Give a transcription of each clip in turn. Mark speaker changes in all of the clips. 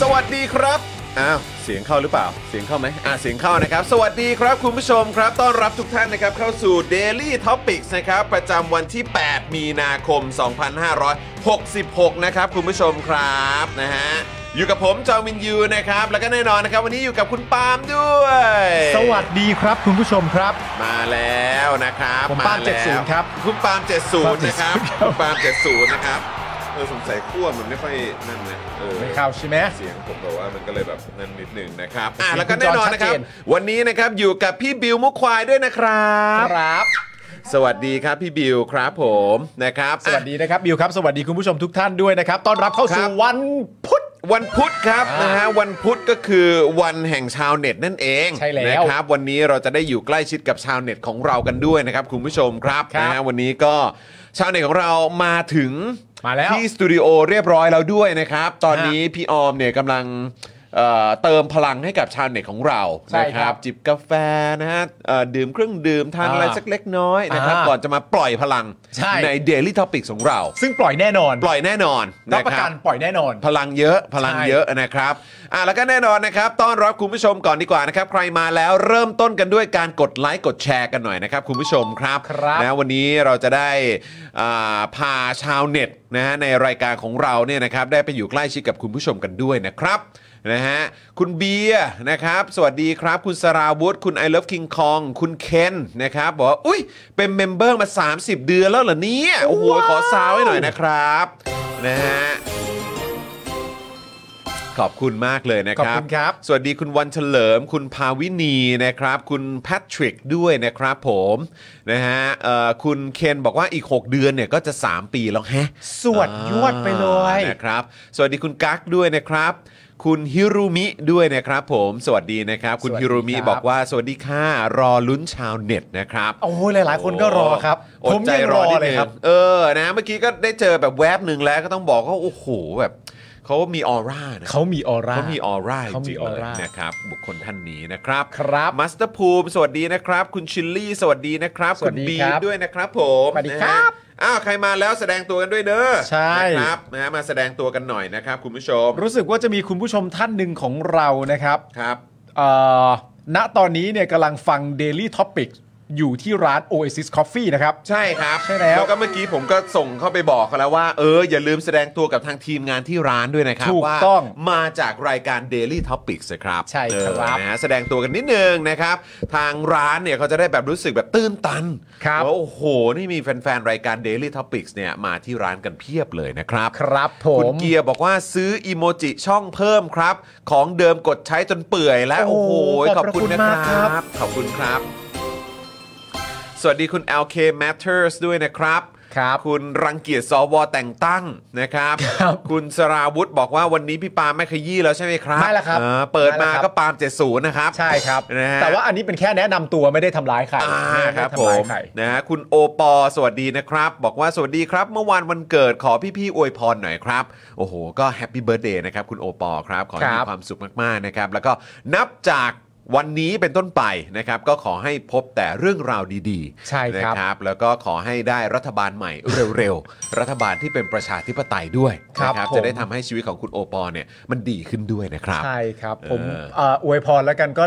Speaker 1: สวัสดีครับ อ้าว เสียงเข้าหรือเปล่า เสียงเข้าไหมอ่าเสียงเข้านะครับ สวัสดีครับคุณผู้ชมครับ ต้อนรับทุกท่านนะครับเข้าสู่ Daily Topics นะครับ ประจำวันที่ 8 มีนาคม 2566 นะครับ คุณผู้ชมครับนะฮะ อยู่กับผมจอห์นวินยูนะครับ แล้วก็แน่นอนนะครับ วันนี้อยู่กับคุณปาล์มด้วย
Speaker 2: สวัสดีครับคุณผู้ชมครับ
Speaker 1: มาแล้วนะครับ
Speaker 2: ผมปาล์ม
Speaker 1: แล้ว
Speaker 2: 70ครับ
Speaker 1: คุณปาล์ม70 นะครับ
Speaker 2: ครับ
Speaker 1: คุณปาล์ม70 นะครับเออสงสัยขั้วมันไม่ค่อยนั่นนะเออ
Speaker 2: ไม่เข้าใช่ไหม
Speaker 1: เสียงผมแบบว่ามันก็เลยแบบนั่นนิดหนึ่งนะครับอ่ะ
Speaker 2: เสียง
Speaker 1: แล้วก็
Speaker 2: คุณจ
Speaker 1: แน่
Speaker 2: อห์น
Speaker 1: นอนนะครับ
Speaker 2: ชัดเจน
Speaker 1: วันนี้นะครับอยู่กับพี่บิวมุกควายด้วยนะครับ
Speaker 2: ครับ
Speaker 1: สวัสดีครับพี่บิวครับผมนะครับ
Speaker 2: สวัสดีนะครับบิวครับ สวัสดีคุณผู้ชมทุกท่านด้วยนะครับ ต้อนรับเข้าสู่วันพุธ
Speaker 1: อ่ะวันพุธครับ
Speaker 2: อ่าน
Speaker 1: นะฮะวันพุธก็คือวันแห่งชาวเน็ตนั่นเอง
Speaker 2: ใช่แล้ว
Speaker 1: นะครับ วันนี้เราจะได้อยู่ใกล้ชิดกับชาวเน็ตของเรากันด้วยนะครับคุณผู้ชมครับ
Speaker 2: ครับ
Speaker 1: นะฮะวันนี้ก็ชาวเน็ตของเรามาถึง
Speaker 2: มาแล้ว
Speaker 1: ที่สตูดิโอเรียบร้อยแล้วด้วยนะครับ ตอนนี้พี่ออมเนี่ยกำลังเอ่อเติมพลังให้กับชาวเน็ตของเรา
Speaker 2: ใช่
Speaker 1: นะครับ ครับ จิบกาแฟนะฮะเอ่อดื่มเครื่องดื่มทาน
Speaker 2: อ่า
Speaker 1: อะไรสักเล็กน้อยนะครับ
Speaker 2: อ่า
Speaker 1: ก่อนจะมาปล่อยพลัง
Speaker 2: ใช่
Speaker 1: ใน Daily Topics ของเรา
Speaker 2: ซึ่งปล่อยแน่นอน
Speaker 1: ปล่อยแน่นอน
Speaker 2: รับ
Speaker 1: นะ
Speaker 2: ประ
Speaker 1: ครั
Speaker 2: กับ นปล่อยแน่นอน
Speaker 1: พลังเยอะพลัง
Speaker 2: ใช่
Speaker 1: เยอะนะครับอ่ะแล้วก็แน่นอนนะครับ ต้อนรับคุณผู้ชมก่อนดีกว่านะครับ ใครมาแล้วเริ่มต้นกันด้วยการกดไลค์กดแชร์กันหน่อยนะครับ คุณผู้ชมครับ
Speaker 2: ครับ
Speaker 1: นะวันนี้เราจะได้อ่าพาชาวเน็ตนะฮะในรายการของเราเนี่ยนะครับ ได้ไปอยู่ใกล้ชิดกับคุณผู้ชมกันด้วยนะครับนะฮะคุณเบียร์นะครับ สวัสดีครับ คุณสราวุธ คุณ I Love King Kong คุณเคนนะครับบอกว่าอุ้ยเป็นเมมเบอร์มา 30 เดือนแล้วเหรอเนี่ยโอ้โหขอซาวให้หน่อยนะครับนะฮะ ขอบคุณมากเลยนะครั
Speaker 2: ขอบคุณครับ
Speaker 1: สวัสดีคุณวันเฉลิม คุณภาวินีนะครับ คุณแพทริกด้วยนะครับผมนะฮะเอ่อคุณเคนบอกว่าอีก 6 เดือนเนี่ยก็จะ 3 ปีแล้วแฮะ
Speaker 2: สวดยวดไปเลย
Speaker 1: อ่านะครับ สวัสดีคุณกั๊กด้วยนะครับ คุณฮิรุมิด้วยนะครับผม สวัสดีนะครับ คุณ
Speaker 2: สวัสดี
Speaker 1: ฮิรุมิ
Speaker 2: ครับ
Speaker 1: บอกว่าสวัสดีค่ะรอลุ้นชาวเน็ตนะครับ
Speaker 2: โอ้ยหลาย ๆ คนก็รอครับ
Speaker 1: โอด
Speaker 2: ผม
Speaker 1: ใจ
Speaker 2: ยัง
Speaker 1: ร
Speaker 2: ร
Speaker 1: อ
Speaker 2: อ
Speaker 1: นิด
Speaker 2: เลย
Speaker 1: นึง
Speaker 2: ครับ
Speaker 1: เออนะเมื่อกี้ก็ได้เจอแบบแวบหนึ่งแล้วก็ต้องบอกว่าโอ้โหแบบเขามีออร่านะ
Speaker 2: เขามีออร่า
Speaker 1: เขามีออร่าจ
Speaker 2: เขามี
Speaker 1: ริงๆ
Speaker 2: ออ
Speaker 1: เลย
Speaker 2: ร่า
Speaker 1: นะครับ บุคคลท่านนี้นะครับ
Speaker 2: ครับ
Speaker 1: มาสเตอร์ภูมิ สวัสดีนะครับ คุณชิลลี่ สวัสดีนะครับ
Speaker 2: สวัสดีครับ
Speaker 1: ณด้วยนะครับผม
Speaker 2: สวัสดีครับ
Speaker 1: นะฮะอ้าวใครมาแล้วแสดงตัวกันด้วยเนอะ
Speaker 2: ใช่
Speaker 1: นะครับนะฮะมาแสดงตัวกันหน่อยนะครับ คุณผู้ชม
Speaker 2: รู้สึกว่าจะมีคุณผู้ชมท่านหนึ่งของเรานะครับ
Speaker 1: ครับ
Speaker 2: เอ่อณตอนนี้เนี่ยกำลังฟัง Daily Topic อยู่ที่ร้าน Oasis Coffee นะครับ
Speaker 1: ใช่ครับ
Speaker 2: ใช่แล้ว
Speaker 1: ก็เมื่อกี้ผมก็ส่งเข้าไปบอกเขาแล้วว่าเอออย่าลืมแสดงตัวกับทางทีมงานที่ร้านด้วยนะครับ
Speaker 2: ถูก
Speaker 1: ว่า
Speaker 2: ต้อง
Speaker 1: มาจากรายการ Daily Topics นะครับ
Speaker 2: ใช่ครับ
Speaker 1: เออนะฮะแสดงตัวกันนิดนึงนะครับ ทางร้านเนี่ยเขาจะได้แบบรู้สึกแบบตื้นตัน
Speaker 2: ครับ
Speaker 1: ว่าโอ้โห นี่มีแฟนๆ รายการ Daily Topics เนี่ยมาที่ร้านกันเพียบเลยนะครับ
Speaker 2: ครับผม
Speaker 1: คุณเกียร์บอกว่าซื้ออีโมจิช่องเพิ่มครับ ของเดิมกดใช้จนเปื่อยแล้วโอ้โหข
Speaker 2: ข
Speaker 1: อ
Speaker 2: อ
Speaker 1: บบ คุ
Speaker 2: คุณ ณ
Speaker 1: นะ
Speaker 2: มาก
Speaker 1: ค
Speaker 2: ครั
Speaker 1: รับ
Speaker 2: บ
Speaker 1: ขอบคุณครับ สวัสดีคุณ LK Matters ด้วยนะครับ
Speaker 2: ครับ
Speaker 1: คุณรังเกียจสวแต่งตั้งนะครับ
Speaker 2: ครับ
Speaker 1: คุณสราวุธบอกว่าวันนี้พี่ปาล์มไม่ขยี้แล้วใช่ไหมครับ
Speaker 2: ไม่แล้วครับ
Speaker 1: เออเปิดมา
Speaker 2: ไม่แล้วครั
Speaker 1: ก็
Speaker 2: บ
Speaker 1: ปาล์ม70นะครับ
Speaker 2: ใช่ครับ
Speaker 1: นะฮะ
Speaker 2: แต่ว่าอันนี้เป็นแค่แนะนำตัวไม่ได้ทำร้ายใคร
Speaker 1: อ่า
Speaker 2: ไม่ได้
Speaker 1: ครับผ
Speaker 2: ทำร้าย
Speaker 1: ม
Speaker 2: ใคร
Speaker 1: นะฮะคุณโอปอสวัสดีนะครับ บอกว่าสวัสดีครับ เมื่อวานวันเกิดขอพี่ๆอวยพรหน่อยครับ โอ้โห ก็แฮปปี้เบิร์ดเดย์นะครับ คุณโอปอครับ ขอให้
Speaker 2: ครั
Speaker 1: มี
Speaker 2: บ
Speaker 1: ความสุขมากๆนะครับ แล้วก็นับจากวันนี้เป็นต้นไปนะครับ ก็ขอให้พบแต่เรื่องราวดีๆ
Speaker 2: ใช่
Speaker 1: นะครับ ครับ แล้วก็ขอให้ได้รัฐบาลใหม่เร็วๆ รัฐบาลที่เป็นประชาธิปไตยด้วย
Speaker 2: ครับ
Speaker 1: นะ
Speaker 2: ผม
Speaker 1: จะได้ทำให้ชีวิตของคุณโอปอเนี่ยมันดีขึ้นด้วยนะครับ
Speaker 2: ใช่ครับ ผม
Speaker 1: เออ
Speaker 2: เอ่ออวยพรแล้วกันก็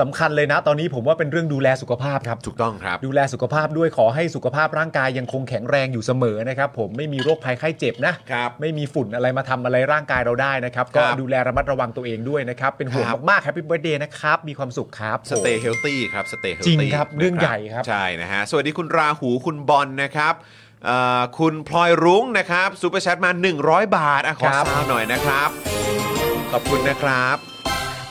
Speaker 2: สำคัญเลยนะ ตอนนี้ผมว่าเป็นเรื่องดูแลสุขภาพครับ
Speaker 1: ถูกต้องครับ
Speaker 2: ดูแลสุขภาพด้วยขอให้สุขภาพร่างกายยังคงแข็งแรงอยู่เสมอนะครับ ผมไม่มีโรคภัยไข้เจ็บนะครับไม่มีฝุ่นอะไรมาทำอะไรร่างกายเราได้นะครับ
Speaker 1: ครั
Speaker 2: ก็
Speaker 1: บ
Speaker 2: ดูแลระมัดระวังตัวเองด้วยนะครับ เป็นห่วง
Speaker 1: ครับ
Speaker 2: มากๆแฮปปี้เบิร์ดเดย์นะครับ มีความสุขครับ
Speaker 1: สเตย์
Speaker 2: ผม
Speaker 1: เฮลตี้ครับสเตย์เฮลตี้
Speaker 2: จริงครับเรื่องใหญ่ครับ
Speaker 1: ใช่นะฮะ สวัสดีคุณราหูคุณบอลนะครับเอ่อคุณพลอยรุ้งนะครับซูเปอร์แชทมา 100 บาทอะขอซาวหน่อยนะครับ ขอบคุณนะครับ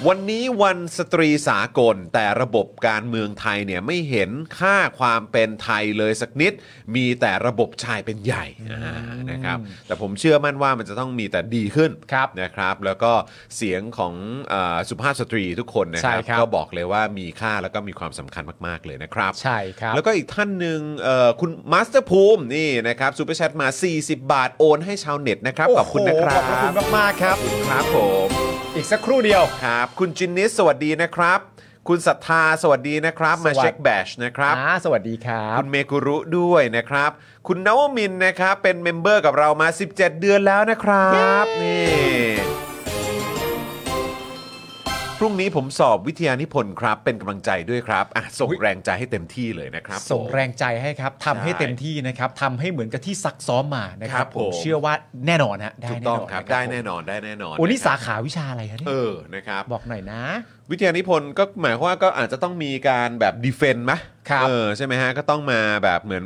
Speaker 1: วันนี้วันสตรีสากล แต่ระบบการเมืองไทยเนี่ยไม่เห็นค่าความเป็นไทยเลยสักนิด มีแต่ระบบชายเป็นใหญ่อ่านะครับแต่ผมเชื่อมั่นว่ามันจะต้องมีแต่ดีขึ้น
Speaker 2: ครับ
Speaker 1: นะครับ แล้วก็เสียงของเออสุภาพสตรีทุกคนนะครั
Speaker 2: ใช่ครับ
Speaker 1: ก็บอกเลยว่ามีค่าแล้วก็มีความสำคัญมาก ๆ เลยนะครับ
Speaker 2: ใช่ครับ
Speaker 1: แล้วก็อีกท่านหนึ่งเอ่อคุณมาสเตอร์ภูมินี่นะครับซูเปอร์แชทมา 40 บาทโอนให้ชาวเน็ตนะครับขอบคุณนะครับ
Speaker 2: โอ้โหขอบคุณมากๆครับ
Speaker 1: ขอณครับผม
Speaker 2: อีกสักครู่เดียว
Speaker 1: ครับคุณจินนิสสวัสดีนะครับ คุณศรัทธาสวัสดีนะครับ มา
Speaker 2: สวัสดี
Speaker 1: เช็คแบชนะครับ
Speaker 2: อ่าสวัสดีครับ
Speaker 1: คุณเมกุรุด้วยนะครับ คุณนวมินทร์นะครับ เป็นเมมเบอร์กับเรามา 17 เดือนแล้วนะครับ นี่ พรุ่งนี้ผมสอบวิทยานิพนธ์ครับ เป็นกำลังใจด้วยครับ อ่ะ ส่ง
Speaker 2: อุ๊ย
Speaker 1: แรงใจให้เต็มที่เลยนะครับ
Speaker 2: ส่งแรงใจให้ครับทำให้
Speaker 1: ใช่
Speaker 2: เต็มที่นะครับทำให้เหมือนกับที่ซักซ้อมมานะค
Speaker 1: ครั
Speaker 2: รับบผม
Speaker 1: ผม
Speaker 2: เชื่อว่าแน่นอนฮะได้
Speaker 1: ถูก
Speaker 2: แน่
Speaker 1: ต้อง
Speaker 2: นอ
Speaker 1: ครับ
Speaker 2: นะ
Speaker 1: ได้แน่นอนได้แน่นอน
Speaker 2: โอ้นี่
Speaker 1: ะค
Speaker 2: สา
Speaker 1: รับ
Speaker 2: ขาวิชาอะไรครับเนี่
Speaker 1: เอย อนะครับ
Speaker 2: บอกหน่อยนะ
Speaker 1: วิทยานิพนธ์ก็หมายความว่าก็อาจจะต้องมีการแบบดีเฟนต์ไหม
Speaker 2: ครับ
Speaker 1: เออใช่ไหมฮะ ก็ต้องมาแบบเหมือน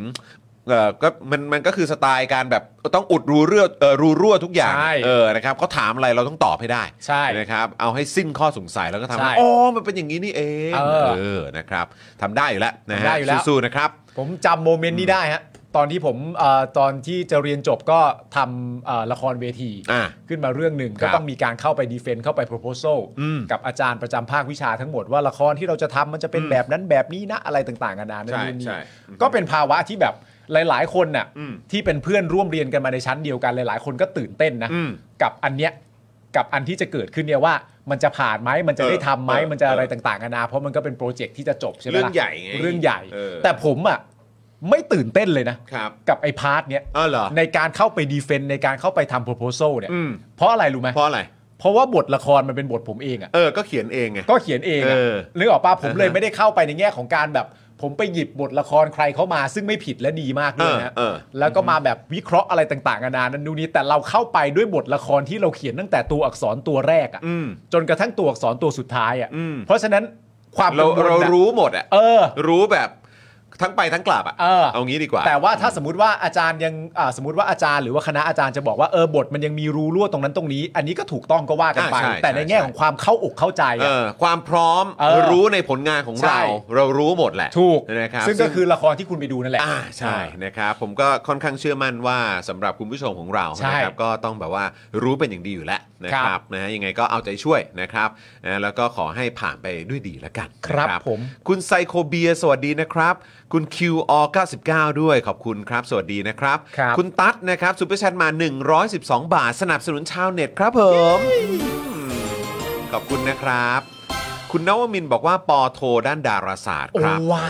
Speaker 1: เออก็มันมันก็คือสไตล์การแบบต้องอุดรูเรื่อเออรูรั่วทุกอย่าง
Speaker 2: ใช่
Speaker 1: เออนะครับเขาถามอะไรเราต้องตอบให้ได้
Speaker 2: ใช่
Speaker 1: นะครับเอาให้สิ้นข้อสงสัยแล้วก็ทำ
Speaker 2: ใช่
Speaker 1: ให้อ๋อมันเป็นอย่างนี้นี่เอง
Speaker 2: เออ
Speaker 1: นะครับทำได้อยู่แล้วนะ
Speaker 2: ทำได้
Speaker 1: ฮะ
Speaker 2: อยู่แล้ว
Speaker 1: สู้ๆนะครับ
Speaker 2: ผมจำโมเมนต์นี้ได้ฮะตอนที่ผมเออตอนที่จะเรียนจบก็ทำเอ่อละครเวที
Speaker 1: อ่า
Speaker 2: ขึ้นมาเรื่องหนึ่ง
Speaker 1: ครับ
Speaker 2: ก็ต้องมีการเข้าไปดีเฟนต์เข้าไปโปรโพ s a l
Speaker 1: อืม
Speaker 2: กับอาจารย์ประจำภาควิชาทั้งหมดว่าละครที่เราจะทำมันจะเป็นแบบนั้นแบบนี้นะอะไรต่างๆกันานา
Speaker 1: ใช่
Speaker 2: นั่นนู่นนี่
Speaker 1: ใช่
Speaker 2: ก็เป็นภาวะที่แบบหลาย ๆ คนน่ะ
Speaker 1: อืม
Speaker 2: ที่เป็นเพื่อนร่วมเรียนกันมาในชั้นเดียวกันหลาย ๆ คนก็ตื่นเต้นนะ
Speaker 1: อืม
Speaker 2: กับอันเนี้ยกับอันที่จะเกิดขึ้นเนี่ยว่ามันจะผ่านไหมมันจะได้ทำไหม
Speaker 1: เออเออ
Speaker 2: มันจะอะไรต่างๆกันานาเพราะมันก็เป็นโปรเจกต์ที่จะจบใช่ไหมล่ะ
Speaker 1: เรื่องใหญ่ไง
Speaker 2: เรื่องใหญ่
Speaker 1: เออ
Speaker 2: แต่ผมอ่ะไม่ตื่นเต้นเลยนะ
Speaker 1: ครับ
Speaker 2: กับไอ้พาร์ทเนี้ย
Speaker 1: อ้าวเหรอ
Speaker 2: ในการเข้าไปดีเฟนต์ในการเข้าไปทำโปรโพ s a l เนี่ย
Speaker 1: อืม
Speaker 2: เพราะอะไรรู้ไหม
Speaker 1: เพราะอะไร
Speaker 2: เพราะว่าบทละครมันเป็นบทผมเองอะ
Speaker 1: เออก็เขียนเองไง
Speaker 2: ก็เขียนเองอะ
Speaker 1: เออ
Speaker 2: นึกออกป่ะผมเลย
Speaker 1: อ่าฮะ
Speaker 2: ไม่ได้เข้าไปในแง่ของการแบบ ผมไปหยิบบทละครใครเข้ามา ซึ่งไม่ผิดและดีมาก
Speaker 1: เอ
Speaker 2: ด้วย
Speaker 1: อ
Speaker 2: นะ
Speaker 1: เออ
Speaker 2: แล้วก็มาแบบวิเคราะห์อะไรต่างๆนานานั่นนู่นนี่แต่เราเข้าไปด้วยบทละครที่เราเขียนตั้งแต่ตัวอักษรตัวแรกอะ
Speaker 1: อืม
Speaker 2: จนกระทั่งตัวอักษรตัวสุดท้ายอะ
Speaker 1: อืม
Speaker 2: เพราะฉะนั้นความ
Speaker 1: เรา
Speaker 2: กังวล
Speaker 1: เรา
Speaker 2: อะ
Speaker 1: รู้หมดอะ
Speaker 2: เออ
Speaker 1: รู้แบบทั้งไปทั้งกลับอะ
Speaker 2: เออ
Speaker 1: เอางี้ดีกว่า
Speaker 2: แต่ว่าถ้าสมมติว่าอาจารย์ยังอ่าสมมติว่าอาจารย์หรือว่าคณะอาจารย์จะบอกว่าเออบทมันยังมีรูรั่วตรงนั้นตรงนี้ อันนี้ก็ถูกต้องก็ว่ากันไป
Speaker 1: อ่าใช่
Speaker 2: แต่ใน
Speaker 1: ใช่
Speaker 2: แง่
Speaker 1: ใช่
Speaker 2: ของความเข้าอกเข้าใจ
Speaker 1: เอ
Speaker 2: อะ
Speaker 1: อความพร้อม
Speaker 2: เออ
Speaker 1: รู้ในผลงานของ
Speaker 2: ใช่
Speaker 1: เรา เรารู้หมดแหละ
Speaker 2: ถูก
Speaker 1: นะครับ
Speaker 2: ซึ่งก็คือละครที่คุณไปดูนั่นแหละ
Speaker 1: อ่าใช่นะครับ ผมก็ค่อนข้างเชื่อมั่นว่าสำหรับคุณผู้ชมของเรา
Speaker 2: ใช่
Speaker 1: นะครับก็ต้องแบบว่ารู้เป็นอย่างดีอยู่แล้วนะค
Speaker 2: ครั
Speaker 1: รับบนะฮะยังไงก็เอาใจช่วยนะครับนะแล้วก็ขอให้ผ่านไปด้วยดีแล้วกัน
Speaker 2: ครับ
Speaker 1: นะ
Speaker 2: ผม
Speaker 1: คุณไซโคเบียสวัสดีนะครับ คุณ QR 99 ด้วยขอบคุณครับ สวัสดีนะครับ
Speaker 2: ครับ
Speaker 1: คุณตั๊ดนะครับซูเปอร์แชทมา 112 บาท สนับสนุนชาวเน็ตครับผม ขอบคุณนะครับ คุณนวมินทร์บอกว่าปอโทด้านดาราศาสตร์ครับ
Speaker 2: โอ้ว้า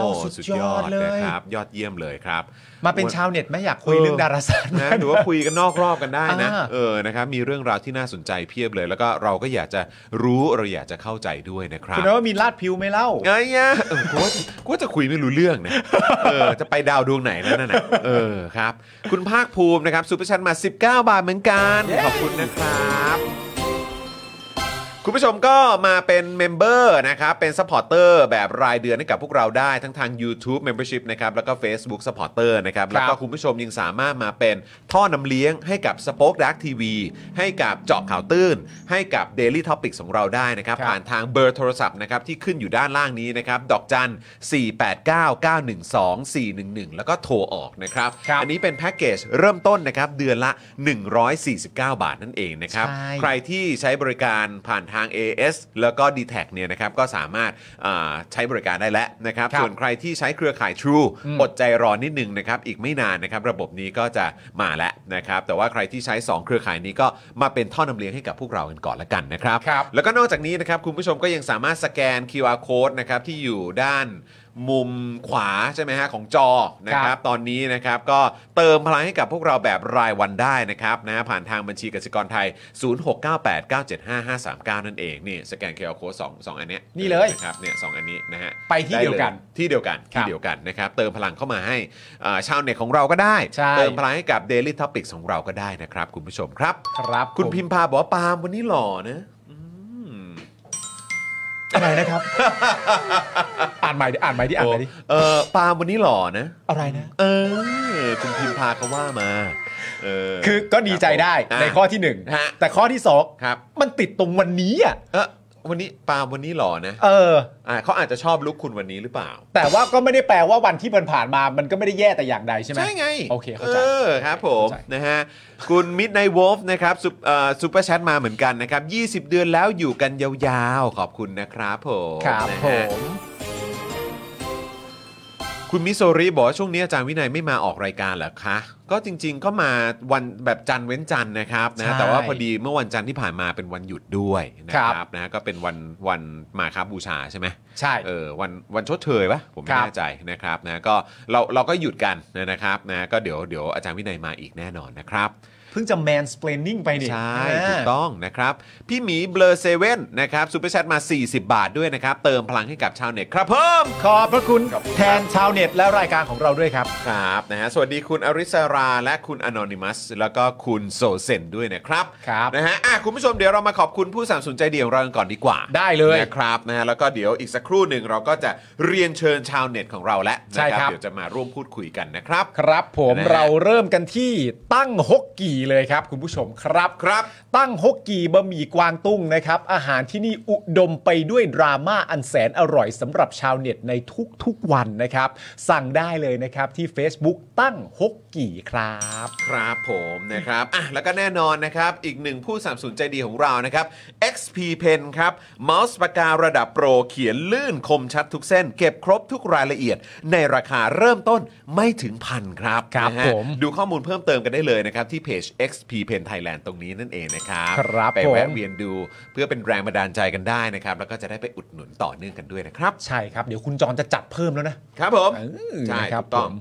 Speaker 2: ว
Speaker 1: โอ้
Speaker 2: สุดยอดเลย
Speaker 1: นะครับ ยอดเยี่ยมเลยครับ
Speaker 2: มาเป็นชาวเน็ตไหมอยากคุยเรื่องดาราศาสตร์
Speaker 1: นะ
Speaker 2: บ้ง
Speaker 1: หรือว่าคุยกันนอกรอบกันได้นะ
Speaker 2: อ่า
Speaker 1: เออนะครับมีเรื่องราวที่น่าสนใจเพียบเลย แล้วก็เราก็อยากจะรู้เราอยากจะเข้าใจด้วยนะครับ
Speaker 2: คุณนว่ามีลาดพิวไหมเล่า
Speaker 1: ไอ้ยะเออกูว่ากูว่าจะคุยไม่รู้เรื่องนะเออจะไปดาวดวงไหนแล้วนั่นน่ะเออครับคุณภาคภูมินะครับซูเปอร์ชันมา 19 บาทเหมือนกัน ขอบคุณนะครับ คุณผู้ชมก็มาเป็นเมมเบอร์นะครับ เป็นซัพพอร์เตอร์แบบรายเดือนให้กับพวกเราได้ทั้งทาง YouTube Membership นะครับ แล้วก็ Facebook Supporter นะครับ แล้วก็คุณผู้ชมยังสามารถมาเป็นท่อนำเลี้ยงให้กับ Spoke Dark TV ให้กับเจาะข่าวตื้น ให้กับ Daily Topics ของเราได้นะครับ
Speaker 2: ครับ
Speaker 1: ผ่านทางเบอร์โทรศัพท์นะครับที่ขึ้นอยู่ด้านล่างนี้นะครับ ดอกจัน 489912411 แล้วก็โทรออกนะครับ
Speaker 2: ครับ
Speaker 1: อันี้เป็นแพ็กเกจเริ่มต้นนะครับเดือนละ 149 บาทนั่นเองนะครับ
Speaker 2: ใช่
Speaker 1: ใครที่ใช้บริการผ่านทาง AS แล้วก็ d t แทเนี่ยนะครับก็สามารถอ่าใช้บริการได้แล้วนะครับ
Speaker 2: ครับ
Speaker 1: ส่วนใครที่ใช้เครือข่าย True อดใจรอนิดนึงนะครับ อีกไม่นานนะครับ ระบบนี้ก็จะมาแล้วนะครับ แต่ว่าใครที่ใช้ 2 เครือข่ายนี้ก็มาเป็นท่อนำเลี้ยงให้กับพวกเรากันก่อนละกันนะครับ
Speaker 2: ครับ
Speaker 1: แล้วก็นอกจากนี้นะครับ คุณผู้ชมก็ยังสามารถสแกน QR code นะครับที่อยู่ด้านมุมขวาใช่ไหมฮะของจอนะค
Speaker 2: ครั
Speaker 1: รับ
Speaker 2: บ
Speaker 1: ตอนนี้นะครับก็เติมพลังให้กับพวกเราแบบรายวันได้นะครับนะฮะผ่านทางบัญชีกสิกรไทย 0698975539 นั่นเอง นี่สแกนเคอร์โค้ดสองสองอันเนี้ย
Speaker 2: นี่เลย
Speaker 1: นะครับเนี่ยสองอันนี้นะฮะ
Speaker 2: ไปที่เดียวกัน
Speaker 1: ไลที่เดียวกัน
Speaker 2: ครับ
Speaker 1: ที่เดียวกันนะครับเติมพลังเข้ามาให้อ่าชาวเน็ตของเราก็ได้
Speaker 2: ใช่
Speaker 1: เติมพลังให้กับ Daily Topics ของเราก็ได้นะครับคุณผู้ชมครับ
Speaker 2: ครับ
Speaker 1: คุณ
Speaker 2: ผม
Speaker 1: พิมพาบอกว่าปาล์มวันนี้หล่อนะอืม
Speaker 2: อะไรนะครับ อ่านใหม่ดิอ่านใหม่ดิอ่านใหม่ดิ
Speaker 1: เออปาล์มวันนี้หล่อนะ
Speaker 2: อะไรนะ
Speaker 1: เออ คุณพิมพาเขาว่ามา เออ
Speaker 2: คือก็ดีใจได้
Speaker 1: ครับผม
Speaker 2: ในข้อะ ที่หนึ่ง
Speaker 1: ฮะ
Speaker 2: แต่ข้อที่สอง
Speaker 1: ครับ
Speaker 2: มันติดตรงวันนี้อ่ะ
Speaker 1: เออวันนี้ปาล์มวันนี้หล่อนะ
Speaker 2: เออ
Speaker 1: อ่าเขาอาจจะชอบลุกคุณวันนี้หรือเปล่า
Speaker 2: แต่ว่าก็ไม่ได้แปลว่าวันที่มันผ่านมามันก็ไม่ได้แย่แต่อย่างใดใช่ไหม
Speaker 1: ใช่ไง
Speaker 2: โอเคเข้าใจ
Speaker 1: ออครับผม
Speaker 2: เข้าใจ
Speaker 1: นะฮะคุณมิดไนวอลฟ์นะครับซุปเอ่อซูเปอร์แชทมาเหมือนกันนะครับ 20 เดือนแล้วอยู่กันยาวๆ ขอบคุณนะครับผม
Speaker 2: ครับ
Speaker 1: นะฮะ
Speaker 2: ผม
Speaker 1: คุณมิโซริบอกว่าช่วงนี้อาจารย์วินัยไม่มาออกรายการเหรอคะ ก็จริงๆก็มาวันแบบจันทร์เว้นจันทร์นะครับนะฮะ
Speaker 2: ใช่
Speaker 1: แต่ว่าพอดีเมื่อวันจันทร์ที่ผ่านมาเป็นวันหยุดด้วยนะค
Speaker 2: ครั
Speaker 1: รับบ นะฮะก็เป็นวันวันมาครับบูชาใช่ไหม
Speaker 2: ใช่
Speaker 1: เออวันวันชดเชยปะผมไม่
Speaker 2: ครับ
Speaker 1: แน่ใจนะครับนะก็เราเราก็หยุดกันนะครับนะก็เดี๋ยวเดี๋ยวอาจารย์วินัยมาอีกแน่นอนนะครับ
Speaker 2: เพิ่งจะ mansplaining ไปนี่
Speaker 1: ใช่
Speaker 2: อ่า
Speaker 1: ถูกต้องนะครับ พี่หมีเบลเซเว่นนะครับซูเปอร์แชทมา 40 บาทด้วยนะครับ เติมพลังให้กับชาวเน็ตครับเพิ่ม
Speaker 2: ขอบพระคุณ
Speaker 1: ขอบคุณครับ
Speaker 2: แทนชาวเน็ตและรายการของเราด้วยครับ
Speaker 1: ครับนะฮะสวัสดีคุณอริสราและคุณอนอนิมัสแล้วก็คุณโซเซนด้วยนะครับ
Speaker 2: ครับ
Speaker 1: นะฮะอ่ะคุณผู้ชมเดี๋ยวเรามาขอบคุณผู้สนัมสนุนใจเดียวเรากันก่อนดีกว่า
Speaker 2: ได้เลย
Speaker 1: นะครับนะฮะแล้วก็เดี๋ยวอีกสักครู่หนึ่งเราก็จะเรียนเชิญชาวเน็ตของเราและ
Speaker 2: ใช่
Speaker 1: นะครับ เดี๋ยวจะมาร่วมพูดคุยกันนะครับ
Speaker 2: ครับผม
Speaker 1: นะฮะ
Speaker 2: เราเริ่มกันที่ตั้งฮกกี่เลยครับ คุณผู้ชมครับ
Speaker 1: ครับ
Speaker 2: ตั้งฮกกีบะหมี่กวางตุ้งนะครับ อาหารที่นี่อุดมไปด้วยดราม่าอันแสนอร่อยสำหรับชาวเน็ตในทุกๆวันนะครับ สั่งได้เลยนะครับที่ Facebook ตั้งฮกกีครับ
Speaker 1: ครับผมนะครับอ่ะแล้วก็แน่นอนนะครับ อีกหนึ่งผู้สนัมสนุนใจดีของเรานะครับ XP Pen ครับเมาส์ปากการะดับโปรเขียนลื่นคมชัดทุกเส้น เก็บครบทุกรายละเอียด ในราคาเริ่มต้นไม่ถึงพันครับ
Speaker 2: ครับ
Speaker 1: นะฮะ
Speaker 2: ผม
Speaker 1: ดูข้อมูลเพิ่มเติมกันได้เลยนะครับ ที่เพจ XP Pen Thailand ตรงนี้นั่นเองนะครับ
Speaker 2: ครับ
Speaker 1: ไป
Speaker 2: ผม
Speaker 1: แวะเวียนดูเพื่อเป็นแรงบันดาลใจกันได้นะครับ แล้วก็จะได้ไปอุดหนุนต่อเนื่องกันด้วยนะครับ
Speaker 2: ใช่ครับ เดี๋ยวคุณจอนจะจัดเพิ่มแล้วนะ
Speaker 1: ครับผม
Speaker 2: เออ
Speaker 1: ใช่
Speaker 2: นะ
Speaker 1: ถู
Speaker 2: ครับ
Speaker 1: กต้อง
Speaker 2: ผม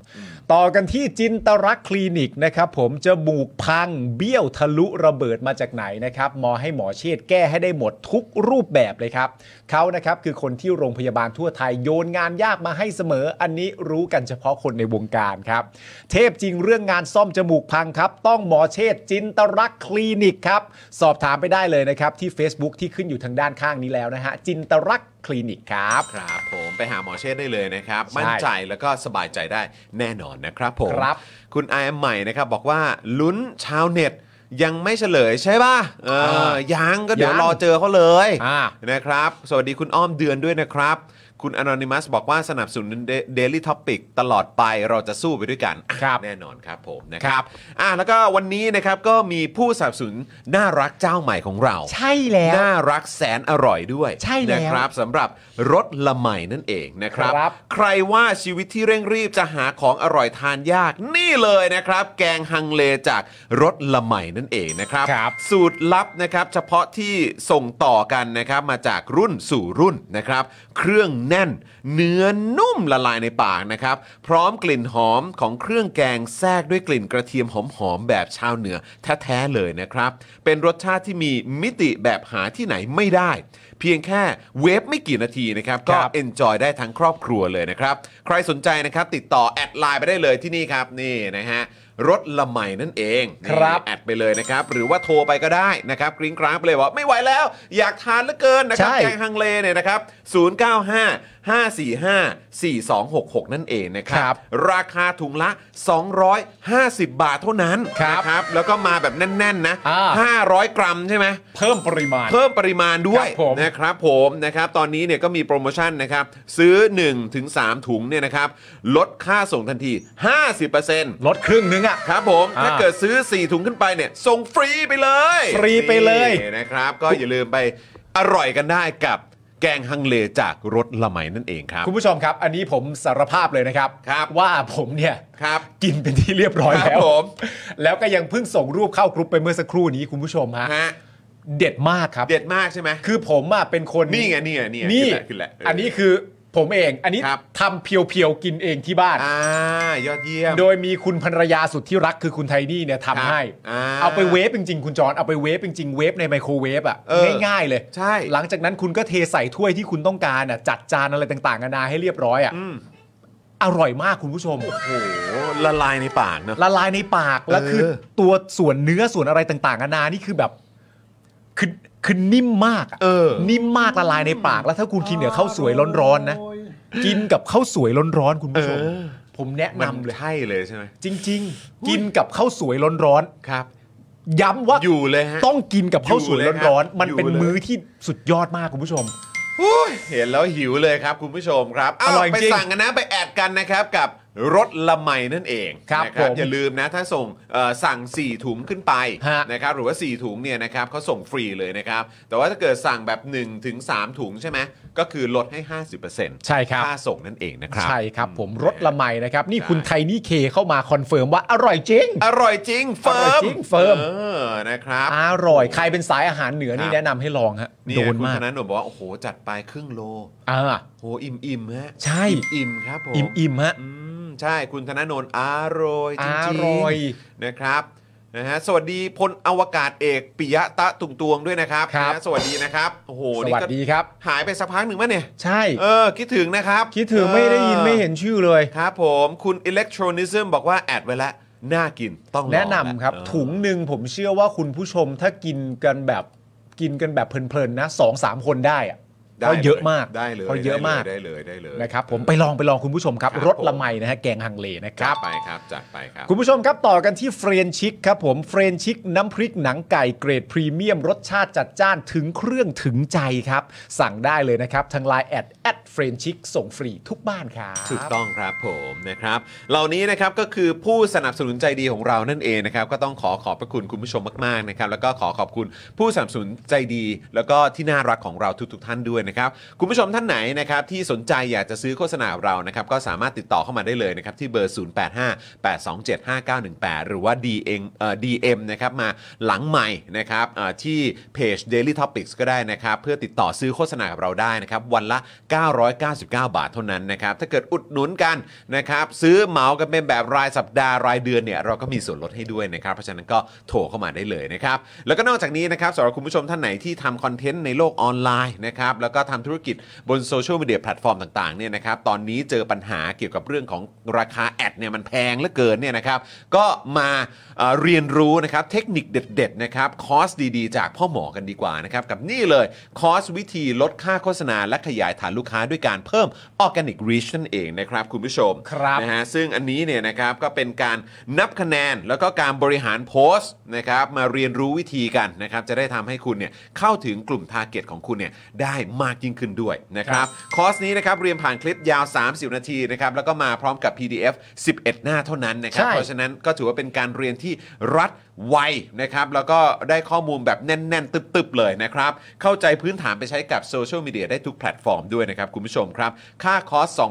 Speaker 2: ต่อกันที่จินตรักษณ์คลินิกนะครับผมจมูกพังเบี้ยวทะลุระเบิดมาจากไหนนะครับหมอให้หมอเชษฐ์แก้ให้ได้หมดทุกรูปแบบเลยครับเขานะครับคือคนที่โรงพยาบาลทั่วไทยโยนงานยากมาให้เสมอ อันนี้รู้กันเฉพาะคนในวงการครับ เทพจริงเรื่องงานซ่อมจมูกพังครับ ต้องหมอเชษฐ์จินตรักษณ์คลินิกครับสอบถามไปได้เลยนะครับที่ Facebook ที่ขึ้นอยู่ทางด้านข้างนี้แล้วนะฮะจินตรักษณ์คลินิกครับ
Speaker 1: ครับผมไปหาหมอเชษฐ์ได้เลยนะครับ
Speaker 2: ใช่
Speaker 1: มั่นใจแล้วก็สบายใจได้แน่นอนนะครับผม
Speaker 2: ครับ
Speaker 1: คุณไอแอมใหม่นะครับ บอกว่าลุ้นชาวเน็ตยังไม่เฉลยใช่ป่ะเออ
Speaker 2: อ่า
Speaker 1: ยังก็เดี๋ยว
Speaker 2: ยัง
Speaker 1: รอเจอเขาเลย
Speaker 2: อ่า
Speaker 1: นะครับ สวัสดีคุณอ้อมเดือนด้วยนะครับ คุณ Anonymous บอกว่าสนับสนุน Da- Daily Topic ตลอดไปเราจะสู้ไปด้วยกันอ่ะ
Speaker 2: ครับ
Speaker 1: แน่นอนครับผมนะค
Speaker 2: ครั
Speaker 1: รับบ อ่ะแล้วก็วันนี้นะครับก็มีผู้สนับสนุนน่ารักเจ้าใหม่ของเรา
Speaker 2: ใช่แล้ว
Speaker 1: น่ารักแสนอร่อยด้วย
Speaker 2: ใช่แล้ว
Speaker 1: นะครับสำหรับรสละไหมนั่นเองนะครับ
Speaker 2: ครับ
Speaker 1: ใครว่าชีวิตที่เร่งรีบจะหาของอร่อยทานยากนี่เลยนะครับ แกงฮังเลจากรสละไหมนั่นเองนะครับ
Speaker 2: ครับ
Speaker 1: สูตรลับนะครับเฉพาะที่ส่งต่อกันนะครับมาจากรุ่นสู่รุ่นนะครับ เครื่องแน่น เนื้อนุ่มละลายในปากนะครับ พร้อมกลิ่นหอมของเครื่องแกงแทรกด้วยกลิ่นกระเทียมหอมๆแบบชาวเหนือแท้ๆเลยนะครับ เป็นรสชาติที่มีมิติแบบหาที่ไหนไม่ได้ เพียงแค่เวฟไม่กี่นาทีนะครับ ก็
Speaker 2: ครับ
Speaker 1: enjoy ได้ทั้งครอบครัวเลยนะครับ ใครสนใจนะครับติดต่อแอดไลน์ไปได้เลยที่นี่ครับนี่นะฮะ รถละไหมนั่นเอง
Speaker 2: ครับ
Speaker 1: นี่แอดไปเลยนะครับ หรือว่าโทรไปก็ได้นะครับกริ้งกร้างไปเลยบอกไม่ไหวแล้ว อยากทานเหลือเกินนะครับ
Speaker 2: ใช่
Speaker 1: แกงฮังเลเนี่ยนะครับ 095 545 4266 นั่นเองนะครับ
Speaker 2: ครับ
Speaker 1: ราคาถุงละ 250 บาทเท่านั้น
Speaker 2: ครับ
Speaker 1: นะครับ แล้วก็มาแบบแน่น ๆ นะ
Speaker 2: อ่า
Speaker 1: 500 กรัมใช่ไหม
Speaker 2: เพิ่มปริมาณ
Speaker 1: เพิ่มปริมาณด้วย
Speaker 2: ครับผม
Speaker 1: นะครับผมนะครับตอนนี้เนี่ยก็มีโปรโมชั่นนะครับ ซื้อ1ถึง3ถุงเนี่ยนะครับ ลดค่าส่งทันที 50%
Speaker 2: ลดครึ่งนึงอ่ะ
Speaker 1: ครับผม
Speaker 2: อ่า
Speaker 1: ถ้าเกิดซื้อ 4 ถุงขึ้นไปเนี่ย ส่งฟรีไปเลย
Speaker 2: ฟรีไปเลย
Speaker 1: นี่นะครับ ก็อย่าลืมไปอร่อยกันได้กับแกงฮังเลจากรสละไหมนั่นเองครับ
Speaker 2: คุณผู้ชมครับ อันนี้ผมสารภาพเลยนะครับ
Speaker 1: ครับ
Speaker 2: ว่าผมเนี่ย
Speaker 1: ครับ
Speaker 2: กินเป็นที่เรียบร้อย
Speaker 1: ครับ
Speaker 2: แล้ว
Speaker 1: ผม
Speaker 2: แล้วก็ยังเพิ่งส่งรูปเข้ากรุ๊ปไปเมื่อสักครู่นี้คุณผู้ชมฮะ
Speaker 1: ฮะ
Speaker 2: เด็ดมากครับ
Speaker 1: เด็ดมากใช่ไหม
Speaker 2: คือผมอ่ะเป็นคน
Speaker 1: นี่ไงนี่ไงนี่ไง
Speaker 2: นี่
Speaker 1: ขึ้นแหละขึ้นแหละ
Speaker 2: อันนี้คือผมเอง อันนี้
Speaker 1: ครับ
Speaker 2: ทำเพียวๆกินเองที่บ้าน
Speaker 1: อ่ายอดเยี่ยม
Speaker 2: โดยมีคุณภรรยาสุดที่รักคือคุณไทนี่เนี่ย
Speaker 1: ครับ
Speaker 2: ทำให้
Speaker 1: อ่า
Speaker 2: เอาไปเวฟจริงๆ คุณจอนเอาไปเวฟจริงๆ เวฟในไมโครเวฟอ่ะ
Speaker 1: เออ
Speaker 2: ง่ายๆเลย
Speaker 1: ใช่
Speaker 2: หลังจากนั้นคุณก็เทใส่ถ้วยที่คุณต้องการอ่ะจัดจานอะไรต่างๆนานาให้เรียบร้อยอ่ะ
Speaker 1: อืม
Speaker 2: อร่อยมากคุณผู้ชม
Speaker 1: โอ้โหละลายในปากเนอะ
Speaker 2: ละลายในปากแล้วคือ
Speaker 1: เออ
Speaker 2: ตัวส่วนเนื้อส่วนอะไรต่างๆนานานี่คือแบบคือคือนิ่มมากอะ
Speaker 1: เออ
Speaker 2: นิ่มมากละลายในปากแล้วถ้าคุณกินเนี่ยข้าวสวยร้อนๆนะ
Speaker 3: โย
Speaker 2: กินกับข้าวสวยร้อนๆคุณผู้ชม
Speaker 1: เออ
Speaker 2: ผมแนะ
Speaker 1: มัน
Speaker 2: นำเลย
Speaker 1: ใช่เลยใช่ไหม
Speaker 2: จริง ๆ กินกับข้าวสวยร้อน
Speaker 1: ครับ
Speaker 2: ๆย้ำว่า
Speaker 1: อยู่เลยฮะ
Speaker 2: ต้องกินกับข้าวสวยร้อนๆมันเป็น
Speaker 1: อยู่เลย
Speaker 2: มื้อที่สุดยอดมากคุณผู้ชม
Speaker 1: อุ๊ยเห็นแล้วหิวเลยครับคุณผู้ชมครับเา
Speaker 2: อร่อยจริง
Speaker 1: ไปสั่งกันนะไปแอดกันนะครับกับรถละไมนั่นเอง
Speaker 2: ครับ
Speaker 1: นะ
Speaker 2: ผม
Speaker 1: อย่าลืมนะถ้าส่งเอ่อสั่ง 4 ถุงขึ้นไป
Speaker 2: ฮะ
Speaker 1: นะครับหรือว่า 4 ถุงเนี่ยนะครับเขาส่งฟรีเลยนะครับ แต่ว่าถ้าเกิดสั่งแบบ1ถึง3ถุงใช่ไหมก็คือลดให้ 50%
Speaker 2: ใช่ครับ
Speaker 1: ค่าส่งนั่นเองนะครับ
Speaker 2: ใช่ครับ ผมรสละไมนะครับ นี่
Speaker 1: ใช่
Speaker 2: คุณไทนี่เคเข้ามาคอนเฟิร์มว่าอร่อยจริง
Speaker 1: อร่อยจริงเฟิ
Speaker 2: อร่อ
Speaker 1: ร์
Speaker 2: ย
Speaker 1: ม
Speaker 2: จริงเฟิร์ม
Speaker 1: เออนะครับ
Speaker 2: อร่อยใครเป็นสายอาหารเหนือ
Speaker 1: ค
Speaker 2: นี่
Speaker 1: รับ
Speaker 2: แนะนำให้ลองฮะ
Speaker 1: นี่
Speaker 2: โด
Speaker 1: คุ
Speaker 2: น
Speaker 1: ณ
Speaker 2: มาก
Speaker 1: ธนาหนูบอกว่าโอ้โหจัดไปครึ่งโล
Speaker 2: อ่า
Speaker 1: โหอิ่มอิ่มๆฮะ
Speaker 2: ใช่
Speaker 1: อิ่มๆครับผม
Speaker 2: อิ่มอิ่มๆฮะ
Speaker 1: อืมใช่คุณธนาโนนอร่อยจริงๆ
Speaker 2: อร่อย
Speaker 1: นะครับนะฮะสวัสดีพลอวกาศเอกปิยะตะตุงตวงด้วยนะครับ
Speaker 2: ครับ
Speaker 1: นะฮะสวัสดีนะครับโอ้โห
Speaker 2: ส
Speaker 1: นี่
Speaker 2: วัส
Speaker 1: ก็
Speaker 2: ดีครับ
Speaker 1: หายไปสักพักหนึ่งมั้ยเนี่ย
Speaker 2: ใช่
Speaker 1: เออคิดถึงนะครับ
Speaker 2: คิดถึงไม่ได้ยินไม่เห็นชื่อเลย
Speaker 1: ครับผมคุณอิเล็กทรอนิซึมบอกว่าแอดไว้แล้วน่ากินต้องลอง
Speaker 2: แนะนำครับ
Speaker 1: เออ
Speaker 2: ถุงหนึ่งผมเชื่อว่าคุณผู้ชมถ้ากินกันแบบกินกันแบบเพลินๆนะสองสามคนได้อะ
Speaker 1: ได้
Speaker 2: เพราะเยอะมาก
Speaker 1: ได้เลย
Speaker 2: เพราะเยอะมาก
Speaker 1: ได้เลยได้เลยได้เลย
Speaker 2: นะครับผมไปลองไปลองคุณผู้ชมครับ
Speaker 1: ครับ
Speaker 2: รสละ
Speaker 1: ผม
Speaker 2: ไมนะฮะแกงฮังเลนะค
Speaker 1: จั
Speaker 2: รั
Speaker 1: ด
Speaker 2: บ
Speaker 1: ไปครับจัดไปครับ
Speaker 2: คุณผู้ชมครับ ต่อกันที่เฟรนชิกครับผมเฟรนชิกน้ำพริกหนังไก่เกรดพรีเมียม รสชาติจัดจ้านถึงเครื่องถึงใจครับ สั่งได้เลยนะครับ ทางไลน์แอดแอดเฟรนชิกส่งฟรีทุกบ้านครับ
Speaker 1: ถูกต้องครับผมนะครับ เหล่านี้นะครับก็คือผู้สนับสนุนใจดีของเรานั่นเองนะครับ ก็ต้องขอขอบพระคุณคุณผู้ชมมากๆนะครับ แล้วก็ขอขอบคุณผู้สนับสนุนใจดี แล้วก็ที่น่ารักของเราทุก ๆ ท่านด้วยนะครับ คุณผู้ชมท่านไหนนะครับที่สนใจอยากจะซื้อโฆษณาเรานะครับก็สามารถติดต่อเข้ามาได้เลยนะครับที่เบอร์ 0858275918 หรือว่า DM เอ่อ DM นะครับมาหลังใหม่นะครับเอ่อที่เพจ Daily Topics ก็ได้นะครับ เพื่อติดต่อซื้อโฆษณากับเราได้นะครับ วันละ 999 บาทเท่านั้นนะครับ ถ้าเกิดอุดหนุนกันนะครับ ซื้อเหมากันเป็นแบบรายสัปดาห์รายเดือนเนี่ยเราก็มีส่วนลดให้ด้วยนะครับ เพราะฉะนั้นก็โทรเข้ามาได้เลยนะครับ แล้วก็นอกจากนี้นะครับสำหรับคุณผู้ชมท่านไหนที่ทำคอนเทนต์ในโลกออนไลน์นะครับ แล้วก็ทำธุรกิจบนโซเชียลมีเดียแพลตฟอร์มต่างๆเนี่ยนะครับ ตอนนี้เจอปัญหาเกี่ยวกับเรื่องของราคาแอดเนี่ยมันแพงเหลือเกินเนี่ยนะครับ ก็มาเอ่อเรียนรู้นะครับเทคนิคเด็ดๆนะครับคอร์สดีๆ จากพ่อหมอกันดีกว่านะครับ กับนี่เลยคอร์สวิธีลดค่าโฆษณาและขยายฐานลูกค้าด้วยการเพิ่มออร์แกนิกรีชนั่นเองนะครับคุณผู้ชม
Speaker 2: ครับ
Speaker 1: นะฮะซึ่งอันนี้เนี่ยนะครับก็เป็นการนับคะแนนแล้วก็การบริหารโพสต์นะครับมาเรียนรู้วิธีกันนะครับจะได้ทำให้คุณเนี่ยเข้าถึงกลุ่มทาร์เก็ตของคุณเนี่ยได้มากยิ่งขึ้นด้วยนะครับคอร์สนี้นะครับเรียนผ่านคลิปยาว 30 นาทีนะครับแล้วก็มาพร้อมกับ PDF 11 หน้าเท่านั้นนะครับ
Speaker 2: ใช่
Speaker 1: เพราะฉะนั้นก็ถือว่าเป็นการเรียนที่รัดไวนะครับแล้วก็ได้ข้อมูลแบบแน่น ๆ ตึบๆเลยนะครับเข้าใจพื้นฐานไปใช้กับโซเชียลมีเดียได้ทุกแพลตฟอร์มด้วยนะครับคุณผู้ชมครับ ค่าคอร์ส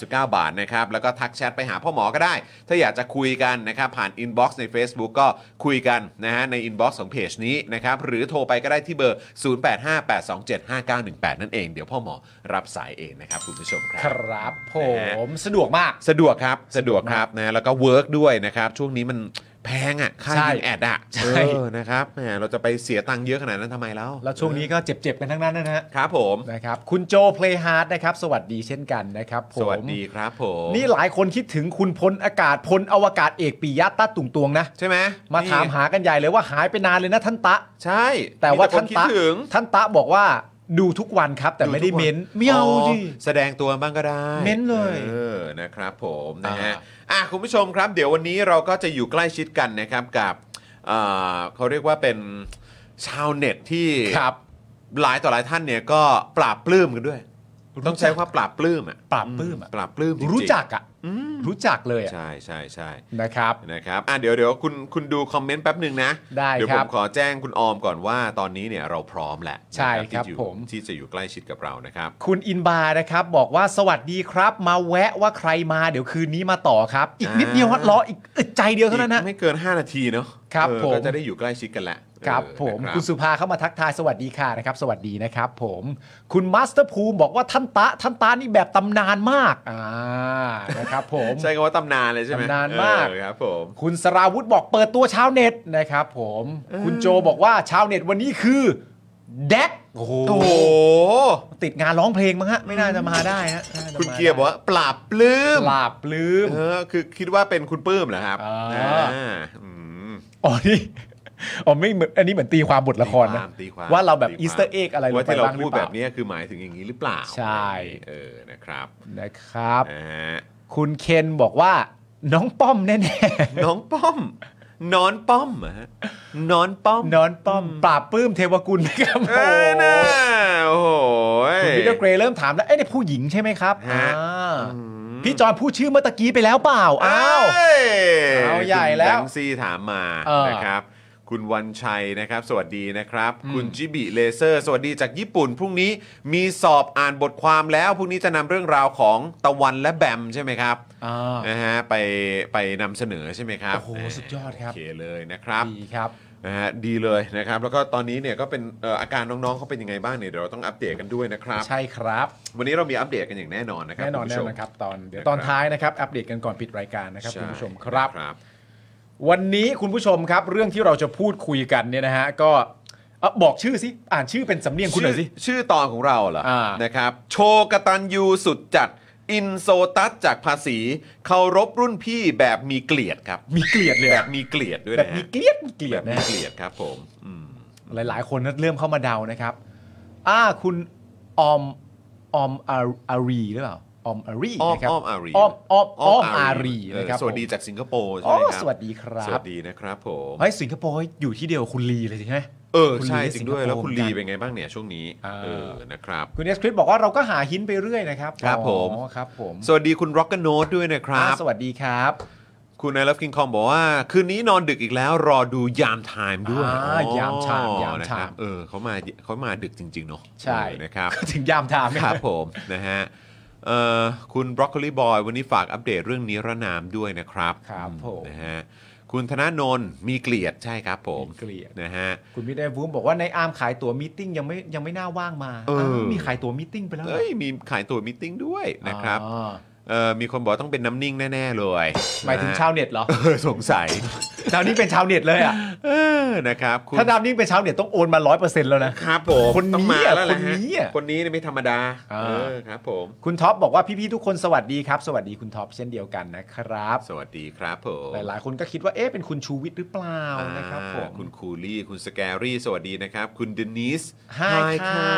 Speaker 1: 2,999 บาทนะครับ แล้วก็ทักแชทไปหาพ่อหมอก็ได้ ถ้าอยากจะคุยกันนะครับ ผ่านอินบ็อกซ์ใน Facebook ก็คุยกันนะฮะในอินบ็อกซ์ของเพจนี้นะครับ หรือโทรไปก็ได้ที่เบอร์ 0858275918 นั่นเองเดี๋ยวพ่อหมอรับสายเองนะครับ คุณผู้ชมครั
Speaker 2: ครับผ
Speaker 1: นะฮะ
Speaker 2: มสะดวกมาก
Speaker 1: สะดวกครับ สะดวกครับนะแล้วก็เวิร์กด้วยนะครับ ช่วงนี้มัน แพงอ่ะค่า
Speaker 2: ใช่
Speaker 1: ยิงแอดอ่ะ
Speaker 2: ใช่
Speaker 1: เออนะครับแหมเราจะไปเสียตังค์เยอะขนาดนั้นทำไมแล้ว
Speaker 2: แล้วช่วงนี้ก็เจ็บๆกันทั้งนั้นนะฮะ
Speaker 1: ครับผม
Speaker 2: นะครับคุณโจเพลฮาร์ดนะครับสวัสดีเช่นกันนะครับผม
Speaker 1: สวัสดีครับผม
Speaker 2: นี่หลายคนคิดถึงคุณพลอากาศพลอวกาศเอกปียะตะตุงตวงนะ
Speaker 1: ใช่ไหม
Speaker 2: มาถาม
Speaker 1: นี่
Speaker 2: หากันใหญ่เลยว่าหายไปนานเลยนะท่านตะ
Speaker 1: ใช่
Speaker 2: แต่ว่า
Speaker 1: ค
Speaker 2: ท่าน น
Speaker 1: คิด
Speaker 2: ตะ
Speaker 1: ถึง
Speaker 2: ท่านตะบอกว่าดูทุกวันครับ แต่ไม่ได้เม้น
Speaker 1: ทุกวัน
Speaker 2: อา
Speaker 1: อ๋อ
Speaker 2: สิ
Speaker 1: แสดงตัวบ้างก็ได้
Speaker 2: เม้นเลย
Speaker 1: เออนะครับผมนะฮะ
Speaker 2: อ่า
Speaker 1: อ่ะคุณผู้ชมครับ เดี๋ยววันนี้เราก็จะอยู่ใกล้ชิดกันนะครับกับเอ่อเขาเรียกว่าเป็นชาวเน็ตที่
Speaker 2: ครับ
Speaker 1: หลายต่อหลายท่านเนี่ยก็ปราบปลื้มกันด้วย ต้องใช้
Speaker 2: รู้จัก
Speaker 1: ว่าปราบปลื้มอ่ะ
Speaker 2: ปราบปลื้มอะ
Speaker 1: ปราบปลื้มงๆ
Speaker 2: รู้จักอ่ะรู้จักเลยอะ
Speaker 1: ใช่ใช่ใช่
Speaker 2: นะครับ
Speaker 1: นะครับอ่ะเดี๋ยวเดี๋ยวคุณคุณดูคอมเมนต์แป๊บหนึ่งนะ
Speaker 2: ได้
Speaker 1: เดี๋ยว
Speaker 2: ค
Speaker 1: ผ
Speaker 2: รับ
Speaker 1: มขอแจ้งคุณออมก่อนว่าตอนนี้เนี่ยเราพร้อมแหละ
Speaker 2: ใช่
Speaker 1: นะครับ ที่อยู่
Speaker 2: ผม
Speaker 1: ที่จะอยู่ใกล้ชิดกับเรานะครับ
Speaker 2: คุณอินบาร์นะครับบอกว่าสวัสดีครับ มาแวะว่าใครมาเดี๋ยวคืนนี้มาต่อครับ อีกนิดเดียวฮะรออีกอึดใจเดียวเท่านั้นนะ
Speaker 1: อีกไม่เกิน 5 นาทีเนาะ
Speaker 2: ครับ
Speaker 1: เออ
Speaker 2: ผม
Speaker 1: ก็จะได้อยู่ใกล้ชิดกันแหละ
Speaker 2: ครับ
Speaker 1: เออ
Speaker 2: ผม
Speaker 1: นะ
Speaker 2: คุณสุภาเข้ามาทักทายสวัสดีค่ะนะครับ สวัสดีนะครับ ผมคุณมาสเตอร์ภูมิบอกว่าท่านตะท่านตะนี่แบบตำนานมากอ่านะครับผม
Speaker 1: ใช่คำว่าตำนานเลยใช่ไหม
Speaker 2: ตำนานมาก
Speaker 1: เออครับผม
Speaker 2: คุณสราวุธบอกเปิดตัวชาวเน็ตนะครับ ผมคุณโจบอกว่าชาวเน็ตวันนี้คือแดกโอ้โห
Speaker 1: โอ้โห
Speaker 2: ติดงานร้องเพลงมั้งฮะไม่น่าจะมาได้ฮะน่าจะมา
Speaker 1: คุณเกียร์บอกว่าปราบปลื้ม
Speaker 2: ปราบปลื้ม
Speaker 1: เออคือคิดว่าเป็นคุณปื้มเหรอครับ
Speaker 2: อ่า
Speaker 1: อืม
Speaker 2: อ๋อนี่อ๋อไม่เหมือนอันนี้เหมือนตีความบทละครนะ
Speaker 1: ตีความ
Speaker 2: ว่าเราแบบ
Speaker 1: ตีควม
Speaker 2: อีสเตอร์เอ็กอะไรลง
Speaker 1: ว่า
Speaker 2: ไป
Speaker 1: ที่เรา
Speaker 2: บ้างหรื
Speaker 1: พู
Speaker 2: อ
Speaker 1: ด
Speaker 2: เป
Speaker 1: แบ
Speaker 2: ล่า
Speaker 1: บนี้คือหมายถึงอย่างนี้หรือเปล่า
Speaker 2: ใช่
Speaker 1: เออนะครับ
Speaker 2: นะครับ
Speaker 1: นะฮะ
Speaker 2: คุณเคนบอกว่าน้องป้อมแน่
Speaker 1: น้องป้อม นอนป้อมเหรอฮะนอนป้อม
Speaker 2: ๆ น้อนป้อม ปราบปลื้มเทวกุลนะครับ
Speaker 1: เออนะโอ้โห
Speaker 2: คุณวิเดอร์เกรย์เริ่มถามแล้ว เอ้ยเนี่ยผู้หญิงใช่ไหมครับ
Speaker 1: ฮะ
Speaker 2: อ่าพี่จอนพูดชื่อเมื่อตะกี้ไปแล้วเปล่า อ้าว
Speaker 1: เอ้ย
Speaker 2: เอาใหญ่แล้ว
Speaker 1: คุณบงค์ซี่ถามมา
Speaker 2: เออ
Speaker 1: นะครับ คุณวันชัยนะครับ สวัสดีนะครับ คุณจิบิเลเซอร์ สวัสดีจากญี่ปุ่น พรุ่งนี้มีสอบอ่านบทความแล้ว พรุ่งนี้จะนำเรื่องราวของตะวันและแบมใช่ไหมครับ
Speaker 2: อ่าน
Speaker 1: นะฮะไปไปนำเสนอใช่ไหมครับ
Speaker 2: โอ้โห สุดยอดครับ
Speaker 1: โอเคเลยนะครับ
Speaker 2: ดีครับ
Speaker 1: นะฮะดีเลยนะครับ แล้วก็ตอนนี้เนี่ยก็เป็นเอ่ออาการน้องๆเขาเป็นยังไงบ้างเนี่ยเดี๋ยวเราต้องอัปเดตกันด้วยนะครับ
Speaker 2: ใช่ครับ
Speaker 1: วันนี้เรามีอัปเดตกันอย่างแน่นอนนะครับ
Speaker 2: แน่นอน
Speaker 1: คุณผู้
Speaker 2: แน่
Speaker 1: ช
Speaker 2: นอ
Speaker 1: ม
Speaker 2: นครับ ตอนเดี๋ยวตอนท้ายนะครับ อัปเดตกันก่อนปิดรายการนะครับคุณผู้ชมครับ
Speaker 1: ใช่ครับ
Speaker 2: วันนี้คุณผู้ชมครับ เรื่องที่เราจะพูดคุยกันเนี่ยนะฮะ ก็เอ่อบอกชื่อสิ อ่านชื่อเป็นสำเนียงคุณหน่อยสิ
Speaker 1: ชื่ชื่อตอนของเราเหรอ
Speaker 2: อ่า
Speaker 1: นะครับ โชกตันยูสุดจัด อินโซตัสจากภาษีเคารพรุ่นพี่แบบมีเกลียดครับ
Speaker 2: มีเกลียดเลย
Speaker 1: แบ
Speaker 2: อะ
Speaker 1: บมีเกลียดด้วย
Speaker 2: แบบ
Speaker 1: นะฮะ
Speaker 2: มีเกลียดมีเกลีย
Speaker 1: แบ
Speaker 2: ด
Speaker 1: บมี
Speaker 2: นะฮะ
Speaker 1: เกลียดครับผมอืม
Speaker 2: หลาย ๆ คนเริ่มเข้ามาเดานะครับ อ่า คุณออม ออมอาอารีหรือเปล่า ออมอารี
Speaker 1: อ้อม
Speaker 2: นะครับ
Speaker 1: อ้อมอารี
Speaker 2: ออมออมออมอารี
Speaker 1: เออ
Speaker 2: นะครับ
Speaker 1: สวัสดีจากสิงคโปร์
Speaker 2: อ๋
Speaker 1: ใช่
Speaker 2: อ
Speaker 1: ไหมครับ
Speaker 2: สวัสดีครั
Speaker 1: ส
Speaker 2: บ
Speaker 1: วัสดีนะครับผม
Speaker 2: เฮ้ย สิงคโปร์อยู่ที่เดียวกับคุณลีเลยใช่ไหม
Speaker 1: เออ
Speaker 2: คุณลี
Speaker 1: ใช่
Speaker 2: ที่
Speaker 1: จริ
Speaker 2: สิ
Speaker 1: ง
Speaker 2: งค
Speaker 1: ด้ว
Speaker 2: โปร์
Speaker 1: ยแล้วคุณลี
Speaker 2: เหมือน
Speaker 1: เป็น
Speaker 2: กัน
Speaker 1: ไงบ้างเนี่ยช่วงนี้
Speaker 2: อ่า
Speaker 1: เออนะครับ
Speaker 2: คุณเอสคริปบอกว่าเราก็หาหินไปเรื่อยนะครับ
Speaker 1: ครับผม
Speaker 2: อ๋อครับผม
Speaker 1: สวัสดีคุณร็อกเกอร์โนตด้วยนะครั
Speaker 2: อ่า
Speaker 1: บ
Speaker 2: สวัสดีครับ
Speaker 1: คุณนายลับกิงคองบอกว่า คืนนี้นอนดึกอีกแล้วรอดูยามไทม์ด้วย
Speaker 2: อ่า
Speaker 1: อ๋อย
Speaker 2: ามไทม์ยามไทม์
Speaker 1: นะครับเออเขามาเขามาดึกจริง ๆ เนาะ
Speaker 2: ใช่
Speaker 1: เออนะครับ
Speaker 2: ถึงยามถามไหม
Speaker 1: ครับผม นะฮะเอ่อคุณบรอกโคลีบอยวันนี้ฝากอัปเดตเรื่องนิรนามด้วยนะครับ
Speaker 2: ครับผม
Speaker 1: นะฮะคุณธนาโนนมีเกลียดใช่ครับผม
Speaker 2: มีเกลียด
Speaker 1: นะฮะ
Speaker 2: คุณมิดไดวูมบอกว่าในอาร์มขายตั๋วมีตติ้งยังไม่ยังไม่น่าว่างมา
Speaker 1: เออ
Speaker 2: าวมีขายตั๋วมีตติ้งไปแล้วหรอ
Speaker 1: เอ้ยมีขายตัวมิทติ้งด้วยนะครับ
Speaker 2: อ๋อ
Speaker 1: เอ่อมีคนบอกต้องเป็นน้ำนิ่งแน่ ๆ เลย
Speaker 2: หมายถึงชาวเน็ตเหรอ
Speaker 1: เออสงสัย
Speaker 2: ดาวนี้เป็นชาวเน็ตเลยอ่ะ
Speaker 1: เออนะครับคุณ
Speaker 2: ถ้าดาวนี้เป็นชาวเน็ตต้องโอนมาร้อยเปอร์เซ็นต์แล้วนะ
Speaker 1: ครับผม
Speaker 2: คนนี้
Speaker 1: ต้องมาแล้วแหละ
Speaker 2: คนนี้
Speaker 1: ฮะคนนี้เนี่ยไม่ธรรมดา
Speaker 2: อ่า
Speaker 1: เออครับผม
Speaker 2: คุณท็อปบอกว่าพี่ๆทุกคนสวัสดีครับ สวัสดีคุณท็อปเช่นเดียวกันนะครับ
Speaker 1: สวัสดีครับผม
Speaker 2: หลายๆ คนก็คิดว่าเอ๊ะเป็นคุณชูวิทย์หรือเปล่า
Speaker 1: อ่า
Speaker 2: นะครับผม
Speaker 1: คุณคูลี่ คุณสแกรี่ สวัสดีนะครับ คุณเดนิส
Speaker 2: ไฮายค่ะ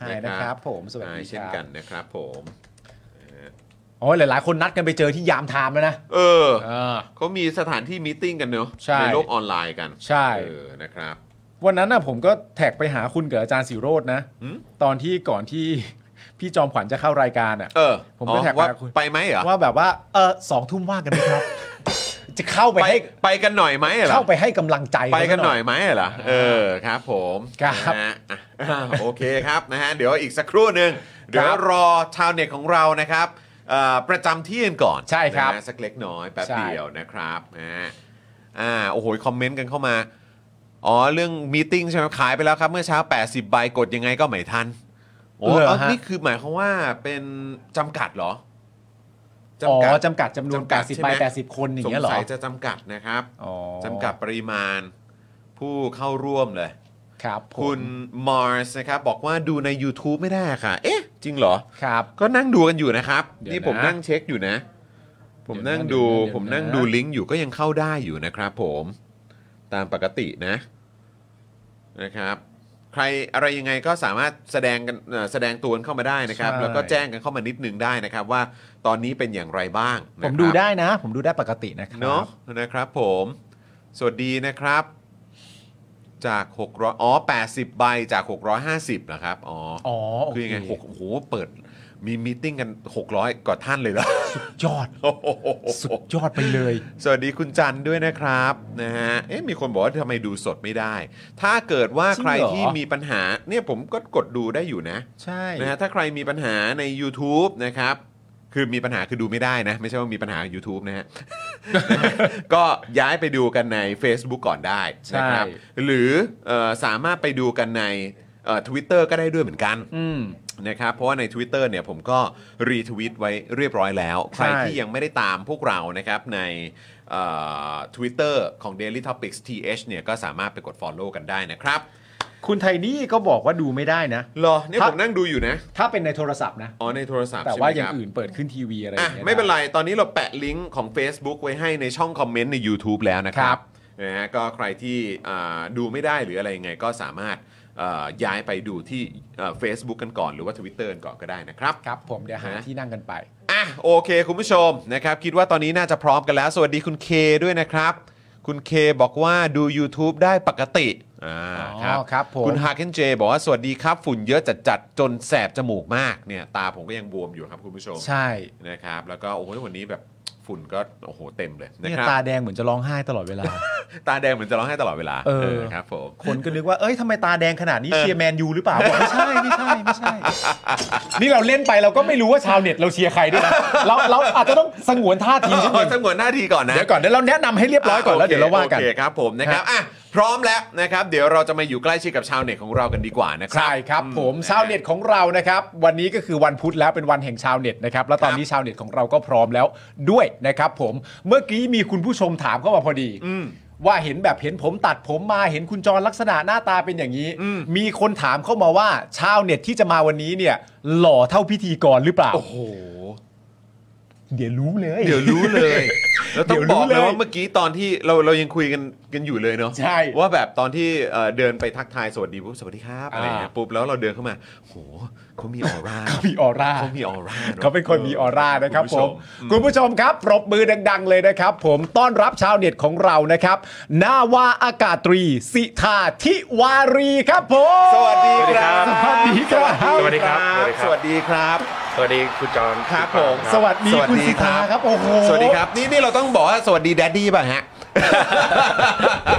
Speaker 2: ไฮาย
Speaker 1: นะ
Speaker 2: นะ
Speaker 1: ค
Speaker 2: ค
Speaker 1: รั
Speaker 2: รั
Speaker 1: บบ
Speaker 2: ผมสวัส
Speaker 1: ไฮ
Speaker 2: ดี
Speaker 1: เช่น
Speaker 2: ค
Speaker 1: กั
Speaker 2: รั
Speaker 1: น
Speaker 2: บ
Speaker 1: นะครับผม
Speaker 2: โอ้ยหลายๆ คนนัดกันไปเจอที่ยามไทม์แล้วนะ
Speaker 1: เออ
Speaker 2: เออ
Speaker 1: เขามีสถานที่มีตติ้งกันเนอะ
Speaker 2: ใช่
Speaker 1: โลกออนไลน์กัน
Speaker 2: ใช่
Speaker 1: เออนะครับ
Speaker 2: วันนั้นน่ะผมก็แท็กไปหาคุณกับอาจารย์สิโรจน์นะ
Speaker 1: หืม
Speaker 2: ตอนที่ก่อนที่ พี่จอมขวัญจะเข้ารายการอ่ะ
Speaker 1: เออ
Speaker 2: ผม
Speaker 1: อ๋อ
Speaker 2: ก็แท็กไป
Speaker 1: ว่า
Speaker 2: กับคุณ
Speaker 1: ไปไหมเหรอ
Speaker 2: ว่าแบบว่าเออสองทุ่มว่างกันไหมครับ จะเข้าไป
Speaker 1: ไป
Speaker 2: ให้
Speaker 1: ไปกันหน่อยไหมเหรอ
Speaker 2: เข้าไปให้กำลังใจ
Speaker 1: ไปกัน
Speaker 2: ซะ
Speaker 1: หน่อยไหมเหรอเออครับผม
Speaker 2: ครับ
Speaker 1: นะฮ ะอ่ะอ่ะโอเคครับนะฮะเดี๋ยวอีกสักครู่หนึ่งเดี๋ยวรอชาวเน็ตของเรานะครับเอ่อประจำที่กันก่อน
Speaker 2: ใช่ครับ
Speaker 1: นะฮะสักเล็กน้อยแป๊บ
Speaker 2: ใช่
Speaker 1: เดียวนะครับนะฮะอ่าโอ้โหคอมเมนต์กันเข้ามา อ๋อเรื่องมีติ้งใช่ไหมขายไปแล้วครับเมื่อเช้า 80 ใบกดยังไงก็ไม่ทันโอ้
Speaker 2: เหรอ
Speaker 1: เอา
Speaker 2: ฮะ
Speaker 1: นี่คือหมายความว่าเป็นจำกัดเหรอ จำ
Speaker 2: อ๋อ
Speaker 1: กัด
Speaker 2: จำกัดจำนวน
Speaker 1: จำกัด
Speaker 2: 80
Speaker 1: ใช่
Speaker 2: ใบ
Speaker 1: ไหม
Speaker 2: 80 คนอย่าง
Speaker 1: สง
Speaker 2: เงี้ยเหรอ
Speaker 1: สัยจะจำกัดนะครับ
Speaker 2: อ๋อ
Speaker 1: จำกัดปริมาณผู้เข้าร่วมเลย
Speaker 2: ครับผม
Speaker 1: คุณ Mars นะครับบอกว่าดูใน YouTube ไม่ได้ค่ะ เอ๊ะ จริงเหรอ
Speaker 2: ครับ
Speaker 1: ก็นั่งดูกันอยู่นะครับ
Speaker 2: เดี๋ยวนะ
Speaker 1: นี่ผมนั่งเช็คอยู่นะ ผมนั่งดู
Speaker 2: เดี๋ยวนะเดี๋ยวนะ
Speaker 1: ผมนั่งดูลิงก์อยู่ก็ยังเข้าได้อยู่นะครับผมตามปกตินะนะครับ ใครอะไรยังไงก็สามารถแสดงกันเอ่อแสดงตัวกันเข้ามาได้นะครับ
Speaker 2: ใช่
Speaker 1: แล้วก็แจ้งกันเข้ามานิดนึงได้นะครับ ว่าตอนนี้เป็นอย่างไรบ้าง
Speaker 2: ผ
Speaker 1: นะครับ
Speaker 2: มดูได้นะ ผมดูได้ปกตินะครับ
Speaker 1: เนาะนะครับผม สวัสดีนะครับ จาก 600อ๋อ80 ใบจาก 650นะครับอ๋อ
Speaker 2: อ๋อโอ
Speaker 1: คือยัง
Speaker 2: เค
Speaker 1: ไงหกโอ้โห เปิด มีมีติ้งกัน 600 กว่าท่านเลยเหรอ
Speaker 2: ยอดสุดยอดไปเลย
Speaker 1: สวัสดีคุณจันทร์ด้วยนะครับนะฮะ เอ๊ะ มีคนบอกว่าทำไมดูสดไม่ได้ ถ้าเกิดว่าใคร
Speaker 2: จริงเหรอ
Speaker 1: ที่มีปัญหา เนี่ยผมก็กดดูได้อยู่นะ
Speaker 2: ใช่
Speaker 1: นะฮะ ถ้าใครมีปัญหาใน YouTube นะครับ คือมีปัญหาคือดูไม่ได้นะ ไม่ใช่ว่ามีปัญหา YouTube นะฮะ นะฮะก็ย้ายไปดูกันใน Facebook ก่อนได้นะครับ หรือเอ่อสามารถไปดูกันในทวิตเตอร์ก็ได้ด้วยเหมือนกัน
Speaker 2: อืม
Speaker 1: นะครับเพราะว่าใน Twitter เนี่ยผมก็รีทวิตไว้เรียบร้อยแล้ว ใครที่ยังไม่ได้ตามพวกเรานะครับในเอ่อ Twitter ของ Daily Topics TH เนี่ยก็สามารถไปกด Follow กันได้นะครับ
Speaker 2: คุณไทนี่ก็บอกว่าดูไม่ได้นะ
Speaker 1: เหรอเนี่ย
Speaker 2: ครับ
Speaker 1: ผมนั่งดูอยู่นะ
Speaker 2: ถ้าเป็นในโทรศัพท์นะ
Speaker 1: อ๋อ ในโทรศัพท์
Speaker 2: แต่
Speaker 1: ใช่ไหม
Speaker 2: ว่าอย่า
Speaker 1: ค
Speaker 2: ง
Speaker 1: รับ
Speaker 2: อื่นเปิดขึ้นทีวีอะไรอย่า
Speaker 1: อ่ะ
Speaker 2: งเงี้ย
Speaker 1: ไม่เป็นไร ตอนนี้เราแปะลิงก์ของ Facebook ไว้ให้ในช่องคอมเมนต์ใน YouTube แล้วนะค
Speaker 2: ค
Speaker 1: รั
Speaker 2: รั
Speaker 1: บบ นะฮะก็ใครที่อ่าดูไม่ได้หรืออะไรยังไงก็สามารถเอ่อย้ายไปดูที่เอ่อ Facebook กันก่อนหรือว่า Twitter กันก่อนก็ได้นะครับ
Speaker 2: ครับ ผมเดี๋ยวหาที่นั่งกันไป
Speaker 1: อ่ะโอเคคุณผู้ชมนะครับคิดว่าตอนนี้น่าจะพร้อมกันแล้ว สวัสดีคุณเคด้วยนะครับ คุณเคบอกว่าดู YouTube ได้ปกติอ่าครับ
Speaker 2: อ๋อครับผม
Speaker 1: คุณฮาเคนเจบอกว่าสวัสดีครับ ฝุ่นเยอะจัดจัดๆจนแสบจมูกมากเนี่ยตาผมก็ยังบวมอยู่ครับคุณผู้ชม
Speaker 2: ใช่
Speaker 1: นะครับแล้วก็โอ้โหวันนี้แบบฝุ่นก็โอ้โหเต็มเลยนะ
Speaker 2: เนี่ย
Speaker 1: ครับ
Speaker 2: ตาแดงเหมือนจะร้องไห้ตลอดเวลา
Speaker 1: ตาแดงเหมือนจะร้องไห้ตลอดเวลา
Speaker 2: เออ
Speaker 1: ครับผม
Speaker 2: คนก็นึกว่า เอ้ยทำไมตาแดงขนาดนี้เชียร์แมนยูหรือเปล่าบอกไม่ใช่ไม่ใช่ไม่ ใช่ นี่เราเล่นไปเราก็ไม่รู้ว่าชาวเน็ตเราเชียร์ใครด้วยนะ เราเราอาจจะต้องสงวนท่าทีนิด
Speaker 1: ข
Speaker 2: นึ
Speaker 1: อง สงวนหน้ าที่ก่อนนะ
Speaker 2: เดี๋ยวก่อนเดี๋ยวเราแนะนำให้เรียบร้อยก่อนแล้วเดี๋ยวเราว่ากัน
Speaker 1: โอเคครับผมนะครับอ่ะพร้อมแล้วนะครับ เดี๋ยวเราจะมาอยู่ใกล้ชิดกับชาวเน็ตของเรากันดีกว่านะครับ
Speaker 2: ใช่ครับ
Speaker 1: อื
Speaker 2: ผมชาวเน็ตของเรานะครับ วันนี้ก็คือวันพุธแล้วเป็นวันแห่งชาวเน็ตนะครับ แล้วตอนนี้ชาวเน็ตของเราก็พร้อมแล้วด้วยนะครับผมเมื่อกี้มีคุณผู้ชมถามเข้ามาพอดี
Speaker 1: อืม
Speaker 2: ว่าเห็นแบบเห็นผมตัดผมมาเห็นคุณจรลักษณะหน้าตาเป็นอย่างนี้
Speaker 1: อืม
Speaker 2: มีคนถามเข้ามาว่าชาวเน็ตที่จะมาวันนี้เนี่ย หล่อเท่าพิธีกรหรือเปล่า
Speaker 1: โอ้โห
Speaker 2: เดี๋ยวรู้เลย
Speaker 1: เดี๋ยวรู้เลย แล้วต้อง
Speaker 2: เดี๋ย
Speaker 1: บ
Speaker 2: วรู้
Speaker 1: อกเล
Speaker 2: เลย ย
Speaker 1: ว่าเมื่อกี้ตอนที่เราเรายังคุยกันกันอยู่เลยเนาะ
Speaker 2: ใช่
Speaker 1: ว่าแบบตอนที่เอ่อเดินไปทักทายสวัสดีปุ๊บสวัสดีครับอะไรอย่างเงี้ย
Speaker 2: อ่า
Speaker 1: ปุ๊บแล้วเราเดินเข้ามาโหเขามีออร่า
Speaker 2: เขามีออร่า
Speaker 1: เขามีออร่าอะ
Speaker 2: เขาเป็นคนมีออร่านะครับ
Speaker 1: ณ
Speaker 2: ผ
Speaker 1: ช
Speaker 2: ม คุณผู้ชมครับ ปรบมือดัง ๆ เลยนะครับ ผมต้อนรับชาวเน็ตของเรานะครับนาวาอากาศตรี สิทาธิวารีครับผม
Speaker 1: สวัสดีครับ
Speaker 2: สวัสดีครับ
Speaker 4: สวัสดีครับ
Speaker 1: สวัสดีครับ
Speaker 4: สวัสดีคุณจอห์น
Speaker 1: ครับ
Speaker 4: ณ
Speaker 1: ผ
Speaker 4: ปา
Speaker 1: ม
Speaker 2: สวัสดี
Speaker 1: สวัส
Speaker 2: คุณ
Speaker 1: ดี
Speaker 2: สิ
Speaker 1: ครั
Speaker 2: ทา
Speaker 1: บ
Speaker 2: ครับ โอ้โห
Speaker 1: สวัสดีครับ นี่นี่เราต้องบอกว่าสวัสดีแดดดี้ป่ะ ฮะ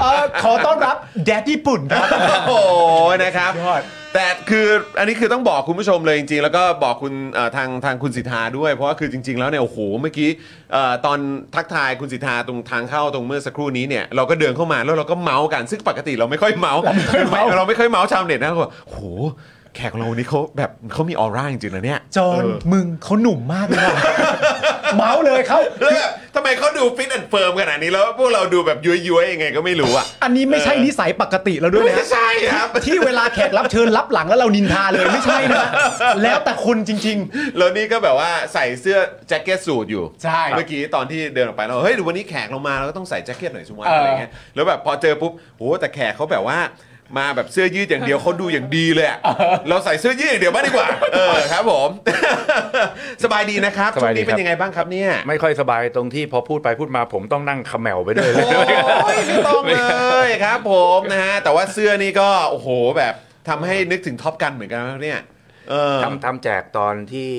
Speaker 2: เอ่อขอต้อนรับแดดญี่ปุ่นครับ
Speaker 1: โอ้โหนะครับ
Speaker 2: ยอด
Speaker 1: แต่คืออันนี้คือต้องบอกคุณผู้ชมเลยจริงๆ แล้วก็บอกคุณเอ่อทางทางคุณสิทธาด้วย เพราะว่าคือจริง ๆ แล้วเนี่ยโอ้โหเมื่อกี้เอ่อตอนทักทายคุณสิทธาตรงทางเข้าตรงเมื่อสักครู่นี้เนี่ยเราก็เดินเข้ามาแล้วเราก็เมาส์กันซึ่งปกติเราไม่ค่อยเมาส์เราไม่ค่อยเมาส์ชาวเน็ตนะเราก็บอกโอ้โหแขกของเราวันนี้เขาแบบเขามีออร่าจริงๆนะเนี่ย
Speaker 2: จอนมึงเขาหนุ่มมากเลยว่ะเมาเลยเขา
Speaker 1: แล้วแบบทำไมเขาดูฟิตแอนด์เฟิร์มขนาดนี้แล้วพวกเราดูแบบย้วยๆยังไงก็ไม่รู้อ่ะ
Speaker 2: อันนี้ไม่ใช่นิสัยปกติแล้วด้วยนะ
Speaker 1: ไม่ใช่ครับ
Speaker 2: ที่เวลาแขกรับเชิญรับหลังแล้วเรานินทาเลยไม่ใช่นะ แล้วแต่คนจริง
Speaker 1: แล้วนี่ก็แบบว่าใส่เสื้อแจ็คเก็ตสูทอยู่
Speaker 2: ใช่
Speaker 1: เมื่อกี้ตอนที่เดินออกไปเราเฮ้ยดูวันนี้แขกเรามาเราก็ต้องใส่แจ็คเก็ตหน่อยชุมวัน
Speaker 2: เอออ
Speaker 1: อะไรเงี้ยแล้วแบบพอเจอปุ๊บโหแต่แขกเขาแบบว่ามาแบบเสื้อยืดอย่างเดียวเขาดูอย่างดีเลยอะเราใส่เสื้อยืดอย่างเดียวบ้างดีกว่า เออครับผม สบายดีนะครับช่วงนี้เป็นยังไงบ้างครับเนี่ย
Speaker 4: ไม่ค่อยสบายตรงที่พอพูดไปพูดมาผมต้องนั่งเขมแมวไปด้วยเลย
Speaker 1: โอ้ยไม่ต้องเลยครับผมนะฮะแต่ว่าเสื้อนี่ก็โอ้โหแบบทำให้นึกถึงท็อปกันเหมือนกันนะเนี่ย เออ
Speaker 4: ทำทำแจกตอนที่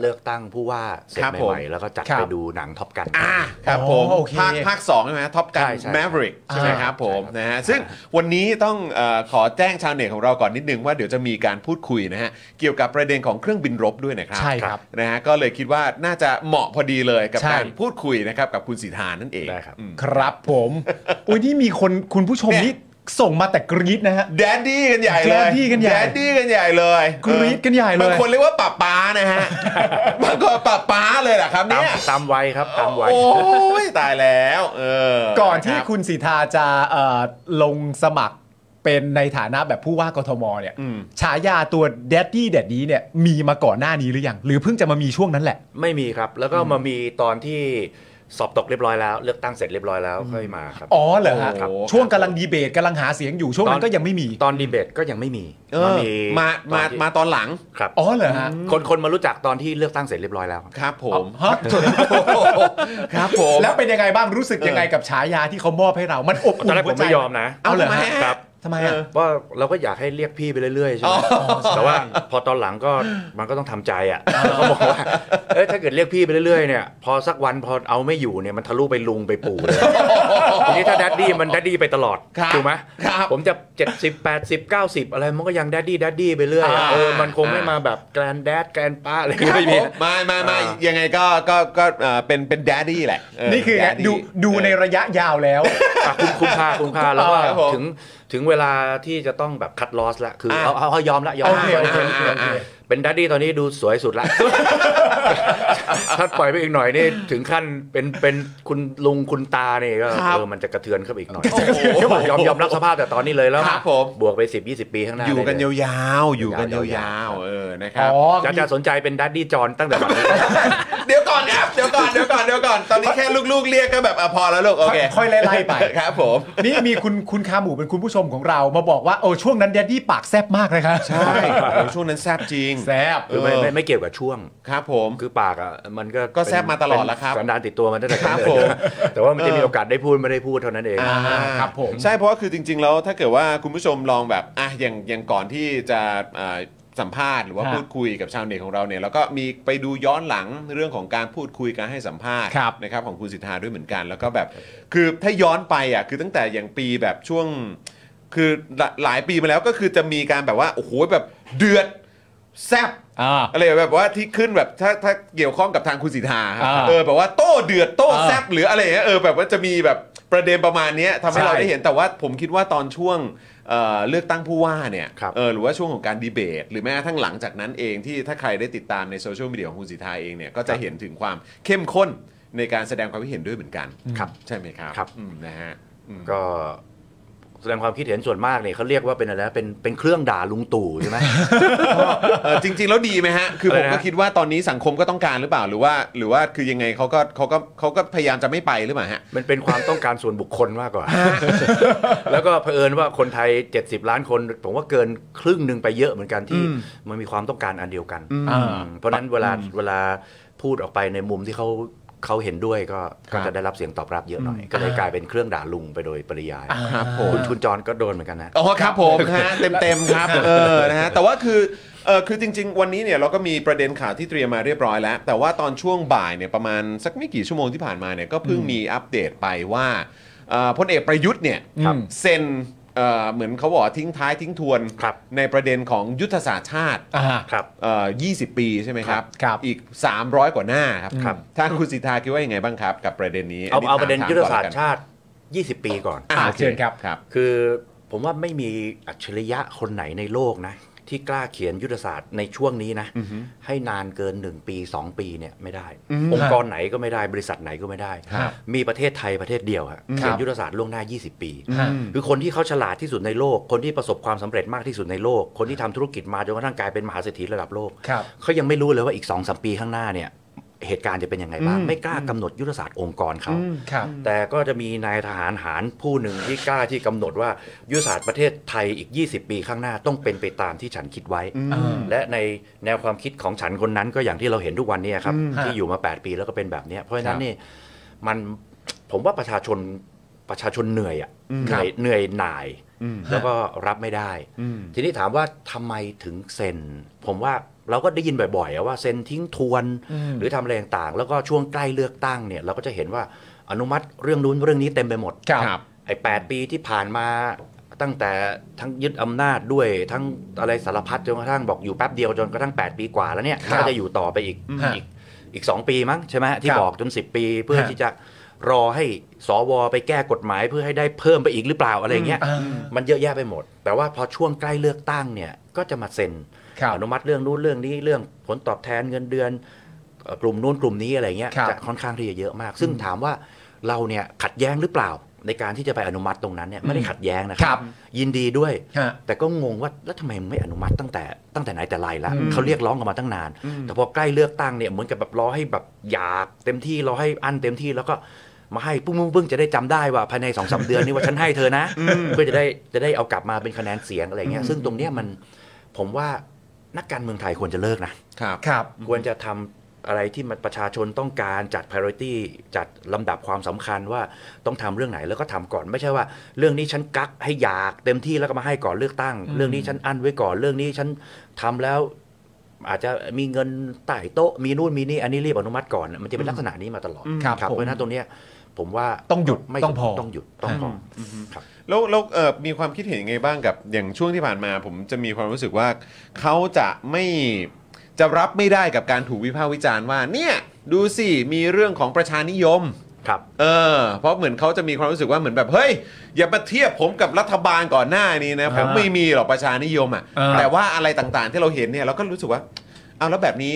Speaker 4: เลือกตั้งผู้ว่าเสร็จ
Speaker 1: ครับผม
Speaker 4: ใหม่ๆแล้วก็จัด
Speaker 2: ครับ
Speaker 4: ไปดูหนังท็อปกัน
Speaker 1: อ่าครับผม
Speaker 2: อ๋อโอเค
Speaker 1: ภาคภาคสองใช่ไหมท็อปกั
Speaker 4: ใช่
Speaker 1: น
Speaker 4: ใช่
Speaker 1: แมฟริก
Speaker 2: อ่า
Speaker 1: ใช่ไหมครับผมนะฮะซึ่งวันนี้ต้องเออขอแจ้งชาวเน็ตของเราก่อนนิดนึงว่าเดี๋ยวจะมีการพูดคุยนะฮะเกี่ยวกับประเด็นของเครื่องบินรบด้วยนะครั
Speaker 2: ใช่ครับ
Speaker 1: นะฮะก็เลยคิดว่าน่าจะเหมาะพอดีเลยกับ
Speaker 2: ใช่
Speaker 1: การพูดคุยนะครับกับคุณสีทธานั่นเอง
Speaker 4: ได้ครับ
Speaker 1: อืม
Speaker 2: ๆ ครับผม อุ้ยนี่มีคนคุณผู้ชม
Speaker 1: เนี่ย
Speaker 2: นี่ ส่งมาแต่กรี๊ดนะฮะ
Speaker 1: แดดดี้กันใหญ่เลย
Speaker 2: แดดดี้กันใหญ่
Speaker 1: แดดดี้กันใหญ่เลย
Speaker 2: กรี๊ดกันใหญ่เลย
Speaker 1: บางคนเรียกว่าป้าป้านะ ฮะ บางคนป้าป้าเลยเหรอครับ
Speaker 4: ตาม
Speaker 1: เนี่ย
Speaker 4: ตามวัยครับตามวัย
Speaker 1: โอ้ยตายแล้วเออ
Speaker 2: ก่อน
Speaker 1: ะ
Speaker 2: ที่
Speaker 1: รับ
Speaker 2: คุณสีทาจะเอ่อลงสมัครเป็นในฐานะแบบผู้ว่ากทมเนี่ย
Speaker 1: อืม
Speaker 2: ฉายาตัว d ดดดี้แดดดี้เนี่ยมีมาก่อนหน้านี้หรือยัง หรือเพิ่งจะมามีช่วงนั้นแหละ
Speaker 4: ไม่มีครับ แล้วก็มามีตอนที่สอบตกเรียบร้อยแล้ว เลือกตั้งเสร็จเรียบร้อยแล้วค่อยมาครับ
Speaker 2: อ๋อเหรอฮะ
Speaker 1: ครับ
Speaker 2: ช่วงกำลังดีเบตกำลังหาเสียงอยู่ช่วงนั้น
Speaker 4: ตอน
Speaker 2: ก็ยังไม่มี
Speaker 4: ตอนดีเบตก็ยังไม่มี
Speaker 1: เออมามามาตอนหลัง
Speaker 4: ครับ
Speaker 2: อ๋อเหรอฮะ
Speaker 4: คนคนมารู้จักตอนที่เลือกตั้งเสร็จเรียบร้อยแล้วครับ
Speaker 1: ครับผม
Speaker 2: ฮะ
Speaker 1: ครับผม
Speaker 2: แล้วเป็นยังไงบ้างรู้สึกยังไงกับฉายาที่เขามอบให้เรา มันอบอุ่น
Speaker 4: ตอนแรกผ
Speaker 2: หัว
Speaker 4: ม
Speaker 2: ใจ
Speaker 4: ไม่ยอมนะ
Speaker 2: เอาเหรอฮะ
Speaker 1: ทำไมฮะ
Speaker 4: ครับ
Speaker 2: ทำไมอ่ะ
Speaker 4: ว่าเราก็อยากให้เรียกพี่ไปเรื่อยๆใช่ไหมแต่ว่าพอตอนหลังก็มันก็ต้องทำใจอ่ะแล้วก็บอกว่าเอ้ยถ้าเกิดเรียกพี่ไปเรื่อยๆเนี่ยพอสักวันพอเอาไม่อยู่เนี่ยมันทะลุไปลุงไปปู่เลย ทีนี้ถ้าแดดดี้มันแดดดี้ไปตลอด
Speaker 1: ครับ
Speaker 4: ถูกไหม
Speaker 1: ครับ
Speaker 4: ผมจะ 70 80 90 อะไรมันก็ยังแดดดี้แดดดี้ไปเรื่อยอะ
Speaker 1: อ่า
Speaker 4: เออมันคงไม่มาแบบแกรนแดดแกรนป้าอะไรก็ไม่มี
Speaker 1: มามามา
Speaker 4: อ่า
Speaker 1: ยังไงก็ก็ก็เอ่อเป็นเป็นแดดดี้แหละเ
Speaker 2: นี่คือไง
Speaker 1: daddy
Speaker 2: ดูดูใน
Speaker 1: เออ
Speaker 2: ระยะยาวแล้ว
Speaker 4: อ่ะคุ้มคุ้มค่าคุ้มค่าแล้วก็
Speaker 1: ครับผม
Speaker 4: ถึงถึงเวลาที่จะต้องแบบคัดลอสละคืออะ เอาเอาเอายอมละยอม
Speaker 2: โอ
Speaker 4: ละ
Speaker 2: เค
Speaker 4: ยอม
Speaker 1: โอเค
Speaker 4: ละยอมละ
Speaker 1: โอเค
Speaker 4: เป็นดัดดี้ตอนนี้ดูสวยสุด ละ ถ้าปล่อยไปอีกหน่อยนี่ถึงขั้นเป็นเป็นคุณลุงคุณตาเนี่ยก็
Speaker 1: ครับ
Speaker 4: เออมันจะกระเทือนเข้าไปอีกหน่อย
Speaker 1: โอ้โห
Speaker 4: ยอมยอมรับสภาพแต่ตอนนี้เลยแล้ว
Speaker 1: ครับผม
Speaker 4: บวกไป 10 20 ปีข้างหน้า
Speaker 1: อยู่กัน
Speaker 4: เลย ย
Speaker 1: าวๆ อยู่กันย
Speaker 4: ยาวๆ
Speaker 1: าวๆเออนะค
Speaker 2: อ๋
Speaker 1: รับ
Speaker 2: อ
Speaker 4: จะจะสนใจเป็นดัดดี้จอนตั้งแต่บัดนี้
Speaker 1: เดี๋ยวก่อนครับ เดี๋ยวก่อน เดี๋ยวก่อน เดี๋ยวก่อน ตอนนี้แค่ลูกๆ เรียกก็แบบอะพอแล้วลูก โอเค
Speaker 2: ค่อยๆไล่ๆไป
Speaker 1: ครับผม
Speaker 2: นี่มีคุณคุณคาหมูเป็นคุณผู้ชมของเรามาบอกว่าโอ้ช่วงนั้นแดดดี้ปากแซบมากเลยครับ
Speaker 1: ใช่โอ้ช่วงนั้นแซบจริง
Speaker 2: แซบ
Speaker 4: คือไม่
Speaker 1: เออ
Speaker 4: ไม่ไม่เกี่ยวกับช่วง
Speaker 1: ครับผม
Speaker 4: คือปากอ่ะมันก็
Speaker 1: ก็แซ่บมาตลอดแล้วครับ
Speaker 4: เป็นสันดานติดตัวมาตั้งแต่
Speaker 1: ครับ
Speaker 4: กำ
Speaker 1: ผ
Speaker 4: เนิด
Speaker 1: ม
Speaker 4: แต่ว่ามันจะมี
Speaker 1: เออ
Speaker 4: โอกาสได้พูดไม่ได้พูดเท่านั้นเอง
Speaker 1: อ่า
Speaker 2: ครับผม
Speaker 1: ใช่เพราะว่าคือจริง ๆ แล้วถ้าเกิดว่าคุณผู้ชมลองแบบอ่ะอย่างอย่างก่อนที่จะอ่าสัมภาษณ์หรือว่า
Speaker 2: ฮะ
Speaker 1: พูดคุยกับชาวเน็ตของเราเนี่ยแล้วก็มีไปดูย้อนหลังเรื่องของการพูดคุยการให้สัมภาษณ์
Speaker 2: ครับ
Speaker 1: นะครับของคุณสิทธาด้วยเหมือนกัน แล้วก็แบบคือถ้าย้อนไปอ่ะคือตั้งแต่อย่างปีแบบช่วง คือหลายหลายปีมาแล้วก็คือจะมีการแบบว่าโอ้โหแบบเดือดแซบ
Speaker 2: า
Speaker 1: อะไรแบบว่าที่ขึ้นแบบถ้าถ้าเกี่ยวข้องกับทางคุณสิทธาครับ
Speaker 2: อ่า
Speaker 1: เออแบบว่าโต้เดือดโต้
Speaker 2: อ่า
Speaker 1: แซบหรืออะไรอย่างเงี้ยเออแบบว่าจะมีแบบประเด็นประมาณเนี้ยทำให้
Speaker 2: ใช่
Speaker 1: เราได้เห็นแต่ว่าผมคิดว่าตอนช่วงเอ่อเลือกตั้งผู้ว่าเนี่ย
Speaker 4: ครับ
Speaker 1: เออหรือว่าช่วงของการดีเบต หรือแม้กระทั่งหลังจากนั้นเองที่ถ้าใครได้ติดตามในโซเชียลมีเดียของคุณสิทธาเองเนี่ยก็จะเห็นถึงความเข้มข้นในการแสดงความคิดเห็นด้วยเหมือนกัน
Speaker 2: ครับ
Speaker 1: ใช่ไหมครับ
Speaker 4: ครับ
Speaker 1: อืมนะฮะอืม
Speaker 4: ก็แสดงความคิดเห็นส่วนมากเนี่ยเขาเรียกว่าเป็นอะไรนะเป็นเป็นเครื่องด่าลุงตู่ ใช่ไหม
Speaker 1: เออจริง ๆ แล้วดีไหมฮะ คือผม
Speaker 4: อะไร
Speaker 1: ก็
Speaker 4: นะ
Speaker 1: คิดว่าตอนนี้สังคมก็ต้องการหรือเปล่าหรือว่า หรือว่าคือยังไงเขาก็เขาก็เขาก็พยายามจะไม่ไปหรือเปล่าฮะ
Speaker 4: มันเป็นความต้องการส่วนบุคคล มากกว่า แล้วก็เผอิญว่าคนไทย 70 ล้านคน ผมว่าเกินครึ่งหนึ่งไปเยอะเหมือนกันที่มันมีความต้องการอันเดียวกัน
Speaker 2: อ่า
Speaker 4: เพราะฉะนั้นเวลาเวลาพูดออกไปในมุมที่เขาเขาเห็นด้วยก็
Speaker 1: ครับ
Speaker 4: ก็จะได้รับเสียงตอบรับเยอะหน่อย ก็เลยกลายเป็นเครื่องด่าลุงไปโดยปริยาย
Speaker 1: ครับผม
Speaker 4: คุณชุนจรก็โดนเหมือนกันนะ
Speaker 1: อ๋อครับผมฮะเต็มๆครับเออนะฮะแต่ว่าคือเออคือจริง ๆ วันนี้เนี่ยเราก็มีประเด็นข่าวที่เตรียมมาเรียบร้อยแล้ว แต่ว่าตอนช่วงบ่ายเนี่ยประมาณสักไม่กี่ชั่วโมงที่ผ่านมาเนี่ยก็เพิ่งมีอัปเดตไปว่าเอ่อพลเอกประยุทธ์เนี่ย
Speaker 2: ครับ
Speaker 1: เซ็นเอ่อเหมือนเขาบอกว่าทิ้งท้ายทิ้งทวน
Speaker 4: ครับ
Speaker 1: ในประเด็นของยุทธศาสตร์ชาติ
Speaker 2: อ่า
Speaker 4: ครับ
Speaker 1: เอ่อ20 ปีใช่ไหมครับ
Speaker 2: ครับ
Speaker 1: อีก 300 กว่าหน้าครับ
Speaker 4: ครับ
Speaker 1: ถ้าคุณสิทธาคิดว่ายังไงบ้างครับ กับประเด็นนี้
Speaker 4: เอา
Speaker 1: นนี้
Speaker 4: เอาประเด็น
Speaker 1: ถม
Speaker 4: ยุทธศาส
Speaker 1: ก่อ
Speaker 4: ต
Speaker 1: นแล้วกั
Speaker 4: ร์
Speaker 1: น
Speaker 4: ชาติ 20 ปีก่อน
Speaker 1: อ่า
Speaker 2: อ่า
Speaker 1: โอเค
Speaker 2: เชิญครับ
Speaker 1: ครับ
Speaker 4: คือผมว่าไม่มีอัจฉริยะคนไหนในโลกนะ ที่กล้าเขียนยุทธศาสตร์ในช่วงนี้นะ ให้นานเกิน 1 ปี 2 ปีเนี่ยไม่ได้ องค์กรไหนก็ไม่ได้บริษัทไหนก็ไม่ได้
Speaker 2: ครับ
Speaker 4: มีประเทศไทยประเทศเดียวฮะเขียนยุทธศาสตร์ล่วงหน้า 20 ปี
Speaker 2: ครับ
Speaker 4: คือคนที่เขาฉลาดที่สุดในโลก คนที่ประสบความสำเร็จมากที่สุดในโลก คนที่ทำธุรกิจมาจนกระทั่งกลายเป็นมหาเศรษฐีระดับโลก
Speaker 2: ครับ
Speaker 4: เขายังไม่รู้เลยว่าอีก2อสปีข้างหน้าเนี่ยเหตุการณ์จะเป็นยังไงบ้าง ไม่กล้ากำหนดยุทธศาสตร์องค์กรเขา
Speaker 2: ครับ
Speaker 4: แต่ก็จะมีนายทหารหารผู้หนึ่งที่กล้าที่กำหนดว่ายุทธศาสตร์ประเทศไทยอีก 20 ปีข้างหน้าต้องเป็นไปตามที่ฉันคิดไว้ และในแนวความคิดของฉันคนนั้นก็อย่างที่เราเห็นทุกวันเนี้ครับ
Speaker 2: ฮะ
Speaker 4: ที่อยู่มา 8 ปีแล้วก็เป็นแบบเนี้ยเพราะฉะนั้
Speaker 1: ครั
Speaker 4: น
Speaker 1: บ
Speaker 4: นี่มันผมว่าประชาชนประชาชนเหนื่อยอะเหนื่อยเหนื่อยหน่าย แล้วก็รับไม่ได้ ทีนี้ถามว่าทำไมถึงเซ็น ผมว่าเราก็ได้ยินบ่อยๆอะว่าเซ็นทิ้งทวน หรือทำอะไรต่างๆ แล้วก็ช่วงใกล้เลือกตั้งเนี่ยเราก็จะเห็นว่าอนุมัติเรื่องนู้นเรื่องนี้เต็มไปหมด
Speaker 2: ครับ
Speaker 4: ไอ้แปดปีที่ผ่านมาตั้งแต่ทั้งยึดอำนาจด้วยทั้งอะไรสารพัดจนกระทั่งบอกอยู่แป๊บเดียวจนกระทั่ง 8 ปีกว่าแล้วเนี่ย
Speaker 2: ครับ
Speaker 4: น่าจะอยู่ต่อไปอีก
Speaker 2: ฮะ
Speaker 4: อีกอีกสองปีมั้งใช่ไหมที่
Speaker 2: ครับ
Speaker 4: บอกจน 10 ปีเพื่อ
Speaker 2: ฮะ
Speaker 4: ที่จะ รอให้สวไปแก้กฎหมายเพื่อให้ได้เพิ่มไปอีกหรือเปล่าอะไรเงี้ย
Speaker 2: อ่า
Speaker 4: มันเยอะแยะไปหมด แต่ว่าพอช่วงใกล้เลือกตั้งเนี่ยก็จะมาเซ็น
Speaker 2: ครับ
Speaker 4: อนุมัติเรื่องนู้นเรื่องนี้เรื่องผลตอบแทนเงินเดือนเอ่อกลุ่มนู้นกลุ่มนี้อะไรเงี้ย
Speaker 2: ครับ
Speaker 4: จะค่อนข้างที่จะเยอะมาก ซึ่งถามว่าเราเนี่ยขัดแย้งหรือเปล่า ในการที่จะไปอนุมัติตรงนั้นเนี่ยไม่ได้ขัดแย้งนะค
Speaker 2: ครั
Speaker 4: รับ ยินดีด้วย
Speaker 2: ฮะ
Speaker 4: แต่ก็งงว่าแล้วทำไมไม่อนุมัติตั้งแต่ตั้งแต่ไหนแต่ไรละ
Speaker 2: อืม
Speaker 4: เขาเรียกร้องกันมาตั้งนาน แต่พอใกล้เลือกตั้งเนี่ยเหมือนกับแบบรอให้แบบอยากเต็มที่รอให้อันเต็มที่แล้วก็มาให้ปุ้งปุ้งปุ้งจะได้จำได้ว่าภายในสองสาเดือนนี้ว่าฉันให้เธอนะ เพื่อจะได้จะได้เอากลับมาเป็นคะแนนเสียงอะไรเงี้ยซึ่งตรงเนี้ยมันผมว่านักการเมืองไทยควรจะเลิกนะ
Speaker 1: ครับ
Speaker 2: ครับ
Speaker 4: ควรจะทำอะไรที่มันประชาชนต้องการจัด priority จัดลำดับความสำคัญว่าต้องทำเรื่องไหนแล้วก็ทำก่อนไม่ใช่ว่า เรื่องนี้ฉันกักให้อยากเต็มที่แล้วก็มาให้ก่อนเลือกตั้ง เรื่องนี้ฉันอั้นไว้ก่อนเรื่องนี้ฉันทำแล้ว อาจจะมีเงินใต้โต๊ะมีนู่นมีนี่อันนี้รีบอนุมัติก่อน มันจะเป็นลักษณะนี้มาตลอด
Speaker 2: ครับ
Speaker 4: เพราะฉะนั้น
Speaker 2: ผม
Speaker 4: ตรงเนี้ยผมว่า
Speaker 2: ต้องหยุด
Speaker 4: ไม่
Speaker 2: ต้องพอ
Speaker 4: ต้องหยุดต้องพออครับ
Speaker 1: แล้วแล้วเออมีความคิดเห็นยังไงบ้างกับอย่างช่วงที่ผ่านมา ผมจะมีความรู้สึกว่าเขาจะไม่จะรับไม่ได้กับการถูกวิพากษ์วิจารณ์ว่าเนี่ยดูสิมีเรื่องของประชานิยม
Speaker 4: ครับ
Speaker 1: เออเพราะเหมือนเขาจะมีความรู้สึกว่าเหมือนแบบเฮ้ยอย่ามาเทียบผมกับรัฐบาลก่อนหน้านี้นะผม
Speaker 2: อ่า
Speaker 1: ไม่มีหรอกประชานิยมอ่ะ
Speaker 2: อ่า
Speaker 1: แต่ว่าอะไรต่างๆที่เราเห็นเนี่ยเราก็รู้สึกว่าเอาแล้วแบบนี้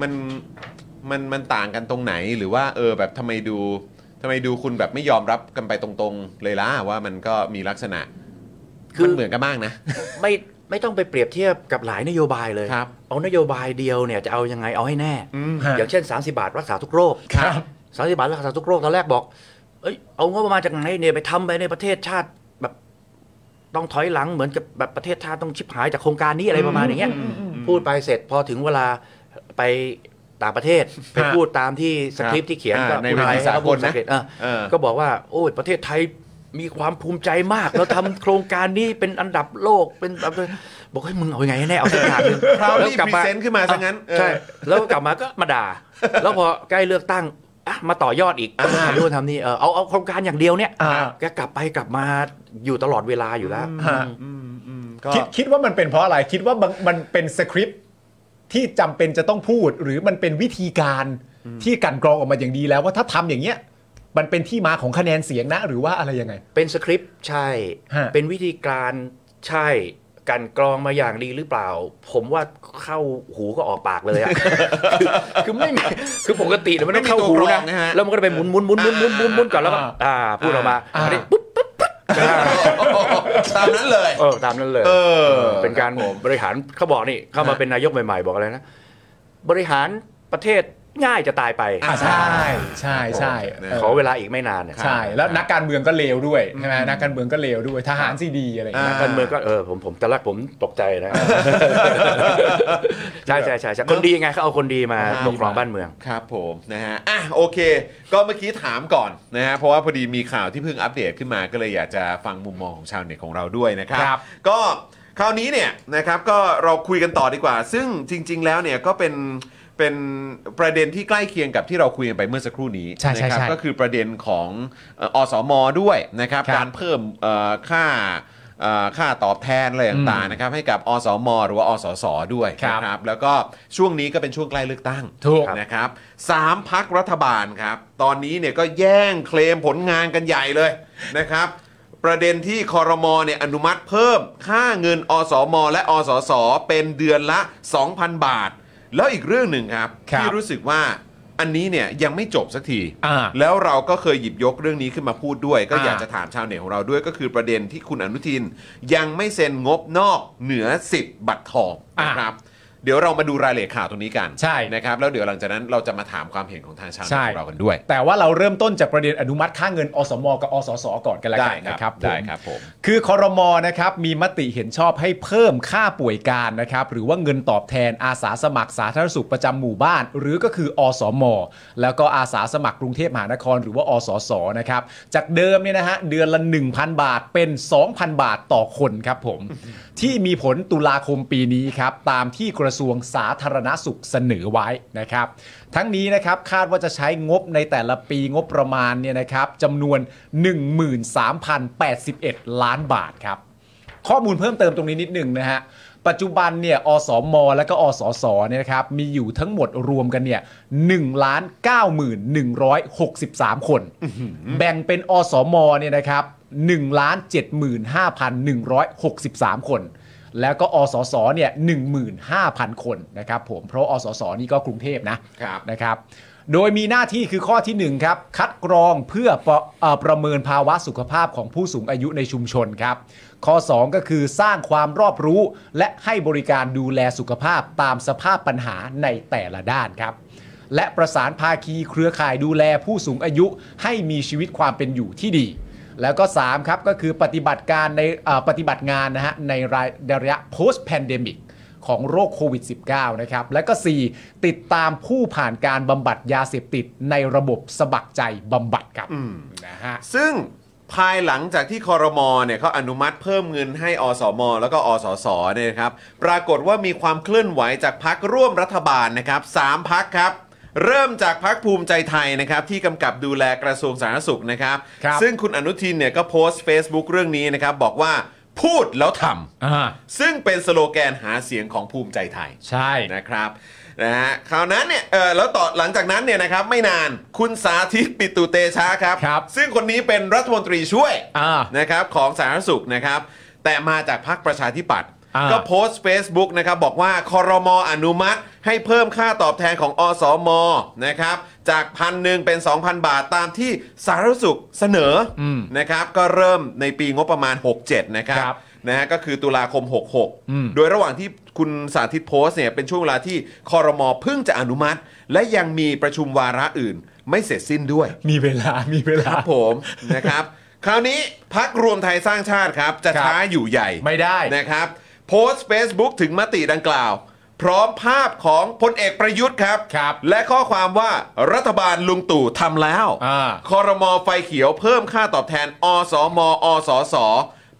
Speaker 1: มันมันมันต่างกันตรงไหนหรือว่าเออแบบทำไมดูทำไมดูคุณแบบไม่ยอมรับกันไปตรงๆเลยล่ะว่ามันก็มีลักษณะ
Speaker 4: คือ
Speaker 1: มันเหมือนกันบ้างนะ
Speaker 4: ไม่ไม่ต้องไปเปรียบเทียบกับหลายนโยบายเลย
Speaker 1: ครับ
Speaker 4: เอานโยบายเดียวเนี่ยจะเอายังไงเอาให้แน่
Speaker 1: อืม
Speaker 2: ฮะ
Speaker 4: อย่างเช่น 30 บาทรักษาทุกโรค
Speaker 2: ครับ
Speaker 4: สามสิบาทรักษาทุกโรคตอนแรกบอก เอ้ย เอางบประมาณจากไหนเนี่ยไปทำไปในประเทศชาติแบบต้องถอยหลังเหมือนกับแบบประเทศชาติต้องชิบหายจากโครงการนี้อะไรประมาณอย่างเงี้ย พูดไปเสร็จพอถึงเวลาไปต่างประเทศไป
Speaker 1: ฮะ
Speaker 4: พูดตามที่สคริปต์ที่เขียน
Speaker 1: อ่า
Speaker 4: ก็
Speaker 1: ใน
Speaker 4: พูด
Speaker 1: เวที
Speaker 4: ไทย
Speaker 1: สากลนะ
Speaker 4: ก็พูดสคริปต์เออ
Speaker 1: เออ
Speaker 4: ก็บอกว่า โอ้ยประเทศไทยมีความภูมิใจมาก เราทำโครงการนี้เป็นอันดับโลกเป็นแบบบอกให้ยมึงเอายังไงให้แน่เอาสักอย่างหนึง
Speaker 1: คราวนี้พรีเซนต์ขึ้นมาซะงั้นเออ
Speaker 4: ใช่ แล้วกลับมาก็มาด่า แล้วพอใกล้เลือกตั้งอ่ะมาต่อยอดอีก
Speaker 1: อ่า
Speaker 4: ทำนู่นทำนี่เออเอาเอาโครงการอย่างเดียวเนี่ย
Speaker 2: อ่า
Speaker 4: แกกลับไปกลับมาอยู่ตลอดเวลาอยู่แล้ว
Speaker 2: ฮะ
Speaker 1: อืมอืมก็
Speaker 2: คิดคิดว่ามันเป็นเพราะอะไรคิดว่ามันมันเป็นสคริปต์ที่จำเป็นจะต้องพูด หรือมันเป็นวิธีการที่กลันกรองออกมาอย่างดีแล้วว่าถ้าทำอย่างเงี้ย มันเป็นที่มาของคะแนนเสียงนะ หรือว่าอะไรยังไง
Speaker 4: เป็นสคริปต์ใช่
Speaker 2: ฮะ
Speaker 4: เป็นวิธีการใช่กลันกรองมาอย่างดีหรือเปล่า ผมว่าเข้าหูก็ออกปากเลยอะ คือคือไม่มีคือปกติเนี่ยมันต้องเข้าหู
Speaker 1: ไม่มีตัวกรอ
Speaker 4: นะ
Speaker 1: งนะฮะ
Speaker 4: แล้วมันก็จะไปหมุนหมุนหมุนหมุนหมุนหมุนหมุนก่อนแล้วก็อ่าพูดออกมาอันนี้ปุ๊บปุ๊บปุ๊บอ่า
Speaker 1: ตามนั้นเลย
Speaker 4: เออตามนั้นเลย
Speaker 1: เออ
Speaker 4: เป็นการบริหารเขาบอกนี่เข้ามาเป็นนายกใหม่ ๆ บอกอะไรนะ บริหารประเทศง่ายจะตายไป
Speaker 2: อ่าใช่ใช่ใช่
Speaker 1: นะ
Speaker 2: เออ
Speaker 4: ขอเวลาอีกไม่นานเนี่ย
Speaker 2: ใช่แล้วนักการเมืองก็เลวด้วยใช่ไหมนักการเมืองก็เลวด้วยทหารซีดีอะไรอย่างเงี้ย
Speaker 4: นักการเมืองก็เออผมผมแต่แรกผมตกใจนะ ใช่ใช่ใช่ใช่คนดีไงเขาเอาคนดีมา
Speaker 1: อ่า
Speaker 4: ปกครองบ้านเมือง
Speaker 1: ครับผมนะฮะอ่ะโอเค ก็เมื่อกี้ถามก่อนนะฮะเพราะว่าพอดีมีข่าวที่เพิ่งอัปเดตขึ้นมาก็เลยอยากจะฟังมุมมองของชาวเน็ตของเราด้วยนะครับ
Speaker 2: ครับ
Speaker 1: ก็คราวนี้เนี่ยนะครับก็เราคุยกันต่อดีกว่า ซึ่งจริง ๆ แล้วเนี่ยก็เป็นเป็นประเด็นที่ใกล้เคียงกับที่เราคุยกันไปเมื่อสักครู่นี้
Speaker 2: ใช่ใช่
Speaker 1: นะครับ
Speaker 2: ใช่
Speaker 1: ก็คือประเด็นของเอ่ออสมด้วยนะครับ
Speaker 2: ครับ
Speaker 1: การเพิ่มเอ่อค่าเอ่อค่าตอบแทนอะไรต่างๆนะครับให้กับอสม หรือว่าอสสด้วย
Speaker 2: ครับ
Speaker 1: นะครับแล้วก็ช่วงนี้ก็เป็นช่วงใกล้เลือกตั้ง
Speaker 2: ถูก
Speaker 1: นะครับสามพักรัฐบาลครับ ตอนนี้เนี่ยก็แย่งเคลมผลงานกันใหญ่เลยนะครับ ประเด็นที่คอรมอเนี่ยอนุมัติเพิ่มค่าเงินอสม และอสส เป็นเดือนละ 2,000 บาท แล้วอีกเรื่องหนึ่งครับ
Speaker 2: ครับ
Speaker 1: ที่รู้สึกว่าอันนี้เนี่ยยังไม่จบสักที
Speaker 2: อ่า
Speaker 1: แล้วเราก็เคยหยิบยกเรื่องนี้ขึ้นมาพูดด้วย ก็อยาก
Speaker 2: อ่า
Speaker 1: จะถามชาวเน็ตของเราด้วยก็คือประเด็นที่คุณอนุทินยังไม่เซ็นงบนอกเหนือ 10 บัตรทองนะครับเดี๋ยวเรามาดูรายละเอียดข่าวตรงนี้กัน
Speaker 2: ใช่
Speaker 1: นะครับแล้วเดี๋ยวหลังจากนั้นเราจะมาถามความเห็นของทางชาวเน็ต
Speaker 2: ใช่
Speaker 1: ของเรากันด้วย
Speaker 2: แต่ว่าเราเริ่มต้นจากประเด็นอนุมัติค่าเงิน อสม กับอสส ก่อนกันละกัน
Speaker 1: ได้ครับ
Speaker 2: นะครับผม
Speaker 1: ได้ครับผม
Speaker 2: คือคอรมอนะครับมีมติเห็นชอบให้เพิ่มค่าป่วยการนะครับหรือว่าเงินตอบแทนอาสาสมัครสาธารณสุขประจำหมู่บ้าน หรือก็คืออสม แล้วก็อาสาสมัครกรุงเทพมหานคร หรือว่าอสสนะครับจากเดิมเนี่ยนะฮะเดือนละ 1,000 บาทเป็น 2,000 บาทต่อคนครับผม ที่มีผลตุลาคมปีนี้ครับตามที่กระทรวงสาธารณสุขเสนอไว้นะครับ ทั้งนี้นะครับคาดว่าจะใช้งบในแต่ละปีงบประมาณเนี่ยนะครับจำนวน 13,081 ล้านบาทครับ ค ข้อมูลเพิ่มเติมตรงนี้นิดหนึงนะฮะ ปัจจุบันเนี่ยอสม และก็อสสเนี่ยนะครับมีอยู่ทั้งหมดรวมกันเนี่ยหนึ่งล้านเก้าหมื่นหนึ่งร้อยหกสิบสามคน แบ่งเป็นอสมเนี่ยนะครับหนึ่งล้านเจ็ดหมื่นห้าพันหนึ่งร้อยหกสิบสามคน แล้วก็อสสเนี่ยหนึ่งหมื่นห้าพันคนนะครับผมเพราะอสสนี่ก็กรุงเทพนะ
Speaker 1: ครับ
Speaker 2: นะครับ โดยมีหน้าที่คือข้อทีหนึ่1ครับ คัดกรองเพื่อประเอ่อประเมินภาวะสุขภาพของผู้สูงอายุในชุมชนครับ ข้อ 2 ก็คือสร้างความรอบรู้ และให้บริการดูแลสุขภาพตามสภาพปัญหาในแต่ละด้านครับ และประสานภาคีเครือข่ายดูแลผู้สูงอายุให้มีชีวิตความเป็นอยู่ที่ดี แล้วก็ 3 ครับ ก็คือปฏิบัติการในเอ่อปฏิบัติงานนะฮะในรายระยะ post pandemic ของโรคโควิด -19 นะครับ และก็ 4 ติดตามผู้ผ่านการบำบัดยาเสพติดในระบบสมัครใจบำบัดครับนะฮะ
Speaker 1: ซึ่งภายหลังจากที่คอรมอเนี่ยเขาอนุมัติเพิ่มเงินให้อสม แล้วก็อสสเนี่ยนะครับปรากฏว่ามีความเคลื่อนไหวจากพักร่วมรัฐบาลนะครับสามพักครับ เริ่มจากพักภูมิใจไทยนะครับที่กำกับดูแลกระทรวงสาธารณสุขนะครับ
Speaker 2: ครับ
Speaker 1: ซึ่งคุณอนุทินเนี่ยก็โพสต์ Facebook เรื่องนี้นะครับ บอกว่าพูดแล้วท
Speaker 2: อ่า
Speaker 1: ำซึ่งเป็นสโลแกนหาเสียงของภูมิใจไทย
Speaker 2: ใช่
Speaker 1: นะครับนะฮะคราวนั้นเนี่ยเออแล้วต่อหลังจากนั้นเนี่ยนะครับไม่นานคุณสาธิตปิตุเตชะครับ ซึ่งคนนี้เป็นรัฐมนตรีช่วย
Speaker 2: อ่า
Speaker 1: นะครับของสาธารณสุขนะครับ แต่มาจากพรรคประชาธิปัตย์
Speaker 2: อ่า
Speaker 1: ก็โพสต์ Facebook นะครับ บอกว่าคอรมออนุมัติให้เพิ่มค่าตอบแทนของอสมนะครับ จากพันหนึ่งเป็น 2,000 บาทตามที่สาธารณสุขเสนออนะครับ ก็เริ่มในปีงบประมาณ 67 นะครับ
Speaker 2: ครับ
Speaker 1: นะฮะก็คือตุลาคม 66 โดยระหว่างที่คุณสาธิตโพสต์เนี่ยเป็นช่วงเวลาที่คอรมอเพิ่งจะอนุมัติ และยังมีประชุมวาระอื่น ไม่เสร็จสิ้นด้วย
Speaker 2: มีเวลา มีเวลา
Speaker 1: ครับผม นะครับ คราวนี้พักรวมไทยสร้างชาติครับ จะ
Speaker 2: ครับ
Speaker 1: ช้าอยู่ใหญ่
Speaker 2: ไม่ได้
Speaker 1: นะครับ โพสต์ Facebook ถึงมติดังกล่าว พร้อมภาพของพลเอกประยุทธ์ครับ
Speaker 2: ครับ
Speaker 1: และข้อความว่ารัฐบาลลุงตู่ทำแล้ว
Speaker 2: อ่า
Speaker 1: คอรมอไฟเขียวเพิ่มค่าตอบแทน อสม อสส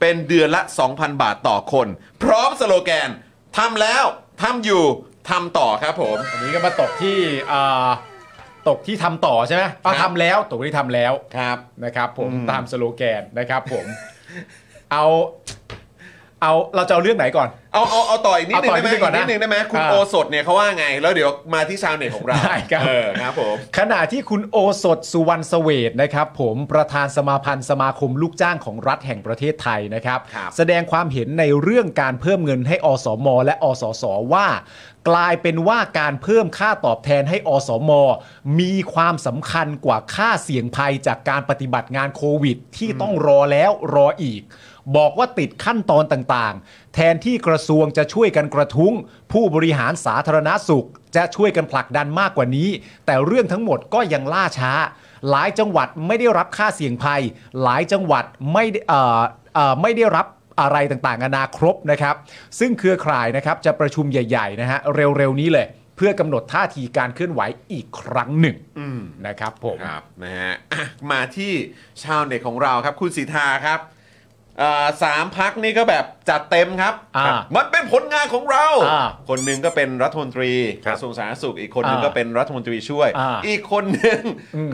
Speaker 1: เป็นเดือนละ 2,000 บาทต่อคน พร้อมสโลแกนทำแล้วทำอยู่ทำต่อครับผม
Speaker 2: อันนี้ก็มาตกที่อ่าตกที่ทำต่อใช่ไหมอ่ะ
Speaker 1: ครับ
Speaker 2: ทำแล้วตกที่ทำแล้ว
Speaker 1: ครับ
Speaker 2: นะครับผมตามสโลแกนนะครับผม เอาเอาเราจะเอาเรื่องไหนก่อน
Speaker 1: เอาเอาเอาต่ออีกนิดนึง
Speaker 2: เอาต่อ
Speaker 1: ได้ไหม
Speaker 2: นิดนึงก่อนนะ
Speaker 1: นิดนึงได้ไหมคุณ
Speaker 2: อ่า
Speaker 1: โอสดเนี่ยเขาว่าไง แล้วเดี๋ยวมาที่ชาวเน็ตของเรา
Speaker 2: ได้ครับ
Speaker 1: เออครับผม
Speaker 2: ขณะที่คุณโอสถสุวรรณเสเวตนะครับผมประธานสมาพันธ์สมาคมลูกจ้างของรัฐแห่งประเทศไทยนะครับ
Speaker 1: ครับ
Speaker 2: แสดงความเห็นในเรื่องการเพิ่มเงินให้อสม และอสสว่า กลายเป็นว่าการเพิ่มค่าตอบแทนให้อสม มีความสำคัญกว่าค่าเสี่ยงภัยจากการปฏิบัติงานโควิด ที่ต้องรอแล้วรออีก บอกว่าติดขั้นตอนต่างๆ แทนที่กระทรวงจะช่วยกันกระทุ้ง ผู้บริหารสาธารณาสุข จะช่วยกันผลักดันมากกว่านี้ แต่เรื่องทั้งหมดก็ยังล่าช้า หลายจังหวัดไม่ได้รับค่าเสี่ยงภัย หลายจังหวัดไม่ได้เอ่อเอ่อไม่ได้รับ อะไรต่างๆนานาครบนะครับ ซึ่งเครือข่ายนะครับจะประชุมใหญ่ๆนะฮะเร็วๆนี้เลย เพื่อกำหนดท่าทีการเคลื่อนไหวอีกครั้งหนึ่งนะครับผม
Speaker 1: ครับนะฮะอ่ะมาที่ชาวเน็ตของเราครับ คุณสีทาครับเอ่อสามพักนี่ก็แบบจัดเต็มครับ
Speaker 2: อ่า
Speaker 1: มันเป็นผลงานของเรา
Speaker 2: อ่า
Speaker 1: คนหนึ่งก็เป็นรัฐมนตรี
Speaker 4: ครั
Speaker 1: ก
Speaker 4: บ
Speaker 1: ระทรวงสาธารณสุขอีกคนหนึ่ง
Speaker 2: อ่า
Speaker 1: ก็เป็นรัฐมนตรีช่วย
Speaker 2: อ่า
Speaker 1: อีกคนหนึ่ง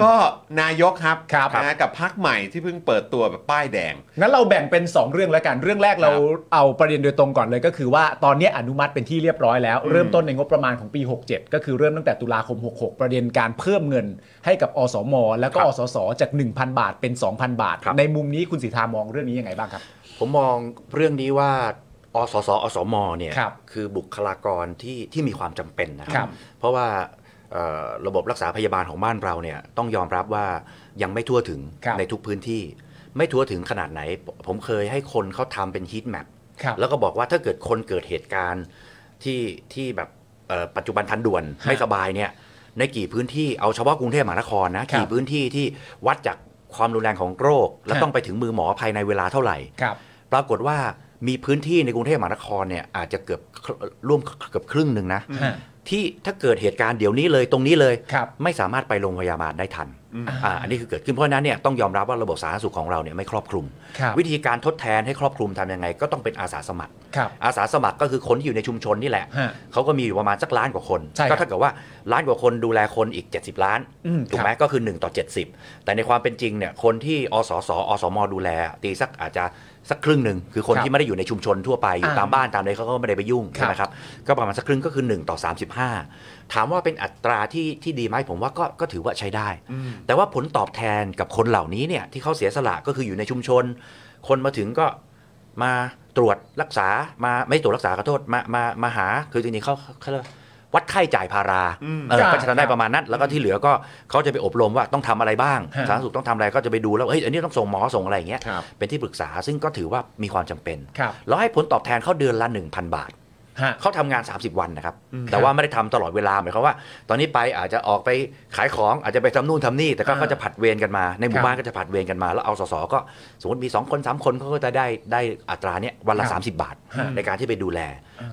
Speaker 1: ก็นายกครับ
Speaker 2: ครับ
Speaker 1: นะฮะกับพักใหม่ที่เพิ่งเปิดตัวแบบป้ายแดง
Speaker 2: งั้นเราแบ่งเป็น 2 เรื่องแล้วกัน เรื่องแรกเราเอาประเด็นโดยตรงก่อนเลยก็คือว่าตอนนี้อนุมัติเป็นที่เรียบร้อยแล้ว เริ่มต้นในงบประมาณของปี 67 ก็คือเริ่มตั้งแต่ตุลาคม 66 ประเด็นการเพิ่มเงินให้กับอสม แล้วก็
Speaker 4: ครับ
Speaker 2: อสสจาก 1,000 บาทเป็น 2,000 บาท
Speaker 4: ครับ
Speaker 2: ในมุมนี้คุณสิทธามองเรื่องนี้ยังไงบ้างครับ
Speaker 4: ผมมองเรื่องนี้ว่าอสสอสมเนี่ย
Speaker 2: ครับ
Speaker 4: คือบุคลากรที่ที่มีความจำเป็นนะค
Speaker 2: ครั
Speaker 4: รับ เพราะว่าเอ่อระบบรักษาพยาบาลของบ้านเราเนี่ยต้องยอมรับว่ายังไม่ทั่วถึง
Speaker 2: ครับ
Speaker 4: ในทุกพื้นที่ ไม่ทั่วถึงขนาดไหน ผมเคยให้คนเขาทำเป็นฮีทแมป
Speaker 2: ครับ
Speaker 4: แล้วก็บอกว่าถ้าเกิดคนเกิดเหตุการณ์ที่ที่แบบเอ่อปัจจุบันทันด่วน
Speaker 2: ฮะ
Speaker 4: ไม่สบายเนี่ยในกี่พื้นที่เอาเฉพาะกรุงเทพมหานครนะ
Speaker 2: ครั
Speaker 4: กี่
Speaker 2: บ
Speaker 4: พื้นที่ที่วัดจากความรุนแรงของโรค แล้วต้องไปถึงมือหมอภายในเวลาเท่าไหร่
Speaker 2: ครับ
Speaker 4: ปรากฏว่ามีพื้นที่ในกรุงเทพมหานครเนี่ยอาจจะเกือบร่วมเกือบครึ่งหนึ่งนะ
Speaker 2: ฮะ
Speaker 4: ที่ถ้าเกิดเหตุการณ์เดี๋ยวนี้เลยตรงนี้เลย
Speaker 2: ครับ
Speaker 4: ไม่สามารถไปโรงพยาบาลได้ทัน อ่าอันนี้คือเกิดขึ้นเพราะฉะนั้นเนี่ยต้องยอมรับว่าระบบสาธารณสุขของเราเนี่ยไม่ครอบคลุม
Speaker 2: ครับ
Speaker 4: วิธีการทดแทนให้ครอบคลุมทำยังไง ก็ต้องเป็นอาสาสมัคร
Speaker 2: ครับ
Speaker 4: อาสาสมัครก็คือคนที่อยู่ในชุมชนนี่แหละ
Speaker 2: ฮะ
Speaker 4: เขาก็มีอยู่ประมาณสักล้านกว่าคน
Speaker 2: ใช่ครับ
Speaker 4: ก็เท่ากับว่าล้านกว่าคนดูแลคนอีก 70 ล้าน
Speaker 2: อืม
Speaker 4: ถูกไหมก็คือ 1 ต่อ 70 แต่ในความเป็นจริงเนี่ยคนที่อสสอสมดูแล ตีสักอาจจะสักครึ่งหนึ่งคือคน
Speaker 2: ครับ
Speaker 4: ที่ไม่ได้อยู่ในชุมชนทั่วไปอยู่
Speaker 2: อ่า
Speaker 4: ตามบ้านตามอะไรเขาก็ไม่ได้ไปยุ่ง
Speaker 2: ครับ
Speaker 4: ใช่ไหมครับก็ประมาณสักครึ่งก็คือ 1 ต่อ 35 ถามว่าเป็นอัตราที่ที่ดีไหมผมว่าก็ก็ถือว่าใช้ได้ แต่ว่าผลตอบแทนกับคนเหล่านี้เนี่ยที่เขาเสียสละก็คืออยู่ในชุมชน คนมาถึงก็มาตรวจรักษามาไม่ตรวจรักษาขอโทษมามามาหาคือจริงๆเขาเขาเรียกว่าวัดไข้จ่ายพาราเออ
Speaker 2: จ้ะ
Speaker 4: ก็จะทำได้ประมาณนั้น แล้วก็ที่เหลือก็เขาจะไปอบรมว่าต้องทำอะไรบ้าง
Speaker 2: ฮะ
Speaker 4: สาธารณสุขต้องทำอะไรก็จะไปดูแล้วเฮ้ยอันนี้ต้องส่งหมอส่งอะไรอย่างเงี้ย
Speaker 1: ครับ
Speaker 4: เป็นที่ปรึกษาซึ่งก็ถือว่ามีความจำเป็น
Speaker 2: ครับ
Speaker 4: แล้วให้ผลตอบแทนเขาเดือนละ 1,000 บาท
Speaker 2: ฮะ
Speaker 4: เขาทำงาน 30 วันนะครับ แต่ว่าไม่ได้ทำตลอดเวลาหมายความว่า ตอนนี้ไปอาจจะออกไปขายของอาจจะไปทำนู่นทำนี่ แต่ก็
Speaker 2: อ่า
Speaker 4: ก็จะผัดเวรกันมา ในหมู่บ้านก็จะผัดเวรกันมา แล้วเอาสสก็สมมติมี 2 คน 3 คนเขาก็จะได้ได้อัตราเนี้ยวันละ
Speaker 2: ครับ
Speaker 4: 30 บาท
Speaker 2: ฮะ
Speaker 4: ในการที่ไปดูแล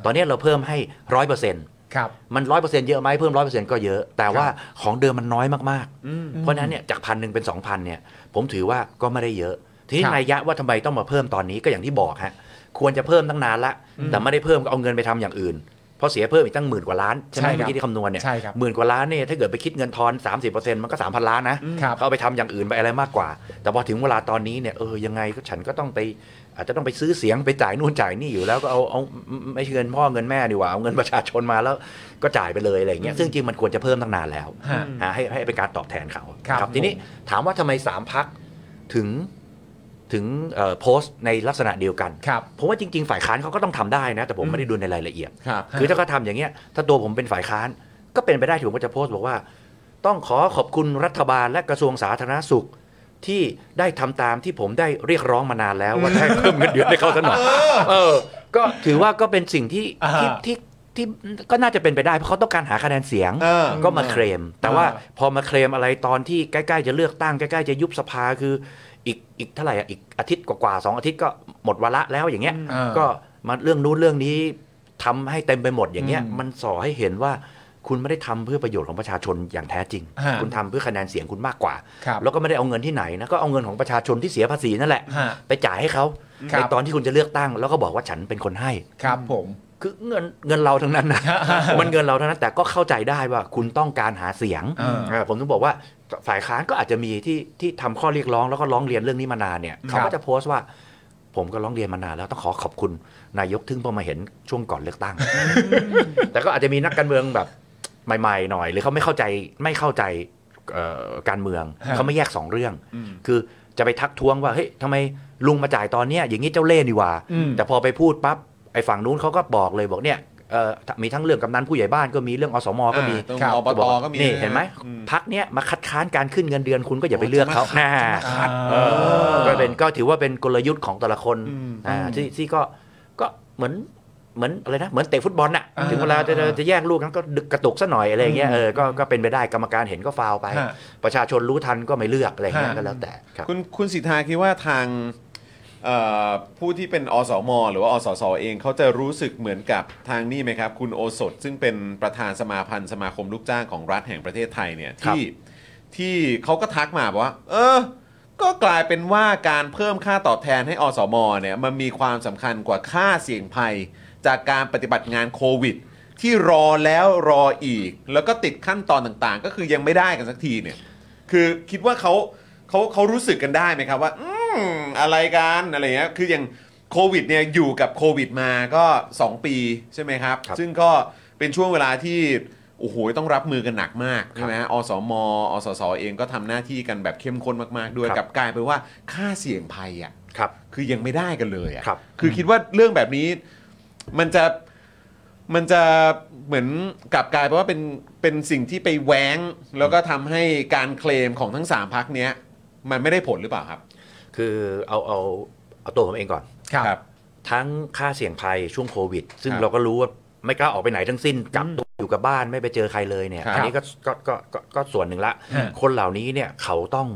Speaker 4: ตอนนี้เราเพิ่มให้ร้อยเปอร์เซ็นต์
Speaker 2: ครับ
Speaker 4: มันร้อยเปอร์เซ็นต์เยอะไหมเพิ่มร้อยเปอร์เซ็นต์ก็เยอะ แต่ว่าของเดิมมันน้อยมากๆ เพราะฉะนั้นเนี่ยจากพันหนึ่งเป็น2,000เนี่ยผมถือว่าก็ไม่ได้เยอะ ทีนี้
Speaker 2: ครับ
Speaker 4: นัยยะว่าทำไมต้องมาเพิ่มตอนนี้ก็อย่างที่บอกฮะ ควรจะเพิ่มตั้งนานละ แต่ไม่ได้เพิ่มก็เอาเงินไปทำอย่างอื่น เพราะเสียเพิ่มอีกตั้งหมื่นกว่าล้าน ใช่ไหม
Speaker 2: ใช่ครับ
Speaker 4: เมื่อกี้ที่คำนวณเนี่ย
Speaker 2: ใช่ครับ
Speaker 4: หมื่นกว่าล้านเนี่ยถ้าเกิดไปคิดเงินทอน 30%มันก็ 3,000 ล้านนะครับ เขาเอาไปทำอย่างอื่นไปอะไรมากกว่า แต่พอถึงเวลาตอนนี้เนี่ยเออยังไงก็ฉันก็ต้องไป อาจจะต้องไปซื้อเสียงไปจ่ายนู่นจ่ายนี่อยู่แล้วก็เอาเอาไม่ใช่เงินพ่อเงินแม่ดีกว่าเอาเงินประชาชนมาแล้วก็จ่ายไปเลยอะไรอย่างเงี้ยซึ่งจริงมันควรจะเพิ่มตั้งนานแล้ว
Speaker 2: ฮะ
Speaker 4: ฮะให้ให้เป็นการตอบแทนเขา
Speaker 2: ครับ
Speaker 4: ทีนี้ถามว่าทำไมสามพักถึงถึงเอ่อโพสต์ในลักษณะเดียวกัน
Speaker 2: ครับ
Speaker 4: ผมว่าจริง ๆ ฝ่ายค้านเขาก็ต้องทำได้นะ แต่ผมไม่ได้ดูในรายละเอียด
Speaker 1: ครับ
Speaker 4: คือถ้าเขาทำอย่างเงี้ยถ้าตัวผมเป็นฝ่ายค้านก็เป็นไปได้ที่ผมก็จะโพสต์บอกว่า ต้องขอขอบคุณรัฐบาลและกระทรวงสาธารณสุข ที่ได้ทำตามที่ผมได้เรียกร้องมานานแล้วว่าให้เพิ่มเงินเดือนให้เขาซะหน่อยเออ ก็ถือว่าก็เป็นสิ่งที่
Speaker 2: อ่า
Speaker 4: ที่ที่ที่ก็น่าจะเป็นไปได้เพราะเขาต้องการหาคะแนนเสียง
Speaker 1: เออ
Speaker 4: ก็มาเคลม แต่ว่า
Speaker 2: อ่า
Speaker 4: พอมาเคลมอะไรตอนที่ใกล้ๆจะเลือกตั้งใกล้ๆจะยุบสภาคืออีกอีกเท่าไหร่อ่ะอีกอาทิตย์กว่าๆสองอาทิตย์ก็หมดวาระแล้วอย่างเงี้ย
Speaker 2: อ่า
Speaker 4: ก็มาเรื่องนู้นเรื่องนี้ทำให้เต็มไปหมดอย่างเงี้ย
Speaker 2: อืม
Speaker 4: มันสอให้เห็นว่าคุณไม่ได้ทำเพื่อประโยชน์ของประชาชนอย่างแท้จริง
Speaker 2: ฮะ
Speaker 4: คุณทำเพื่อคะแนนเสียงคุณมากกว่า
Speaker 2: ครับ
Speaker 4: แล้วก็ไม่ได้เอาเงินที่ไหนนะก็เอาเงินของประชาชนที่เสียภาษีนั่นแหละ
Speaker 2: ฮะ
Speaker 4: ไปจ่ายให้เขา
Speaker 2: ครับ
Speaker 4: ในตอนที่คุณจะเลือกตั้ง แล้วก็บอกว่าฉันเป็นคนให้
Speaker 2: ครับผม
Speaker 4: คือเงินเงินเราทั้ง นั้นนะ มันเงินเราทั้งนั้นแต่ก็เข้าใจได้ว่าคุณต้องการหาเสียง
Speaker 2: เออ
Speaker 4: เออผมถึงบอกว่าฝ่ายค้านก็อาจจะมีที่ที่ทำข้อเรียกร้องแล้วก็ร้องเรียนเรื่องนี้มานานเนี่ยเขา
Speaker 2: ครั
Speaker 4: ก็
Speaker 2: บ
Speaker 4: จะโพสต์ว่า ผมก็ร้องเรียนมานานแล้วต้องขอขอบคุณนายกทึ่งเพิ่งมาเห็นช่วงก่อนเลือกตั้ง แต่ก็อาจจะมีนักการเมืองแบบใหม่ๆหน่อย หรือเขาไม่เข้าใจไม่เข้าใจเอ่อการเมือง
Speaker 2: ฮะ
Speaker 4: เขาไม่แยกสองเรื่อง คือจะไปทักท้วงว่าเฮ้ยทำไมลุงมาจ่ายตอนเนี้ยอย่างนี้เจ้าเล่ห์นี่หว่า
Speaker 2: อืม
Speaker 4: แต่พอไปพูดปั๊บไอ้ฝั่งนู้นเขาก็บอกเลยบอกเนี่ยเอ่อมีทั้งเรื่องกำนันผู้ใหญ่บ้านก็มีเรื่องอสมก็มี
Speaker 1: อ่าตรง
Speaker 2: ครับ
Speaker 1: อบ
Speaker 4: ก็บ
Speaker 1: ต
Speaker 4: อก
Speaker 1: ก็มี
Speaker 4: นี่เห็นไหม
Speaker 1: อืม
Speaker 4: พักเนี้ยมาคัดค้านการขึ้นเงินเดือนคุณก็อย่าไปเลือกเขาแน่
Speaker 2: อ่า
Speaker 4: เออก็เป็นก็ถือว่าเป็นกลยุทธ์ของแต่ละคน
Speaker 1: อืม
Speaker 4: อ่าที่ที่ก็ก็เหมือนเหมือนอะไรนะเหมือนเตะฟุตบอลน่ะ
Speaker 2: อ่า
Speaker 4: ถึงเวลาจะจะจะแย่งลูกนั้นก็ดึกกระตุกซะหน่อยอะไรอย่างเงี้ย
Speaker 2: อืม
Speaker 4: เออก็ก็เป็นไปได้กรรมการเห็นก็ฟาวไป
Speaker 2: ฮะ
Speaker 4: ประชาชนรู้ทันก็ไม่เลือกอะไรอย่างเงี้ย
Speaker 2: ฮะ
Speaker 4: ก็แล้วแต่ครับ
Speaker 1: คุณคุณสิทธาคิดว่าทางเอ่อผู้ที่เป็นอสม หรือว่าอสสเองเขาจะรู้สึกเหมือนกับทางนี่ไหมครับ คุณโอสถซึ่งเป็นประธานสมาพันธ์สมาคมลูกจ้างของรัฐแห่งประเทศไทยเนี่ย
Speaker 4: ครับ
Speaker 1: ที่ที่เขาก็ทักมาบอกว่า เออ ก็กลายเป็นว่าการเพิ่มค่าตอบแทนให้อสมเนี่ยมันมีความสำคัญกว่าค่าเสี่ยงภัย จากการปฏิบัติงานโควิด ที่รอแล้วรออีก แล้วก็ติดขั้นตอนต่างๆ ก็คือยังไม่ได้กันสักทีเนี่ย คือคิดว่าเขาเขาเขารู้สึกกันได้ไหมครับว่า อืมอะไรกันอะไรเงี้ยคืออย่างโควิดเนี่ยอยู่กับโควิดมาก็ 2 ปีใช่ไหมครับ
Speaker 4: ครับ
Speaker 1: ซึ่งก็เป็นช่วงเวลาที่โอ้โหต้องรับมือกันหนักมากใช่ไหมฮะอสมอสสเองก็ทำหน้าที่กันแบบเข้มข้นมากๆ ด้วย
Speaker 4: ครับ
Speaker 1: กับกลายเป็นว่าค่าเสี่ยงภัยอ่ะ
Speaker 4: ครับ
Speaker 1: คือยังไม่ได้กันเลยอะ
Speaker 4: ครับ
Speaker 1: คือคิดว่าเรื่องแบบนี้มันจะมันจะเหมือนกลับกลายไปว่าเป็นเป็นสิ่งที่ไปแหวงแล้วก็ทำให้การเคลมของทั้งสามพักเนี้ย มันไม่ได้ผลหรือเปล่าครับ
Speaker 4: คือเอาเอาเอาตัวผมเองก่อน
Speaker 2: ครับ
Speaker 4: ทั้งค่าเสี่ยงภัยช่วงโควิด ซึ่ง
Speaker 1: ครับ
Speaker 4: เราก็รู้ว่าไม่กล้าออกไปไหนทั้งสิ้นกักตัวอยู่กับบ้านไม่ไปเจอใครเลยเนี่ย
Speaker 1: ครับ
Speaker 4: อันนี้ก็ก็ก็ก็ก็ส่วนหนึ่งละ
Speaker 2: ฮะ
Speaker 4: คนเหล่านี้เนี่ยเขาต้อง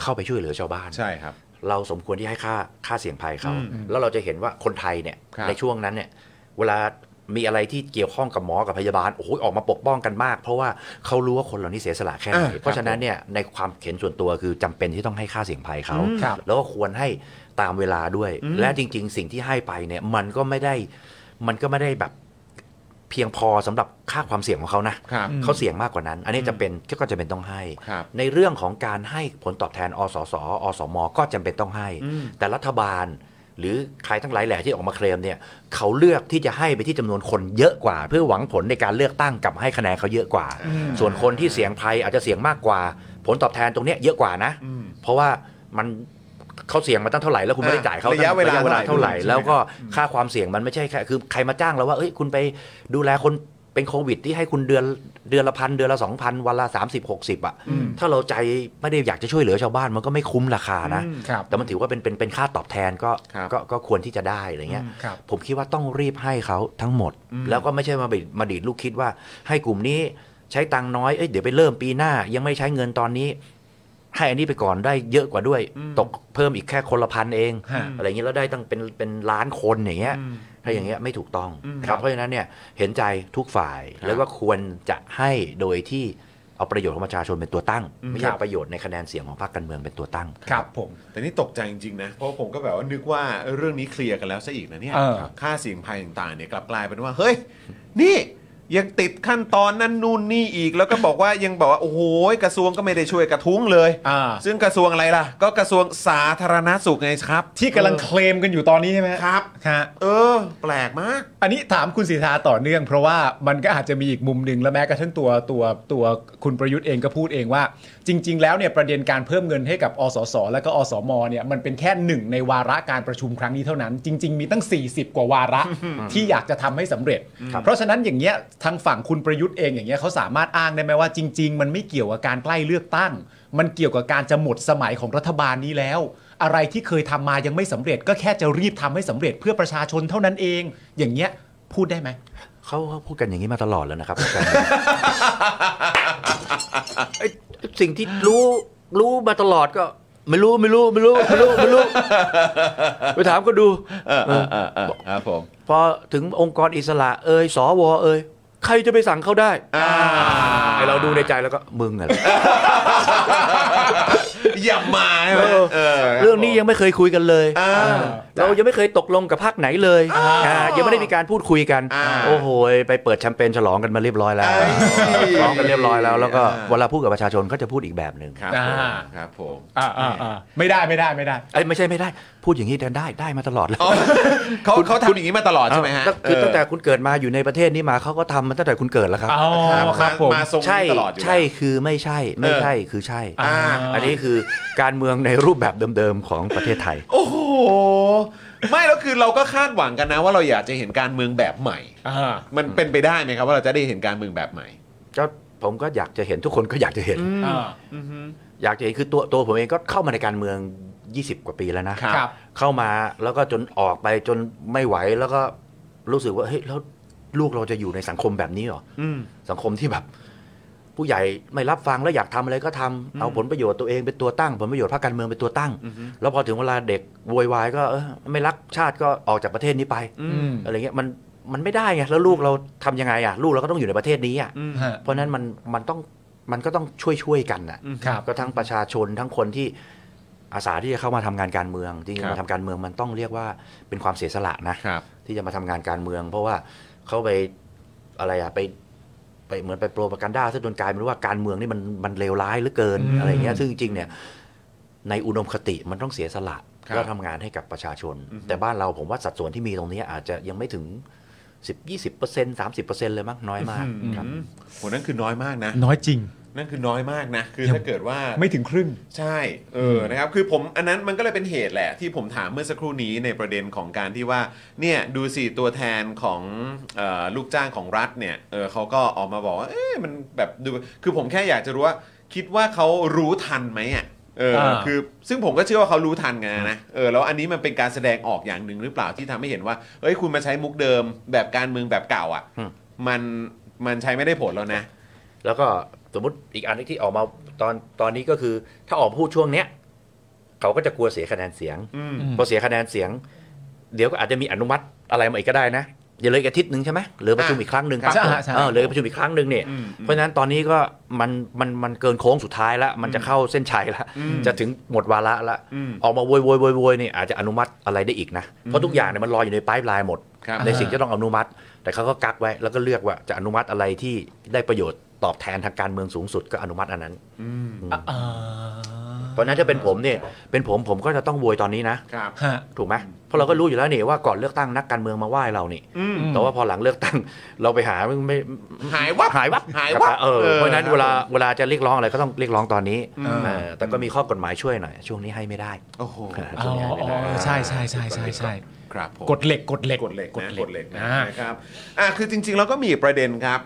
Speaker 4: เข้าไปช่วยเหลือชาวบ้าน
Speaker 1: ใช่ครับ
Speaker 4: เราสมควรที่ให้ค่าค่าเสี่ยงภัยเขา
Speaker 1: อืม
Speaker 4: แล้วเราจะเห็นว่าคนไทยเนี่ย
Speaker 1: ครับ
Speaker 4: ในช่วงนั้นเนี่ยเวลา มีอะไรที่เกี่ยวข้องกับหมอกับพยาบาลโอ้โหออกมาปกป้องกันมาก เพราะว่าเขารู้ว่าคนเหล่านี้เสียสละแค่ไหน
Speaker 1: อ่า
Speaker 4: เพราะฉะนั้นเนี่ยในความเห็นส่วนตัวคือจำเป็นที่ต้องให้ค่าเสี่ยงภัยเขา
Speaker 1: อืมครับ
Speaker 4: แล้วก็ควรให้ตามเวลาด้วย
Speaker 1: อืม
Speaker 4: และจริง ๆ สิ่งที่ให้ไปเนี่ยมันก็ไม่ได้มันก็ไม่ได้แบบเพียงพอสำหรับค่าความเสี่ยงของเขานะ
Speaker 1: ครับ
Speaker 2: อืม
Speaker 4: เขาเสี่ยงมากกว่านั้น อันนี้จะเป็นก็จะเป็นต้องให้
Speaker 1: ครับ
Speaker 4: ในเรื่องของการให้ผลตอบแทนอสสอสม ก็จำเป็นต้องให้
Speaker 1: อืม
Speaker 4: แต่รัฐบาล หรือใครทั้งหลายแหล่ที่ออกมาเคลมเนี่ยเขาเลือกที่จะให้ไปที่จำนวนคนเยอะกว่า เพื่อหวังผลในการเลือกตั้งกับให้คะแนนเขาเยอะกว่า ส่วนคนที่เสี่ยงภัยอาจจะเสี่ยงมากกว่า ผลตอบแทนตรงเนี้ยเยอะกว่านะ
Speaker 1: อืม
Speaker 4: เพราะว่ามันเขาเสี่ยงมาตั้งเท่าไหร่แล้วคุณ
Speaker 1: อ่า
Speaker 4: ไม่ได้จ่ายเขา
Speaker 1: ระยะเวลาเท่า
Speaker 4: เท่า
Speaker 1: ไห
Speaker 4: ไห
Speaker 1: ร่
Speaker 4: ร่
Speaker 1: ใช่ไหม
Speaker 4: แล้วก็ค่าความเสี่ยงมันไม่ใช่แค่คือใครมาจ้างเราว่าเอ้ยคุณไปดูแลคนเป็นโควิดที่ให้คุณเดือนเดือนละพันเดือนละสองพันวันละสามสิบหกสิบอ่ะ
Speaker 1: อืม
Speaker 4: ถ้าเราใจไม่ได้อยากจะช่วยเหลือชาวบ้านมันก็ไม่คุ้มราคานะ
Speaker 1: อืม
Speaker 2: ครับ
Speaker 4: แต่มันถือว่าเป็นเป็นเป็นค่าตอบแทนก็
Speaker 1: ครับ
Speaker 4: ก็ก็ควรที่จะได้อะไรเงี้ย
Speaker 2: ครับ
Speaker 4: ผมคิดว่าต้องรีบให้เขาทั้งหมด แล้วก็ไม่ใช่มาบิดมาดีดลูกคิดว่า ให้กลุ่มนี้ใช้ตังค์น้อยเอ้ยเดี๋ยวไปเริ่มปีหน้า ยังไม่ใช้เงินตอนนี้ ให้อันนี้ไปก่อนได้เยอะกว่าด้วย ตกเพิ่มอีกแค่คนละพันเอง
Speaker 2: ฮะ
Speaker 4: อะไรอย่างเงี้ยแล้วได้ตั้งเป็นเป็นล้านคนอย่างเงี้ยถ้าอย่างเงี้ยไม่ถูกต้องครับเพราะฉะนั้นเนี่ยเห็นใจทุกฝ่าย
Speaker 1: ครับ
Speaker 4: แล้วก็ควรจะให้โดยที่เอาประโยชน์ของประชาชนเป็นตัวตั้ง
Speaker 1: อืมค
Speaker 4: ไม่ใช่
Speaker 1: รับ
Speaker 4: ประโยชน์ในคะแนนเสียงของพรรคการเมืองเป็นตัวตั้ง
Speaker 2: ครับผม
Speaker 1: แต่นี่ตกใจจริงๆนะ เพราะผมก็แบบว่านึกว่าเรื่องนี้เคลียร์กันแล้วซะอีกนะเนี่ย
Speaker 2: เออ
Speaker 1: ครับค่าเสี่ยงภัยต่างๆเนี่ยกลับกลายเป็นว่า เฮ้ย นี่ยังติดขั้นตอนนั่นนู่นนี่อีก แล้วก็บอกว่ายังบอกว่า โอ้โหกระทรวงก็ไม่ได้ช่วยกระทุ้งเลย
Speaker 2: อ่า
Speaker 1: ซึ่งกระทรวงอะไรล่ะ ก็กระทรวงสาธารณสุขไงครับ
Speaker 2: ที่กำลัง
Speaker 1: เอ
Speaker 2: เคลมกันอยู่ตอนนี้ใช่ไหม
Speaker 1: อครับ
Speaker 2: ฮะ
Speaker 1: เออ แปลกมาก
Speaker 2: อันนี้ถามคุณสีทธาต่อเนื่อง เพราะว่ามันก็อาจจะมีอีกมุมหนึ่งและแม้กระทั่งตัวตัวตัวคุณประยุทธ์เองก็พูดเองว่า จริง ๆ แล้วเนี่ยประเด็นการเพิ่มเงินให้กับอสส และก็อสมเนี่ยมันเป็นแค่หนึ่งในวาระการประชุมครั้งนี้เท่านั้น จริง ๆ มีตั้ง 40 กว่าวาระ ที่อยากจะทำให้สำเร็จ
Speaker 4: ครับ
Speaker 2: เพราะฉะนั้นอย่างเงี้ยทางฝั่งคุณประยุทธ์เองอย่างเงี้ยเขาสามารถอ้างได้ไหมว่าจริง ๆ มันไม่เกี่ยวกับการใกล้เลือกตั้ง มันเกี่ยวกับการจะหมดสมัยของรัฐบาลนี้แล้ว อะไรที่เคยทำมายังไม่สำเร็จ ก็แค่จะรีบทำให้สำเร็จเพื่อประชาชนเท่านั้นเอง อย่างเงี้ยพูดได้ไหม
Speaker 4: เขาเขาพูดกันอย่างนี้มาตลอดแล้ว นะครับ ไอ้สิ่งที่รู้รู้มาตลอดก็ ไม่รู้ไม่รู้ไม่รู้ไม่รู้ไม่รู้ ไปถามก็ดู
Speaker 1: เออเออเออเออครับผม
Speaker 4: พอถึงองค์กรอิสระเอ่ยสวเอ่ยใครจะไปสั่งเขาได้
Speaker 1: อ่า
Speaker 4: ไอเราดูในใจแล้วก็มึงอะ
Speaker 1: อย่ามาใช่ไหม
Speaker 4: เออ
Speaker 1: เออคบ
Speaker 4: เรื่องนี้ยังไม่เคยคุยกันเลย
Speaker 1: อ่า
Speaker 4: เรายังไม่เคยตกลงกับภาคไหนเลยอ่ายังไม่ได้มีการพูดคุยกัน
Speaker 1: อ่า
Speaker 4: โอ้โหไปเปิดแชมเปญฉลองกันมาเรียบร้อยแล้ว
Speaker 1: เอ้ย
Speaker 4: ร้องกันเรียบร้อยแล้ว แล้วก็
Speaker 1: อ่า
Speaker 4: เวลาพูดกับประชาชนก็จะพูดอีกแบบหนึ่ง
Speaker 1: ครับ
Speaker 2: อ่า
Speaker 1: ผมครับผม
Speaker 2: อ่าอ่าอ่าไม่ได้ไม่ได้ไม่ได้
Speaker 4: เอ้ยไม่ใช่ไม่ได้ พูดอย่างนี้ได้ได้มาตลอดแล้ว
Speaker 1: อ๋อเขาเขาทำอย่างนี้มาตลอดใช่ไหมฮะ
Speaker 4: ตั้งคือตั้งแต่
Speaker 1: เ
Speaker 4: คุณเกิดมาอยู่ในประเทศนี้มาเขาก็ทำมาตั้งแต่คุณเกิดแล้วครับ
Speaker 2: อ๋อ
Speaker 1: ออมา
Speaker 2: ครับผม
Speaker 1: มาทรง
Speaker 4: ใช่
Speaker 1: นี้ตลอดอยู่แล้ว
Speaker 4: ใช่คือไม่ใช่ไม่
Speaker 1: เออ
Speaker 4: ใช่คือใช่
Speaker 1: อ่า
Speaker 4: อันนี้คือการเมืองในรูปแบบเดิมๆของประเทศไทย
Speaker 1: โอ้โห ไม่แล้วคือเราก็คาดหวังกันนะ ว่าเราอยากจะเห็นการเมืองแบบใหม่
Speaker 2: อ่า
Speaker 1: มันเป็นไปได้ไหมครับ ว่าเราจะได้เห็นการเมืองแบบใหม่
Speaker 4: ก็ผมก็อยากจะเห็นทุกคนก็อยากจะเห็น
Speaker 2: อ่า
Speaker 4: อยากจะเห็นคือตัวตัวผมเองก็เข้ามาในการเมือง 20 กว่าปีแล้วนะ
Speaker 1: ครับ
Speaker 4: เข้ามาแล้วก็จนออกไปจนไม่ไหวแล้วก็รู้สึกว่าเฮ้ยแล้วลูกเราจะอยู่ในสังคมแบบนี้เหรอ
Speaker 1: อืม
Speaker 4: สังคมที่แบบ ผู้ใหญ่ไม่รับฟังแล้วอยากทำอะไรก็ทำเอาผลประโยชน์ตัวเองเป็นตัวตั้ง ผลประโยชน์พรรคการเมืองเป็นตัวตั้ง แล้วพอถึงเวลาเด็กโวยวายก็เออไม่รักชาติก็ออกจากประเทศนี้ไป
Speaker 2: ม
Speaker 4: อะไรเงี้ยมันมันไม่ได้ไงแล้วลูกเราทำยังไงอ่ะลูกเราก็ต้องอยู่ในประเทศนี้อ่ะ
Speaker 2: ฮะ
Speaker 4: เพราะฉะนั้นมันมันต้องมันก็ต้องช่วยช่วยๆกันอ่ะ
Speaker 2: ครับ
Speaker 4: ก็ทั้งประชาชนทั้งคนที่อาสาที่จะเข้ามาทำงานการเมืองจริ
Speaker 1: ครับ
Speaker 4: งๆมาทำการเมืองมันต้องเรียกว่าเป็นความเสียสละนะ
Speaker 1: ครับ
Speaker 4: ที่จะมาทำงานการเมือง เพราะว่าเขาไปอะไรอะไปไปเหมือนไปโปรปากันด้าซะจนกลายเป็นว่าการเมืองนี่มันมันเลวร้ายเหลือเกิน
Speaker 2: อืม
Speaker 4: อะไรเงี้ยซึ่งจริงๆเนี่ยในอุดมคติมันต้องเสียสละ
Speaker 1: ครับ
Speaker 4: แล้วทำงานให้กับประชาชน แต่บ้านเราผมว่าสัดส่วนที่มีตรงเนี้ยอาจจะยังไม่ถึง 10 20เปอร์เซ็นต์สามสิบเปอร์เซ็นต์เลยมั้งน้อยมากครับ
Speaker 1: อืมโหนั่นคือน้อยมากนะ
Speaker 2: น้อยจริง
Speaker 1: นั่นคือน้อยมากนะ คือถ้าเกิดว่า
Speaker 2: ไม่ถึงครึ่ง
Speaker 1: ใช่เออนะครับคือผมอันนั้นมันก็เลยเป็นเหตุแหละ ที่ผมถามเมื่อสักครู่นี้ในประเด็นของการที่ว่าเนี่ยดูสิตัวแทนของเออลูกจ้างของรัฐเนี่ยเออเขาก็ออกมาบอกว่าเอ๊ะมันแบบดูคือผมแค่อยากจะรู้ว่าคิดว่าเขารู้ทันไหมอ่ะเออ
Speaker 2: อ่า
Speaker 1: คือซึ่งผมก็เชื่อว่าเขารู้ทันไงนะเออแล้วอันนี้มันเป็นการแสดงออกอย่างหนึ่งหรือเปล่าที่ทำให้เห็นว่าเอ้ยคุณมาใช้มุกเดิมแบบการเมืองแบบเก่าอ่ะ
Speaker 4: อืม
Speaker 1: มันมันใช้ไม่ได้ผลแล้วนะ
Speaker 4: แล้วก็สมมติอีกอันที่ออกมาตอนตอนนี้ก็คือ ถ้าออกพูดช่วงเนี้ยเขาก็จะกลัวเสียคะแนนเสียง
Speaker 1: อืม
Speaker 4: พอเสียคะแนนเสียง เดี๋ยวก็อาจจะมีอนุมัติอะไรมาอีกก็ได้นะ อย่าเลยอีกอาทิตย์หนึ่งใช่ไหมเหลือประชุมอีกครั้งหนึ่งครับ
Speaker 2: ใช่ฮะใช่
Speaker 4: เออเหลือประชุมอีกครั้งหนึ่งเนี่ย เพราะฉะนั้นตอนนี้ก็มันมันมันเกินโค้งสุดท้ายแล้ว มันจะเข้าเส้นชัยแล้ว จะถึงหมดวาระละ
Speaker 1: อืม
Speaker 4: ออกมาโวยโวยโวยโวยนี่อาจจะอนุมัติอะไรได้อีกนะ เพราะทุกอย่างเนี่ยมันรออยู่ในไพป์ไลน์หมด
Speaker 1: ครับ
Speaker 4: ในสิ่งที่ต้องอนุมัติ แต่เขาก็กักไว้แล้วก็เลือกว่าจะอนุมัติอะไรที่ได้ประโยชน์ตอบแทนทางการเมืองสูงสุดก็อนุมัติอันนั้น
Speaker 2: อ่า
Speaker 4: เพราะฉะนั้นถ้าเป็นผมเนี่ยเป็นผมผมก็จะต้องโวยตอนนี้นะ
Speaker 1: ครับ
Speaker 2: ฮะ
Speaker 4: ถูกไหมเพราะเราก็รู้อยู่แล้วนี่ว่าก่อนเลือกตั้งนักการเมืองมาไหว้เรานี่
Speaker 1: อืม
Speaker 4: แต่ว่าพอหลังเลือกตั้งเราไปหามันไม่
Speaker 1: หายวับ
Speaker 4: หายวับ
Speaker 1: หายวับ
Speaker 4: เออ
Speaker 1: เออ
Speaker 4: เพราะฉะนั้น
Speaker 1: ครับ
Speaker 4: เวลาเวลาจะเรียกร้องอะไรก็ต้องเรียกร้องตอนนี้
Speaker 1: อืม
Speaker 4: เออแต่ก็มีข้อกฎหมายช่วยหน่อย ช่วงนี้ให้ไม่ได้
Speaker 1: โอ้โห
Speaker 2: อ๋
Speaker 4: ช่วง
Speaker 2: อ
Speaker 4: นี้ให้ไม่ได้
Speaker 2: อ๋อใช่ใช่ใช่ใช่ใช่
Speaker 1: ครับผม
Speaker 2: กดเหล็กกดเหล็ก
Speaker 1: กดเหล็กนะกดเหล็กนะ
Speaker 2: อ่า
Speaker 1: นะครับอ่ะคือจริงๆแล้วก็มีอีกประเด็นครับ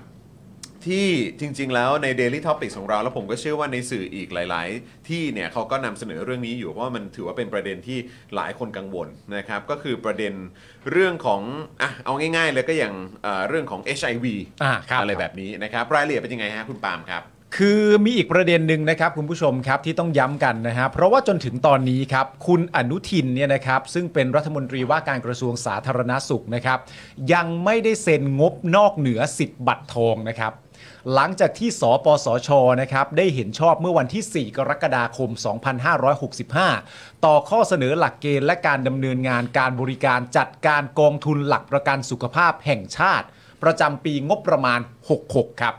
Speaker 1: ที่จริง ๆ แล้วใน Daily Topics ของเรา แล้วผมก็เชื่อว่าในสื่ออีกหลาย ๆ ที่เนี่ยเขาก็นำเสนอเรื่องนี้อยู่เพราะว่ามันถือว่าเป็นประเด็นที่หลายคนกังวลนะครับก็คือประเด็นเรื่องของอ่ะเอาง่ายๆเลยก็อย่างเอ่อเรื่องของ HIV
Speaker 2: อ่าครับ
Speaker 1: อะไรแบบนี้นะครับรายละเอียดเป็นยังไงฮะคุณปาล์มครับ
Speaker 2: คือมีอีกประเด็นหนึ่งนะครับคุณผู้ชมครับที่ต้องย้ำกันนะฮะเพราะว่าจนถึงตอนนี้ครับคุณอนุทินเนี่ยนะครับซึ่งเป็นรัฐมนตรีว่าการกระทรวงสาธารณาสุขนะครับยังไม่ได้เซ็นงบนอกเหนือ 10 บัตรทองนะครับ หลังจากที่สปสชนะครับได้เห็นชอบเมื่อวันที่ 4 กรกฎาคม 2565 ต่อข้อเสนอหลักเกณฑ์และการดำเนินงานการบริการจัดการกองทุนหลักประกันสุขภาพแห่งชาติ ประจำปีงบประมาณ 66 ครับ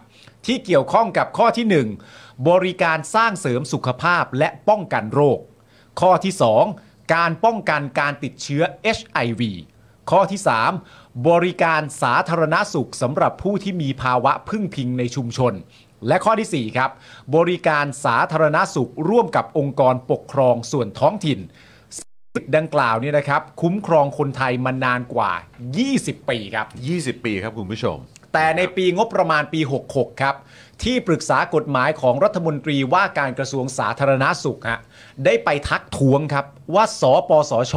Speaker 2: ที่เกี่ยวข้องกับข้อที่ 1 บริการสร้างเสริมสุขภาพและป้องกันโรค ข้อที่ 2 การป้องกันการติดเชื้อ HIV ข้อที่ 3 บริการสาธารณสุขสำหรับผู้ที่มีภาวะพึ่งพิงในชุมชน และข้อที่ 4 ครับ บริการสาธารณสุขร่วมกับองค์กรปกครองส่วนท้องถิ่น ดังกล่าวเนี่ยนะครับ คุ้มครองคนไทยมานานกว่า 20 ปีครับ
Speaker 1: 20 ปีครับคุณผู้ชม
Speaker 2: แต่ในปีงบประมาณปี 66 ครับ ที่ปรึกษากฎหมายของรัฐมนตรีว่าการกระทรวงสาธารณาสุขฮะได้ไปทักท้วงครับ ว่าสปสช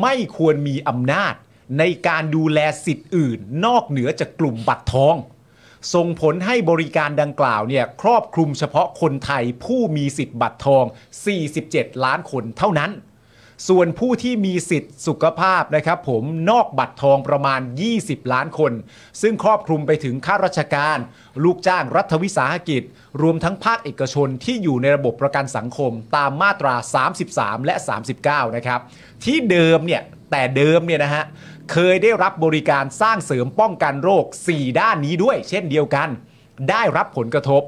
Speaker 2: ไม่ควรมีอำนาจ ในการดูแลสิทธิ์อื่น นอกเหนือจากกลุ่มบัตรทอง ส่งผลให้บริการดังกล่าวเนี่ยครอบคลุมเฉพาะคนไทยผู้มีสิทธิ์บัตรทอง 47 ล้านคนเท่านั้น ส่วนผู้ที่มีสิทธิ์สุขภาพนะครับผมนอกบัตรทองประมาณ 20 ล้านคน ซึ่งครอบคลุมไปถึงข้าราชการ ลูกจ้างรัฐวิสาหกิจ รวมทั้งภาคเอกชนที่อยู่ในระบบประกันสังคมตามมาตรา 33 และ 39 นะครับ ที่เดิมเนี่ยแต่เดิมเนี่ยนะฮะ เคยได้รับบริการสร้างเสริมป้องกันโรค 4 ด้านนี้ด้วย เช่นเดียวกัน ได้รับผลกระทบ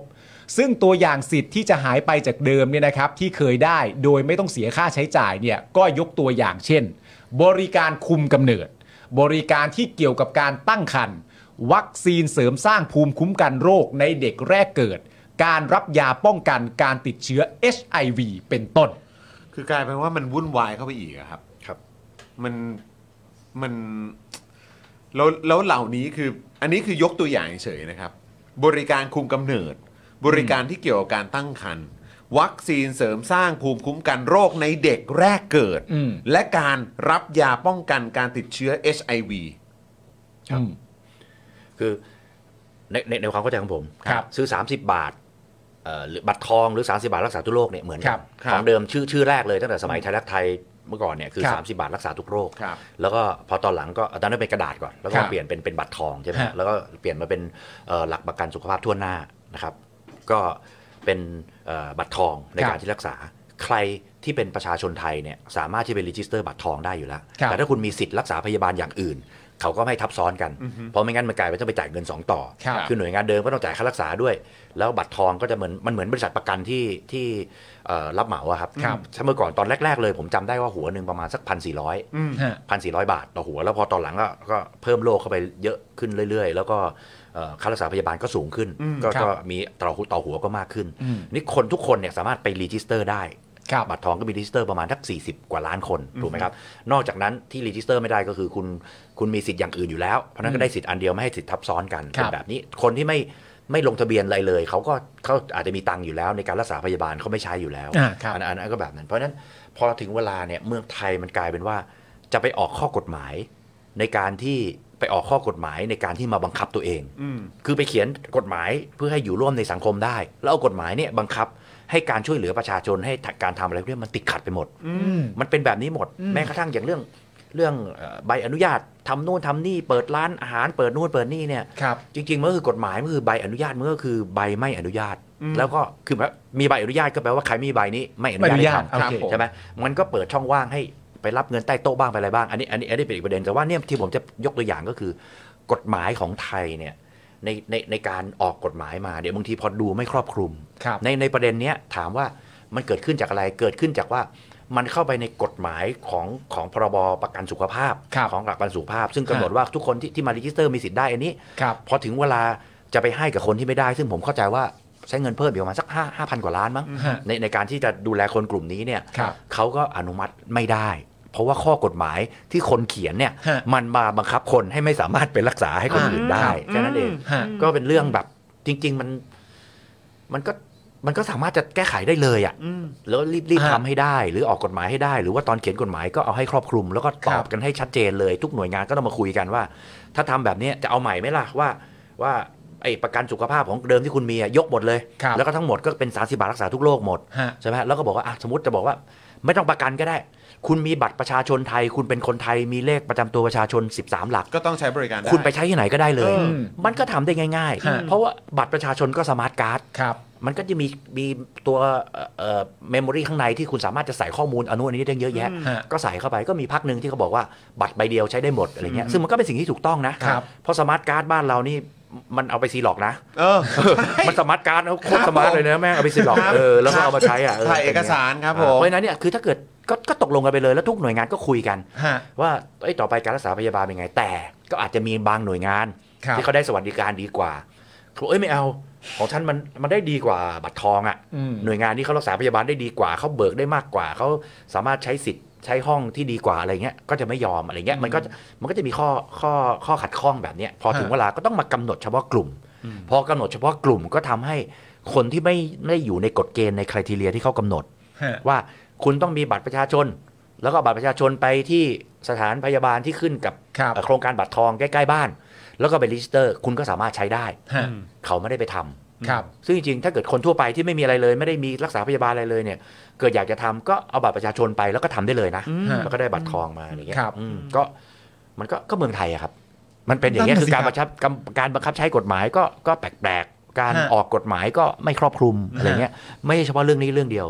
Speaker 2: ซึ่งตัวอย่างสิทธิ์ที่จะหายไปจากเดิมเนี่ยนะครับ ที่เคยได้โดยไม่ต้องเสียค่าใช้จ่ายเนี่ยก็ยกตัวอย่างเช่น บริการคุมกำเนิด บริการที่เกี่ยวกับการตั้งครรภ์วัคซีนเสริมสร้างภูมิคุ้มกันโรคในเด็กแรกเกิด การรับยาป้องกันการติดเชื้อ HIV เป็นต้น
Speaker 1: คือกลายเป็นว่ามันวุ่นวายเข้าไปอีกอะครับ
Speaker 4: ครับ
Speaker 1: มันมันแล้วแล้วเหล่านี้คือ อันนี้คือยกตัวอย่างเฉยๆนะครับ บริการคุมกำเนิด บริการที่เกี่ยวกับการตั้งครรภ์วัคซีนเสริมสร้างภูมิคุ้มกันโรคในเด็กแรกเกิด
Speaker 2: อืม
Speaker 1: และการรับยาป้องกันการติดเชื้อ HIV
Speaker 4: ครับ
Speaker 2: อืม
Speaker 4: คือในในในความเข้าใจของผม
Speaker 2: ครับ
Speaker 4: ซื้อ 30 บาทเอ่อหรือบัตรทองหรือ 30 บาทรักษาทุกโรคเนี่ยเหมือน
Speaker 2: ค
Speaker 4: กั
Speaker 2: รั
Speaker 4: น
Speaker 2: บ
Speaker 1: ครับ
Speaker 4: ของเดิมชื่อชื่อแรกเลยตั้งแต่สมัยไทยรักไทยเมื่อก่อนเนี่ยคือ
Speaker 2: ครับ
Speaker 4: 30 บาทรักษาทุกโรค
Speaker 1: ครับ
Speaker 4: แล้วก็พอตอนหลังก็ตอนนั้นเป็นกระดาษก่อน แล้วก็
Speaker 2: ครับ
Speaker 4: เปลี่ยนเป็นเป็นบัตรทองใช่ไหม
Speaker 2: ฮะ
Speaker 4: แล้วก็เปลี่ยนมาเป็นเอ่อหลักประกันสุขภาพทั่วหน้านะครับ ก็เป็นเอ่อบัตรทองในการที่รักษา ใครที่เป็นประชาชนไทยเนี่ยสามารถที่ไปรีจิสเตอร์บัตรทองได้อยู่แล้ว
Speaker 2: ครับ
Speaker 4: แต่ถ้าคุณมีสิทธิ์รักษาพยาบาลอย่างอื่น เขาก็ไม่ให้ทับซ้อนกัน เพราะไม่งั้นมันกลายเป็นต้องไปจ่ายเงิน 2 ต่อ
Speaker 2: ครับ
Speaker 4: คือหน่วยงานเดิมก็ต้องจ่ายค่ารักษาด้วย แล้วบัตรทองก็จะเหมือนมันเหมือนบริษัทประกันที่ที่เอ่อรับเหมาอะครับ
Speaker 2: ครับ
Speaker 4: ถ้าเมื่อก่อนตอนแรก ๆ เลยผมจำได้ว่าหัวหนึ่งประมาณสักพันสี่ร้อย
Speaker 2: ฮะ
Speaker 4: พันสี่ร้อยบาทต่อหัว แล้วพอตอนหลังก็ก็เพิ่มโลกเข้าไปเยอะขึ้นเรื่อย ๆ แล้วก็เอ่อค่ารักษาพยาบาลก็สูงขึ้น ก็
Speaker 2: ครับ
Speaker 4: ก็มีต่อหัวต่อหัวก็มากขึ้น
Speaker 2: อืม
Speaker 4: นี่คนทุกคนเนี่ยสามารถไปรีจิสเตอร์ได้
Speaker 2: ครับ
Speaker 4: ตรทองก็มีรีจิสเตอร์ประมาณทัก40 กว่าล้านคนถูกไหมครับ นอกจากนั้นที่รีจิสเตอร์ไม่ได้ก็คือคุณคุณมีสิทธิ์อย่างอื่นอยู่แล้ว เพราะฉะนั้นก็ได้สิทธิ์อันเดียวไม่ให้สิทธิ์ทับซ้อนกัน
Speaker 2: ครับ
Speaker 4: เป็นแบบนี้คนที่ไม่ไม่ลงทะเบียนอะไรเลย เขาก็เขาอาจจะมีตังค์อยู่แล้ว ในการรักษาพยาบาลเขาไม่ใช้อยู่แล้ว
Speaker 2: อ่าครับ
Speaker 4: อันอันนั้นก็แบบนั้น เพราะฉะนั้นพอถึงเวลาเนี่ยเมืองไทยมันกลายเป็นว่า จะไปออกข้อกฎหมาย ในการที่ไปออกข้อกฎหมายในการที่มาบังคับตัวเอง
Speaker 1: อืม
Speaker 4: คือไปเขียนกฎหมายเพื่อให้อยู่ร่วมในสังคมได้ แล้วเอากฎหมายเนี่ยบังคับให้การช่วยเหลือประชาชนให้การทำอะไรพวกเนี้ยมันติดขัดไปหมด
Speaker 2: อืม
Speaker 4: มันเป็นแบบนี้หมด แม้กระทั่งอย่างเรื่อง เรื่องเอ่อใบอนุญาตทำนู่นทำนี่เปิดร้านอาหารเปิดนู่นเปิดนี่เนี่ย
Speaker 2: ครับ
Speaker 4: จริงๆมันก็คือกฎหมายมันคือใบอนุญาตมันก็คือใบไม่อนุญาต
Speaker 1: อืม
Speaker 4: แล้วก็คือแบบมีใบอนุญาตก็แปลว่าใครไมมีใบนี้ไม่อนุ
Speaker 2: ไม่อนุ
Speaker 4: ญา
Speaker 2: ญา
Speaker 4: ต
Speaker 2: ต
Speaker 4: ให้ทำ
Speaker 2: โอเค
Speaker 4: ครับใช่ไหมมันก็เปิดช่องว่างให้ไปรับเงินใต้โต๊ะบ้างไปอะไรบ้างอันนี้อันนี้อันนี้เป็นอีกประเด็นแต่ว่าเนี่ยที่ผมจะยกตัวอย่างก็คือ กฎหมายของไทยเนี่ยในในในการออกกฎหมายมาเดี๋ยวบางทีพอดูไม่ครอบคลุม
Speaker 2: ครับ
Speaker 4: ในในประเด็นเนี้ยถามว่ามันเกิดขึ้นจากอะไรเกิดขึ้นจากว่ามันเข้าไปในกฎหมายของของพรบประกันสุขภาพ
Speaker 2: ครับ
Speaker 4: ของหลักประกันสุขภาพ ซึ่งกำหนด
Speaker 2: ฮะ
Speaker 4: ว่าทุกคนที่ที่มารีจิสเตอร์มีสิทธิ์ได้อันนี้
Speaker 2: ครับ
Speaker 4: พอถึงเวลาจะไปให้กับคนที่ไม่ได้ ซึ่งผมเข้าใจว่าใช้เงินเพิ่มอีกประมาณสัก5 5 0 0 0 กว่าล้านมั้ง
Speaker 2: ฮะ
Speaker 4: ในในการที่จะดูแลคนกลุ่มนี้เนี่ย
Speaker 2: ครับ
Speaker 4: เขาก็อนุมัติไม่ได้ เพราะว่าข้อกฎหมายที่คนเขียนเนี่ย
Speaker 2: ฮะ
Speaker 4: มันมาบังคับคนให้ไม่สามารถไปรักษาให้คน
Speaker 2: อ่า
Speaker 4: อื่นได้แค่นั้นเอง
Speaker 2: ฮะ
Speaker 4: ก็เป็นเรื่องแบบจริง ๆ มันมันก็มันก็สามารถจะแก้ไขได้เลยอะ่ะแล้วรีบรีบ
Speaker 2: ฮะ
Speaker 4: ทำให้ได้ หรือออกกฎหมายให้ได้ หรือว่าตอนเขียนกฎหมายก็เอาให้ครอบคลุม แล้วก็ต
Speaker 2: ครั
Speaker 4: อบบ กันให้ชัดเจนเลย ทุกหน่วยงานก็ต้องมาคุยกันว่า ถ้าทำแบบเนี้ยจะเอาใหม่ไหมล่ะว่าว่าไอ้ประกันสุขภาพของเดิมที่คุณมีอะยกหมดเลย
Speaker 2: ครับ
Speaker 4: แล้วก็ทั้งหมดก็เป็น 30 บาทรักษาทุกโรคหมด
Speaker 2: ฮะ
Speaker 4: ใช่ไหมแล้วก็บอกว่าอ่ะสมมติจะบอกว่า ไม่ต้องประกันก็ได้ คุณมีบัตรประชาชนไทย คุณเป็นคนไทยมีเลขประจำตัวประชาชน 13 หลัก
Speaker 1: ก็ต้องใช้บริการด้
Speaker 4: คุณไปใช้ที่ไหนก็ได้เลย
Speaker 1: เออ
Speaker 4: มันก็ทำได้ง่าย
Speaker 2: ฮะ
Speaker 4: ๆ เพราะว่าบัตรประชาชนก็สมาร์ทการ์ด
Speaker 2: ครับ
Speaker 4: มันก็จะมีมีตัวเมมโมรีข้างในที่คุณสามารถจะใส่ข้อมูลอนุอันนี้ได้เยอะแยะ
Speaker 2: ฮะ
Speaker 4: ก็ใส่เข้าไปก็มีพักหนึ่งที่เขาบอกว่าบัตรใบเดียวใช้ได้หมดอะไรเงี้ย ซึ่งมันก็เป็นสิ่งที่ถูกต้องนะ
Speaker 2: ครับ
Speaker 4: เพราะสมาร์ทการ์ดบ้านเรานี่มันเอาไปซีหลอกนะ
Speaker 1: เออ
Speaker 4: มันสมาร์ทการ์ดนะโคตรสมาร์ทเลยนะแม่งเอาไปซีหลอก
Speaker 1: ครับ
Speaker 4: เออแล้วก็เอามาใช้อ่ะ
Speaker 1: ถ่ายเอกสารครับผ
Speaker 4: อ่าม เพราะฉะนั้นเนี่ยคือถ้าเกิดก็ก็ตกลงกันไปเลยแล้วทุกหน่วยงานก็คุยกัน
Speaker 2: ฮะ
Speaker 4: ว่าเอ้ยต่อไปการรักษาพยาบาลเป็นไง แต่ก็อาจจะมีบางหน่วยงาน
Speaker 2: ครับ
Speaker 4: ที่เขาได้สวัสดิการดีกว่าเขาบอกเอ้ยไม่เอา ของฉันมันมันได้ดีกว่าบัตรทองอะ่ะ
Speaker 2: อืม
Speaker 4: หน่วยงานที่เขารักษาพยาบาลได้ดีกว่าเขาเบิกได้มากกว่าเขาสามารถใช้สิทธิ์ใช้ห้องที่ดีกว่าอะไรเงี้ยก็จะไม่ยอมอะไรเงี้ยมันก็มันก็จะมีข้อข้อข้อขัดข้องแบบเนี้ยพอถึงเวลาก็ต้องมากำหนดเฉพาะกลุ่ม พอกำหนดเฉพาะกลุ่มก็ทำให้คนที่ไม่ไม่อยู่ในกฎเกณฑ์ในคุณทีเรียที่เขากำหนด
Speaker 2: ฮะ
Speaker 4: ว่าคุณต้องมีบัตรประชาชน แล้วก็เอาบัตรประชาชนไปที่สถานพยาบาลที่ขึ้นกับ
Speaker 2: ครับ
Speaker 4: เอ่อโครงการบัตรทองใกล้ๆบ้าน แล้วก็ไปรีจิสเตอร์ คุณก็สามารถใช้ได้
Speaker 2: ฮะ
Speaker 4: เขาไม่ได้ไปทำ
Speaker 2: ครับ
Speaker 4: ซึ่งจริงๆ ถ้าเกิดคนทั่วไปที่ไม่มีอะไรเลย ไม่ได้มีรักษาพยาบาลอะไรเลยเนี่ย เกิดอยากจะทำก็เอาบัตรประชาชนไปแล้วก็ทำได้เลยนะ
Speaker 2: ฮะ
Speaker 4: แล้วก็ได้บัตรทองมาอะไรเงี้ย
Speaker 2: ครับ
Speaker 4: อืมก็มันก็ก็เมืองไทยอะครับ มันเป็นอย่างเงี้ย
Speaker 2: นั่นน่ะ
Speaker 4: คือการ
Speaker 2: สิ
Speaker 4: บังคับการการบังคับใช้กฎหมายก็ก็แปลกๆการ
Speaker 2: ฮะ
Speaker 4: ออกกฎหมายก็ไม่ครอบคลุมอะไรเงี้ย ไม่ใช่เฉพาะเรื่องนี้เรื่องเดียว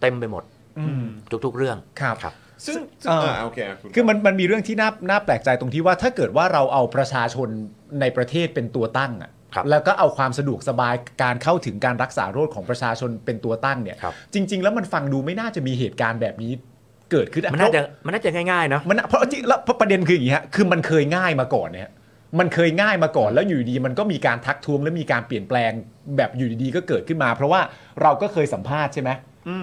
Speaker 4: เต็มไปหมด
Speaker 2: อืม
Speaker 4: ทุกๆ เรื่อง
Speaker 2: ครับ
Speaker 4: ครับ
Speaker 1: ซึ่ง
Speaker 2: เออ
Speaker 1: เออโอเคคุณ
Speaker 2: คือมันมันมีเรื่องที่น่าน่าแปลกใจตรงที่ว่าถ้าเกิดว่าเราเอาประชาชนในประเทศเป็นตัวตั้งอะ
Speaker 4: ครับ
Speaker 2: แล้วก็เอาความสะดวกสบายการเข้าถึงการรักษาโรคของประชาชนเป็นตัวตั้งเนี่ย
Speaker 4: ครับ
Speaker 2: จริง ๆ แล้วมันฟังดูไม่น่าจะมีเหตุการณ์แบบนี้เกิดขึ้นอ
Speaker 4: มันน่าจะมันน่าจะง่ายๆเนาะ
Speaker 2: มันน่ะเพราะจริงแล้วประเด็นคืออย่างนี้ฮะคือมันเคยง่ายมาก่อนเนี่ยมันเคยง่ายมาก่อนแล้วอยู่ดีๆมันก็มีการทักท้วงและมีการเปลี่ยนแปลงแบบอยู่ดีๆก็เกิดขึ้นมา เพราะว่าเราก็เคยสัมภาษณ์ใช่ไหม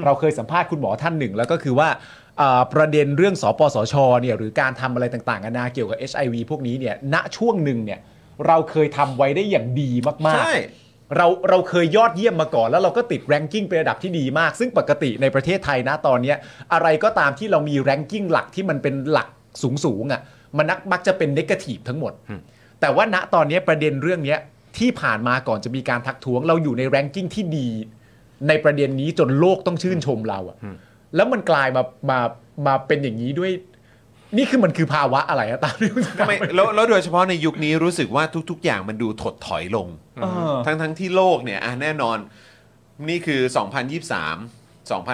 Speaker 2: เราเคยสัมภาษณ์คุณหมอท่านหนึ่ง แล้วก็คือว่าเอ่อประเด็นเรื่องสปสชเนี่ยหรือการทำอะไรต่างๆนานาเกี่ยวกับ HIV พวกนี้เนี่ยณช่วงหนึ่งเนี่ยเราเคยทำไว้ได้อย่างดีมาก
Speaker 1: ใช่
Speaker 2: ๆ เราเราเคยยอดเยี่ยมมาก่อน แล้วเราก็ติดแรงกิ้งเป็นระดับที่ดีมาก ซึ่งปกติในประเทศไทยนะตอนเนี้ยอะไรก็ตามที่เรามีแรงกิ้งหลักที่มันเป็นหลักสูงสูงๆอะ่ะมันนักมักจะเป็นเนกาทีฟทั้งหมด
Speaker 4: อืม
Speaker 2: แต่ว่าณตอนเนี้ยประเด็นเรื่องเนี้ยที่ผ่านมาก่อนจะมีการทักท้วง เราอยู่ในแรงกิ้งที่ดี ในประเด็นนี้จนโลกต้องชื่นชมเราอะ่ะแล้วมันกลายมามามาเป็นอย่างนี้ด้วย นี่คือมันคือภาวะอะไรอะตามที่คุณ
Speaker 1: ทำไมแล้วแล้วโดยเฉพาะในยุคนี้รู้สึกว่าทุก ๆ อย่างมันดูถดถอยลง
Speaker 2: เออ
Speaker 1: ทั้งทั้งที่โลกเนี่ยอ่ะแน่นอนนี่คือ 2023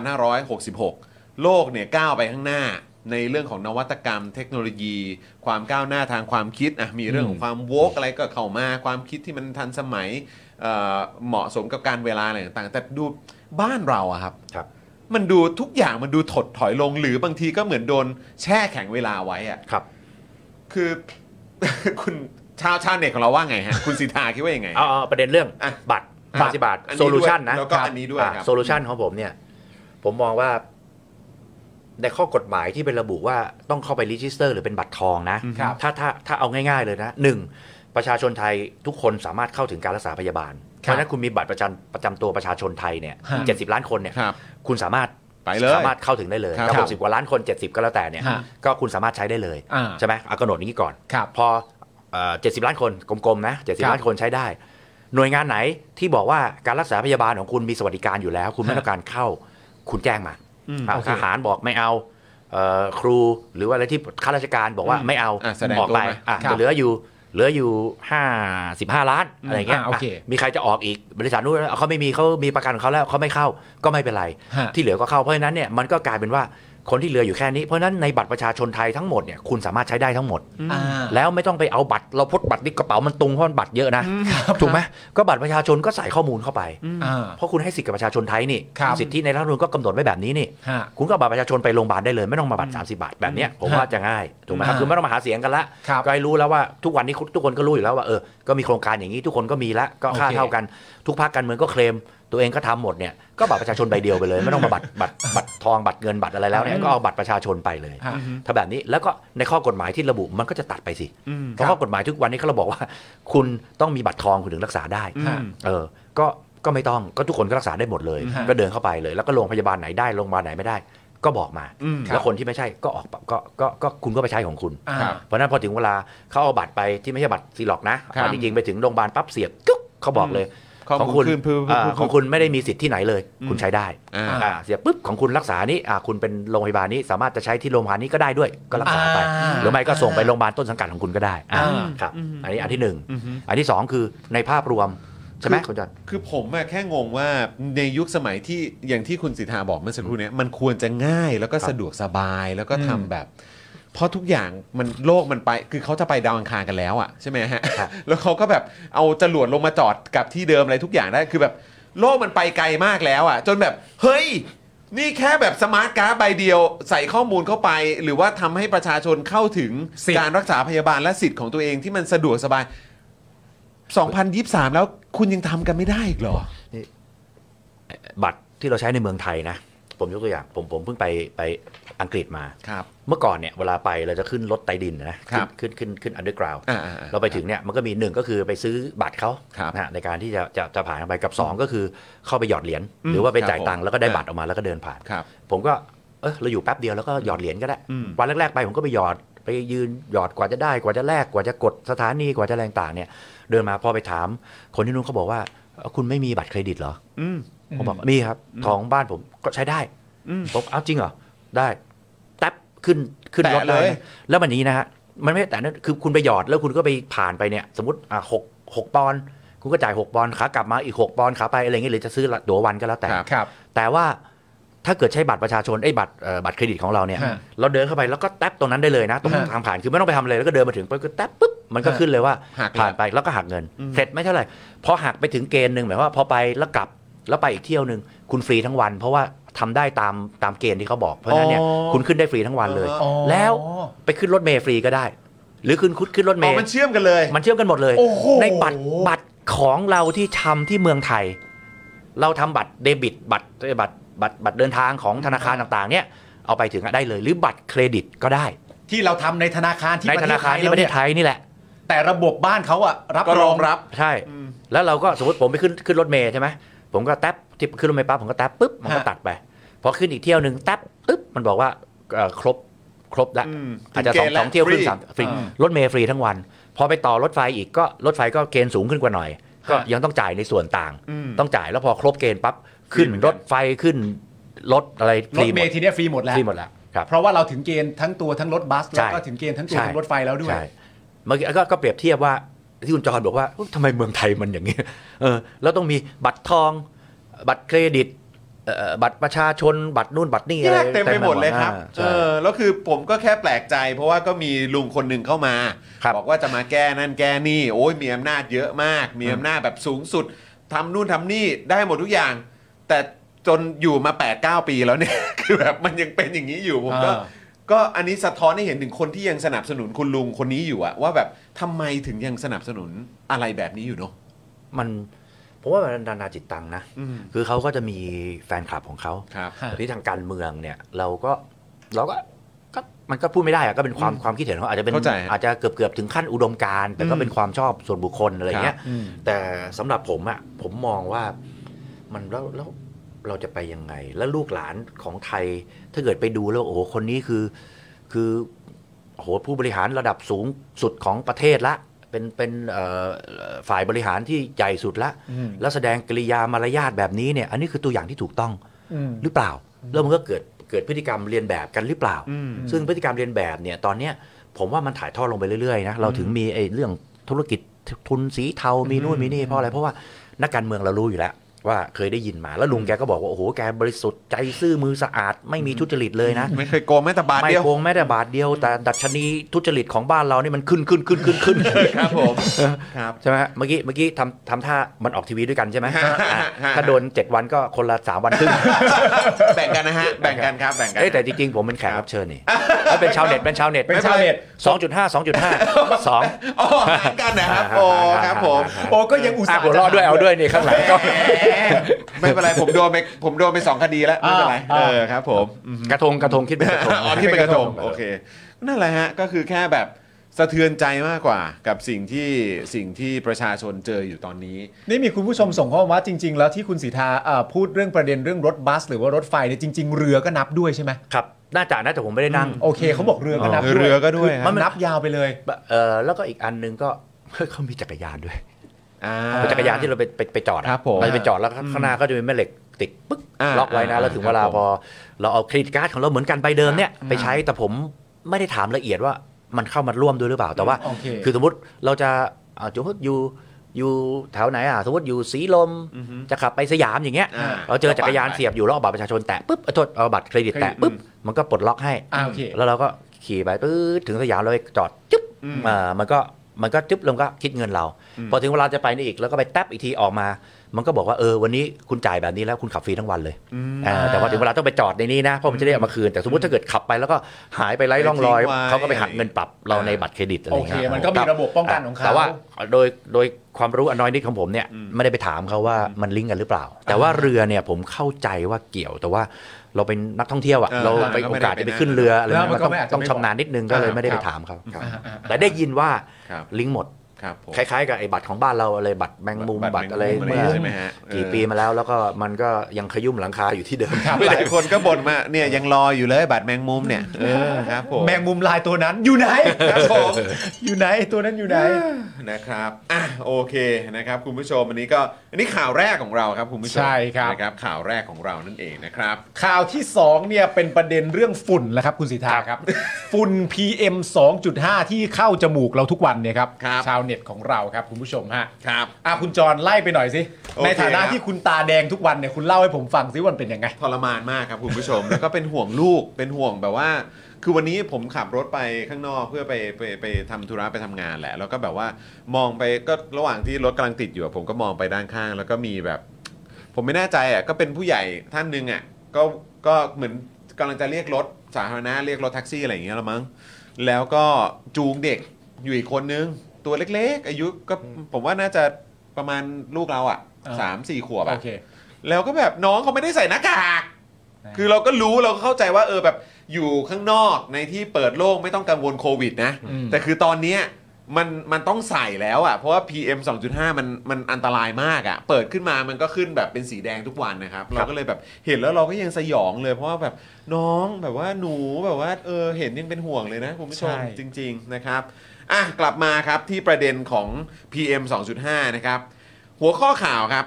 Speaker 1: 2566 โลกเนี่ยก้าวไปข้างหน้า ในเรื่องของนวัตกรรม เทคโนโลยี ความก้าวหน้าทางความคิดอ่ะมีเรื่องของความโวกอะไรก็เข้ามา ความคิดที่มันทันสมัยเอ่อเหมาะสมกับการเวลาอะไรต่างๆ แต่ดูบ้านเราอะครับ
Speaker 4: ครับ
Speaker 1: มันดูทุกอย่างมันดูถดถอยลงหรือบางทีก็เหมือนโดนแช่แข็งเวลาไว้อะ
Speaker 4: ครับ
Speaker 1: คือ คุณชาวชาวเน็ตของเราว่าไงฮะ คุณสิทธาคิดว่ายังไง
Speaker 4: เอาเอาประเด็นเรื่อง
Speaker 1: อ่ะ
Speaker 4: บัตร
Speaker 1: อ่ะ
Speaker 4: สามสิบบาท
Speaker 1: อันนี้
Speaker 4: โซลูชัน
Speaker 1: ด้วย
Speaker 4: นะ
Speaker 1: แล้วก็อันนี้ด้วยครับ
Speaker 4: โซลูชันของผมเนี่ย ผมมองว่า ในข้อกฎหมายที่เป็นระบุว่าต้องเข้าไปรีจิสเตอร์ หรือเป็นบัตรทองนะ
Speaker 2: ครับ
Speaker 4: ถ้าถ้าถ้าเอาง่าย ๆ เลยนะหนึ่งประชาชนไทยทุกคนสามารถเข้าถึงการรักษาพยาบาล เพราะฉะนั้นคุณมีบัตรประจำประจำตัวประชาชนไทยเนี่ย
Speaker 2: ฮะ
Speaker 4: เจ็ดสิบล้านคนเนี่ย
Speaker 1: ครับ
Speaker 4: คุณสามารถ
Speaker 1: ไปเลย
Speaker 4: สามารถเข้าถึงได้เลย
Speaker 1: ครับ
Speaker 4: แต่หกสิบกว่าล้านคนเจ็ดสิบก็แล้วแต่เนี่ย
Speaker 2: ฮะ
Speaker 4: ก็คุณสามารถใช้ได้เลย
Speaker 2: อ่า
Speaker 4: ใช่ไหมเอากำหนดอย่างนี้ก่อน
Speaker 2: ครับ
Speaker 4: พอเจ็ดสิบล้านคนกลมๆนะเจ็ดสิบล้านคนใช้ได้ หน่วยงานไหนที่บอกว่าการรักษาพยาบาลของคุณมีสวัสดิการอยู่แล้ว คุณไม่
Speaker 2: ฮะ
Speaker 4: ต้องการเข้า คุณแจ้งมาอ่ะ
Speaker 2: โอเค
Speaker 4: ทหารบอกไม่เอา เอ่อครูหรือว่าอะไรที่ข้าราชการบอกว่าไม่เอา
Speaker 1: อ่ะแสดง
Speaker 4: ออกไป
Speaker 1: ตัวมา
Speaker 4: อ่ะ
Speaker 2: ครับ
Speaker 4: เหลืออยู่เหลืออยู่ห้าสิบห้าล้านอะไรเงี้ย
Speaker 2: อ่ะโอเค
Speaker 4: มีใครจะออกอีกบริษัทนู้นเขาไม่มีเขามีประกันของเขาแล้วเขาไม่เข้าก็ไม่เป็นไร
Speaker 2: ฮะ
Speaker 4: ที่เหลือก็เข้าเพราะฉะนั้นเนี่ยมันก็กลายเป็นว่าคนที่เหลืออยู่แค่นี้เพราะฉะนั้นในบัตรประชาชนไทยทั้งหมดเนี่ยคุณสามารถใช้ได้ทั้งหมด
Speaker 2: อ่า
Speaker 4: แล้วไม่ต้องไปเอาบัตรเราพดบัตรนี่กระเป๋ามันตุงเพราะมันบัตรเยอะนะถูกไหมก็บัตรประชาชนก็ใส่ข้อมูลเข้าไป
Speaker 2: อ่า
Speaker 4: เพราะคุณให้สิทธิ์กับประชาชนไทยนี่
Speaker 2: ครับ
Speaker 4: สิทธิในรัฐธรรมนูญก็กำหนดไว้แบบนี้นี่
Speaker 2: ฮะ
Speaker 4: คุณก็เอาบัตรประชาชนไปโรงพยาบาลได้เลย ไม่ต้องมาบัตร 30 บาทแบบเนี้ยผมว่าจะง่ายถูกไหมครับ
Speaker 2: อ่า
Speaker 4: คือไม่ต้องมาหาเสียงกันละ
Speaker 2: ครับ
Speaker 4: ก็ให้รู้แล้วว่าทุกวันนี้คุณทุกคนก็รู้อยู่แล้วว่าเออก็มีโครงการอย่างนี้ทุกคนก็มีละก็ค่า
Speaker 2: โอเค
Speaker 4: เท่ากันทุกภาคการเมืองก็เคลม ตัวเองก็ทำหมดเนี่ยก็บัตรประชาชนใบเดียวไปเลย ไม่ต้องมาบัตรบัตรบัตรทองบัตรเงินบัตรอะไรแล้วเนี่ยก็เอาบัตรประชาชนไปเลย
Speaker 2: ฮะ
Speaker 4: ถ้าแบบนี้แล้วก็ในข้อกฎหมายที่ระบุมันก็จะตัดไปสิ
Speaker 1: อืม
Speaker 4: เพราะข้อกฎหมายทุกวันนี้เขาบอกว่า คุณต้องมีบัตรทองคุณถึงรักษาได้
Speaker 2: อืม
Speaker 4: เออก็ก็ไม่ต้องก็ทุกคนก็รักษาได้หมดเลย
Speaker 2: อืมฮะ
Speaker 4: ก็เดินเข้าไปเลย แล้วก็โรงพยาบาลไหนได้โรงพยาบาลไหนไม่ได้ ก็บอกมา
Speaker 1: อืม
Speaker 4: แล้วคนที่ไม่ใช่ก็ออกก็ก็ก็คุณก็ไปใช้ของคุณ
Speaker 2: อ่า
Speaker 4: เพราะฉะนั้นพอถึงเวลาเขาเอาบัตรไปที่ไม่ใช่บัตรซีล็อกนะ
Speaker 1: ครับ
Speaker 4: ตอนจริงๆไปถึงโรงพยาบาลปั๊บเสียบกุ๊กเขาบอกเลย
Speaker 1: ข้อ
Speaker 4: ของ
Speaker 1: มู
Speaker 4: คุ
Speaker 1: ล
Speaker 4: ณ
Speaker 1: ขึ้นพื้น
Speaker 4: อ่าของคุณไม่ได้มีสิทธิ์ที่ไหนเลย
Speaker 1: อืม
Speaker 4: คุณใช้ได้
Speaker 1: อ่า
Speaker 4: อ่าเสียปุ๊บของคุณรักษานี้อ่าคุณเป็นโรงพยาบาลนี้สามารถจะใช้ที่โรงพยาบาลนี้ก็ได้ด้วยก็รักษาไป
Speaker 2: อ่า
Speaker 4: หรือไม่ก็ส่งไปโรงพยาบาลต้นสังกัดของคุณก็ได้อ่า
Speaker 2: อ่า
Speaker 4: ครับ อันนี้อันที่หนึ่ง
Speaker 1: อือฮึ
Speaker 4: อันที่สองคือในภาพรวมใช่ไหมคุณจอน
Speaker 1: คือผมอะแค่งงว่าในยุคสมัยที่อย่างที่คุณสิทธาบอกเมื่อสักครู่เนี้ยมันควรจะง่ายแล้วก็สะดวกสบายแล้วก็ทำแบบ เพราะทุกอย่างมันโลกมันไป คือเขาจะไปดาวอังคารกันแล้วอะใช่ไหมฮะ
Speaker 4: ครับ
Speaker 1: แล้วเขาก็แบบเอาจรวดลงมาจอดกับที่เดิมอะไรทุกอย่างได้คือแบบโลกมันไปไกลมากแล้วอะจนแบบเฮ้ย นี่แค่แบบสมาร์ทการ์ดใบเดียวใส่ข้อมูลเข้าไป หรือว่าทำให้ประชาชนเข้าถึง
Speaker 2: สิทธิ์
Speaker 1: การรักษาพยาบาลและสิทธิ์ของตัวเองที่มันสะดวกสบาย 2023 แล้วคุณยังทำกันไม่ได้อีกเหรอ
Speaker 4: บัตรที่เราใช้ในเมืองไทยนะ ผมยกตัวอย่างผมผมเพิ่งไปไปอังกฤษมา
Speaker 1: ครับ
Speaker 4: เมื่อก่อนเนี่ยเวลาไปเราจะขึ้นรถไตดินนะครับ ขึ้นขึ้นขึ้นอันเดอร์กราว
Speaker 1: อ่าอ่อ่
Speaker 4: เราไปถึงเนี่ยมันก็มีหนึ่งก็คือไปซื้อบัตรเขา
Speaker 1: ครับ
Speaker 4: นะฮะในการที่จะจะจะผ่านเข้าไปกับสองก็คือเข้าไปหยอดเหรียญหรือว่าไป
Speaker 1: ครับ
Speaker 4: จ่ายตัง
Speaker 1: ผม
Speaker 4: ค์แล้วก็ได้บัตรออกมาแล้วก็เดินผ่าน
Speaker 1: ครับ
Speaker 4: ผมก็เออเราอยู่แป๊บเดียวแล้วก็หยอดเหรียญก็ได้
Speaker 1: อืม
Speaker 4: วันแรกๆไปผมก็ไปหยอดไปยืนหยอดกว่าจะได้กว่าจะแลกกว่าจะกดสถานีกว่าจะแรงต่างๆเนี่ยเดินมาพอไปถาม คนที่นู้นเขาบอกว่าเอ่อคุณไม่มีบัตรเครดิตเหรอ
Speaker 1: อืม
Speaker 4: ผมบอกมีครับของบ้านผมก็ใช้ได้
Speaker 1: อืม
Speaker 4: ผมเอาจริงเหรอได้แท็บขึ้นขึ้น
Speaker 1: แตะ
Speaker 4: รถได้
Speaker 1: เลย
Speaker 4: นะแล้วมันอย่างนี้นะฮะมันไม่ได้แต่นั่นคือคุณไปหยอดแล้วคุณก็ไปผ่านไปเนี่ย สมมติอ่ะหกหกปอนด์คุณก็จ่ายหกปอนด์ขากลับมาอีกหกปอนด์ขาไปอะไรอย่างเงี้ยหรือจะซื้อตั๋ววันก็แล้วแต่
Speaker 1: ครับ
Speaker 2: ครับ
Speaker 4: แต่ว่าถ้าเกิดใช้บัตรประชาชนไอ้ยบัตรเอ่อบัตรเครดิตของเราเนี่ย
Speaker 2: ฮะ
Speaker 4: เราเดินเข้าไปแล้วก็แท็บตรงนั้นได้เลยนะตรง
Speaker 2: ฮะ
Speaker 4: ทางผ่านคือไม่ต้องไปทำอะไรแล้วก็เดินมาถึงปุ๊บก็แท็บปุ๊บมันก็
Speaker 2: ฮะ
Speaker 4: ขึ้นเลยว่า
Speaker 1: หักเลย
Speaker 4: ผ่านไปแล้วก็หักเงิน เสร็จไม่เท่าไหร่พอหักไปถึงเกณฑ์หนึ่งหมายว่าพอไปแล้วกลับแล้วไปอีกเที่ยวหนึ่งคุณฟรีทั้งวัน เพราะว่าทำได้ตามตามเกณฑ์ที่เขาบอกเพราะฉะนั้นเนี่ย
Speaker 1: อ๋อ
Speaker 4: คุณขึ้นได้ฟรีทั้งวันเลย
Speaker 2: อ๋อ
Speaker 4: แล้วไปขึ้นรถเมล์ฟรีก็ได้ หรือขึ้นคุณขึ้นรถเม
Speaker 1: อ๋อ
Speaker 4: ล์
Speaker 1: มันเชื่อมกันเลย
Speaker 4: มันเชื่อมกันหมดเลย
Speaker 2: โอ้โห
Speaker 4: ในบัตรบัตรของเราที่ทำที่เมืองไทย เราทำบัตรเดบิต บัตรบัตรบัตรบัตรเดินทางของธนาคารต่างๆเนี่ยเอาไปถึงอะได้เลย หรือบัตรเครดิตก็ได้
Speaker 2: ที่เราทำในธนาคารที่
Speaker 4: ในธนาคารที่ประเทศไทยนี่แหละ
Speaker 2: แต่ระบบบ้านเขาอะรับ
Speaker 1: ก็
Speaker 2: ร
Speaker 1: ร
Speaker 2: อ
Speaker 1: อง งรับ
Speaker 4: ใช่
Speaker 1: อืม
Speaker 4: แล้วเราก็สมมติผมไปขึ้นขึ้นรถเมล์ใช่ไหมผมก็แท็บที่ขึ้นรถเมล์ปั๊บผมก็แท็บปุ๊บมันก็ตัดไป พอขึ้นอีกเที่ยวหนึ่งแท็บปุ๊บมันบอกว่าเอ่อครบครบแล้ว
Speaker 1: อืม
Speaker 4: อาจจะสอง
Speaker 1: ถึงเกณฑ์ละ
Speaker 4: สองเที่ยวขึ้น
Speaker 1: free
Speaker 4: สามฟรีรถเมล์ฟรีทั้งวัน พอไปต่อรถไฟอีกก็รถไฟก็เกณฑ์สูงขึ้นกว่าหน่อย ก็
Speaker 2: ฮะ
Speaker 4: ยังต้องจ่ายในส่วนต่าง
Speaker 1: อืม
Speaker 4: ต้องจ่ายแล้วพอครบเกณฑ์ปั๊บขึ้
Speaker 1: ฟ
Speaker 4: น
Speaker 1: รีเหมือน
Speaker 4: ร
Speaker 1: กัน
Speaker 4: ถไฟขึ้นรถอะไรฟ
Speaker 2: รถ
Speaker 4: รีห
Speaker 2: เม
Speaker 4: มด
Speaker 2: ล์ทีเนี้ยฟรีหมดแล้ว
Speaker 4: ฟรีหมดแล้วครับ
Speaker 2: เพราะว่าเราถึงเกณฑ์ทั้งตัวทั้งรถบัส
Speaker 4: ใช่
Speaker 2: แล้วก็ถึงเกณฑ์ทั้งตัว
Speaker 4: ใช่
Speaker 2: ทั้งรถไฟแล้วด้วย
Speaker 4: ใช่เมื่อกี้ก็ก็เปรียบเทียบว่าที่คุณจอห์นบอกว่าอุ๊ยทำไมเมืองไทยมันอย่างนี้ เออแล้วต้องมีบัตรทอง บัตรเครดิตเอ่อบัตรประชาชน บัตรนู่นบัตรนี่อะ
Speaker 1: แย
Speaker 4: ไร
Speaker 1: กเต็มไปหมดเลยครับ
Speaker 4: อ่า
Speaker 1: เอ
Speaker 4: ใช่
Speaker 1: อ แล้วคือผมก็แค่แปลกใจ เพราะว่าก็มีลุงคนหนึ่งเข้ามา
Speaker 4: ครับ
Speaker 1: บอกว่าจะมาแก้นั่นแก้นี่ โอ้ยมีอำนาจเยอะมาก มีอำนาจแบบสูงสุดทำนู่นทำนี่ได้หมดทุกอย่าง แต่จนอยู่มา 8 9 ปีแล้วเนี่ย คือแบบมันยังเป็นอย่างนี้อยู่ผมก็
Speaker 2: อ่า
Speaker 1: ก็อันนี้สะท้อนให้เห็นถึงคนที่ยังสนับสนุนคุณลุงคนนี้อยู่อะว่าแบบทำไมถึงยังสนับสนุนอะไรแบบนี้อยู่เนาะ
Speaker 4: มันผมว่ามันนานาจิตตังนะ
Speaker 1: อืม
Speaker 4: คือเขาก็จะมีแฟนคลับของเขา
Speaker 1: ครับ
Speaker 2: ฮะ
Speaker 4: ที่ทางการเมืองเนี่ยเราก็เราก็ก็มันก็พูดไม่ได้อะก็เป็นความความคิดเห็นของเขาอาจจะเป็น
Speaker 1: เข้าใจ
Speaker 4: อาจจะเกือบเกือบๆถึงขั้นอุดมการณ์แต่ก็
Speaker 1: อืม
Speaker 4: เป็นความชอบส่วนบุคคลอะไรอย่างเงี้ย แต่สำหรับผมอะผมมองว่ามันแล้วแล้วเราจะไปยังไง แล้วลูกหลานของไทย ถ้าเกิดไปดูแล้วโอ้โหคนนี้คือคือโอ้โหผู้บริหารระดับสูงสุดของประเทศละ เป็นเป็นเอ่อเอ่อฝ่ายบริหารที่ใหญ่สุดละ
Speaker 2: อืม
Speaker 4: แล้วแสดงกริยามารยาทแบบนี้เนี่ย อันนี้คือตัวอย่างที่ถูกต้อง
Speaker 2: อืม
Speaker 4: หรือเปล่า แล้วมันก็เกิด เกิดพฤติกรรมเรียนแบบกันหรือเปล่า
Speaker 1: อืม
Speaker 4: ซึ่งพฤติกรรมเรียนแบบเนี่ยตอนเนี้ยผมว่ามันถ่ายทอดลงไปเรื่อยๆนะเราถึงมีไอ้เรื่องธุรกิจทุนสีเทา มีนู่นมีนี่เพราะอะไรเพราะว่านักการเมืองเรารู้อยู่แล้ว ว่าเคยได้ยินมาแล้วลุงแกก็บอกว่าโอ้โหแกบริสุทธิ์ใจซื่อมือสะอาดไม่มีทุจริตเลยนะ
Speaker 1: ไม่เคยโกงแม้แต่บาท
Speaker 4: ไม่
Speaker 1: เดียว
Speaker 4: โกงแม้แต่บาทเดียวแต่ดัชนีทุจริตของบ้านเรานี่มันขึ้นขึ้นขึ้นขึ้นขึ้น
Speaker 1: ครับผมครับ
Speaker 4: ใช่ไหมฮะเมื่อกี้เมื่อกี้ทำทำท่ามันออกทีวีด้วยกันใช่ไหม
Speaker 1: ฮะฮะ
Speaker 4: อ่ะ
Speaker 1: ฮะ
Speaker 4: ถ้าโดน 7 วันก็คนละ 3 วันครึ่ง
Speaker 1: แบ่งกันนะฮะ แบ่งกันครับ แบ่งกัน
Speaker 4: เอ้ยแต่จริงๆ ผมเป็นแขกรับเชิญนี่แล้วเป็นชาวเน็ตเป็นชาวเน็ต
Speaker 2: เป็นชาวเน็ต
Speaker 4: สองจุดห้าสองจุดห้าสอง
Speaker 1: อ๋อหารกันนะครับโอ้ครับผม
Speaker 2: โอ้ก็ยังอุต
Speaker 4: อ่ะ
Speaker 2: ส่าห์
Speaker 4: หัวเรอดด้วยเอาด้วยนี่ข้างหลังก็
Speaker 1: แหมไม่เป็นไรผมโดนไปผมโดนไปสองคดีแล้วไม่เป็นไรเออครับผมอืม
Speaker 4: กระทงกระทงคิดเป็นกระทง
Speaker 1: อ๋อที่เป็นกระจงโอเคนั่นแหละฮะก็คือแค่แบบสะเทือนใจมากกว่ากับสิ่งที่สิ่งที่ประชาชนเจออยู่ตอนนี้
Speaker 2: นี่มีคุณผู้ชมส่งเข้ามาว่าจริง ๆ แล้วที่คุณสีทาเอ่อพูดเรื่องประเด็นเรื่องรถบัส หรือว่ารถไฟเนี่ยจริง ๆ เรือก็นับด้วยใช่ไหม
Speaker 4: ครับน่าจะน่าจะผมไม่ได้นั่ง
Speaker 2: โอเคเขาบอกเรือก็นับด้วย
Speaker 1: เรือก็ด้วย
Speaker 2: คือ
Speaker 1: ครับ
Speaker 2: มันนับยาวไปเลย
Speaker 4: เออแล้วก็อีกอันหนึงก็ เขามีจักรยานด้วย
Speaker 1: อ่า
Speaker 4: จักรยานที่เราไปไปไปจอดอะ
Speaker 1: ครับผม
Speaker 4: เราจะไปจอดแล้วข้างหน้าก็จะมีแม่เหล็กติดปึ๊ก
Speaker 1: อ่า
Speaker 4: ล็อกไว้นะ
Speaker 1: อ่า
Speaker 4: แล้วถึงเวลา
Speaker 1: ครับผม
Speaker 4: พอ เราเอาเครดิตการ์ดของเราเหมือนกันใบเดิมเนี่ย
Speaker 1: ครับ
Speaker 4: ไปใช้แต่ผมไม่ได้ถามละเอียดว่ามันเข้ามาร่วมด้วยหรือเปล่าแต่ว่า
Speaker 2: โอเค
Speaker 4: คือสมมติเราจะอ่าสมมติอยู่อยู่แถวไหนอ่ะสมมติอยู่สีลม
Speaker 1: อือฮึ
Speaker 4: จะขับไปสยามอย่างเงี้ย
Speaker 1: อ่า
Speaker 4: เราเจอจักรยานเสียบอยู่แล้วเอาบัตรประชาชนแตะปุ๊บเอาโทษเอาบัตรเครดิตแตะปุ๊บมันก็ปลดล็อกให้
Speaker 2: อ่าโอเค
Speaker 4: แล้วเราก็ขี่ไปปื๊ดถึงสยามเราไปจอดจุ๊บ
Speaker 1: อืม
Speaker 4: อ่ามันก็มันก็จุ๊บแล้วมันก็คิดเงินเรา พอถึงเวลาจะไปนี่อีกแล้วก็ไปแท็บอีกทีออกมา มันก็บอกว่าเออวันนี้คุณจ่ายแบบนี้แล้วคุณขับฟรีทั้งวันเลย
Speaker 1: อืม
Speaker 4: อ่าแต่พอถึงเวลาต้องไปจอดในนี้นะเพราะมันจะได้เอามาคืนแต่สมมติถ้าเกิดขับไปแล้วก็หายไปไร้ร่องรอย
Speaker 1: ไปทิ้งไว้
Speaker 4: เขาก็ไปหักเงินปรับเราในบัตรเครดิตอะไร
Speaker 2: โอ
Speaker 4: อย่าง
Speaker 2: เค
Speaker 4: เงี้ย
Speaker 2: มันก็มีระบบป้องกันของเขา
Speaker 4: แต่ว่าโดยโดยความรู้อันน้อยนิดของผมเนี่ยไม่ได้ไปถามเขาว่ามันลิงก์กันหรือเปล่า แต่ว่าเรือเนี่ยผมเข้าใจว่าเกี่ยวแต่ว่าเราเป็นนักท่องเที่ยวอะ
Speaker 1: เออ
Speaker 4: เรา
Speaker 1: เรา
Speaker 4: ไป
Speaker 1: ก็
Speaker 4: โอ
Speaker 1: ไม่ได้
Speaker 4: กาส
Speaker 1: ไป
Speaker 4: จะไป
Speaker 1: นะ
Speaker 4: ขึ้นเรืออะไร
Speaker 2: แล้วมัน
Speaker 4: เงี้ยมัน
Speaker 2: ก็
Speaker 4: ต้อง
Speaker 2: ไม่อาจจะ
Speaker 4: ต้องชำนาญนิดนึงก็เลยไม่ได้ไปถามเขาครับ
Speaker 2: อ่าอ่าอ่า
Speaker 4: แต่ได้ยินว่า
Speaker 1: ครับ
Speaker 4: ลิงก์หมด
Speaker 1: ครับผม
Speaker 4: คล้ายๆ กับไอ้บัตรของบ้านเราอะไรบัตรแมงมุมบัตรอะไร
Speaker 1: แมงมุม
Speaker 4: เมื่อ
Speaker 1: ใช่ไหมฮะ
Speaker 4: กี่ปีมาแล้วแล้วก็มันก็ยังขยุ่มหลังคาอยู่ที่เดิม
Speaker 1: หลายคนก็บ่นมาเนี่ยยังรออยู่เลยบัตรแมงมุมเนี่ยเออครับผม
Speaker 2: แมงมุมลายตัวนั้นอยู่ไหน
Speaker 1: ครับผม
Speaker 2: อยู่ไหนตัวนั้นอยู่ไหน
Speaker 1: นะครับอ่ะโอเคนะครับคุณผู้ชมอันนี้ก็อันนี้ข่าวแรกของเราครับคุณผู้ชม
Speaker 2: ใช่ครับ
Speaker 1: นะครับข่าวแรกของเรานั่นเองนะครับ
Speaker 2: ข่าวที่สองเนี่ยเป็นประเด็นเรื่องฝุ่นแล้วครับคุณสิทธาครับ ฝุ่น PM 2.5 ที่เข้าจมูกเราทุกวันเนี่ยครับ
Speaker 1: ครับ
Speaker 2: ชาวเน็ตของเราครับคุณผู้ชมฮะ
Speaker 1: ครับ
Speaker 2: อ่ะคุณจรไล่ไปหน่อยสิ
Speaker 1: โอเค
Speaker 2: ในฐานะครับ ที่คุณตาแดงทุกวันเนี่ยคุณเล่าให้ผมฟังสิวันเป็นยังไง
Speaker 1: ทรมานมากครับคุณผู้ชม แล้วก็เป็นห่วงลูกเป็นห่วงแบบว่า คือวันนี้ผมขับรถไปข้างนอกเพื่อไปไปไปทำธุระไปทำงานแหละ แล้วก็แบบว่ามองไปก็ระหว่างที่รถกำลังติดอยู่อะผมก็มองไปด้านข้าง แล้วก็มีแบบ ผมไม่แน่ใจอ่ะก็เป็นผู้ใหญ่ท่านหนึ่งอ่ะก็ก็เหมือนกำลังจะเรียกรถสาธารณะเรียกรถแท็กซี่อะไรอย่างเงี้ยละมั้งแล้วก็จูงเด็กอยู่อีกคนนึง ตัวเล็กๆ อายุก็ผมว่าน่าจะประมาณลูกเราอ่ะ
Speaker 2: อ่า
Speaker 1: สามสี่ขวบ
Speaker 2: โอ
Speaker 1: อ่ะ
Speaker 2: เค
Speaker 1: แล้วก็แบบน้องเขาไม่ได้ใส่หน้ากาก
Speaker 2: นะ
Speaker 1: คือเราก็รู้เราก็เข้าใจว่าเออแบบอยู่ข้างนอกในที่เปิดโล่งไม่ต้องกังวลโควิดนะ แต่คือตอนเนี้ยมันมันต้องใส่แล้วอะ่ะ เพราะว่า PM 2.5 มันมันอันตรายมากอะ่ะ เปิดขึ้นมามันก็ขึ้นแบบเป็นสีแดงทุกวันนะครับ เราก็เลยแบบเห็นแล้วเราก็ยังสยองเลย เพราะว่าแบบน้องแบบว่าหนูแบบว่าเออเห็นยังเป็นห่วงเลยนะคุณผู้ชม
Speaker 2: ใช่
Speaker 1: จริง ๆนะครับอ่ะกลับมาครับที่ประเด็นของ PM 2.5 นะครับ หัวข้อข่าวครับ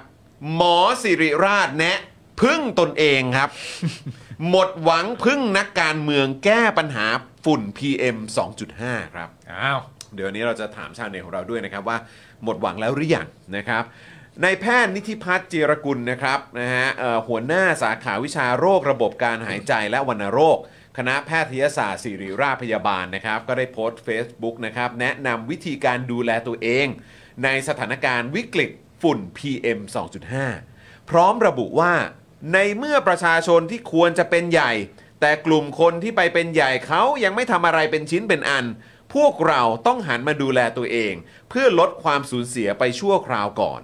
Speaker 1: หมอสิริราชแนะพึ่งตนเองครับ หมดหวังพึ่งนักการเมืองแก้ปัญหาฝุ่น PM 2.5 ครับ
Speaker 2: อ้าว
Speaker 1: เดี๋ยวนี้เราจะถามชาวเน็ตของเราด้วยนะครับว่าหมดหวังแล้วหรือยังนะครับนายแพทย์นิธิพัฒน์เจรกุลนะครับนะฮะเอ่อหัวหน้าสาขาวิชาโรคระบบการหายใจและวัณโรค คณะแพทยศาสตร์ศิริราชพยาบาลนะครับ ก็ได้โพสต์ Facebook นะครับ แนะนำวิธีการดูแลตัวเอง ในสถานการณ์วิกฤตฝุ่น PM 2.5 พร้อมระบุว่าในเมื่อประชาชนที่ควรจะเป็นใหญ่ แต่กลุ่มคนที่ไปเป็นใหญ่เขายังไม่ทำอะไรเป็นชิ้นเป็นอัน พวกเราต้องหันมาดูแลตัวเอง เพื่อลดความสูญเสียไปชั่วคราวก่อน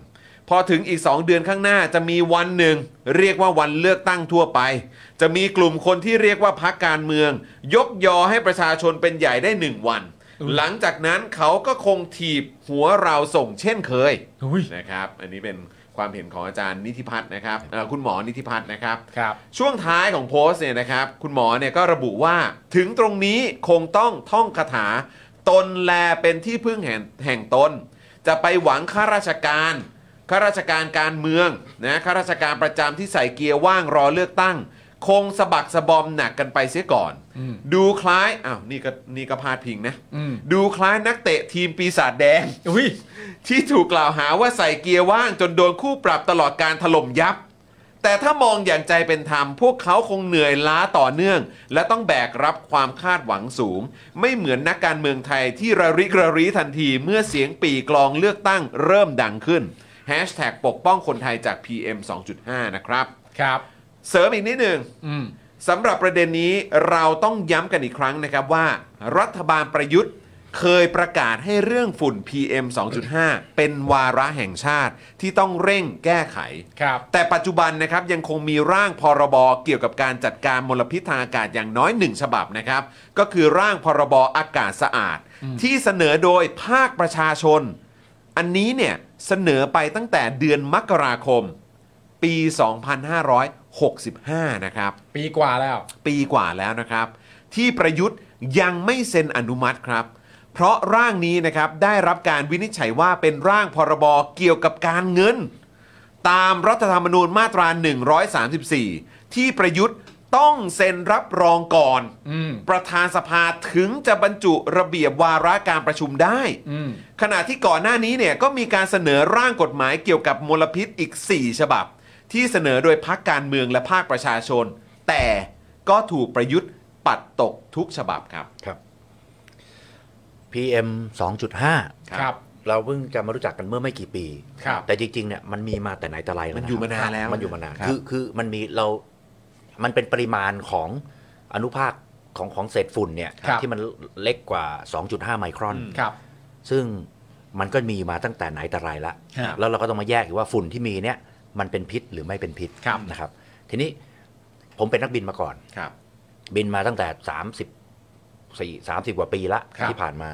Speaker 1: พอถึงอีก 2 เดือนข้างหน้าจะมีวันหนึ่ง เรียกว่าวันเลือกตั้งทั่วไป จะมีกลุ่มคนที่เรียกว่าพักการเมือง ยกยอให้ประชาชนเป็นใหญ่ได้หนึ่งวัน หลังจากนั้นเขาก็คงถีบหัวเราส่งเช่นเคย
Speaker 2: อุ๊ย
Speaker 1: นะครับ อันนี้เป็นความเห็นของอาจารย์นิติพัฒน์นะครับเอ่อคุณหมอนิติพัฒน์นะครับ
Speaker 2: ครับ
Speaker 1: ช่วงท้ายของโพสต์เนี่ยนะครับ คุณหมอเนี่ยก็ระบุว่าถึงตรงนี้คงต้องท่องคาถา ตนแลเป็นที่พึ่งแห่งแห่งตน จะไปหวังข้าราชการข้าราชการการเมืองนะข้าราชการประจำที่ใส่เกียร์ว่างรอเลือกตั้ง คงสะบักสะบอมหนักกันไปเสียก่อน ดูคล้ายอ้าวนี่ก็นี่ก็พาดพิงนะ ดูคล้ายนักเตะทีมปีศาจแดง
Speaker 2: อุ้ย
Speaker 1: ที่ถูกกล่าวหาว่าใส่เกียร์ว่างจนโดนคู่ปรับตลอดการถล่มยับ แต่ถ้ามองอย่างใจเป็นธรรม พวกเขาคงเหนื่อยล้าต่อเนื่อง และต้องแบกรับความคาดหวังสูง ไม่เหมือนนักการเมืองไทยที่ระริกระรีทันทีเมื่อเสียงปีกลองเลือกตั้งเริ่มดังขึ้น Hashtag ปกป้องคนไทยจาก PM 2.5 นะครับ
Speaker 2: ครับ
Speaker 1: เสริมอีกนิดหนึ่ง
Speaker 2: อืม
Speaker 1: สำหรับประเด็นนี้เราต้องย้ำกันอีกครั้งนะครับว่า รัฐบาลประยุทธ์เคยประกาศให้เรื่องฝุ่น PM 2.5 เป็นวาระแห่งชาติที่ต้องเร่งแก้ไข
Speaker 2: ครับ
Speaker 1: แต่ปัจจุบันนะครับยังคงมีร่างพรบเกี่ยวกับการจัดการมลพิษทางอากาศอย่างน้อยหนึ่งฉบับนะครับ ก็คือร่างพรบอากาศสะอาด ที่เสนอโดยภาคประชาชน อันนี้เนี่ยเสนอไปตั้งแต่เดือนมกราคม ปี 2565 นะครับ
Speaker 2: ปีกว่าแล้ว
Speaker 1: ปีกว่าแล้วนะครับ ที่ประยุทธ์ยังไม่เซ็นอนุมัติครับ เพราะร่างนี้นะครับได้รับการวินิจฉัยว่าเป็นร่างพรบเกี่ยวกับการเงิน ตามรัฐธรรมนูญมาตรา 134 ที่ประยุทธ์ต้องเซ็นรับรองก่อน
Speaker 2: อืม
Speaker 1: ประธานสภาถึงจะบรรจุระเบียบวาระการประชุมได้
Speaker 2: อืม
Speaker 1: ขณะที่ก่อนหน้านี้เนี่ยก็มีการเสนอร่างกฎหมายเกี่ยวกับมลพิษอีก 4 ฉบับ ที่เสนอโดยพักการเมืองและภาคประชาชน แต่ก็ถูกประยุทธ์ปัดตกทุกฉบับครับ
Speaker 4: ครับ PM 2.5
Speaker 2: ครับ
Speaker 4: เราเพิ่งจะมารู้จักกันเมื่อไม่กี่ปี
Speaker 2: ครับ
Speaker 4: แต่จริงๆ เนี่ยมันมีมาแต่ไหนแต่ไรแล้ว
Speaker 1: มัน
Speaker 4: นะ
Speaker 1: อยู่มานานแล้ว
Speaker 4: มันอยู่มานาน
Speaker 1: ครับ
Speaker 4: คือคือมันมีเรา มันเป็นปริมาณของอนุภาคของของเศษฝุ่นเนี่ย
Speaker 2: ครับ
Speaker 4: ที่มันเล็กกว่า 2.5 ไมครอน
Speaker 2: ครับ
Speaker 4: ซึ่งมันก็มีมาตั้งแต่ไหนแต่ไรละ
Speaker 2: ครับ
Speaker 4: แล้วเราก็ต้องมาแยกอีกว่าฝุ่นที่มีเนี่ยมันเป็นพิษหรือไม่เป็นพิษ
Speaker 2: ครับ
Speaker 4: นะครับ ทีนี้ผมเป็นนักบินมาก่อน
Speaker 1: ครับ
Speaker 4: บินมาตั้งแต่ 30 4 30 กว่าปีละ
Speaker 2: ครับ
Speaker 4: ที่ผ่านมา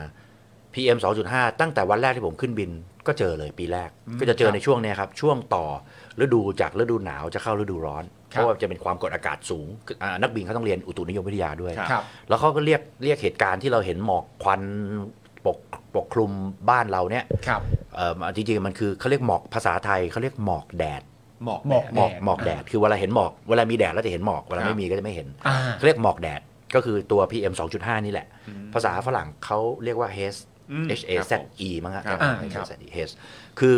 Speaker 4: PM 2.5 ตั้งแต่วันแรกที่ผมขึ้นบินก็เจอเลยปีแรก ก็จะเจอในช่วงเนี้ยครับ ช่วงต่อฤดูจากฤดูหนาวจะเข้าฤดูร้อน เพราะว่าจะเป็นความกดอากาศสูงคืออ่านักบินเขาต้องเรียนอุตุนิยมวิทยาด้วย
Speaker 1: ครับ
Speaker 2: ครับ
Speaker 4: แล้วเขาก็เรียกเรียกเหตุการณ์ที่เราเห็นหมอกควันปกปกคลุมบ้านเราเนี่ย
Speaker 2: ครับ
Speaker 4: เอ่อจริงๆมันคือเขาเรียกหมอกภาษาไทยเขาเรียกหมอกแดด
Speaker 1: หมอก
Speaker 2: หมอก
Speaker 4: หมอกหมอกแดดคือเวลาเห็นหมอกเวลามีแดดแล้วจะเห็นหมอกเวลาไม่มีก็จะไม่เห็น
Speaker 2: อ่า
Speaker 4: เขาเรียกหมอกแดดก็คือตัว PM 2.5 นี่แหละ ภาษาฝรั่งเขาเรียกว่า haze
Speaker 1: อืม
Speaker 4: H A Z E มั้งฮะ
Speaker 1: ครับ
Speaker 4: จำไม่
Speaker 2: อ่าครั
Speaker 4: ได้
Speaker 2: บ
Speaker 4: haze haze คือ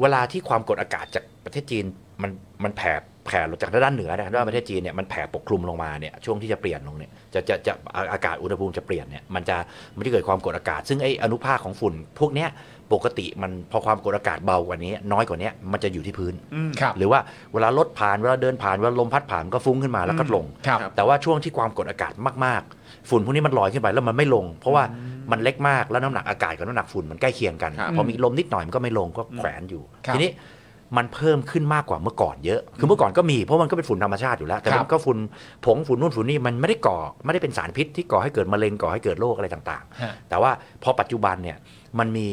Speaker 4: เวลาที่ความกดอากาศจากประเทศจีนมันมันแผ่แผ่ลงจากด้านเหนือนะด้านประเทศจีนเนี่ยมันแผ่ปกคลุมลงมาเนี่ยช่วงที่จะเปลี่ยนลงเนี่ยจะจะจะอากาศอุณหภูมิจะเปลี่ยนเนี่ยมันจะมันจะเกิดความกดอากาศ ซึ่งไออนุภาคของฝุ่น พวกเนี้ยปกติมันพอความกดอากาศเบากว่านี้ น้อยกว่านี้มันจะอยู่ที่พื้น
Speaker 2: ครับ
Speaker 4: หรือว่าเวลารถผ่านเวลาเดินผ่านเวลาลมพัดผ่านมันก็ฟุ้งขึ้นมาแล้วก็ลง
Speaker 2: ครับ
Speaker 4: แต่ว่าช่วงที่ความกดอากาศมากๆ ฝุ่นพวกนี้มันลอยขึ้นไปแล้วมันไม่ลง เพราะว่ามันเล็กมากแล้วน้ำหนักอากาศกับน้ำหนักฝุ่นมันใกล้เคียงกัน
Speaker 1: ครับ
Speaker 4: พอมีลมนิดหน่อยมันก็ไม่ลงก็แขวนอยู่
Speaker 2: ครับ
Speaker 4: ทีนี้มันเพิ่มขึ้นมากกว่าเมื่อก่อนเยอะ คือเมื่อก่อนก็มีเพราะมันก็เป็นฝุ่นธรรมชาติอยู่แล้ว แต่
Speaker 2: ครับ
Speaker 4: มันก็ฝุ่นผงฝุ่นนู่นฝุ่นนี่มันไม่ได้ก่อไม่ได้เป็นสารพิษที่ก่อให้เกิดมะเร็งก่อให้เกิดโรคอะไรต่าง ๆ
Speaker 2: ฮะ
Speaker 4: แต่ว่าพอปัจจุบันเนี่ยมันมี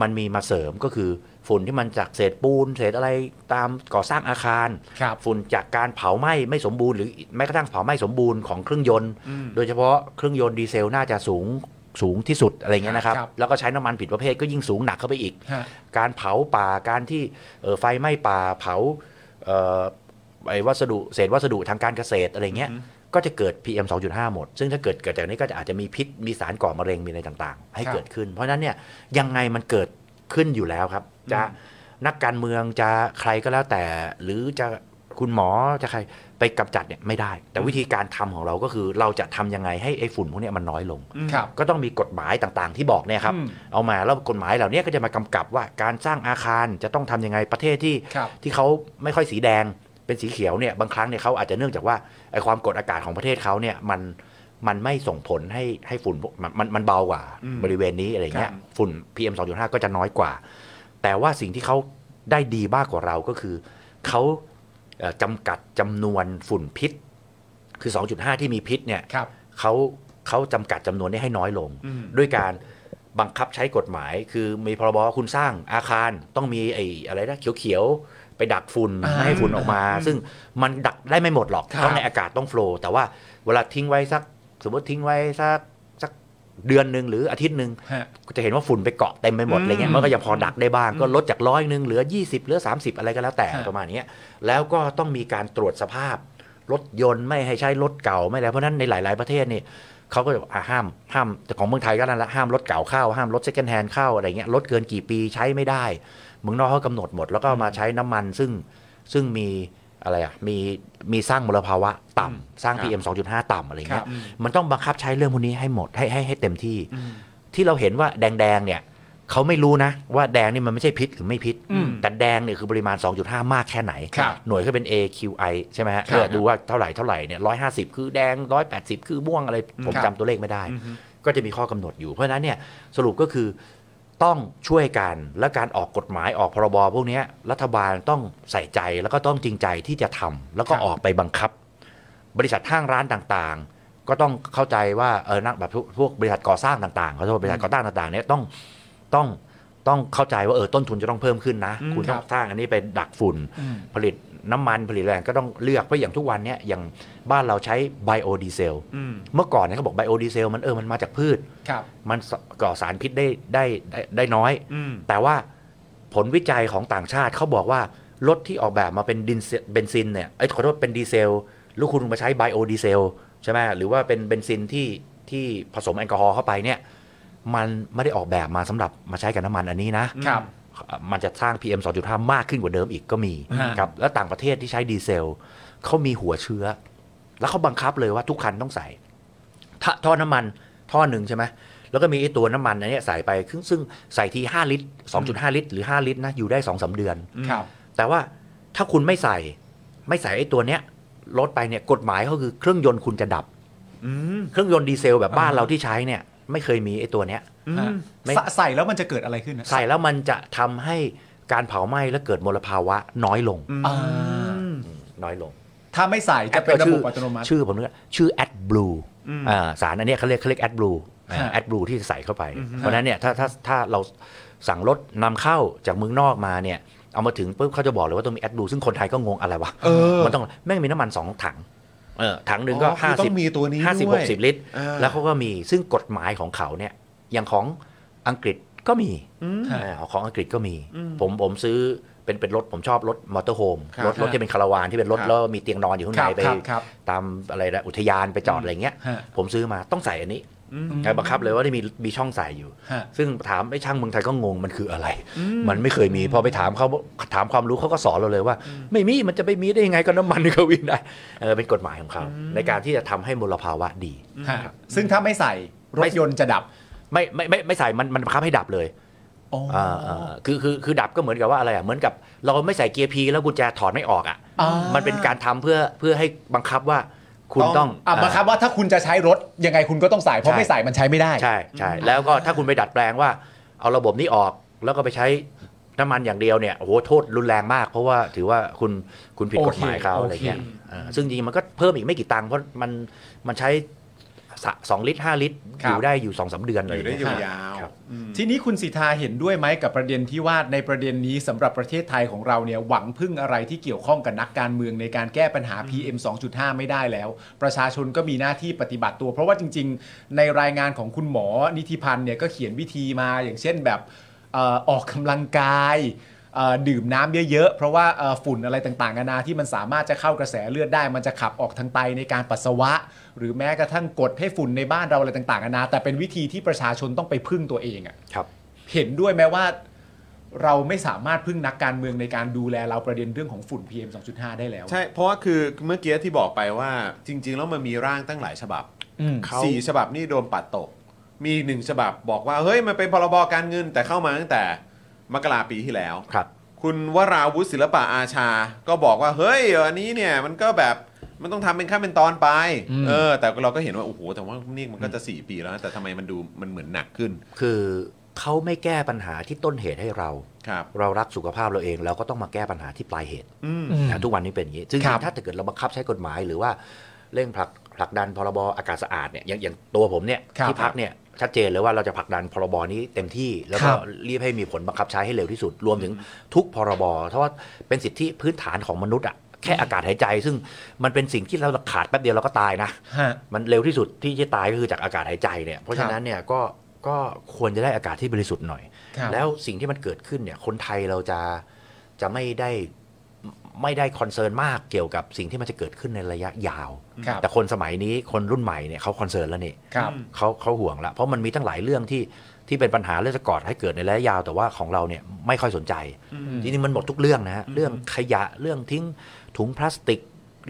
Speaker 4: มันมีมาเสริมก็คือฝุ่นที่มันจากเศษปูนเศษอะไรตามก่อสร้างอาคาร
Speaker 2: ครับ
Speaker 4: ฝุ่นจากการเผาไหม้ไม่สมบูรณ์หรือแม้กระทั่งเผาไหม้สมบูรณ์ของเครื่องยนต์ โดยเฉพาะเครื่องยนต์ดีเซลน่าจะสูงสูงที่สุดอะไรเงี้ยนะครับ
Speaker 2: ครับ
Speaker 4: แล้วก็ใช้น้ำมันผิดประเภทก็ยิ่งสูงหนักเข้าไปอีก
Speaker 2: ฮะ
Speaker 4: การเผาป่าการที่เอ่อไฟไหม้ป่าเผาเอ่อไอ้วัสดุเศษวัสดุทางการเกษตรอะไรเงี้ยก็จะเกิด PM 2.5 หมด ซึ่งถ้าเกิดเกิดจากนี้ก็จะอาจจะมีพิษมีสารก่อมะเร็งมีอะไรต่างๆ ให้
Speaker 2: ครับ
Speaker 4: เกิดขึ้น เพราะฉะนั้นเนี่ยยังไงมันเกิดขึ้นอยู่แล้วครับ จะนักการเมืองจะใครก็แล้วแต่ หรือจะคุณหมอจะใครไปกำจัดเนี่ยไม่ได้ แต่วิธีการทำของเราก็คือเราจะทำยังไงให้ไอ้ฝุ่นพวกเนี้ยมันน้อยลง
Speaker 2: ครับ
Speaker 4: ก็ต้องมีกฎหมายต่างๆ ที่บอกเนี่ยครับ
Speaker 2: อืม
Speaker 4: เอามาแล้วกฎหมายเหล่านี้ก็จะมากำกับว่าการสร้างอาคารจะต้องทำยังไงประเทศที่
Speaker 2: ครับ
Speaker 4: ที่เขาไม่ค่อยสีแดงเป็นสีเขียวเนี่ยบางครั้งเนี่ยเขาอาจจะเนื่องจากว่าไอความกดอากาศของประเทศเขาเนี่ยมันมันไม่ส่งผลให้ให้ฝุ่นพวกมันมันมันเบากว่าบริเวณนี้อะไรเงี้ยฝุ่น PM 2.5 ก็จะน้อยกว่า แต่ว่าสิ่งที่เขาได้ดีมากกว่าเราก็คือเขาเอ่อจำกัดจำนวนฝุ่นพิษ คือ 2.5 ที่มีพิษเนี่ย
Speaker 2: ครับ
Speaker 4: เขาเขาจำกัดจำนวนนี้ให้น้อยลง
Speaker 1: อืม
Speaker 4: ด้วยการบังคับใช้กฎหมายคือมีพรบว่าคุณสร้างอาคารต้องมีไอ้อะไรนะเขียวๆ ไปดักฝุ่น
Speaker 2: อ่า
Speaker 4: ไม่ให้ฝุ่นออกมา ซึ่งมันดักได้ไม่หมดหรอก
Speaker 2: ครับ
Speaker 4: เพราะในอากาศต้องโฟลว์แต่ว่าเวลาทิ้งไว้สักสมมติทิ้งไว้สักสักเดือนหนึ่งหรืออาทิตย์หนึ่ง
Speaker 2: ฮะ
Speaker 4: ก็จะเห็นว่าฝุ่นไปเกาะเต็มไปหมด
Speaker 1: อืม
Speaker 4: อะไรเงี้ยมันก็ยังพอดักได้บ้าง ก็ลดจากร้อยหนึ่งเหลือ 20เหลือ 30 อะไรก็แล้วแต่
Speaker 2: ฮะ
Speaker 4: ประมาณเนี้ยแล้วก็ต้องมีการตรวจสภาพ รถยนต์ไม่ให้ใช้รถเก่าไม่แล้วเพราะฉะนั้นในหลาย ๆประเทศนี่เขาก็จะบอกอ่ะห้ามห้ามแต่ของเมืองไทยก็นั่นละห้ามรถเก่าเข้าห้ามรถเซ็คันแฮนด์เข้าอะไรเงี้ยรถเกินกี่ปีใช้ไม่ได้เมืองนอกเขากำหนดหมด แล้วก็เอามาใช้น้ำมันซึ่งซึ่งมีอะไรอ่ะมีมีสร้างมลภาวะต่ำสร้าง
Speaker 1: ครับ
Speaker 4: PM 2.5 ต่ำอะไร
Speaker 1: ครั
Speaker 4: เงี้
Speaker 1: บ
Speaker 4: ยมันต้องบังคับใช้เรื่องพวกนี้ให้หมดให้ให้ให้เต็มที่ ที่เราเห็นว่าแดงๆเนี่ยเขาไม่รู้นะว่าแดงนี่มันไม่ใช่พิษหรือไม่พิษ
Speaker 1: อืม
Speaker 4: แต่แดงเนี่ยคือปริมาณ 2.5 มากแค่ไหน
Speaker 1: ครับ
Speaker 4: หน่วยก็เป็น AQI ใช่ไหมฮะ
Speaker 1: ครับ
Speaker 4: เออดูว่าเท่าไหร่เท่าไหร่เนี่ย150 คือแดง 180 คือม่วงอะไร ผม
Speaker 1: ครับ
Speaker 4: จำตัวเลขไม่ได้ ก็จะมีข้อกำหนดอยู่เพราะฉะนั้นเนี่ยสรุปก็คือต้องช่วยกันและการออกกฎหมายออกพรบพวกเนี้ยรัฐบาลต้องใส่ใจแล้วก็ต้องจริงใจที่จะทำแล้วก็
Speaker 1: ครับ
Speaker 4: ออกไปบังคับ บริษัทห้างร้านต่างๆ ก็ต้องเข้าใจว่าเออนักแบบพวกพวกบริษัทก่อสร้างต่างๆขอโทษบริษัทก่อสร้างต่างๆเนี่ยต้องต้องต้องเข้าใจว่าเออต้นทุนจะต้องเพิ่มขึ้นนะ
Speaker 1: อืม
Speaker 4: คุณ
Speaker 1: ครั
Speaker 4: ต้อบ งสร้างอันนี้ไปดักฝุ่น ผลิตน้ำมันผลิตแรงก็ต้องเลือกเพราะอย่างทุกวันเนี่ยอย่างบ้านเราใช้ไบโอดีเซล
Speaker 1: อืม
Speaker 4: เมื่อก่อนเนี่ยเขาบอกไบโอดีเซลมันเออมันมาจากพืช
Speaker 2: ครับ
Speaker 4: มันสก่อสารพิษได้ได้ได้ได้น้อย
Speaker 1: อืม
Speaker 4: แต่ว่าผลวิจัยของต่างชาติเขาบอกว่ารถที่ออกแบบมาเป็นดินเซลเบนซินเนี่ยไอ้ยขอโทษเป็นดีเซลหรือคุณมาใช้ไบโอดีเซลใช่ไหมหรือว่าเป็นเบนซินที่ที่ผสมแอลกอฮอล์เข้าไปเนี่ยมันไม่ได้ออกแบบมาสำหรับมาใช้กับน้ำมันอันนี้นะ
Speaker 2: ครับ
Speaker 4: มันจะสร้าง PM 2.5 มากขึ้นกว่าเดิมอีกก็มี
Speaker 2: ฮะ
Speaker 4: ครับ แล้วต่างประเทศที่ใช้ดีเซลเขามีหัวเชื้อ แล้วเขาบังคับเลยว่าทุกคันต้องใส่ถ้าท่อน้ำมันท่อหนึ่งใช่ไหมแล้วก็มีไอ้ตัวน้ำมันอันเนี้ยใส่ไปซึ่งซึ่งใส่ที 5 ลิตร 2.5 ลิตร หรือ 5 ลิตรนะ อยู่ได้ 2-3 เดือน
Speaker 2: ครับ
Speaker 4: แต่ว่าถ้าคุณไม่ใส่ไม่ใส่ไอ้ตัวเนี้ยลดไปเนี่ยกฎหมายก็คือเครื่องยนต์คุณจะดับ
Speaker 1: อืม
Speaker 4: เครื่องยนต์ดีเซลแบบบ้านเราที่ใช้เนี่ยไม่เคยมีไอ้ตัวเนี้ย
Speaker 1: อืม
Speaker 4: ไม่
Speaker 2: สะใส่แล้วมันจะเกิดอะไรขึ้นนะ
Speaker 4: ใส่แล้วมันจะทำให้การเผาไหม้และเกิดมลภาวะน้อยลง
Speaker 2: อ่า
Speaker 4: น้อยลง
Speaker 2: ถ้าไม่ใส่จะเป็นระบบอัตโนมัติ
Speaker 4: ชื่อผมเรียกชื่อ Ad Blue
Speaker 1: อืม
Speaker 4: อ่าสารอันเนี้ยเขาเรียกเขาเรียก Ad Blue
Speaker 2: ฮะ
Speaker 4: แอดบลูที่ใส่เข้าไป
Speaker 1: อือฮึ
Speaker 4: เพราะฉะนั้นเนี่ยถ้าถ้าถ้าเราสั่งรถนำเข้าจากเมืองนอกมาเนี่ยเอามาถึงปุ๊บเขาจะบอกเลยว่าต้องมีแอดบลูซึ่งคนไทยก็งงอะไรวะ
Speaker 1: เออ
Speaker 4: มันต้องแม่งมีน้ำมันสองถังเออถังหนึ่งก็
Speaker 1: อ๋อคือ
Speaker 4: ห้า
Speaker 1: ต้
Speaker 4: สิ
Speaker 1: อบ งมีตัวนี้
Speaker 4: ห้าสิบ
Speaker 1: ด้
Speaker 4: ห
Speaker 1: วย
Speaker 4: กสิบลิตร
Speaker 1: อ่า
Speaker 4: แล้วเขาก็มีซึ่งกฎหมายของเขาเนี่ยอย่างของอังกฤษก็มี
Speaker 1: อืม
Speaker 2: ฮะ
Speaker 4: อ่าของอังกฤษก็มี ผมผมซื้อเป็นเป็นรถผมชอบรถมอเตอร์โฮม
Speaker 1: ครับ
Speaker 4: รถรถที่เป็นคาราวานที่เป็นรถ
Speaker 1: ครับ
Speaker 4: แล้วมีเตียงนอนอยู่ข้าง
Speaker 2: ครั
Speaker 4: ใน
Speaker 2: บ
Speaker 4: ไป
Speaker 2: ครับครับ
Speaker 4: ตามอะไรนะอุทยานไปจอดอะไรเงี้ย
Speaker 2: ฮะ
Speaker 4: ผมซื้อมาต้องใส่อันนี้
Speaker 1: อืม
Speaker 4: บังคับเลยว่าได้มีมีช่องใส่อยู่
Speaker 2: ฮะ
Speaker 4: ซึ่งถามไอ้ช่างเมืองไทยก็งงมันคืออะไร มันไม่เคยมีพอไปถามเขาถามความรู้เขาก็สอนเราเลยว่า ไม่มีมันจะไปมีได้ยังไงก็น้ำมันก็วิ่งได้เออเป็นกฎหมายของเขาในการที่จะทำให้มลภาวะดี
Speaker 2: ฮะซึ่งถ้าไม่ใส่ร
Speaker 4: ไม่
Speaker 2: ถยนต์จะดับ
Speaker 4: ไม่ไม่ไม่ไม่ใส่มันมันบังคับให้ดับเลย
Speaker 2: อ๋อ
Speaker 4: อ่าอ่าคือคือคือดับก็เหมือนกับว่าอะไรอ่ะเหมือนกับเราไม่ใส่เกียร์พีแล้วกุญแจถอดไม่ออกอ่ะ
Speaker 2: อ่า
Speaker 4: มันเป็นการทำเพื่อเพื่อให้บังคับว่าคุณต้อง
Speaker 2: ะบังคับว่าถ้าคุณจะใช้รถยังไงคุณก็ต้องใส่เพราะไม่ใส่มันใช้ไม่ได้
Speaker 4: อ่าใช่ใช่แล้วก็ถ้าคุณไปดัดแปลงว่า เอาระบบนี้ออกแล้วก็ไปใช้น้ำมันอย่างเดียวเนี่ยโอ้โหโทษรุนแรงมาก เพราะว่าถือว่าคุณคุณผิด
Speaker 2: โอเค
Speaker 4: กฎหมายเขาอะไรเงี้ย
Speaker 2: โอเค
Speaker 4: อ่าซึ่งจริงๆมันก็เพิ่มอีกไม่กี่ตังค์เพราะมันมันใช้สะสองลิตรห้าลิตร
Speaker 2: ครั
Speaker 4: อบ ยู่ได้อยู่สองสามเดือนเล
Speaker 1: อย ยู่ได้ยาว
Speaker 4: ครับ
Speaker 1: ๆอืม
Speaker 2: ทีนี้คุณสิทธาเห็นด้วยไหมกับประเด็นที่ว่าในประเด็นนี้สำหรับประเทศไทยของเราเนี่ยหวังพึ่งอะไรที่เกี่ยวข้องกับนักการเมืองในการแก้ปัญหา PM 2.5 ไม่ได้แล้ว ประชาชนก็มีหน้าที่ปฏิบัติตัว เพราะว่าจริง ๆ ในรายงานของคุณหมอนิธิพันธ์เนี่ยก็เขียนวิธีมาอย่างเช่นแบบเอ่อออกกำลังกายเอ่อดื่มน้ำเยอะๆ เพราะว่าเอ่อฝุ่นอะไรต่างๆนานาที่มันสามารถจะเข้ากระแสเลือดได้ มันจะขับออกทางไตในการปัสสาวะ หรือแม้กระทั่งกดให้ฝุ่นในบ้านเราอะไรต่างๆนานาแต่เป็นวิธีที่ประชาชนต้องไปพึ่งตัวเองอะ
Speaker 4: ครับ
Speaker 2: เห็นด้วยไหมว่าเราไม่สามารถพึ่งนักการเมืองในการดูแลเราประเด็นเรื่องของฝุ่น PM 2.5 ได้แล้ว
Speaker 1: ใช่ เพราะว่าคือเมื่อกี้ที่บอกไปว่าจริง ๆ แล้วมันมีร่างตั้งหลายฉบับ
Speaker 2: อืม
Speaker 4: เขา
Speaker 1: สี่ฉบับนี่โดนปัดตก มีหนึ่งฉบับบอกว่า เฮ้ย มันเป็นพรบการเงินแต่เข้ามาตั้งแต่มกราปีที่แล้ว
Speaker 4: ครับ
Speaker 1: คุณวราวุธศิลปะอาชา ก็บอกว่า เฮ้ยอันนี้เนี่ยมันก็แบบมันต้องทำเป็นขั้นเป็นตอนไป
Speaker 2: อืม
Speaker 1: เออ แต่เราก็เห็นว่า โอ้โห แต่ว่านี่มันก็จะ 4 ปีแล้วนะแต่ทำไมมันดูมันเหมือนหนักขึ้น
Speaker 4: คือเขาไม่แก้ปัญหาที่ต้นเหตุให้เรา
Speaker 1: ครับ
Speaker 4: เรารักสุขภาพเราเองเราก็ต้องมาแก้ปัญหาที่ปลายเหตุ
Speaker 1: อืม
Speaker 4: นะทุกวันนี้เป็นอย่างนี้ ซึ่ง
Speaker 2: ครับ
Speaker 4: ถ้าเกิดเราบังคับใช้กฎหมายหรือว่าเร่งผลักผลักดันพรบอากาศสะอาดเนี่ยอย่างอย่างตัวผมเนี่ย
Speaker 2: ครับ
Speaker 4: ที่พักเนี่ยชัดเจนเลยว่าเราจะผลักดันพรบนี้เต็มที่แล้ว
Speaker 2: ครั
Speaker 4: ก็
Speaker 2: บ
Speaker 4: รีบให้มีผลบังคับใช้ให้เร็วที่สุดรวมถึงทุกพรบเพราะว่าเป็นสิทธิพื้นฐานของมนุษย์อะแค่อากาศหายใจ ซึ่งมันเป็นสิ่งที่เราขาดแป๊บเดียวเราก็ตายนะ
Speaker 2: ฮะ
Speaker 4: มันเร็วที่สุดที่จะตายก็คือจากอากาศหายใจเนี่ย เพราะฉะนั้นเนี่ยก็ก็ควรจะได้อากาศที่บริสุทธิ์หน่อย
Speaker 2: ครับ
Speaker 4: แล้วสิ่งที่มันเกิดขึ้นเนี่ยคนไทยเราจะจะไม่ได้ ไม่ได้คอนเซิร์นมากเกี่ยวกับสิ่งที่มันจะเกิดขึ้นในระยะยาว
Speaker 2: ครับ
Speaker 4: แต่คนสมัยนี้คนรุ่นใหม่เนี่ยเขาคอนเซิร์นแล้วนี่
Speaker 2: ครับ
Speaker 4: เขาเขาห่วงละเพราะมันมีตั้งหลายเรื่องที่ที่เป็นปัญหาเรื่องจะก่อให้เกิดในระยะยาว แต่ว่าของเราเนี่ยไม่ค่อยสนใจ จริงๆมันหมดทุกเรื่องนะฮะเรื่องขยะเรื่องทิ้งถุงพลาสติก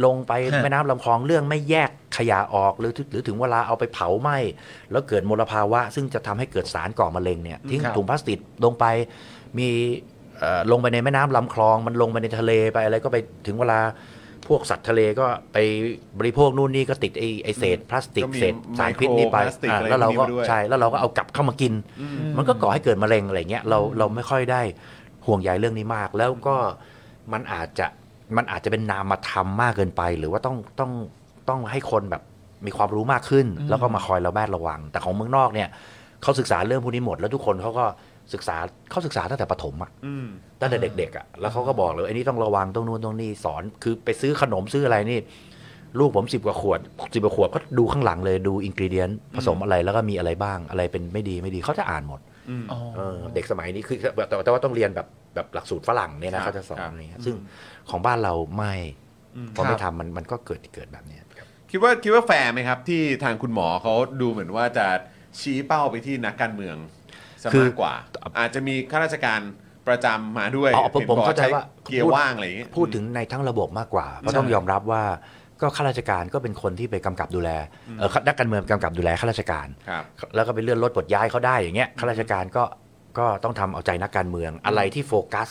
Speaker 4: ลงไป
Speaker 2: ฮะ
Speaker 4: แม่น้ำลำคลองเรื่องไม่แยกขยะออกหรือถึงหรือถึงเวลาเอาไปเผาไหม้แล้วเกิดมลภาวะ ซึ่งจะทำให้เกิดสารก่อมะเร็งเนี่ยทิ้งถุงพลาสติกลงไปมีเอ่อลงไปในแม่น้ำลำคลอง มันลงไปในทะเลไปอะไรก็ไปถึงเวลาพวกสัตว์ทะเลก็ไปบริโภคนู่นนี่ก็ติดไอ้ไอ้เศษพลาสติก
Speaker 1: ก็มี
Speaker 4: เศษสารพิษนี่ไป
Speaker 1: ไมโครพลาสติก
Speaker 4: อ่ะ
Speaker 1: อะไร
Speaker 4: แล้วเรา
Speaker 1: พวกนี้มา
Speaker 4: ก็
Speaker 1: ด้วย
Speaker 4: ใช่แล้วเราก็เอากลับเข้ามากิน มันก็ก่อให้เกิดมะเร็งอะไรเงี้ยเราเราไม่ค่อยได้ห่วงใยเรื่องนี้มาก แล้วก็มันอาจจะมันอาจจะเป็นนามธรรมมากเกินไป หรือว่าต้องต้องต้องให้คนแบบมีความรู้มากขึ้น แล้วก็มาคอยระแวดระวัง แต่ของเมืองนอกเนี่ยเขาศึกษาเรื่องพวกนี้หมด แล้วทุกคนเขาก็ศึกษาเขาศึกษาตั้งแต่ประถมอะ
Speaker 1: อืม
Speaker 4: ตั้งแต่เด็กๆอะแล้วเขาก็บอกเลยไอ้นี่ต้องระวังต้องนู่นต้องนี่สอนคือไปซื้อขนมซื้ออะไรนี่ ลูกผมสิบกว่าขวดสิบกว่าขวดก็ดูข้างหลังเลยดูอินกิเดียนผสมอะไรแล้วก็มีอะไรบ้างอะไรเป็นไม่ดีไม่ดีเขาจะอ่านหมด
Speaker 1: อืม
Speaker 2: อ๋อ
Speaker 4: เออเด็กสมัยนี้คือแต่แต่ว่าต้องเรียนแบบแบบหลักสูตรฝรั่งเนี่ยนะครับ เขาจะสอน
Speaker 1: ครับ
Speaker 4: อะไรเงี้ยซึ่งของบ้านเราไม่
Speaker 1: อืม
Speaker 4: พอ
Speaker 2: ครับ
Speaker 4: ไม่ทำมันมันก็เกิดเกิดแบบเนี้ยครับ
Speaker 1: คิดว่าคิดว่าแฟร์ไหมครับ ที่ทางคุณหมอเขาดูเหมือนว่าจะชี้เป้าไปที่นักการเมืองซะมากกว่า อาจจะมีข้าราชการประจำมาด้วย
Speaker 4: อ๋อผม
Speaker 1: ห็น
Speaker 4: ผม
Speaker 1: บอก
Speaker 4: เข้าใจว่า
Speaker 1: เกียร์ว่างอะไรอย่างเงี้ย
Speaker 4: พูดถึงในทั้งระบบมากกว่าเพราะต้องยอมรับว่าก็ข้าราชการก็เป็นคนที่ไปกำกับดูแลเออนักการเมืองกำกับดูแลข้าราชการ
Speaker 1: ครับ
Speaker 4: แล้วก็ไปเลื่อนลดปลดย้ายเขาได้อย่างเงี้ยข้าราชการก็ก็ต้องทำเอาใจนักการเมืองอะไรที่โฟกัส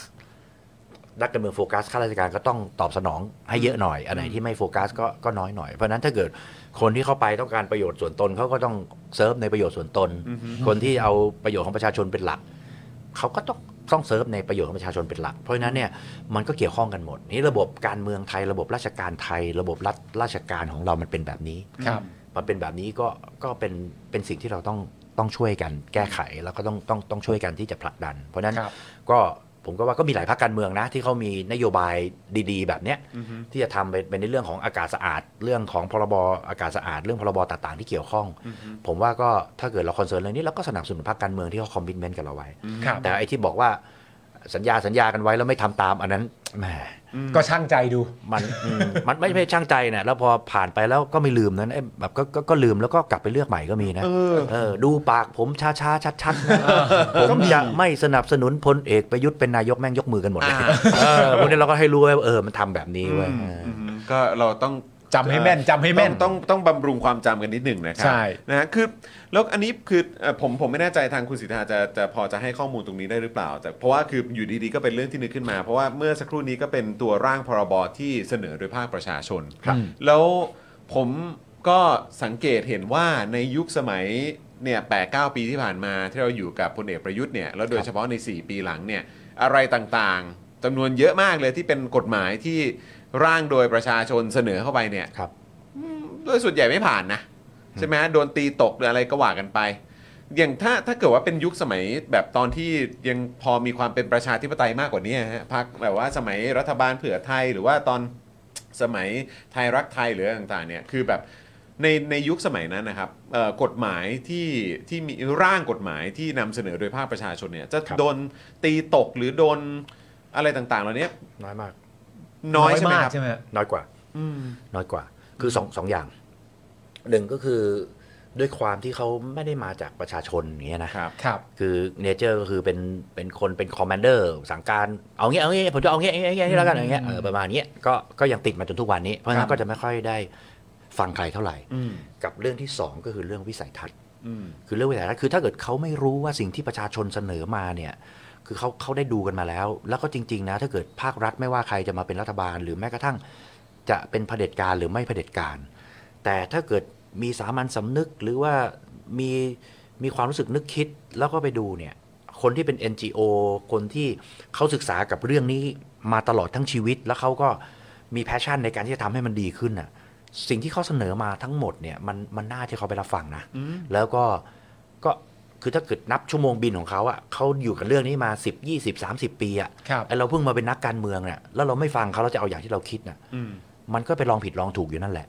Speaker 4: นักการเมืองโฟกัสข้าราชการก็ต้องตอบสนองให้เยอะหน่อยอันไหนที่ไม่โฟกัสก็ก็น้อยหน่อย เพราะฉะนั้นถ้าเกิดคนที่เข้าไปต้องการประโยชน์ส่วนตนเขาก็ต้องเซิร์ฟในประโยชน์ส่วนตน คนที่เอาประโยชน์ของประชาชนเป็นหลักเขาก็ต้องต้องเซิร์ฟในประโยชน์ของประชาชนเป็นหลัก เพราะฉะนั้นเนี่ยมันก็เกี่ยวข้องกันหมดนี่ระบบการเมืองไทย ระบบราชการไทย ระบบรัฐราชการของเรามันเป็นแบบนี้
Speaker 2: ครับ
Speaker 4: มันเป็นแบบนี้ก็ก็เป็นเป็นสิ่งที่เราต้องต้องช่วยกันแก้ไขแล้วก็ต้องต้องต้องช่วยกันที่จะผลักดัน เพราะฉะนั้น
Speaker 2: ครับ
Speaker 4: ก็ผมก็ว่าก็มีหลายภาคการเมืองนะ ที่เขามีนโยบายดีๆ แบบเนี้ยที่จะทำเป็นเป็นในเรื่องของอากาศสะอาด เรื่องของพรบอากาศสะอาด เรื่องพรบต่างๆที่เกี่ยวข้อง ผมว่าก็ถ้าเกิดเราคอนเซิร์นเรื่องนี้เราก็สนับสนุนภาคการเมืองที่เขาคอมมิชเมนต์กับเราไว้
Speaker 2: ครับ
Speaker 4: แต่ไอ้ที่บอกว่าสัญญาสัญญากันไว้แล้วไม่ทำตามอันนั้นแหม
Speaker 2: ก็ช่างใจดู
Speaker 4: มันอืมมันไม่ไม่ช่างใจเนี่ยแล้วพอผ่านไปแล้วก็ไม่ลืมนั้นเอ้ยแบบก็ก็ก็ลืมแล้วก็กลับไปเลือกใหม่ก็มีนะ
Speaker 1: อ
Speaker 4: เออดูปากผมช้าช้าชัดชัดๆนะผมจะไม่สนับสนุนพลเอกประยุทธ์เป็นนายกแม่งยกมือกันหมดเลยเออพวกนี้เราก็ให้รู้ไว้ว่าเออมันทำแบบนี้เว้ยเออ
Speaker 1: อืมก็เราต้อง
Speaker 2: จำให้แม่นจำให้แม่น
Speaker 1: ต้องต้องต้องบำรุงความจำกันนิดหนึ่งนะครั
Speaker 2: ใช่
Speaker 1: นะฮะคือแล้วอันนี้คือเอ่อผมผมไม่แน่ใจทางคุณสิทธาจะจะพอจะให้ข้อมูลตรงนี้ได้หรือเปล่า แต่เพราะว่าคืออยู่ดีๆก็เป็นเรื่องที่นึกขึ้นมา เพราะว่าเมื่อสักครู่นี้ก็เป็นตัวร่างพรบที่เสนอโดยภาคประชาชน
Speaker 2: ครับ
Speaker 1: แล้วผมก็สังเกตเห็นว่าในยุคสมัยเนี่ยแปดเก้าปีที่ผ่านมาที่เราอยู่กับพลเอกประยุทธ์เนี่ยแล้วโดยเฉพาะใน 4 ปีหลังเนี่ยอะไรต่างๆจำนวนเยอะมากเลยที่เป็นกฎหมายที่ร่างโดยประชาชนเสนอเข้าไปเนี่ย
Speaker 4: ครับ
Speaker 1: อืมโดยส่วนใหญ่ไม่ผ่านนะ ใช่ไหมฮะโดนตีตกหรืออะไรก็ว่ากันไป อย่างถ้าถ้าเกิดว่าเป็นยุคสมัยแบบตอนที่ยังพอมีความเป็นประชาธิปไตยมากกว่านี้ฮะพักแบบว่าสมัยรัฐบาลเผื่อไทยหรือว่าตอนสมัยไทยรักไทยหรืออะไรต่างๆเนี่ยคือแบบในในยุคสมัยนั้นนะครับเอ่อกฎหมายที่ที่มีร่างกฎหมายที่นำเสนอโดยภาคประชาชนเนี่ยจะ
Speaker 4: ครับ
Speaker 1: โดนตีตกหรือโดนอะไรต่างๆเหล่านี้
Speaker 4: น้อยมาก
Speaker 1: น้อยใช่ไหม
Speaker 2: มาก
Speaker 1: ครับ
Speaker 2: ใช่ไหมฮะ
Speaker 4: น้อยกว่า
Speaker 1: อืม
Speaker 4: น้อยกว่า คือสองสองอย่าง หนึ่งก็คือด้วยความที่เขาไม่ได้มาจากประชาชนอย่างเงี้ยนะ
Speaker 1: ครับ
Speaker 2: ครับ
Speaker 4: คือเนเจอร์ก็คือเป็นเป็นคนเป็นคอมมานเดอร์สั่งการเอาเงี้ยเอาเงี้ยผมจะเอาเงี้ยเอาเงี้ยเอาเงี้ยแล้วกันอย่างเงี้ยเออประมาณเนี้ยก็ก็ยังติดมาจนทุกวันนี้ เพราะฉะนั้
Speaker 1: ครั
Speaker 4: น
Speaker 1: บ
Speaker 4: ก็จะไม่ค่อยได้ฟังใครเท่าไหร่
Speaker 1: อืม
Speaker 4: กับเรื่องที่ 2 ก็คือเรื่องวิสัยทัศน์
Speaker 1: อืม
Speaker 4: คือเรื่องวิสัยทัศน์คือถ้าเกิดเขาไม่รู้ว่าสิ่งที่ประชาชนเสนอมาเนี่ยคือเขาเขาได้ดูกันมาแล้ว แล้วก็จริง ๆ นะ ถ้าเกิดภาครัฐไม่ว่าใครจะมาเป็นรัฐบาล หรือแม้กระทั่งจะเป็นเผด็จการหรือไม่เผด็จการ แต่ถ้าเกิดมีสามัญสำนึกหรือว่ามีมีความรู้สึกนึกคิดแล้วก็ไปดูเนี่ย คนที่เป็น NGO คนที่เขาศึกษากับเรื่องนี้มาตลอดทั้งชีวิต แล้วเขาก็มีแพชชั่นในการที่จะทำให้มันดีขึ้นน่ะสิ่งที่เขาเสนอมาทั้งหมดเนี่ยมันมันน่าที่เขาไปรับฟังนะ แล้วก็ก็คือถ้าเกิดนับชั่วโมงบินของเขาอะเขาอยู่กับเรื่องนี้มา 10 20 30 ปีอะ
Speaker 2: ครับ
Speaker 4: ไอเราเพิ่งมาเป็นนักการเมืองเนี่ยแล้วเราไม่ฟังเขาเราจะเอาอย่างที่เราคิดน่ะ มันก็ไปลองผิดลองถูกอยู่นั่นแหละ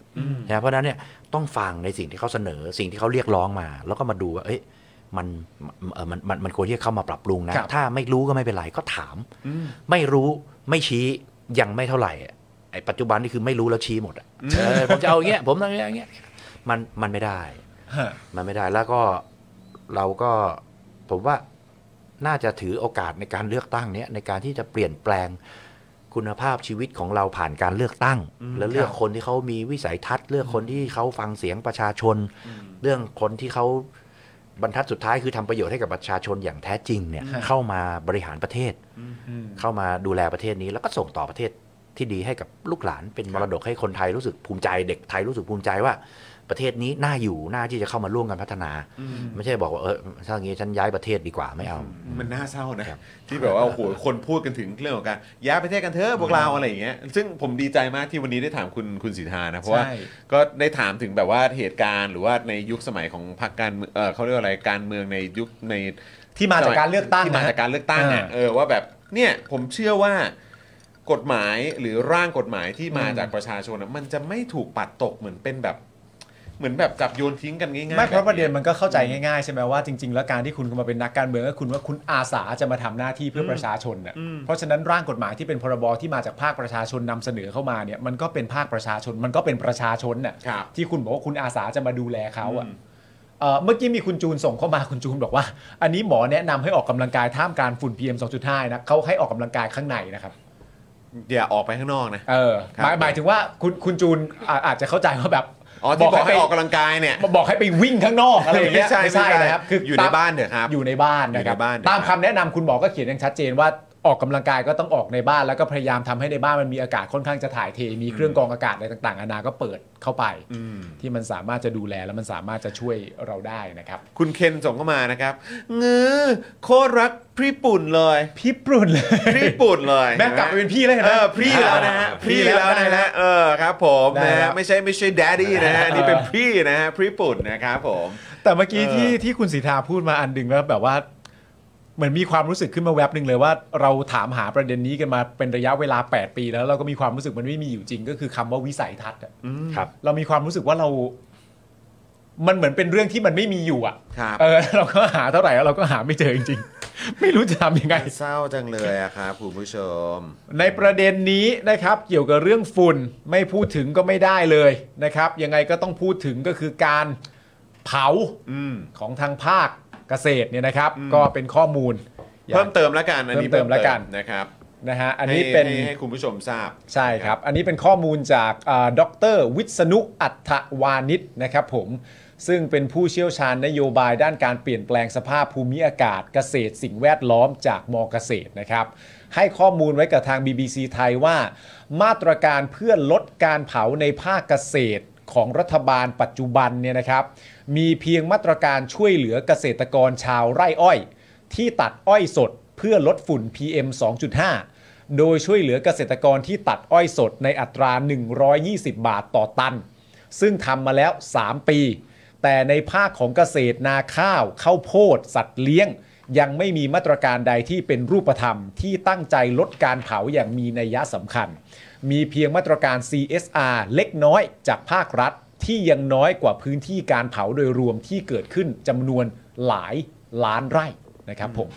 Speaker 4: นะเพราะฉะนั้นเนี่ยต้องฟังในสิ่งที่เขาเสนอสิ่งที่เขาเรียกร้องมา แล้วก็มาดูว่าเอ๊ะมันเอ่อมันมันมันควรที่จะเข้ามาปรับปรุงนะ
Speaker 2: ครับ
Speaker 4: ถ้าไม่รู้ก็ไม่เป็นไรก็ถาม
Speaker 1: อืม
Speaker 4: ไม่รู้ไม่ชี้ ยังไม่เท่าไหร่อะไอ้ปัจจุบันนี่คือไม่รู้แล้วชี้หมดอะเออผมจะเอาอย่างเงี้ยผมทำอย่างเงี้ยอย่างเงี้ยมันมันไม่ได้
Speaker 2: ฮะ
Speaker 4: มันไม่ได้แล้วก็เราก็ผมว่าน่าจะถือโอกาสในการเลือกตั้งเนี้ยในการที่จะเปลี่ยนแปลงคุณภาพชีวิตของเราผ่านการเลือกตั้ง และเลือกคนที่เขามีวิสัยทัศน์ เลือกคนที่เขาฟังเสียงประชาชน เรื่องคนที่เขาบรรทัดสุดท้ายคือทำประโยชน์ให้กับประชาชนอย่างแท้จริงเนี่ยเข้ามาบริหารประเทศ
Speaker 2: อืม
Speaker 4: เข้ามาดูแลประเทศนี้แล้วก็ส่งต่อประเทศที่ดีให้กับลูกหลานเป็นมรดกให้คนไทยรู้สึกภูมิใจ เด็กไทยรู้สึกภูมิใจว่า ประเทศนี้น่าอยู่น่าที่จะเข้ามาร่วมกันพัฒนา ไม่ใช่บอกว่าเออถ้าอย่างนี้ฉันย้ายประเทศดีกว่าไม่เอา
Speaker 1: มันน่าเศร้านะ
Speaker 4: ครับ
Speaker 1: ที่แบบว่าโอ้โหคนพูดกันถึงเรื่องของการย้ายประเทศกันเถอะพวกเราอะไรอย่างเงี้ยซึ่งผมดีใจมากที่วันนี้ได้ถามคุณคุณสีทธานะเพราะว่า
Speaker 2: ใช่
Speaker 1: ก็ได้ถามถึงแบบว่าเหตุการณ์หรือว่าในยุคสมัยของพรรคการเมืองเอ่อเขาเรียกว่าอะไรการเมืองในยุคใน
Speaker 2: ที่มาจากการเลือกตั้ง
Speaker 1: ที่มา
Speaker 2: นะ
Speaker 1: จากการเลือกตั้งอ่ะ
Speaker 2: อ่า
Speaker 1: เออว่าแบบเนี่ยผมเชื่อว่ากฎหมายหรือร่างกฎหมายที่มา
Speaker 2: อืม
Speaker 1: จากประชาชนอะมันจะไม่ถูกปัดตกเหมือนเป็นแบบ เหมือนแบบจับโยนทิ้งกันง่ายๆ
Speaker 2: ไม่เพราะ
Speaker 1: แบบ
Speaker 2: ประเด็นมันก็เข้าใจง่ายๆใช่ไหมว่าจริงๆ แล้วการที่คุณมาเป็นนักการเมืองก็คุณว่าคุณอาสาจะมาทำหน้าที่เพื่อประชาชนน่ะเพราะฉะนั้นร่างกฎหมายที่เป็นพรบที่มาจากภาคประชาชนนำเสนอเข้ามาเนี่ยมันก็เป็นภาคประชาชนมันก็เป็นประชาชนน่ะ
Speaker 1: ครับ
Speaker 2: ที่คุณบอกว่าคุณอาสาจะมาดูแลเขาอ่ะ
Speaker 1: อืม
Speaker 2: เอ่อเมื่อกี้มีคุณจูนส่งเข้ามาคุณจูนบอกว่า อันนี้หมอแนะนำให้ออกกำลังกายท่ามกลางฝุ่น PM 2.5นะเขาให้ออกกำลังกายข้างในนะครับ
Speaker 1: อย่าออกไปข้างนอกนะ
Speaker 2: เออหมาย
Speaker 1: ครับ
Speaker 2: หมายถึงว่าคุณคุณจูนอ่ะอาจจะเข้าใจว่าแบบ
Speaker 1: อ๋อที่บอกให้
Speaker 2: ไป
Speaker 1: ออกกำลังกายเนี่ย
Speaker 2: บอกให้ไปวิ่งข้างนอกอะไรอย่างเงี้ย
Speaker 1: ไม่ใช่ไม่ใช่
Speaker 2: นะครับ
Speaker 1: อยู่ในบ้านเถอะครับ
Speaker 2: อยู่ในบ้าน
Speaker 1: อยู่
Speaker 2: นะค
Speaker 1: ใน
Speaker 2: รับ
Speaker 1: บ้านเถอะ
Speaker 2: ตาม
Speaker 1: ครับ
Speaker 2: คำแนะนำคุณหมอก็เขียนอย่างชัดเจนว่าออกกำลังกายก็ต้องออกในบ้านแล้วก็พยายามทำให้ในบ้านมันมีอากาศค่อนข้างจะถ่ายเทมีเครื่องกรองอากาศอะไรต่างๆนานาก็เปิดเข้าไป
Speaker 1: อืม
Speaker 2: ที่มันสามารถจะดูแลแล้วมันสามารถจะช่วยเราได้นะครับ
Speaker 1: คุณเคนส่งเข้ามานะครับงื้อโคตรรักพี่ปุ่นเลย
Speaker 2: พี่ปรุนเลย
Speaker 1: พี่ปุ่นเลย
Speaker 2: แม่กลับไปเป็นพี่เลย
Speaker 1: เอ
Speaker 2: นะ
Speaker 1: อพี่แล้วนะฮะพี่แล้วนะฮะเออครับ ผม
Speaker 2: ได้
Speaker 1: นะ
Speaker 2: แล้
Speaker 1: ฮะ
Speaker 2: ว
Speaker 1: ไม่ใช่ไม่ใช่แดดดี้นะฮะอันนี่เป็นพี่นะฮะพี่ปุ่นนะครับผม
Speaker 2: แต่เมื่อกี้
Speaker 1: เออ
Speaker 2: ที่ที่คุณสีทาพูดมาอันดึงแล้วแบบว่าเหมือนมีความรู้สึกขึ้นมาแวบหนึ่งเลยว่าเราถามหาประเด็นนี้กันมาเป็นระยะเวลา 8 ปีแล้วเราก็มีความรู้สึกมันไม่มีอยู่จริง ก็คือคำว่าวิสัยทัศน์อะ
Speaker 4: ครับ
Speaker 2: เรามีความรู้สึกว่าเรา มันเหมือนเป็นเรื่องที่มันไม่มีอยู่อะ
Speaker 1: ครับ
Speaker 2: เออ เราก็หาเท่าไหร่แล้วเราก็หาไม่เจอจริงๆ ไม่รู้จะทำยังไง
Speaker 1: เศร้าจังเลยอะครับคุณผู้ชม
Speaker 2: ในประเด็นนี้นะครับเกี่ยวกับเรื่องฝุ่นไม่พูดถึงก็ไม่ได้เลยนะครับ ยังไงก็ต้องพูดถึงก็คือการเผา
Speaker 1: อืม
Speaker 2: ของทางภาคเกษตรเนี่ยนะครับ ก็เป็นข้อมูล
Speaker 1: เพิ่มเติมแล้วกันอันนี้
Speaker 2: เพิ่มเติมแล้วกัน
Speaker 1: นะครับ
Speaker 2: นะฮะอันนี้เป็น
Speaker 1: ให้ให้ให้คุณผู้ชมทราบ
Speaker 2: ใช่ครับ อันนี้เป็นข้อมูลจากดรวิษณุอัฏฐวานิชนะครับผมซึ่งเป็นผู้เชี่ยวชาญนโยบายด้านการเปลี่ยนแปลงสภาพภูมิอากาศเกษตร สิ่งแวดล้อมจากมเกษตรนะครับ ให้ข้อมูลไว้กับทาง BBC ไทยว่า มาตรการเพื่อลดการเผาในภาคเกษตร ของรัฐบาลปัจจุบันเนี่ยนะครับ มีเพียงมาตรการช่วยเหลือเกษตรกรชาวไร่อ้อย ที่ตัดอ้อยสดเพื่อลดฝุ่น PM 2.5 โดยช่วยเหลือเกษตรกรที่ตัดอ้อยสดในอัตรา 120 บาทต่อตัน ซึ่งทำมาแล้ว 3 ปี แต่ในภาคของเกษตรนาข้าวข้าวโพด สัตว์เลี้ยง ยังไม่มีมาตรการใดที่เป็นรูปธรรม ที่ตั้งใจลดการเผาอย่างมีนัยสำคัญ มีเพียงมาตรการ CSR เล็กน้อยจากภาครัฐที่ยังน้อยกว่าพื้นที่การเผาโดยรวมที่เกิดขึ้นจำนวนหลายล้านไร่นะครับผม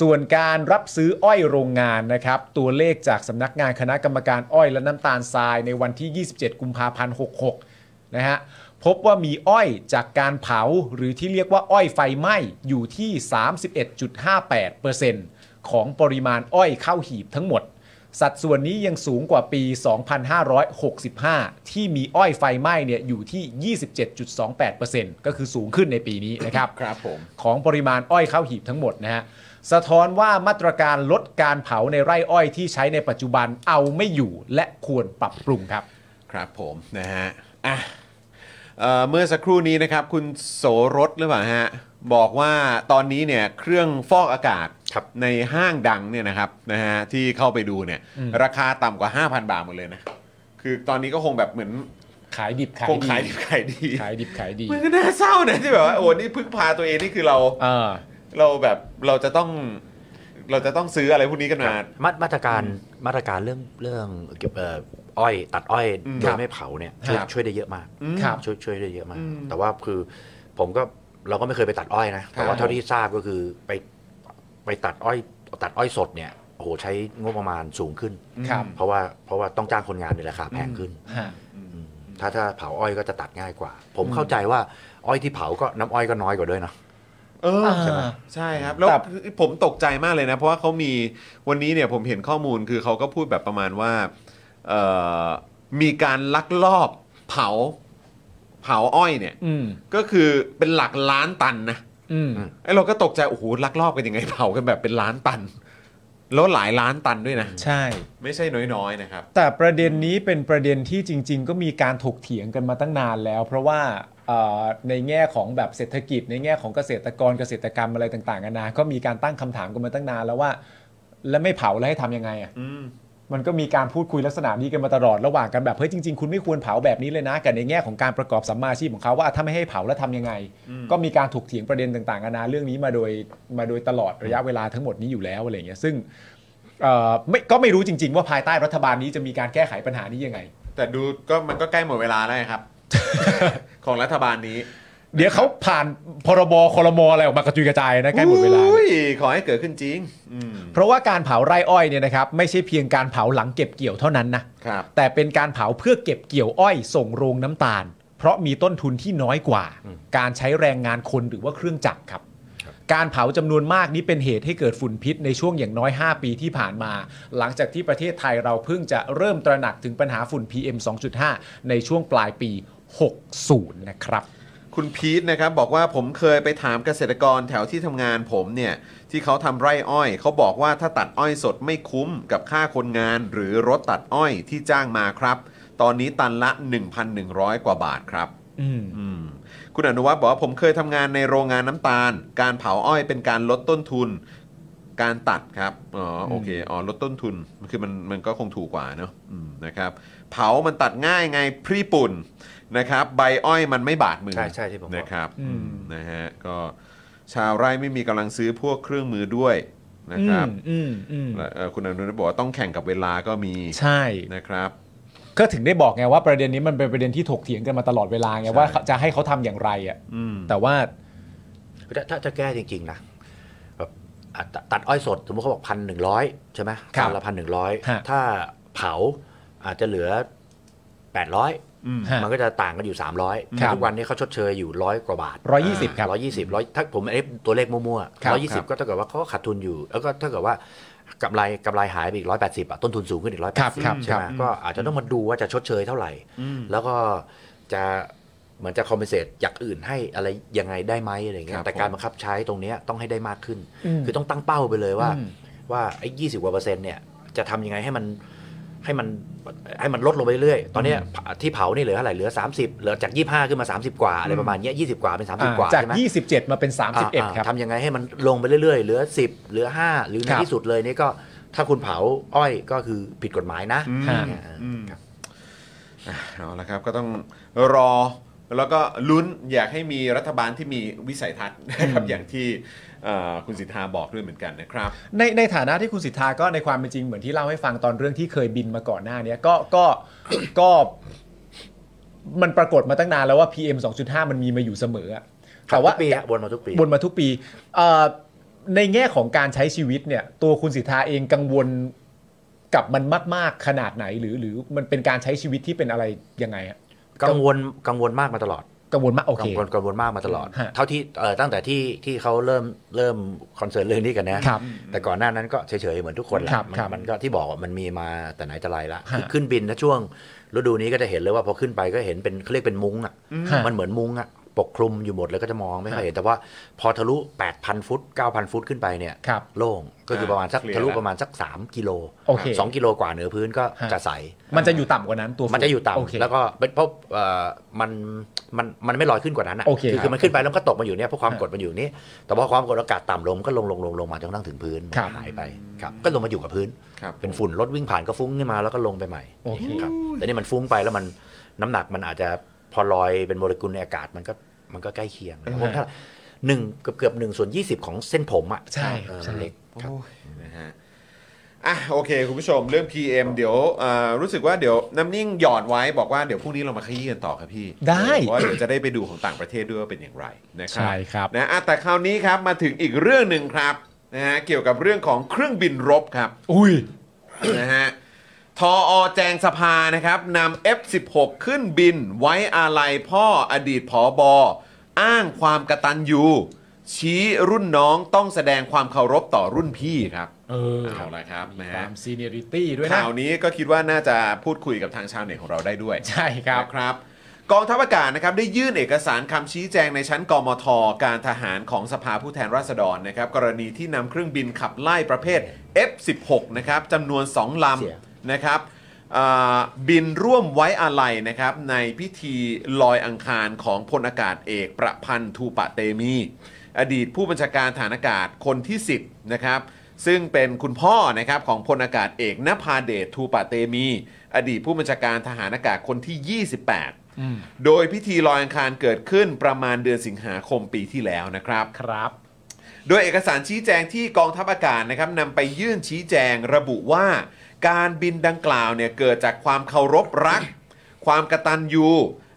Speaker 2: ส่วนการรับซื้ออ้อยโรงงานนะครับ ตัวเลขจากสำนักงานคณะกรรมการอ้อยและน้ำตาลทรายในวันที่ 27 กุมภาพันธ์ 66 นะฮะ พบว่ามีอ้อยจากการเผาหรือที่เรียกว่าอ้อยไฟไหม้อยู่ที่ 31.58%ของปริมาณอ้อยเข้าหีบทั้งหมด สัดส่วนนี้ยังสูงกว่าปี 2565 ที่มีอ้อยไฟไหม้เนี่ยอยู่ที่ 27.28%ก็คือสูงขึ้นในปีนี้นะครับ
Speaker 1: ครับผม
Speaker 2: ของปริมาณอ้อยข้าวหีบทั้งหมดนะฮะสะท้อนว่ามาตรการลดการเผาในไร่อ้อยที่ใช้ในปัจจุบันเอาไม่อยู่และควรปรับปรุงครับ
Speaker 1: ครับผมนะฮะอ่ะเอ่อเมื่อสักครู่นี้นะครับ คุณโสรสหรือเปล่าฮะ บอกว่าตอนนี้เนี่ยเครื่องฟอกอากาศ
Speaker 4: ครับ
Speaker 1: ในห้างดังเนี่ยนะครับนะฮะที่เข้าไปดูเนี่ย ราคาต่ำกว่า 5,000 บาทหมดเลยนะ คือตอนนี้ก็คงแบบเหมือน
Speaker 2: ขายดิบขาย
Speaker 1: คง
Speaker 2: ดี
Speaker 1: ขายดีขายดี
Speaker 2: ขายดิบขายดี
Speaker 1: มันก็น่าเศร้านะที่แบบว่าโอ้นี่พึ่งพาตัวเองนี่คือเรา
Speaker 2: เออ
Speaker 1: เราแบบเราจะต้องเราจะต้องซื้ออะไรพวกนี้กันมา
Speaker 4: มามาตรการมาตรการเรื่องเรื่องเกี่ยวกับเอ่ออ้อยตัดอ้อย
Speaker 1: อืม
Speaker 4: โดยไม่เผาเนี่ยช่วย
Speaker 2: ครับ
Speaker 4: ช่วยได้เยอะมาก
Speaker 2: ครับ
Speaker 4: ช่วยช่วยได้เยอะมาก แต่ว่าคือผมก็เราก็ไม่เคยไปตัดอ้อยนะแต่ว่าเท่าที่ทราบก็คือไปไปตัดอ้อยตัดอ้อยสดเนี่ยโอ้โห โหใช้งบประมาณสูงขึ้น
Speaker 2: ครับ
Speaker 4: เพราะว่าเพราะว่าต้องจ้างคนงานในราคาแพงขึ้น
Speaker 2: ฮะ
Speaker 4: ถ้าถ้าเผาอ้อยก็จะตัดง่ายกว่า ผมเข้าใจว่าอ้อยที่เผาก็น้ำอ้อยก็น้อยกว่าด้วยเนาะ
Speaker 1: เออ
Speaker 2: ใช่ไหม
Speaker 1: ใช่ครับ แล้ว
Speaker 2: ครับ
Speaker 1: ผมตกใจมากเลยนะ เพราะว่าเขามีวันนี้เนี่ยผมเห็นข้อมูลคือเขาก็พูดแบบประมาณว่าเอ่อมีการลักลอบเผาเผาอ้อยเนี่ย
Speaker 2: อืม
Speaker 1: ก็คือเป็นหลักล้านตันนะ
Speaker 2: อืม
Speaker 1: ไอ้เราก็ตกใจ โอ้โหลักลอบกันยังไงเผากันแบบเป็นล้านตัน แล้วหลายล้านตันด้วยนะ
Speaker 2: ใช่
Speaker 1: ไม่ใช่น้อยๆนะครับ
Speaker 2: แต่ประเด็นนี้เป็นประเด็นที่จริง ๆ ก็มีการถกเถียงกันมาตั้งนานแล้ว เพราะว่าเอ่อในแง่ของแบบเศรษฐกิจ ในแง่ของเกษตรกรเกษตรกรรมอะไรต่างๆกันานะก็มีการตั้งคำถามกันมาตั้งนานแล้วว่า แล้วไม่เผาแล้วให้ทำยังไงอ่ะ
Speaker 1: อืม
Speaker 2: มันก็มีการพูดคุยลักษณะนี้กันมาตลอดระหว่างกันแบบเฮ้ยจริงๆคุณไม่ควรเผาแบบนี้เลยนะกับในแง่ของการประกอบสัมมาอาชีพของเขาว่าถ้าไม่ให้เผาแล้วทำยังไง ก็มีการถกเถียงประเด็นต่างๆกันานาเรื่องนี้มาโดยมาโดยตลอดระยะเวลาทั้งหมดนี้อยู่แล้วอะไรอย่างเงี้ยซึ่ง เอ่อไม่ก็ไม่รู้จริง ๆ ว่าภายใต้รัฐบาลนี้จะมีการแก้ไขปัญหานี้ยังไง
Speaker 1: แต่ดูก็มันก็ใกล้หมดเวลาแล้ว นะครับ ของรัฐบาลนี้
Speaker 2: เดี๋ยวเขาผ่านพรบคอรมออะไรออกมากระจุยกระจายนะใกล้หมดเวลา
Speaker 1: อุ้ยขอให้เกิดขึ้นจริง อืม
Speaker 2: เพราะว่าการเผาไร่อ้อยเนี่ยนะครับไม่ใช่เพียงการเผาหลังเก็บเกี่ยวเท่านั้นนะครับ แต่เป็นการเผาเพื่อเก็บเกี่ยวอ้อยส่งโรงน้ำตาล เพราะมีต้นทุนที่น้อยกว่า การใช้แรงงานคนหรือว่าเครื่องจักรครับ การเผาจำนวนมากนี้เป็นเหตุให้เกิดฝุ่นพิษในช่วงอย่างน้อย 5 ปีที่ผ่านมา หลังจากที่ประเทศไทยเราเพิ่งจะเริ่มตระหนักถึงปัญหาฝุ่น PM 2.5 ในช่วงปลายปี 60 นะครับ
Speaker 1: คุณพีทนะครับบอกว่าผมเคยไปถามเกษตรกรแถวที่ทำงานผมเนี่ย ที่เขาทำไร่อ้อย เขาบอกว่าถ้าตัดอ้อยสดไม่คุ้มกับค่าคนงาน หรือรถตัดอ้อยที่จ้างมาครับ ตอนนี้ตันละ 1,100 กว่าบาทครับ
Speaker 2: อืม
Speaker 1: อืมคุณอนุวัฒน์บอกว่าผมเคยทำงานในโรงงานน้ำตาล การเผาอ้อยเป็นการลดต้นทุน การตัดครับอ๋ออ
Speaker 2: ม
Speaker 1: โอเคอ๋อลดต้นทุนคือมันมันก็คงถูกกว่าเนอะอืมนะครับ เผามันตัดง่ายไงพรีปุ่นนะครับ ใบอ้อยมันไม่บาดมือ
Speaker 4: ใช่ใช่ที่ผมบอก
Speaker 1: นะครับ
Speaker 2: อืม
Speaker 1: นะฮะก็ชาวไร่ไม่มีกำลังซื้อพวกเครื่องมือด้วยนะครับ
Speaker 2: อืมอืม
Speaker 1: และเอ่อคุณอนุวัฒน์บอกว่าต้องแข่งกับเวลาก็มี
Speaker 2: ใช่
Speaker 1: นะครับ
Speaker 2: ก็ถึงได้บอกไงว่าประเด็นนี้มันเป็นประเด็นที่ถกเถียงกันมาตลอดเวลาไง
Speaker 1: ใช่
Speaker 2: ว่าจะให้เขาทำอย่างไรอ่ะ
Speaker 1: อืม
Speaker 2: แต่ว่า
Speaker 4: ถ้าถ้าจะแก้จริงๆนะแบบอ่ะตตัดอ้อยสดสมมติเขาบอกพันหนึ่งร้อยใช่ไหม
Speaker 2: ครับ
Speaker 4: ตันละพันหนึ่งร้อย
Speaker 2: ฮะ
Speaker 4: ถ้าเผาอาจจะเหลือแปดร้อย
Speaker 1: อืม
Speaker 2: ฮะ
Speaker 4: มันก็จะต่างกันอยู่ 300
Speaker 2: ครับ
Speaker 4: ทุกวันนี้เขาชดเชยอยู่ร้อยกว่าบาท
Speaker 2: ร้อยยี่สิบครับ
Speaker 4: ร้อยยี่สิบร้อยถ้าผมเอฟตัวเลขมั่ว
Speaker 2: ครั
Speaker 4: ๆ
Speaker 2: บ
Speaker 4: ร้อยยี่
Speaker 1: ครั
Speaker 4: สิบบ ก็เท่ากับว่าเขาก็ขาดทุนอยู่ แล้วก็เท่ากับว่ากำไรกำไรหายไปอีกร้อยแปดสิบต้นทุนสูงขึ้นอีกร้อย
Speaker 2: ค
Speaker 4: แปด
Speaker 2: รับ
Speaker 4: สิบ
Speaker 2: ครับ
Speaker 4: ใช่
Speaker 2: ครับ
Speaker 4: ไหมก็อาจจะต้องมาดูว่าจะชดเชยเท่าไหร่
Speaker 1: อืม
Speaker 4: แล้วก็จะเหมือนจะคอมเพนเซตอย่างอื่นให้อะไรยังไงได้ไหมอะไรเงี้
Speaker 1: ครั
Speaker 4: ย
Speaker 1: บ
Speaker 4: แต่การ
Speaker 1: ผม
Speaker 4: บังคับใช้ตรงเนี้ยต้องให้ได้มากขึ้น
Speaker 2: อืม
Speaker 4: คือต้องตั้งเป้าไปเลยว่า
Speaker 2: อืม
Speaker 4: ว่าไอ้ยี่สิบกว่าเปอร์เซ็นต์เนี่ยจะทำยังไงให้มันให้มันให้มันลดลงไปเรื่อยๆตอนเนี้ยที่เผานี่เหลือเท่าไหร่เหลือ 30เหลือจาก 25 ขึ้นมา 30 กว่าอะไรประมาณเนี้ย20 กว่าเป็น 30 กว่า
Speaker 2: จาก
Speaker 4: ใช่ไหม
Speaker 2: 27 มาเป็น
Speaker 4: อ่า
Speaker 2: 31 ครับ
Speaker 4: ทำยังไงให้มันลงไปเรื่อยๆเหลือ 10 เหลือ 5 หรือใน
Speaker 2: ครับ
Speaker 4: ที่สุดเลยนี่ก็ถ้าคุณเผาอ้อยก็คือผิดกฎหมายนะ
Speaker 1: อืม
Speaker 4: อะไรเงี้ย
Speaker 1: อืม
Speaker 4: ครับ
Speaker 1: เอาละครับก็ต้องรอแล้วก็ลุ้นอยากให้มีรัฐบาลที่มีวิสัยทัศน์นะครับอย่างที่เอ่อคุณสิทธาบอกด้วยเหมือนกันนะครับ
Speaker 2: ในในฐานะที่คุณสิทธาก็ในความเป็นจริงเหมือนที่เล่าให้ฟังตอนเรื่องที่เคยบินมาก่อนหน้าเนี้ยก็ก็ก็ มันปรากฏมาตั้งนานแล้วว่า PM 2.5 มันมีมาอยู่เสมออะแต่ว่า
Speaker 4: ทุกปีฮะวนมาทุกปี
Speaker 2: วนมาทุกปีเอ่อในแง่ของการใช้ชีวิตเนี่ย ตัวคุณสิทธาเองกังวลกับมันมาก ๆ ขนาดไหน หรือ หรือมันเป็นการใช้ชีวิตที่เป็นอะไรยังไงอะ
Speaker 4: กังวลกังวลมากมาตลอด
Speaker 2: กังวลมากโอ
Speaker 4: กั
Speaker 2: เค
Speaker 4: งวลกังวลมากมาตลอด
Speaker 2: ฮะ
Speaker 4: เท่าที่เอ่อตั้งแต่ที่ที่เขาเริ่มเริ่มคอนเซิร์นเรื่องนี้กันนะครับ แต่ก่อนหน้านั้นก็เฉยๆเหมือนทุกคนแหละ
Speaker 2: ครับ
Speaker 4: มัน
Speaker 2: ครับ
Speaker 4: มันก็ที่บอกว่ามันมีมาแต่ไหนแต่ไรละ
Speaker 2: ฮะ
Speaker 4: คือขึ้นบินนะช่วงฤดูนี้ก็จะเห็นเลยว่าพอขึ้นไปก็เห็นเป็นเขาเรียกเป็นมุ้งอ่ะ
Speaker 2: ฮะ
Speaker 4: มันเหมือนมุ้งอ่ะปกคลุมอยู่หมดเลยก็จะมองไม่ค่อยเห็นแต่ว่าพอทะลุ 8,000 ฟุต 9,000 ฟุตขึ้นไปเนี่ย
Speaker 2: ครับ
Speaker 4: โล่งก็คือประมาณสัก
Speaker 1: เคลียร์
Speaker 4: ทะลุ
Speaker 1: ละ
Speaker 4: ประมาณสัก 3 กิโล
Speaker 2: โอเค
Speaker 4: สองกิโลกว่าเหนือพื้นก็
Speaker 2: ฮะ
Speaker 4: จะใส
Speaker 2: มันจะอยู่ต่ำกว่านั้นตัว
Speaker 4: มันจะอยู่
Speaker 2: โเค
Speaker 4: ต่ำแล้วก็เพราะเอ่อมันมันมันไม่ลอยขึ้นกว่านั้นอะ
Speaker 2: โอเค
Speaker 4: คือ
Speaker 2: ครับ
Speaker 4: คือมันขึ้นไปแล้วมันก็ตกมาอยู่เนี่ยเพราะความ
Speaker 2: ครับ
Speaker 4: กดมันอยู่นี่แต่พอความกดอากาศต่ำลงก็ลงลงลงลงมาจนกระทั่งถึงพื้น
Speaker 2: ครับ
Speaker 4: หายไปครับก็ลงมาอยู่กับพื้น
Speaker 1: ครับ
Speaker 4: เป็นฝุ่นรถวิ่งผ่านก็ฟุ้งขึ้นมาแล้วก็ลงไปใหม่
Speaker 2: โอเค
Speaker 4: ครับแต่นี่มันฟุ้งไปแล้วมันน้ำหนักมันอาจจะพอลอยเป็นโมเลกุลในอากาศมันก็มันก็ใกล้เคียงเพราะถ้าหนึ่งเกือบเกือบหนึ่งส่วนยี่สิบของเส้นผมอ่ะ
Speaker 2: ใช่
Speaker 4: เออ
Speaker 2: ใช่
Speaker 4: มันเล็กครับ
Speaker 1: โอ้ยนะฮะอ่ะโอเค คุณผู้ชมเรื่อง PM เดี๋ยวเอ่อรู้สึกว่าเดี๋ยวน้ำนิ่งหยอดไว้บอกว่าเดี๋ยวพรุ่งนี้เรามาขยี้กันต่อครับพี่
Speaker 2: ได้
Speaker 1: เพราะว่าเดี๋ยวจะได้ไปดูของต่างประเทศด้วยว่าเป็นอย่างไรนะครับ
Speaker 2: ใช่ครับ
Speaker 1: นะอ่ะแต่คราวนี้ครับมาถึงอีกเรื่องหนึ่งครับ นะฮะเกี่ยวกับเรื่องของเครื่องบินรบครับ
Speaker 2: อุ้ย
Speaker 1: นะฮะทออแจงสภานะครับนำ F16 ขึ้นบินไว้อาลัยพ่ออดีตผอบออ้างความกระตันยูชี้รุ่นน้องต้องแสดงความเคารพต่อรุ่นพี่ครับ
Speaker 2: เออ
Speaker 1: เอาละครับนะ
Speaker 2: ตา
Speaker 1: ฮะ
Speaker 2: มซีเนียริตี้ด้วยนะ
Speaker 1: ข่าวนี้ก็คิดว่าน่าจะพูดคุยกับทางชาวเน็ตของเราได้ด้วย
Speaker 2: ใช่ครับ
Speaker 1: นะครับกองทัพอากาศนะครับได้ยื่นเอกสารคำชี้แจงในชั้นกมท การทหารของสภาผู้แทนราษฎรนะครับกรณีที่นำเครื่องบินขับไล่ประเภท F16 นะครับจำนวน 2 ล
Speaker 4: เสีย
Speaker 1: ำนะครับอ่าบินร่วมไว้อาลัยนะครับในพิธีลอยอังคารของพลอากาศเอกประพันธ์ทูปะเตมี อดีตผู้บัญชาการฐานอากาศคนที่ 10นะครับซึ่งเป็นคุณพ่อนะครับของพลอากาศเอกนภาเดชทูปะเตมี อดีตผู้บัญชาการทหารอากาศคนที่ 28 โดยพิธีลอยอังคารเกิดขึ้นประมาณเดือนสิงหาคมปีที่แล้วนะครับ
Speaker 2: ครับ
Speaker 1: โดยเอกสารชี้แจงที่กองทัพอากาศนะครับนำไปยื่นชี้แจงระบุว่า การบินดังกล่าวเนี่ยเกิดจากความเคารพรัก ความกตัญญู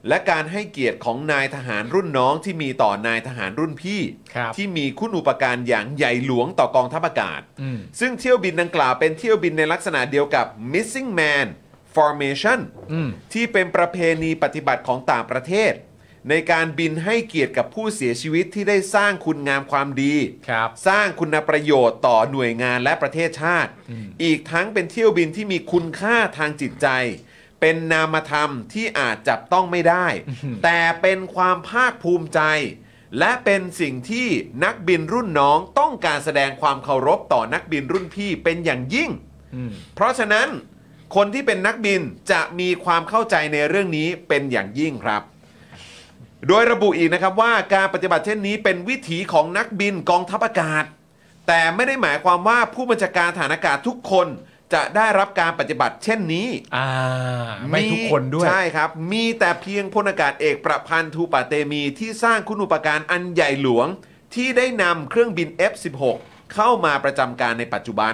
Speaker 1: และการให้เกียรติของนายทหารรุ่นน้องที่มีต่อนายทหารรุ่นพี่
Speaker 2: ครับ
Speaker 1: ที่มีคุณอุปการอย่างใหญ่หลวงต่อกองทัพอากาศ
Speaker 2: อืม
Speaker 1: ซึ่งเที่ยวบินดังกล่าวเป็นเที่ยวบินในลักษณะเดียวกับ missing man formation
Speaker 2: อืม
Speaker 1: ที่เป็นประเพณีปฏิบัติของต่างประเทศ ในการบินให้เกียรติกับผู้เสียชีวิตที่ได้สร้างคุณงามความดี
Speaker 2: ครับ
Speaker 1: สร้างคุณประโยชน์ต่อหน่วยงานและประเทศชาติ อีกทั้งเป็นเที่ยวบินที่มีคุณค่าทางจิตใจ เป็นนามธรรมที่อาจจับต้องไม่ได้ แต่เป็นความภาคภูมิใจ และเป็นสิ่งที่นักบินรุ่นน้องต้องการแสดงความเคารพต่อนักบินรุ่นพี่เป็นอย่างยิ่ง
Speaker 2: อืม
Speaker 1: เพราะฉะนั้นคนที่เป็นนักบินจะมีความเข้าใจในเรื่องนี้เป็นอย่างยิ่งครับ โดยระบุอีกนะครับว่าการปฏิบัติเช่นนี้เป็นวิถีของนักบินกองทัพอากาศ แต่ไม่ได้หมายความว่าผู้บัญชาการฐานอากาศทุกคนจะได้รับการปฏิบัติเช่นนี้
Speaker 2: อ่า ไม่ทุกคนด้วย
Speaker 1: ใช่ครับ มีแต่เพียงพลอากาศเอกประพันธ์ทูปะเตมีที่สร้างคุณูปการอันใหญ่หลวง ที่ได้นำเครื่องบิน F16 เข้ามาประจำการในปัจจุบัน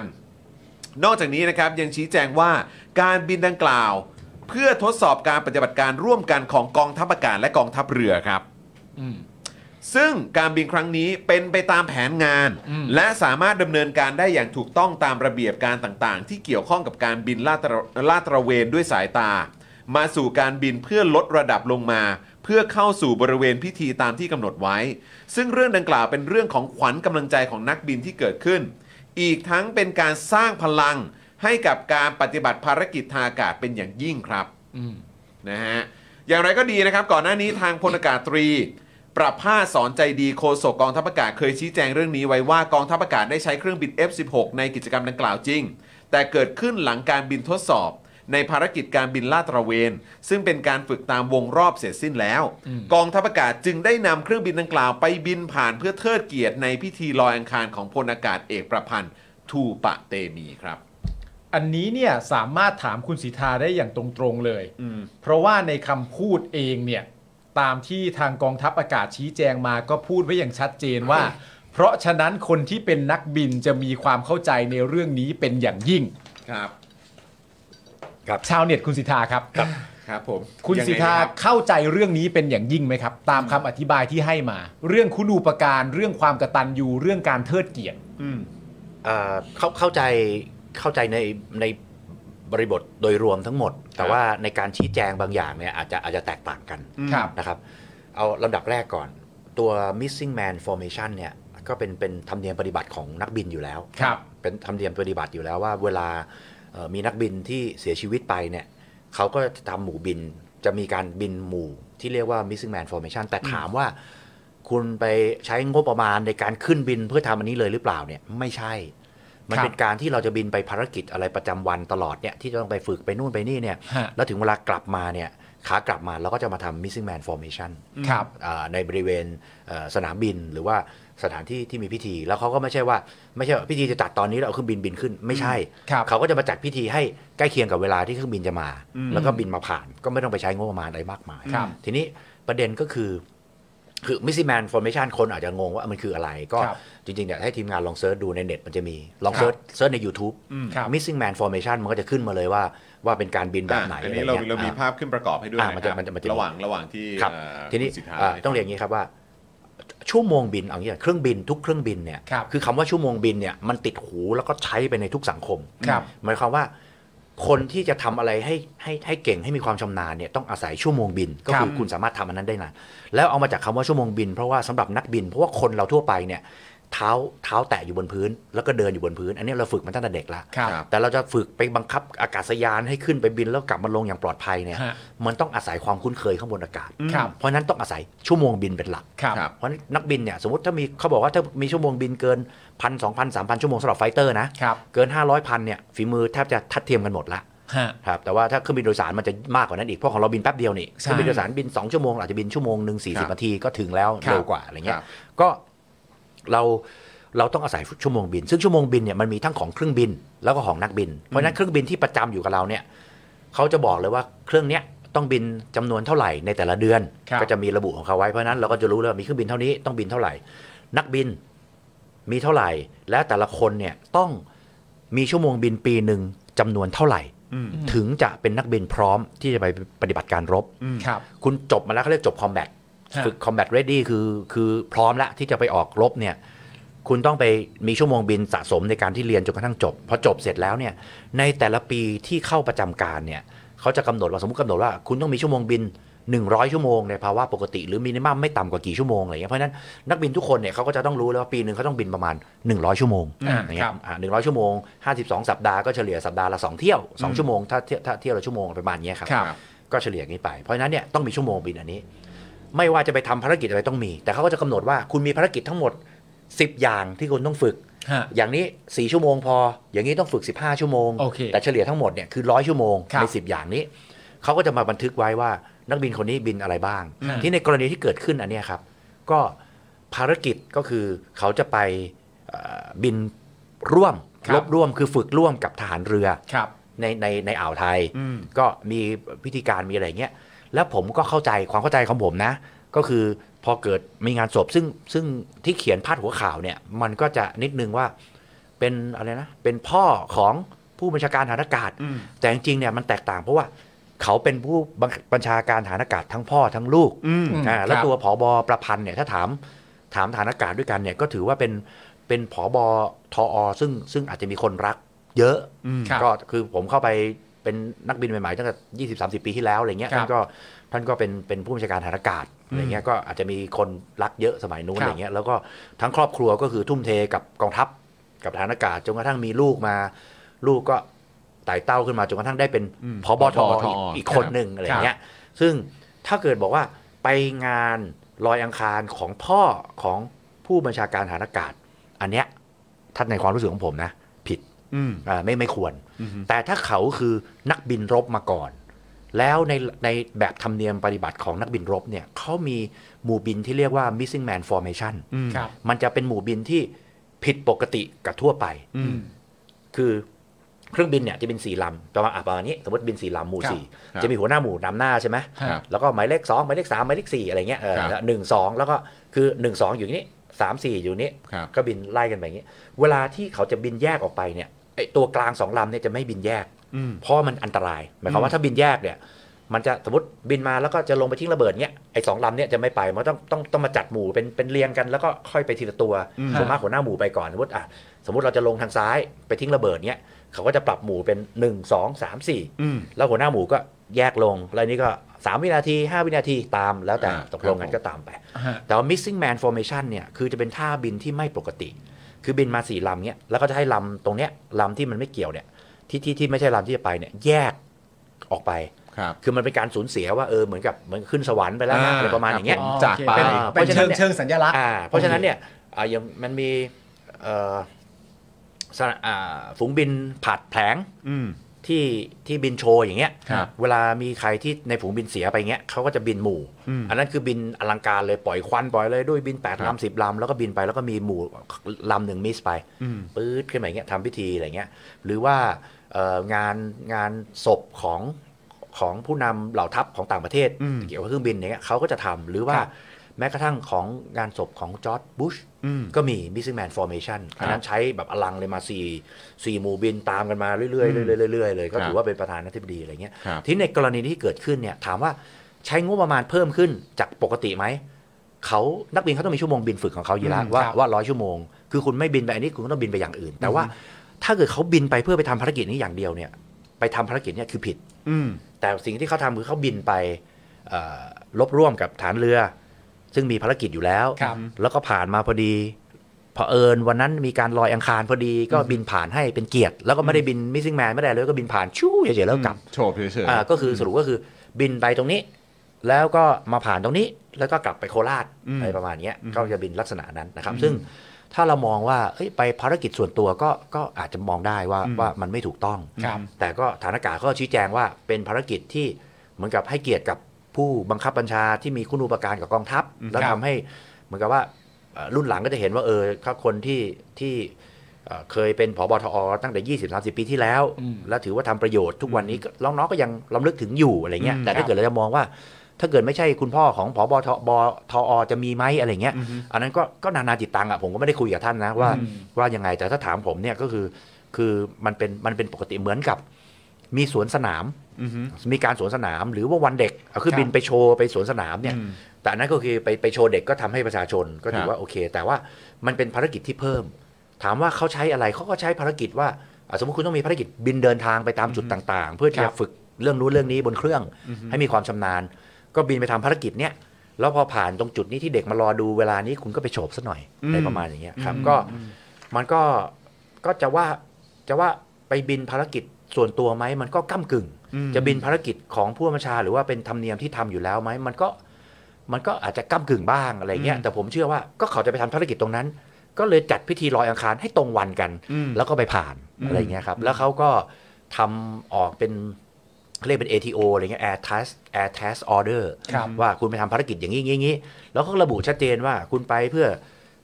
Speaker 1: นอกจากนี้นะครับยังชี้แจงว่าการบินดังกล่าว เพื่อทดสอบการปฏิบัติการร่วมกันของกองทัพอากาศและกองทัพเรือครับ
Speaker 2: อืม
Speaker 1: ซึ่งการบินครั้งนี้เป็นไปตามแผนงาน
Speaker 2: อืม
Speaker 1: และสามารถดำเนินการได้อย่างถูกต้องตามระเบียบการต่างๆ ที่เกี่ยวข้องกับการบินลาดตระลาดตระเวนด้วยสายตา มาสู่การบินเพื่อลดระดับลงมา เพื่อเข้าสู่บริเวณพิธีตามที่กำหนดไว้ ซึ่งเรื่องดังกล่าวเป็นเรื่องของขวัญกำลังใจของนักบินที่เกิดขึ้น อีกทั้งเป็นการสร้างพลังให้กับการปฏิบัติภารกิจทางอากาศเป็นอย่างยิ่งครับ
Speaker 2: อืม
Speaker 1: นะฮะอย่างไรก็ดีนะครับ ก่อนหน้านี้ทางพลอากาศตรี ประภาสสอนใจดีโคศกกองทัพอากาศเคยชี้แจงเรื่องนี้ไว้ว่ากองทัพอากาศได้ใช้เครื่องบิน F16 ในกิจกรรมดังกล่าวจริง แต่เกิดขึ้นหลังการบินทดสอบ ในภารกิจการบินลาดตระเวน ซึ่งเป็นการฝึกตามวงรอบเสร็จสิ้นแล้ว กองทัพอากาศจึงได้นำเครื่องบินดังกล่าวไปบินผ่านเพื่อเทิดเกียรติในพิธีลอยอังคารของพลอากาศเอกประพันธ์ทูปะเตมีครับ
Speaker 2: อันนี้เนี่ยสามารถถามคุณสิทธาได้อย่างตรงๆเลย
Speaker 1: อืม
Speaker 2: เพราะว่าในคำพูดเองเนี่ย ตามที่ทางกองทัพอากาศชี้แจงมาก็พูดไว้อย่างชัดเจนว่า เพราะฉะนั้นคนที่เป็นนักบินจะมีความเข้าใจในเรื่องนี้เป็นอย่างยิ่ง
Speaker 1: ครับ
Speaker 2: ชาวเน็ตคุณสิทธาครับ
Speaker 1: ครับผม
Speaker 2: คุณ
Speaker 1: ยังไง
Speaker 2: สิทธา
Speaker 1: นะครับ
Speaker 2: เข้าใจเรื่องนี้เป็นอย่างยิ่งไหมครับ ตามคำอธิบายที่ให้มา เรื่องคุณูปการเรื่องความกตัญญูเรื่องการเทิดเกียรติ
Speaker 1: อืม
Speaker 4: เอ่อเข้าเข้าใจเข้าใจในในบริบทโดยรวมทั้งหมด แต่ว่าในการชี้แจงบางอย่างเนี่ยอาจจะอาจจะแตกต่างกัน
Speaker 1: อืม
Speaker 2: ครับ
Speaker 4: นะครับ เอาลำดับแรกก่อน ตัว missing man formation เนี่ยก็เป็นเป็นธรรมเนียมปฏิบัติของนักบินอยู่แล้ว
Speaker 2: ครับ
Speaker 4: เป็นธรรมเนียมปฏิบัติอยู่แล้วว่าเวลาเอ่อมีนักบินที่เสียชีวิตไปเนี่ยเขาก็จะทำหมู่บินจะมีการบินหมู่ที่เรียกว่า missing man formation แต่ถามว่าคุณไปใช้งบประมาณในการขึ้นบินเพื่อทำอันนี้เลยหรือเปล่าเนี่ยไม่ใช่ มั
Speaker 2: ค
Speaker 4: น
Speaker 2: รับ
Speaker 4: เป็นการที่เราจะบินไปภารกิจอะไรประจำวันตลอดเนี่ยที่จะต้องไปฝึกไปนู่นไปนี่เนี่ย
Speaker 2: ฮะ
Speaker 4: แล้วถึงเวลากลับมาเนี่ยขากลับมาเราก็จะมาทำ missing man formation
Speaker 2: ครับ
Speaker 4: อ่าในบริเวณเอ่อสนามบินหรือว่าสถานที่ที่มีพิธี แล้วเขาก็ไม่ใช่ว่าไม่ใช่ว่าพิธีจะจัดตอนนี้แล้วเอาเครื่องบินบินขึ้นไม่ใช่
Speaker 2: ครับ
Speaker 4: เขาก็จะมาจัดพิธีให้ใกล้เคียงกับเวลาที่เครื่องบินจะมา แล้วก็บินมาผ่านก็ไม่ต้องไปใช้งบประมาณอะไรมากมาย
Speaker 2: ครับ
Speaker 4: ทีนี้ประเด็นก็คือ คือมิสซิแมนฟอร์เมชันคนอาจจะงงว่ามันคืออะไรก็
Speaker 2: ครับ
Speaker 4: จริงๆเนี่ยให้ทีมงานลองเซิร์ชดูในเน็ตมันจะมีลองเซิร์ชเซิร์ชใน YouTube
Speaker 2: ครับ
Speaker 4: Missing Man Formation มันก็จะขึ้นมาเลยว่าว่าเป็นการบินแบบไหน
Speaker 1: อะอัน
Speaker 4: อะไร
Speaker 1: นี้
Speaker 4: งี้ย
Speaker 1: เราเรามี
Speaker 4: อ่
Speaker 1: ภาพขึ้นประกอบให้ด้วย
Speaker 4: อ่ะมันจะ
Speaker 1: คบ
Speaker 4: มันจะมันจะมี
Speaker 1: ระหว่างระหว่างที่
Speaker 4: ครับ
Speaker 1: เอ่อ
Speaker 4: ทีนี้
Speaker 1: คุณสิทธา
Speaker 4: เอ่อ
Speaker 1: ให้
Speaker 4: ต้องเรียนอย่างนี้ครับว่า ชั่วโมงบินเอางี้ก่อนเครื่องบินทุกเครื่องบินเนี่ย
Speaker 2: ครับ
Speaker 4: อคำว่าชั่วโมงบินเนี่ยมันติดหูแล้วก็ใช้ไปในทุกสังคม
Speaker 2: ครับ
Speaker 4: หมายความว่า คนที่จะทำอะไรให้ให้ให้เก่งให้มีความชำนาญเนี่ยต้องอาศัยชั่วโมงบิน ก็คือคุณสามารถทำอันนั้นได้นานแล้วเอามาจากคำว่าชั่วโมงบิน เพราะว่าสำหรับนักบิน เพราะว่าคนเราทั่วไปเนี่ยเท้าเท้าแตะอยู่บนพื้น แล้วก็เดินอยู่บนพื้น อันนี้เราฝึกมาตั้งแต่เด็กละ
Speaker 2: ครับ
Speaker 1: ครับ
Speaker 4: แต่เราจะฝึกไปบังคับอากาศยานให้ขึ้นไปบินแล้วกลับมาลงอย่างปลอดภัยเนี่ย
Speaker 2: ฮะ
Speaker 4: มันต้องอาศัยความคุ้นเคยข้างบนอากาศ
Speaker 2: ครับ
Speaker 4: เพราะฉะนั้นต้องอาศัยชั่วโมงบินเป็นหลัก
Speaker 2: ครับ
Speaker 1: ครับ
Speaker 4: เพราะฉะนั้นนักบินเนี่ยสมมติถ้ามีเขาบอกว่าถ้ามีชั่วโมงบินเกินพันสองพันสามพันชั่วโมงสำหรับไฟเตอร์นะครับ เกิน 500พันเนี่ยฝีมือแทบจะทัดเทียมกันหมดละ
Speaker 2: ฮะ
Speaker 4: ครับแต่ว่าถ้าเครื่องบินโดยสารมันจะมากกว่านั้นอีกเพราะของเราบินแป๊บเดียวนี่เค
Speaker 2: ใช่
Speaker 4: รื่องบินโดยสารบิน 2 ชั่วโมงอาจจะบินชั่วโมงหนึ่งสี่
Speaker 1: ครั
Speaker 4: สิ
Speaker 1: บบ
Speaker 4: นาทีก็ถึงแล้ว
Speaker 1: ครับ
Speaker 4: เร็วกว่าอะไรเงี้
Speaker 1: ครับ
Speaker 4: ยก็เราเราต้องอาศัยชั่วโมงบิน ซึ่งชั่วโมงบินเนี่ยมันมีทั้งของเครื่องบินแล้วก็ของนักบิน เพราะฉะนั้นเครื่องบินที่ประจำอยู่กับเราเนี่ยเขาจะบอกเลยว่าเครื่องเนี้ยต้องบินจำนวนเท่าไหร่ในแต่ละเดือน
Speaker 2: ครับ
Speaker 4: ก็จะมีระบุของเขาไว้เพราะฉะนั้นเราก็จะรู้เลยว่ามีเครื่องบินเท่านี้ต้องบินเท่าไหร่ นักบินมีเท่าไหร่ และแต่ละคนเนี่ยต้องมีชั่วโมงบินปีหนึ่งจำนวนเท่าไหร่
Speaker 1: อืม
Speaker 4: ถึงจะเป็นนักบินพร้อมที่จะไปปฏิบัติการรบ
Speaker 2: ครับ
Speaker 4: คุณจบมาแล้วเขาเรียกจบคอมแบท
Speaker 2: ฮะ
Speaker 4: ฝึกคอมแบทเรดดี้คือคือพร้อมแล้วที่จะไปออกรบเนี่ยคุณต้องไปมีชั่วโมงบินสะสมในการที่เรียนจนกระทั่งจบพอจบเสร็จแล้วเนี่ยในแต่ละปีที่เข้าประจำการเนี่ยเขาจะกำหนดว่าสมมติกำหนดว่า คุณต้องมีชั่วโมงบิน 100 ชั่วโมงในภาวะปกติ หรือมินิมัมไม่ต่ำกว่ากี่ชั่วโมงอะไรเงี้ยเพราะฉะนั้นนักบินทุกคนเนี่ยเขาก็จะต้องรู้แล้วว่าปีหนึ่งเขาต้องบินประมาณ 100 ชั่วโมง
Speaker 2: อ่า
Speaker 4: อย่างเงี้
Speaker 2: ครั
Speaker 4: ย
Speaker 2: บ
Speaker 4: หนึ่งร้อยชั่วโมง 52 สัปดาห์ก็เฉลี่ยสัปดาห์ละสองเที่ยวสองชั่วโมงถ้าเที่ยวถ้าเที่ยวละชั่วโมงประมาณเนี้ยครับ
Speaker 2: ครับ
Speaker 4: ก็เฉลี่ยอย่างนี้ไป เพราะฉะนั้นเนี่ยต้องมีชั่วโมงบินอันนี้ ไม่ว่าจะไปทำภารกิจอะไรต้องมี แต่เขาก็จะกำหนดว่าคุณมีภารกิจทั้งหมด 10 อย่างที่คุณต้องฝึก
Speaker 2: ฮะ
Speaker 4: อย่างนี้ 4 ชั่วโมงพอ อย่างนี้ต้องฝึก 15 ชั่วโมง
Speaker 2: โอเค
Speaker 4: แต่เฉลี่ยทั้งหมดเนี่ยคือร้อยชั่วโมง
Speaker 2: ครับ
Speaker 4: ใน 10 อย่างนี้ เขาก็จะมาบันทึกไว้ว่านักบินคนนี้บินอะไรบ้าง
Speaker 2: อืม
Speaker 4: ที่ในกรณีที่เกิดขึ้นอันเนี้ยครับ ก็ภารกิจก็คือเขาจะไปเอ่อบินร่วม
Speaker 2: ครับ
Speaker 4: บร่วมคือฝึกร่วมกับทหารเรือ
Speaker 2: ครับ
Speaker 4: ในในในอ่าวไทยก็มีพิธีการมีอะไรเงี้ยแล้วผมก็เข้าใจความเข้าใจของผมนะ ก็คือพอเกิดมีงานศพซึ่งซึ่งที่เขียนพาดหัวข่าวเนี่ย มันก็จะนิดนึงว่าเป็นอะไรนะ เป็นพ่อของผู้บัญชาการฐานอากาศ แต่จริงๆเนี่ยมันแตกต่างเพราะว่าเขาเป็นผู้บังบัญชาการฐานอากาศทั้งพ่อทั้งลูก
Speaker 1: อืม
Speaker 4: อ่าแล้ว
Speaker 2: ครับ
Speaker 4: ตัวผอบอประพันธ์เนี่ยถ้าถามถามฐานอากาศด้วยกันเนี่ยก็ถือว่าเป็นเป็นผอบอทออซึ่งซึ่งอาจจะมีคนรักเยอะ
Speaker 2: ครับ
Speaker 4: ก็คือผมเข้าไปเป็นนักบินใหม่ๆตั้งแต่ยี่สิบสามสิบปีที่แล้วอะไรเงี้ย
Speaker 2: ครับ
Speaker 4: ท่านก็ท่านก็เป็นเป็นผู้บัญชาการฐานอากาศอะไรเงี้ยก็อาจจะมีคนรักเยอะสมัยนู้
Speaker 2: ค
Speaker 4: น
Speaker 2: รับ
Speaker 4: อะไรเงี้ยแล้วก็ทั้งครอบครัวก็คือทุ่มเทกับกองทัพกับฐานอากาศจนกระทั่งมีลูกมา ลูกก็ไต่เต้าขึ้นมาจนกระทั่งได้เป็น
Speaker 1: อืม
Speaker 4: พบท
Speaker 1: ผบท
Speaker 4: อีกอีก
Speaker 1: ครับ
Speaker 4: คนหนึ่งอะไรเงี้ยซึ่งถ้าเกิดบอกว่าไปงานลอยอังคารของพ่อของผู้บัญชาการฐานอากาศ อันเนี้ยถ้าในความรู้สึกของผมนะ ผิด อ่าไม่ไม่ควร
Speaker 1: อือฮึ
Speaker 4: แต่ถ้าเขาคือนักบินรบมาก่อน แล้วในในแบบธรรมเนียมปฏิบัติของนักบินรบเนี่ยเขามีหมู่บินที่เรียกว่า missing man formation
Speaker 2: ครับ
Speaker 4: มันจะเป็นหมู่บินที่ผิดปกติกับทั่วไป คือเครื่องบินเนี่ยจะเป็นสี่ลำประมาณอ่ะประมาณนี้ สมมติบินสี่ลำหมู่
Speaker 2: ครับ
Speaker 4: สี่
Speaker 1: ครับ
Speaker 4: จะมีหัวหน้าหมู่นำหน้าใช่ไหม
Speaker 1: ครับ
Speaker 4: แล้วก็หมายเลขสองหมายเลขสามหมายเลขสี่อะไรเงี้ยเออ
Speaker 1: ครับ
Speaker 4: หนึ่งสองแล้วก็คือหนึ่งสองอยู่อย่างนี้สามสี่อยู่อย่างนี้
Speaker 1: ครับ
Speaker 4: ก็บินไล่กันไปอย่างนี้ เวลาที่เขาจะบินแยกออกไปเนี่ยไอตัวกลางสองลำเนี่ยจะไม่บินแยก
Speaker 1: อืม
Speaker 4: เพราะมันอันตราย หมายความว่าถ้าบินแยกเนี่ย มันจะสมมติบินมาแล้วก็จะลงไปทิ้งระเบิดเนี่ยไอสองลำเนี่ยจะไม่ไปมันต้องต้องต้องมาจัดหมู่เป็นเป็นเรียงกันแล้วก็ค่อยไปทีละตัว
Speaker 1: อืม
Speaker 4: ส่วนมากหัวหน้าหมู่ไปก่อนสมมติอ่ะสมมติเราจะลงทางซ้ายไปทิ้งระเบิดเนี่ยเขาก็จะปรับหมู่เป็นหนึ่งสองสามสี่ แล้วหัวหน้าหมูก็แยกลง แล้วนี่ก็ 3 วินาที 5 วินาทีตามแล้วแต่
Speaker 1: อ่า
Speaker 4: ตกลงกั
Speaker 1: ครั
Speaker 4: น
Speaker 1: บผม
Speaker 4: ก็ตามไป
Speaker 2: ฮะ
Speaker 4: แต่ว่า missing man formation เนี่ยคือจะเป็นท่าบินที่ไม่ปกติ คือบินมาสี่ลำเนี่ยแล้วก็จะให้ลำตรงเนี้ยลำที่มันไม่เกี่ยวเนี่ยที่ที่ที่ไม่ใช่ลำที่จะไปเนี่ยแยกออกไป
Speaker 1: ครับ
Speaker 4: คือมันเป็นการสูญเสียว่าเออเหมือนกับเหมือนขึ้นสวรรค์ไปแล้ว
Speaker 1: อ่า
Speaker 4: นะอะไรประมาณอย่างเงี้ย
Speaker 1: ค
Speaker 2: อ๋
Speaker 1: รับ
Speaker 2: อ
Speaker 1: จากไป
Speaker 2: โอเค
Speaker 4: อ่า
Speaker 2: เป็นเป็น
Speaker 4: เพราะฉะนั้
Speaker 2: เชิงเชิ
Speaker 4: นเนี่ย
Speaker 2: งสัญลักษณ์
Speaker 4: อ่าเพราะฉะนั้นเนี่ยอ่าอย่างมันมีเอ่อสะอ่าฝูงบินผลัดแผลง
Speaker 1: อืม
Speaker 4: ที่ที่บินโชว์อย่างเงี้ย
Speaker 1: ครับ
Speaker 4: เวลามีใครที่ในฝูงบินเสียไปเงี้ยเขาก็จะบินหมู่
Speaker 1: อืม
Speaker 4: อันนั้นคือบินอลังการเลยปล่อยควันปล่อยเลยด้วยบิน
Speaker 1: ครั
Speaker 4: 8
Speaker 1: บ
Speaker 4: ลำสิบลำแล้วก็บินไปแล้วก็มีหมู่ลำหนึ่งมิสไป
Speaker 1: อืม
Speaker 4: ปื๊ดขึ้นมาอย่างเงี้ยทำพิธีอะไรเงี้ย หรือว่าเอ่องานงานศพของของผู้นำเหล่าทัพของต่างประเทศ
Speaker 1: อืม
Speaker 4: เกี่ยวกับเครื่องบินอย่างเงี้ยเขาก็จะทำหรือว่า
Speaker 2: ครับ
Speaker 4: แม้กระทั่งของงานศพของจอร์ดบุช
Speaker 1: อืม
Speaker 4: ก็มี missing man formation
Speaker 1: ครับ
Speaker 4: อันนั้นใช้แบบอลังเลยมา4ี่สี่หมู่บินตามกันมาเรื่อยๆเรื่อยๆเรื่อยๆเลย
Speaker 1: ค
Speaker 4: ก็
Speaker 1: รับ
Speaker 4: ถือว่าเป็นประธานาธิบดีอะไรเงี้ย
Speaker 1: ครับ
Speaker 4: ที่ในกรณีที่เกิดขึ้นเนี่ยถามว่าใช้งบประมาณเพิ่มขึ้นจากปกติไหม เขานักบินเขาต้องมีชั่วโมงบินฝึกของเขาอยู่แล้ว
Speaker 2: อืม
Speaker 4: ว่า
Speaker 2: ครับ
Speaker 4: ว่าร้อยชั่วโมง คือคุณไม่บินไปอันนี้คุณก็ต้องบินไปอย่างอื่น แต่ว่าถ้าเกิดเขาบินไปเพื่อไปทำภารกิจนี้อย่างเดียวเนี่ย ไปทำภารกิจเนี่ยคือผิด
Speaker 1: อืม
Speaker 4: แต่สิ่งที่เขาทำคือเขาบินไปเอ่อลบร่วมกับฐานเรือ ซึ่งมีภารกิจอยู่แล้ว
Speaker 2: ครับ
Speaker 4: แล้วก็ผ่านมาพอดีเผอิญวันนั้นมีการลอยอังคารพอดีก็บินผ่านให้เป็นเกียรติ แล้วก็ไม่ได้บินมิ s ซิ่งแมนไม่ได้เลยก็บินผ่านชู้เฉยๆแล้วกลับ
Speaker 1: โฉบเฉย
Speaker 4: อ่าก็คือสรุปก็คือบินไปตรงนี้ แล้วก็มาผ่านตรงนี้แล้วก็กลับไปโคราชอะไรประมาณเนี้ยก็จะบินลักษณะนั้นนะครับ ซึ่งถ้าเรามองว่าเอ้ยไปภารกิจส่วนตัวก็ก็อาจจะมองได้ว่าว่ามันไม่ถูกต้อง
Speaker 2: ครับ
Speaker 4: แต่ก็ฐานอากาศก็ชี้แจงว่าเป็นภารกิจที่เหมือนกับให้เกียรติกับผู้บังคับบัญชาที่มีคุณูปการกับกองทัพ แล้ว
Speaker 2: ครั
Speaker 4: ทำ
Speaker 2: บ
Speaker 4: ให้เหมือนกับว่าเอ่อรุ่นหลังก็จะเห็นว่าเออถ้าคนที่ที่เอ่อเคยเป็นผบทอตั้งแต่ 20 30 ปีที่แล้ว แล้วถือว่าทำประโยชน์ทุกวันนี้ก็น้องๆก็ยังลํำลึกถึงอยู่อะไรเงี้ยแต่ถ้าเกิดเราจะมองว่า ถ้าเกิดไม่ใช่คุณพ่อของผบทบทอจะมีไหมอะไรเงี้ยอันนั้นก็ก็นานาจิตตังอะผมก็ไม่ได้คุยกับท่านนะว่าว่ายังไงแต่ถ้าถามผมเนี่ยก็คือ คือมันเป็นมันเป็นปกติเหมือนกับ มีสวนสนาม มีการสวนสนาม หรือว่าวันเด็กเอาขึ้นบินไปโชว์ไปสวนสนามเนี่ย แต่อันนั้นก็คือไปไปโชว์เด็กก็ทำให้ประชาชนก็ถือว่าโอเค แต่ว่ามันเป็นภารกิจที่เพิ่ม ถามว่าเขาใช้อะไรเขาก็ใช้ภารกิจว่าอ่ะสมมติคุณต้องมีภารกิจบินเดินทางไปตามจุดต่าง ๆ เพื่อ
Speaker 2: ค
Speaker 4: ที่
Speaker 2: รั
Speaker 4: จะ
Speaker 2: บ
Speaker 4: ฝึกเรื่องนู้นเรื่องนี้บนเครื่อง ให้มีความชำนาญ ก็บินไปทำภารกิจเนี่ยแล้วพอผ่านตรงจุดนี้ที่เด็กมารอดูเวลานี้คุณก็ไปโฉบซะหน่อยอะไรประมาณอย่างเงี้ยครับก็มันก็ก็จะว่าจะว่าไปบินภารกิจส่วนตัวไหมมันก็ก้ากึ่ง จะบินภารกิจของผู้บัญชา หรือว่าเป็นธรรมเนียมที่ทำอยู่แล้วไหมมันก็ มันก็อาจจะก้ากึ่งบ้างอะไรเงี้ยแต่ผมเชื่อว่าก็เขาจะไปทำภารกิจตรงนั้น ก็เลยจัดพิธีลอยอังคารให้ตรงวันกัน แล้วก็ไปผ่านอะไรเงี้ยครับ แล้วเขาก็ทำออกเป็นเรียกเป็น ATO อะไรเงี้ย Air Task Air Task Order
Speaker 2: ครับ
Speaker 4: ว่าคุณไปทำภารกิจอย่างนี้อย่างนี้แล้วก็ระบุชัดเจนว่าคุณไปเพื่อ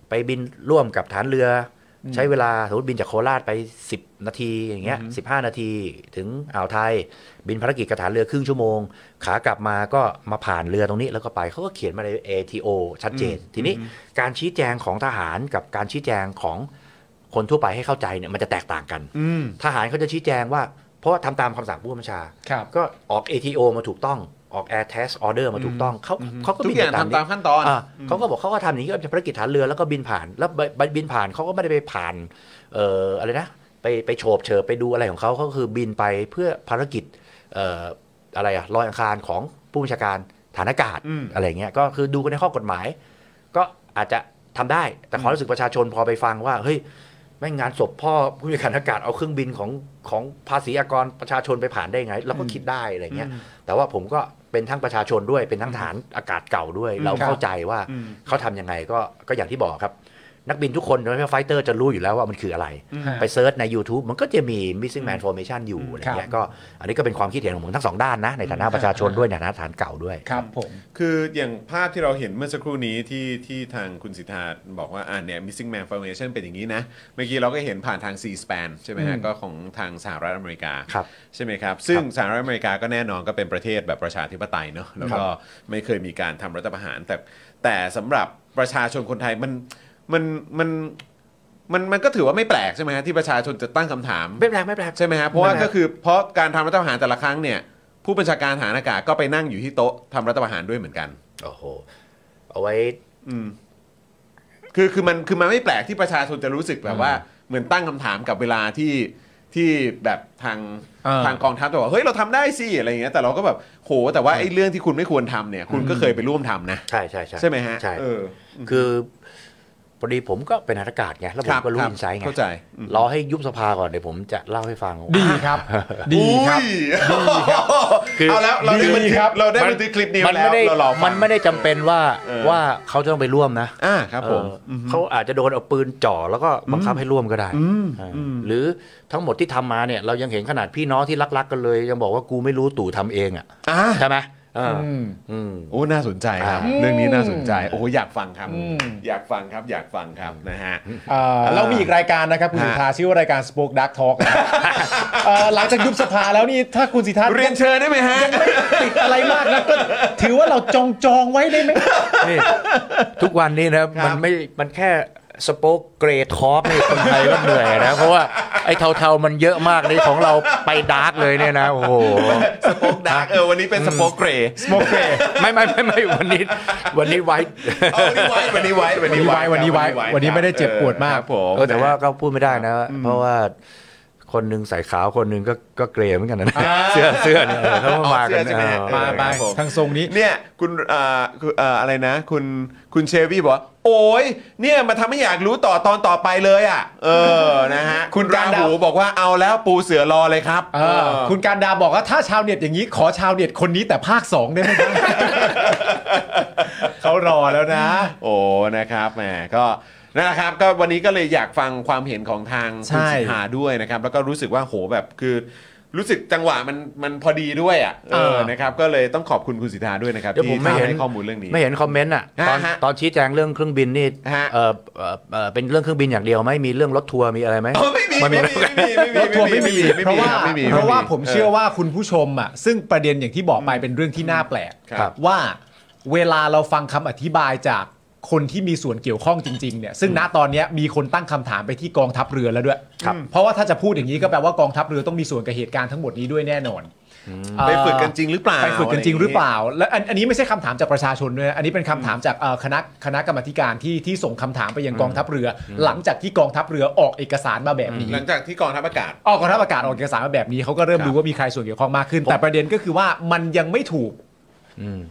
Speaker 4: ไปบินร่วมกับฐานเรืออใช้เวลาสมมติบินจากโคราชไป 10 นาทีอย่างเงี้ย15 นาทีถึงอ่าวไทย บินภารกิจกระฐานเรือครึ่งชั่วโมง ขากลับมาก็มาผ่านเรือตรงนี้แล้วก็ไปเขาก็เขียนมาใน ATO ชัดเจน ทีนี้การชี้แจงของทหารกับการชี้แจงของคนทั่วไปให้เข้าใจเนี่ยมันจะแตกต่างกัน
Speaker 1: อืม
Speaker 4: ทหารเขาจะชี้แจงว่า เพราะว่าทำตามคำสั่งผู้บัญชา
Speaker 2: ครับ
Speaker 4: ก็ออก ATO มาถูกต้องออก Air Test Order มาถูกต้องเขาเขาก็
Speaker 1: ทุก
Speaker 4: บิน
Speaker 1: อย่าง
Speaker 4: ไป
Speaker 1: ทำตามขั้นตอน
Speaker 4: อ่าเขาก็บอกเขาก็ทำอย่างนี้ก็เป็นภารกิจฐานเรือแล้วก็บินผ่านแล้วบบินบินผ่านเขาก็ไม่ได้ไปผ่านเอ่ออะไรนะไปไปโฉบเฉบไปดูอะไรของเขาเขาก็คือบินไปเพื่อภารกิจเอ่ออะไรอะลอยอังคารของผู้บัญชาการฐานอากาศ
Speaker 1: อืม
Speaker 4: อะไรเงี้ยก็คือดูกันในข้อกฎหมาย ก็อาจจะทำได้แต่ความรู้สึกประชาชนพอไปฟังว่าเฮ้ย แม่งงานศพพ่อผู้มีการอากาศเอาเครื่องบินของของภาษีอากรประชาชนไปผ่านได้ไง เราก็คิดได้อะไรเงี้ยแต่ว่าผมก็เป็นทั้งประชาชนด้วยเป็นทั้งฐานอากาศเก่าด้วย เราเข้าใจว่าเขาทำยังไงก็ก็อย่างที่บอกครับ นักบินทุกคนโดยเฉพาะไฟเตอร์จะรู้อยู่แล้วว่ามันคืออะไร
Speaker 2: ฮะ
Speaker 4: ไปเซิร์ชใน YouTube มันก็จะมี missing man formation อยู่อะไรเงี้ยก็อันนี้ก็เป็นความคิดเห็นของผมทั้งสองด้านนะ ในฐานะประชาชนด้วยในฐานะฐานเก่าด้วย
Speaker 2: ครับผม
Speaker 1: คืออย่างภาพที่เราเห็นเมื่อสักครู่นี้ที่ที่ทางคุณสิทธาบอกว่าอ่าเนี่ย missing man formation เป็นอย่างนี้นะ เมื่อกี้เราก็เห็นผ่านทาง C span ใช่ไหมฮะก็ของทางสหรัฐอเมริกา
Speaker 4: ครับ
Speaker 1: ใช่ไหมครับ ซึ่งสหรัฐอเมริกาก็แน่นอนก็เป็นประเทศแบบประชาธิปไตยเนอะแล้วก็ไม่เคยมีการทำรัฐประหาร แต่แต่สำหรับประชาชนคนไทยมันมันมันมันมันก็ถือว่าไม่แปลกใช่ไหมฮะที่ประชาชนจะตั้งคำถาม
Speaker 4: ไม่แปลกไม่แปลก
Speaker 1: ใช่ไหมฮะเพราะว่า
Speaker 4: ไม่แน่
Speaker 1: ก็คือเพราะการทำรัฐประหารแต่ละครั้งเนี่ย ผู้บัญชาการทหารอากาศก็ไปนั่งอยู่ที่โต๊ะทำรัฐประหารด้วยเหมือนกัน
Speaker 4: โอ้โหเอาไว้
Speaker 1: คือคือมันคือมันไม่แปลกที่ประชาชนจะรู้สึกแบบว่าเหมือนตั้งคำถามกับเวลาที่ที่แบบทาง
Speaker 2: เออ
Speaker 1: ทางกองทัพจะบอกเฮ้ยเราทำได้สิอะไรอย่างเงี้ยแต่เราก็แบบโหแต่ว่าไอ้เรื่องที่คุณไม่ควรทำเนี่ย คุณก็เคยไปร่วมทำนะ
Speaker 4: ใช่ใช่ใช่
Speaker 1: ใช่ไหมฮะ
Speaker 4: ใช่
Speaker 1: เออ
Speaker 4: คือพอดีผมก็เป็นนักอากาศไงแล้วผ
Speaker 1: ครั
Speaker 4: ม
Speaker 1: บ
Speaker 4: ก็รู้
Speaker 1: ครับ
Speaker 4: อินไซต์ไง
Speaker 1: เข้าใจอืม
Speaker 4: รอให้ยุบสภาก่อนเดี๋ยวผมจะเล่าให้ฟัง
Speaker 2: ดีครับ ดีครับ
Speaker 1: ดีครับเอาแล้วเราได้บัน
Speaker 2: ดี
Speaker 1: ทึ
Speaker 2: ค
Speaker 1: ก
Speaker 2: รับ
Speaker 1: เราได้บันทึกคลิปนี้
Speaker 4: มั
Speaker 1: ไว้แล้ว
Speaker 4: ไม่ได้
Speaker 1: เรารอฟัง
Speaker 4: มันไม่ได้จำเป็นว่า
Speaker 1: เออ
Speaker 4: ว่าเขาจะต้องไปร่วมนะ
Speaker 1: อ่าครับผม
Speaker 4: เอออเขาอาจจะโดนเอาปืนจ่อแล้วก็บังคับให้ร่วมก็ได้เอออหรือทั้งหมดที่ทำมาเนี่ย เรายังเห็นขนาดพี่น้องที่รักๆกันเลย ยังบอกว่ากูไม่รู้ตู่ทำเองอ่ะ
Speaker 1: อ่า
Speaker 4: ใช่ไหมเออ
Speaker 2: อืม
Speaker 4: อืม
Speaker 1: โอ้ น่าสนใจครับ
Speaker 4: อ่า
Speaker 1: เรื่องนี้น่าสนใจ โอ้ อยากฟังครับ
Speaker 2: อืม
Speaker 1: อยากฟังครับ อยากฟังครับ นะฮะ
Speaker 2: เอ่อเรามีอีกรายการนะครับ คุณ
Speaker 1: ฮะ
Speaker 2: สิทธาชื่อว่ารายการ Spoke Dark Talk นะฮ ะเอ่อหลังจากยุบสภาแล้วนี่ถ้าคุณสิทธา
Speaker 1: เรียนเชิญได้ไหมฮะ
Speaker 2: ติดอะไรมากนะ ก็ถือว่าเราจองจองๆไว้ได้ไหม
Speaker 4: นี่ทุกวันนี้นะมันไม่มันแค่ สโป๊กเกรทอปนี่คนไทยก็เหนื่อยนะ เพราะว่าไอ้เทาๆมันเยอะมากนี่ของเราไปดาร์กเลยเนี่ยนะ โอ้โห
Speaker 1: สโป๊กดา ร์กเออวันนี้เป็นสโป๊กเกรย์
Speaker 2: สโมเกร
Speaker 4: ไม่ไม่ไม่ไม่วันนี้วันนี้ไว้
Speaker 1: เอาวันนี้ไว้วันนี้ไว้วันนี้ไว้
Speaker 2: วันนี้ไว้
Speaker 1: ครับ
Speaker 2: วันนี้ไม่ได้เจ็บปวดมาก
Speaker 1: ครับผม
Speaker 4: เออแต่ว่าก็พูดไม่ได้นะ เพราะว่าคนหนึ่งใส่ขาวคนหนึ่งก็ก็เกรย์เหมือนกันนะเสื้อเสื้อเนี่ยเออเขาก็มากัน
Speaker 1: เอเสื้อใช่ไหฮะ
Speaker 4: เอ
Speaker 2: มา
Speaker 4: อ
Speaker 2: มา
Speaker 1: ครับผม
Speaker 2: ทางทรงนี้
Speaker 1: เนี่ยคุณเอ่อคุณเอ่ออะไรนะ คุณคุณเชวี่บอกว่าโอ้ยเนี่ยมาทำให้อยากรู้ต่อตอนต่อไปเลยอ่ะ เออนะฮะ
Speaker 2: คุณ
Speaker 1: รา
Speaker 2: การดาว
Speaker 1: หูบอกว่าเอาแล้วปูเสือรอเลยครับ
Speaker 2: เออคุณการดาบอกว่าถ้าชาวเน็ตอย่างนี้ขอชาวเน็ตคนนี้แต่ภาค 2 ได้ไหมครับ เขารอแล้วนะ
Speaker 1: โอ้นะครับแหมก็นั่นแหละครับก็วันนี้ก็เลยอยากฟังความเห็นของทางคุณ
Speaker 2: ใช่
Speaker 1: สิทธาด้วยนะครับ แล้วก็รู้สึกว่าโหแบบคือ รู้สึกจังหวะมันมันพอดีด้วยอ่ะเออนะครับก็เลยต้องขอบคุณคุณสิทธาด้วยนะครับ
Speaker 4: เดี๋ยว
Speaker 1: ที่
Speaker 4: ผมไม่เห็น
Speaker 1: ให้ข้อมูลเรื่องนี้
Speaker 4: ไม่เห็นคอมเมนต์อ่ะตอน
Speaker 1: ฮะฮะ
Speaker 4: ตอนชี้แจงเรื่องเครื่องบินนี่
Speaker 1: ฮะ
Speaker 4: เออเอ่อเอ่อเป็นเรื่องเครื่องบินอย่างเดียวไหมมีเรื่องรถทัวร์มีอะไรไหม
Speaker 1: เออ ไม่มีไม่มีไม่มีไม่มี
Speaker 2: รถทัวร์ไม่มี
Speaker 1: ไม่มี
Speaker 2: เพราะว่า
Speaker 1: คบไม่มี
Speaker 2: เพราะว่า
Speaker 1: ไ
Speaker 2: ผมเชื่อว่าคุณผู้ชมอ่ะซึ่งประเด็นอย่างที่บอกไปเป็นเรื่องที่น่าแปลก
Speaker 1: ครับ
Speaker 2: ว่าเวลาเราฟังคำอธิบายจากคนที่มีส่วนเกี่ยวข้องจริงๆเนี่ยซึ่งณตอนเนี้ยมีคนตั้งคำถามไปที่กองทัพเรือแล้วด้วย
Speaker 4: ครับ
Speaker 2: เพราะว่าถ้าจะพูดอย่างนี้ก็แปลว่ากองทัพเรือต้องมีส่วนกับเหตุการณ์ทั้งหมดนี้ด้วยแน่นอนเอ่อ
Speaker 1: ไปฝึกกันจริงหรือเปล่า
Speaker 2: ไปฝึกกันจริงหรือเปล่า และอันอันนี้ไม่ใช่คำถามจากประชาชนด้วยนะอันนี้เป็นคำถามจากเอ่อคณะคณะกรรมาธิการที่ที่ส่งคำถามไปยังกองทัพเรือ หลังจากที่กองทัพเรือออกเอกสารมาแบบนี้
Speaker 1: หลังจากที่กองทัพอากาศ
Speaker 2: ออกกองทัพอากาศออกเอกสารมาแบบนี้เขาก็เริ่
Speaker 1: ค
Speaker 2: ม
Speaker 1: รับ
Speaker 2: รู้ว่ามีใครส่วนเกี่ยวข้องมากขึ้น แต่ประเด็นก็คือว่ามันยังไม่ถูก
Speaker 4: อืม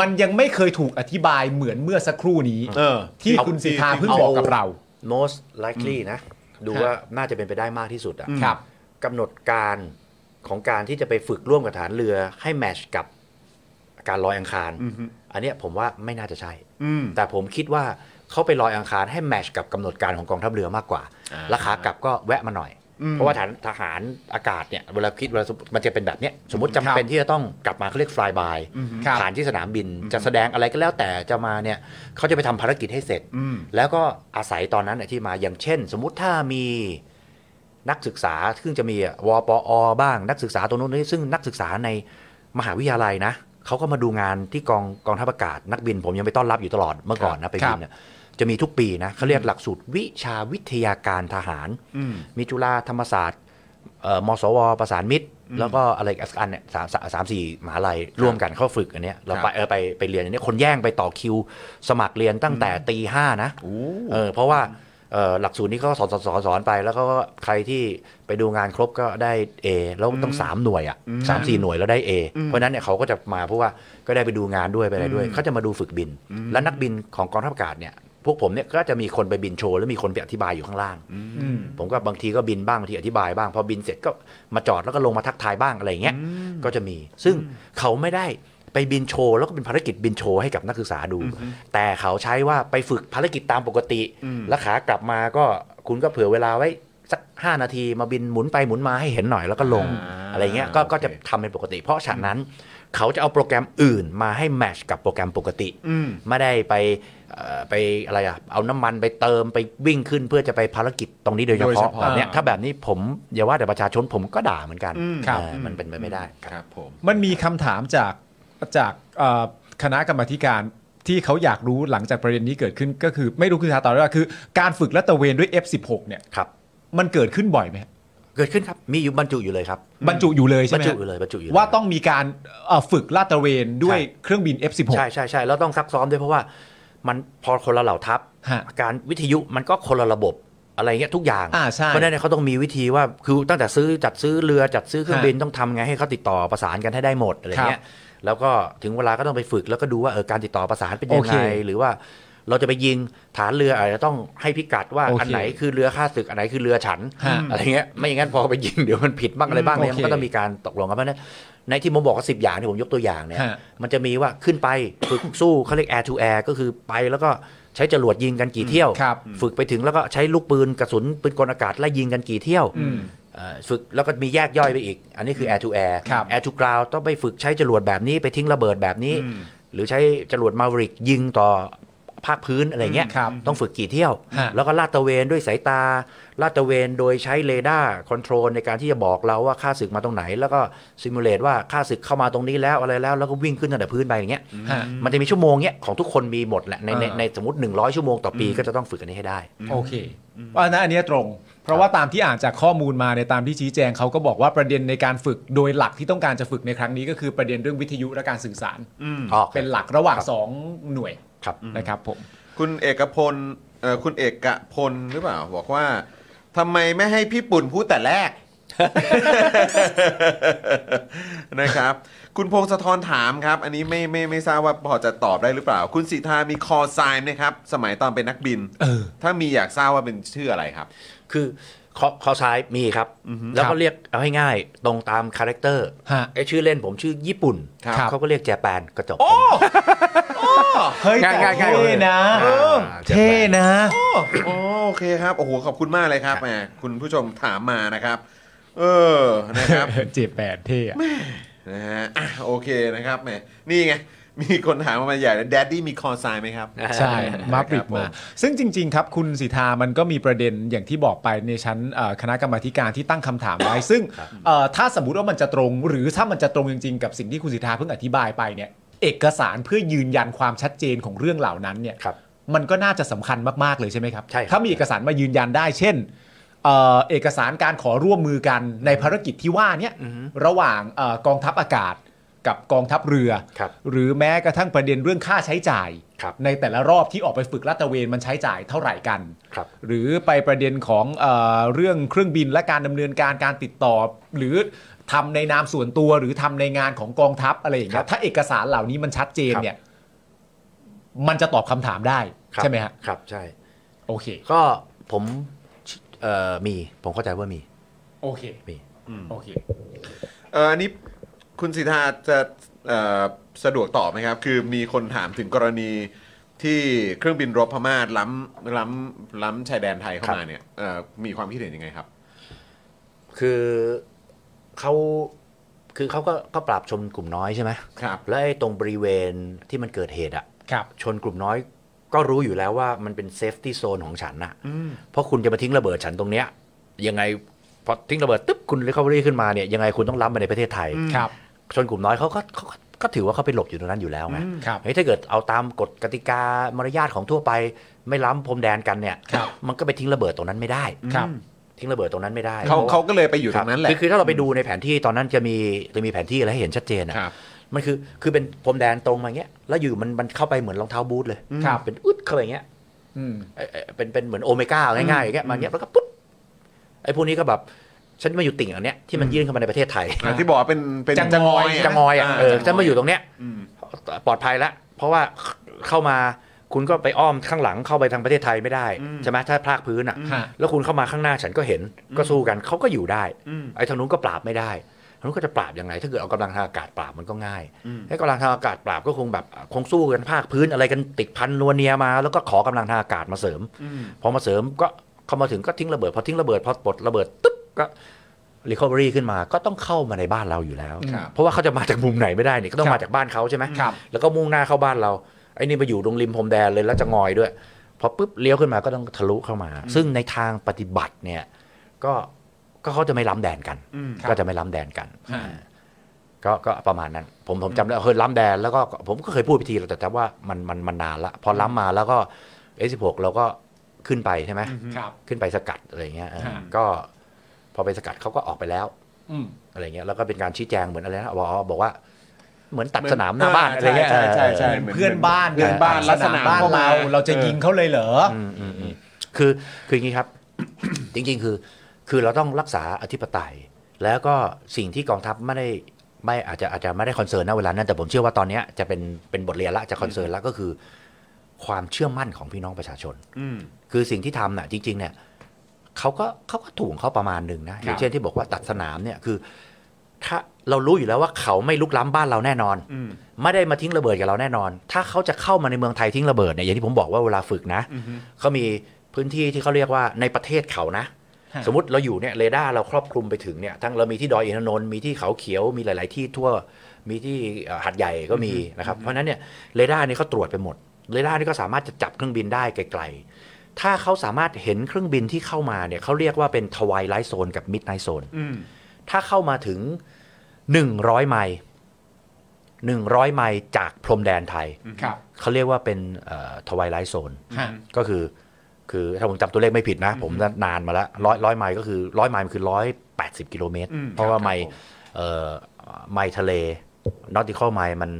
Speaker 2: มันยังไม่เคยถูกอธิบายเหมือนเมื่อสักครู่นี้
Speaker 1: เออ
Speaker 2: ที่คุณสิทธาเพิ่งบอกกับเรา
Speaker 4: most likely นะ ดูว่าน่าจะเป็นไปได้มากที่สุดอ่ะ
Speaker 1: อืม
Speaker 2: ครับ
Speaker 4: กำหนดการของการที่จะไปฝึกร่วมกับฐานเรือให้แมชกับการลอยอังคาร
Speaker 1: อือฮึ
Speaker 4: อันเนี้ยผมว่าไม่น่าจะใช่
Speaker 1: อืม
Speaker 4: แต่ผมคิดว่าเขาไปลอยอังคารให้แมชกับกำหนดการของกองทัพเรือมากกว่า
Speaker 1: อ่า
Speaker 4: ราคากลับก็แวะมาหน่อย
Speaker 1: อืม
Speaker 4: เพราะว่าฐานทหารอากาศเนี่ยเวลาคิดเวลามันจะเป็นแบบเนี้ยสมมติจำเป็นที่จะต้องกลับมาเขาเรียกฟลายบาย
Speaker 1: อือฮึ
Speaker 2: ครับ
Speaker 4: ผ่านที่สนามบินจะแสดงอะไรก็แล้วแต่จะมาเนี่ยเขาจะไปทำภารกิจให้เสร็จ
Speaker 1: อืม
Speaker 4: แล้วก็อาศัยตอนนั้นน่ะที่มาอย่างเช่น สมมุติถ้ามีนักศึกษาซึ่งจะมีอ่ะวปอ บ้างนักศึกษาตรงนู้นนี่ซึ่งนักศึกษาในมหาวิทยาลัยนะเขาก็มาดูงานที่กองกองทัพอากาศนักบิน ผมยังไปต้อนรับอยู่ตลอดเมื่อก่อนนะไปบินเนี่ยจะมีทุกปีนะเขาเรียกหลักสูตรวิชาวิทยาการทหาร
Speaker 1: อืม
Speaker 4: มีจุฬาธรรมศาสตร์เอ่อมสว ประสานมิตร แล้วก็อะไรอีกอันเนี่ยสามสามสามสี่มหาลัยร่วมกันเข้าฝึกอันเนี้ยเราไปเออไปไปเรียนอันเนี้ยคนแย่งไปต่อคิว สมัครเรียนตั้งแต่ตีห้านะเออเพราะว่าเอ่อหลักสูตรนี้เขาสอนสอนสอนสอนไป แล้วก็ใครที่ไปดูงานครบก็ได้ A แล้วต้อง 3 หน่วยอ่ะสามสี่หน่วยแล้วได้ A เพราะฉะนั้นเนี่ยเขาก็จะมาเพราะว่าก็ได้ไปดูงานด้วยไปอะไรด้วยเขาจะมาดูฝึกบิน และนักบินของกองทัพอากาศเนี่ยพวกผมเนี่ยก็จะมีคนไปบินโชว์แล้วมีคนไปอธิบายอยู่ข้างล่าง
Speaker 2: อืม
Speaker 4: ผมก็บางทีก็บินบ้างบางทีอธิบายบ้าง พอบินเสร็จก็มาจอดแล้วก็ลงมาทักทายบ้างอะไรอย่างเงี้ยก็จะมี ซึ่งเขาไม่ได้ไปบินโชว์แล้วก็เป็นภารกิจบินโชว์ให้กับนักศึกษาดู แต่เขาใช้ว่าไปฝึกภารกิจตามปกติ แล้วขากลับมาก็คุณก็เผื่อเวลาไว้สัก 5 นาทีมาบินหมุนไปหมุนมาให้เห็นหน่อยแล้วก็ลง
Speaker 1: อ่า
Speaker 4: อะไรเงี้ยก็
Speaker 1: โอเค
Speaker 4: ก็จะทำเป็นปกติ เพราะฉะนั้นเขาจะเอาโปรแกรมอื่นมาให้แมทชกับโปรแกรมปกติ
Speaker 1: อืม
Speaker 4: ไม่ได้ไปเอ่อไปอะไรอะเอาน้ำมันไปเติมไปวิ่งขึ้นเพื่อจะไปภารกิจตรงนี้โดยเฉ
Speaker 2: โดยเฉ
Speaker 4: พาะ
Speaker 2: พาะ
Speaker 4: แบบเนี้ยถ้าแบบนี้ผมอย่าว่าแต่ประชาชนผมก็ด่าเหมือนกัน
Speaker 1: อืม
Speaker 4: เออมันเป็นไปไม่ได้
Speaker 1: ครับผม
Speaker 2: มันมีคำถามจากจากเอ่อคณะกรรมาธิการที่เขาอยากรู้หลังจากประเด็นนี้เกิดขึ้นก็คือ ไม่รู้คือหาต่อได้ว่าคือ การฝึกและตระเวนด้วย F16 เนี่ย
Speaker 4: ครับ
Speaker 2: มันเกิดขึ้นบ่อยไหมฮะ
Speaker 4: เกิดขึ้นครับ มีอยู่บรรจุอยู่เลยครับ
Speaker 2: บรรจุอยู่เลยใช่
Speaker 4: บร
Speaker 2: ไหม
Speaker 4: ร
Speaker 2: ฮะ
Speaker 4: จุอยู่เลยบรรจุอยู่เลย
Speaker 2: ว่าต้องมีการเอ่อฝึกลาดตระเวนด้วย
Speaker 4: ใช่
Speaker 2: เครื่องบิน F16
Speaker 4: ใช่ใช่ใช่แล้วต้องซักซ้อมด้วยเพราะว่ามันพอคนละเหล่าทัพ
Speaker 2: ฮะ
Speaker 4: การวิทยุมันก็คนละระบบอะไรเงี้ยทุกอย่าง
Speaker 2: อ่าใช่
Speaker 4: เพราะฉะนั้นเนยเขาต้องมีวิธีว่าคือตั้งแต่ซื้อจัดซื้อเรือจัดซื้อเครื่องบินต้องทำไงให้เขาติดต่อประสานกันให้ได้หมดอะไรเงี้ยแล้วก็ถึงเวลาก็ต้องไปฝึกแล้วก็ดูว่าเออการติดต่อประสานเป็นยัง
Speaker 2: โอ
Speaker 4: ไง
Speaker 2: เค
Speaker 4: หรือว่าเราจะไปยิงฐานเรืออาจจะต้องให้พิกัดว่า
Speaker 2: โอเค
Speaker 4: อันไหนคือเรือข้าศึกอันไหนคือเรือฉัน
Speaker 2: ฮะ
Speaker 4: อะไรเงี้ยไม่อย่างนั้นพอไปยิงเดี๋ยวมันผิดบ้างอะไรบ้างเนี่ย
Speaker 2: โอเค
Speaker 4: มันก็ต้องมีการตกลงกันเพราะฉะนั้นในที่ผมบอกว่าสิบอย่างที่ผมยกตัวอย่างเนี่ย
Speaker 2: ฮะ
Speaker 4: มันจะมีว่าขึ้นไปฝึกสู้เขาเรียก air to air ก็คือไปแล้วก็ใช้จรวดยิงกันกี่เที่ยว
Speaker 2: ครับ
Speaker 4: ฝึกไปถึงแล้วก็ใช้ลูกปืนกระสุนปืนกลอากาศไล่ยิงกันกี่เที่ยว
Speaker 2: อืม
Speaker 4: เอ่อฝึกแล้วก็มีแยกย่อยไปอีก อันนี้คือ air to air
Speaker 2: ครับ
Speaker 4: air to ground ต้องไปฝึกใช้จรวดแบบนี้ไปทิ้งระเบิดแบบนี้ หรือใช้จรวดมาริกยิงต่อ ภาคพื้นอะไรเงี้ย
Speaker 2: ครับ
Speaker 4: ต้องฝึกกี่เที่ยว
Speaker 2: ฮะ
Speaker 4: แล้วก็ลาดตระเวนด้วยสายตาลาดตระเวนโดยใช้เรดาร์คอนโทรลในการที่จะบอกเราว่าค่าศึกมาตรงไหน แล้วก็ซิมูเลตว่าค่าศึกเข้ามาตรงนี้แล้วอะไรแล้วแล้วก็วิ่งขึ้นตั้งแต่พื้นไปอย่างเงี้ย
Speaker 2: ฮะ
Speaker 4: มันจะมีชั่วโมงเนี้ยของทุกคนมีหมดแหละในใน
Speaker 2: อ่า
Speaker 4: ในสมมติ 100 ชั่วโมงต่อปีก็จะต้องฝึกอันนี้ให้ได้
Speaker 2: โอเคว่านะอันเนี้ยตรง เพราะว่าตามที่อ่านจากข้อมูลมาในยตามที่ชี้แจงเขาก็บอกว่าประเด็นในการฝึกโดยหลักที่ต้องการจะฝึกในครั้งนี้ก็คือประเด็นเรื่องวิทยุและการสื่อสาร
Speaker 4: อ๋อ
Speaker 2: เป็นหลักระหว่าง
Speaker 4: ครับ
Speaker 2: สองหน่วย
Speaker 4: ครับ
Speaker 2: นะครับผม
Speaker 1: คุณเอกพลเอ่อคุณเอกพลหรือเปล่า บอกว่าทำไมไม่ให้พี่ปุ่นพูดแต่แรก นะครับ คุณพงศธรถามครับ อันนี้ไม่ไม่ไม่ทราบว่าพอจะตอบได้หรือเปล่า คุณสิทธามีคอไซน์ไหมครับ สมัยตอนเป็นนักบิน
Speaker 2: เออ
Speaker 1: ถ้ามีอยากทราบว่าเป็นชื่ออะไรครับ
Speaker 4: คือคอคอซ้ายมีครับ แล้ว
Speaker 2: ครั
Speaker 4: ก็
Speaker 2: บ
Speaker 4: เรียกเอาให้ง่ายตรงตามคาแรคเตอร์
Speaker 2: ฮะ
Speaker 4: ไอชื่อเล่นผมชื่อญี่ปุ่น
Speaker 1: ครับ
Speaker 4: เขาก็เรียกแจแปนกระจก
Speaker 2: เฮ้ย
Speaker 4: ง่าย
Speaker 2: แต่
Speaker 4: ง่ายง่าย
Speaker 2: เท่นะ
Speaker 4: เออ
Speaker 2: เท่นะ
Speaker 1: อ๋อโอเคครับ โอ้โห ขอบคุณมากเลยครับแหมคุณผู้ชมถามมานะครับ เออนะครับ
Speaker 2: เจแปดเท่อะ
Speaker 1: นะฮะอ่ะโอเคนะครับแหมนี่ไง มีคนถามมาใหญ่แล้วแดดดี้มีคอไซน์ไหมครับ
Speaker 2: ใช่มาปริ
Speaker 1: ครับ บผม
Speaker 2: มา ซึ่งจริง ๆ ครับ คุณสิทธามันก็มีประเด็นอย่างที่บอกไปในชั้นเอ่อคณะกรรมาธิการที่ตั้งคำถามไว้ ซึ่งเอ่อถ้าสมมติว่ามันจะตรง หรือถ้ามันจะตรงจริง ๆ กับสิ่งที่คุณสิทธาเพิ่งอธิบายไปเนี่ยเอกสารเพื่อยืนยันความชัดเจนของเรื่องเหล่านั้นเนี่ย
Speaker 4: ครับ
Speaker 2: มันก็น่าจะสำคัญมาก ๆ เลยใช่ไหมครับ
Speaker 4: ใช่ครับ
Speaker 2: ถ้ามีเอกสารมายืนยันได้ เช่นเอ่อเอกสารการขอร่วมมือกันในภารกิจที่ว่าเนี่ยระหว่างเอ่อกองทัพอากาศกับกองทัพเรือ
Speaker 4: ครับ
Speaker 2: หรือแม้กระทั่งประเด็นเรื่องค่าใช้จ่าย
Speaker 4: ครับ
Speaker 2: ในแต่ละรอบที่ออกไปฝึกลาดตระเวนมันใช้จ่ายเท่าไหร่กัน
Speaker 4: ครับ
Speaker 2: หรือไปประเด็นของเออเรื่องเครื่องบินและการดำเนินการการติดต่อ หรือทำในนามส่วนตัวหรือทำในงานของกองทัพอะไรอย่างเงี้
Speaker 4: ครั
Speaker 2: ย
Speaker 4: บ
Speaker 2: ถ้าเอกสารเหล่านี้มันชัดเจน
Speaker 4: ครับ
Speaker 2: เนี่ย มันจะตอบคำถามได้
Speaker 4: ครับ
Speaker 2: ใช่ไหมฮะ
Speaker 4: ครับใช่
Speaker 2: โอเค
Speaker 4: ก็ผมเอ่อมีผมเข้าใจว่ามี
Speaker 2: โอเค
Speaker 4: มี
Speaker 2: โอเค
Speaker 1: เอออันนี้คุณสิทธาจะเอ่อสะดวกตอบไหมครับ คือมีคนถามถึงกรณีที่เครื่องบินรบพม่าล้ำล้ำล้ำชายแดนไทยเข้ามาเนี่ยเอ่อมีความคิดเห็นยังไงครับ
Speaker 4: คือเขาคือเขาก็ก็ปราบชนกลุ่มน้อยใช่ไหม
Speaker 1: ครับ
Speaker 4: แล้วไอ้ตรงบริเวณที่มันเกิดเหตุอะ
Speaker 2: ครับ
Speaker 4: ชนกลุ่มน้อยก็รู้อยู่แล้วว่ามันเป็นเซฟตี้โซนของฉันนะ
Speaker 1: อืม
Speaker 4: เพราะคุณจะมาทิ้งระเบิดฉันตรงเนี้ยยังไงพอทิ้งระเบิดตึ๊บคุณเรียกเขาเรียกขึ้นมาเนี่ยยังไงคุณต้องล้ำไปในประเทศไทย
Speaker 2: ครับ
Speaker 4: ชนกลุ่มน้อยเขาก็เขาก็ก็ถือว่าเขาไปหลบอยู่ตรงนั้นอยู่แล้วไง
Speaker 2: ครับ
Speaker 4: เฮ้ยถ้าเกิดเอาตามกฎกติกามารยาทของทั่วไป ไม่ล้ำพรมแดนกันเนี่ย
Speaker 2: ครับ
Speaker 4: มันก็ไปทิ้งระเบิดตรงนั้นไม่ได้
Speaker 2: ครับ
Speaker 4: ทิ้งระเบิดตรงนั้นไม่ได้
Speaker 1: เขา
Speaker 4: พระว่
Speaker 1: เขาก็เลยไปอยู่ตรงนั้นแหละ
Speaker 4: คือคือถ้าเราไปดูในแผนที่ตอนนั้นจะมีจะมีแผนที่อะไรให้เห็นชัดเจนอะ
Speaker 1: ครับ
Speaker 4: มันคือคือเป็นพรมแดนตรงมาอย่างเงี้ยแล้วอยู่มันมันเข้าไปเหมือนรองเท้าบูทเลย
Speaker 2: ครับ
Speaker 4: เป็นอึดเข้าไปอย่างเงี้ย
Speaker 2: อืม
Speaker 4: เอ่อเอ่อเป็นเป็นเหมือนโอเมก้าง่ายๆอย่างเงี้ยมาอย่างเงี้ยแล้วก็ปุ๊บไอ้พวกนี้ก็แบบฉันมาอยู่ติ่งอันเนี้ยที่มันยื่นเข้ามาในประเทศไทย
Speaker 1: อ่ะที่บอกว่าเป็นเป็น
Speaker 2: จังงอย
Speaker 4: จะงอยอ่ะเออฉันมาอยู่ตรงเนี้ย
Speaker 1: อืม
Speaker 4: ปลอดภัยละเพราะว่าเข้ามาคุณก็ไปอ้อมข้างหลังเข้าไปทางประเทศไทยไม่ได้ใช่ไหมถ้าพลากพื้นอ่ะ
Speaker 2: ฮะ
Speaker 4: แล้วคุณเข้ามาข้างหน้าฉันก็เห็นก็สู้กันเขาก็อยู่ได้
Speaker 1: อืม
Speaker 4: ไอ้ทางนู้นก็ปราบไม่ได้ทางนู้นก็จะปราบยังไง ถ้าเกิดเอากำลังทางอากาศปราบมันก็ง่าย
Speaker 1: อืม
Speaker 4: ให้กำลังทางอากาศปราบก็คงแบบคงสู้กันภาคพื้นอะไรกันติดพันนวเนียมา แล้วก็ขอกำลังทางอากาศมาเสริม
Speaker 1: อืม
Speaker 4: พอมาเสริมก็เข้ามาถึงก็ทิ้งระเบิดพอทิ้งระเบิดพอปลดระเบิดตึ๊บก็รีคอเวอรี่ขึ้นมาก็ต้องเข้ามาในบ้านเราอยู่แล้ว
Speaker 1: ครับ
Speaker 4: เพราะว่าเขาจะมาจากมุมไหนไม่ได้เนี่ยก็ต้อ
Speaker 2: ครับ
Speaker 4: งมาจากบ้านเขาใช่ไหม
Speaker 2: ครับ
Speaker 4: แล้วก็มุ่งหน้าเข้าบ้านเราไอ้นี่มาอยู่ตรงริมพรมแดนเลยแล้วจะงอยด้วย พอปุ๊บเลี้ยวขึ้นมาก็ต้องทะลุเข้ามา ซึ่งในทางปฏิบัติเนี่ยก็ก็เขาจะไม่ล้ำแดนกัน
Speaker 1: อืม
Speaker 4: ก็จะไม่ล้ำแดนกัน
Speaker 2: ฮะ
Speaker 4: ก็ก็ประมาณนั้น ผมผมจำได้เคยล้ำแดนแล้วก็ผมก็เคยพูดไปทีแล้วแต่จำว่ามันมันมันนานละพอล้ำมาแล้วก็ S16 เราก็ขึ้นไปใช่ไหม
Speaker 2: ครับ
Speaker 4: ขึ้นไปสกัดอะไรอย่างเงี้ยเออ
Speaker 2: ฮะ
Speaker 4: ก็พอไปสกัดเขาก็ออกไปแล้ว
Speaker 2: อืม
Speaker 4: อะไรเงี้ยแล้วก็เป็นการชี้แจงเหมือนอะไรนะบอกว่าบอกว่า เหมือนตัดสนามหน้าบ้านอะไรเงี้ย
Speaker 1: ใช่ใช่ใช่
Speaker 2: เพื่อนบ้าน
Speaker 1: เพื่อนบ้าน
Speaker 2: ลั
Speaker 1: ลั
Speaker 2: ก
Speaker 1: ก
Speaker 2: ษ
Speaker 1: ษ
Speaker 2: ณะ
Speaker 1: ณะ
Speaker 2: บ้านเราเราจะยิงเขาเลยเหรอ
Speaker 4: อืมอืมอืมคือคืออย่างนี้ครับ จริง ๆ คือ คือเราต้องรักษาอธิปไตย แล้วก็สิ่งที่กองทัพไม่ได้ไม่อาจจะอาจจะไม่ได้คอนเซิร์นณเวลานั้นแต่ผมเชื่อว่าตอนเนี้ยจะเป็นเป็นบทเรียนละจะคอนเซิร์นละก็คือ ความเชื่อมั่นของพี่น้องประชาชน
Speaker 1: อืม
Speaker 4: คือสิ่งที่ทำน่ะจริง ๆ เนี่ยเขาก็เขาก็ถูกของเขาประมาณหนึ่งนะอย่างเช่นที่บอกว่าตัดสนามเนี่ยคือ ถ้าเรารู้อยู่แล้วว่าเขาไม่ลุกล้ำบ้านเราแน่นอน
Speaker 1: อืม
Speaker 4: ไม่ได้มาทิ้งระเบิดกับเราแน่นอน ถ้าเขาจะเข้ามาในเมืองไทยทิ้งระเบิดเนี่ยอย่างที่ผมบอกว่าเวลาฝึกนะเขามีพื้นที่ที่เขาเรียกว่าในประเทศเขานะ
Speaker 2: ฮะ
Speaker 4: สมมติเราอยู่เนี่ยเรดาร์เราครอบคลุมไปถึงเนี่ยทั้งเรามีที่ดอยอินทนนท์มีที่เขาเขียวมีหลาย ๆ ที่ทั่วมีที่เอ่อหัดใหญ่ก็มีนะครับเพราะฉะนั้นเนี่ยเรดาร์นี่เขาตรวจไปหมด เรดาร์นี่ก็สามารถจะจับเครื่องบินได้ไกลๆ ถ้าเขาสามารถเห็นเครื่องบินที่เข้ามาเนี่ยเขาเรียกว่าเป็นทวายไลท์โซนกับมิดไนท์โซนถ้าเข้ามาถึง 100 ไมล์100 ไมล์จากพรมแดนไทย
Speaker 2: ครับ
Speaker 4: เขาเรียกว่าเป็นทวายไลท์โซน
Speaker 2: ฮะ
Speaker 4: ก็คือ คือถ้าผมจำตัวเลขไม่ผิดนะ ผมนานมาแล้วร้อยร้อยไมล์ก็คือร้อยไมล์มันคือร้อยแปดสิบกิโลเมตร เพราะว่าไมล์เอ่อไมล์ทะเลนอติคอไมล์มัน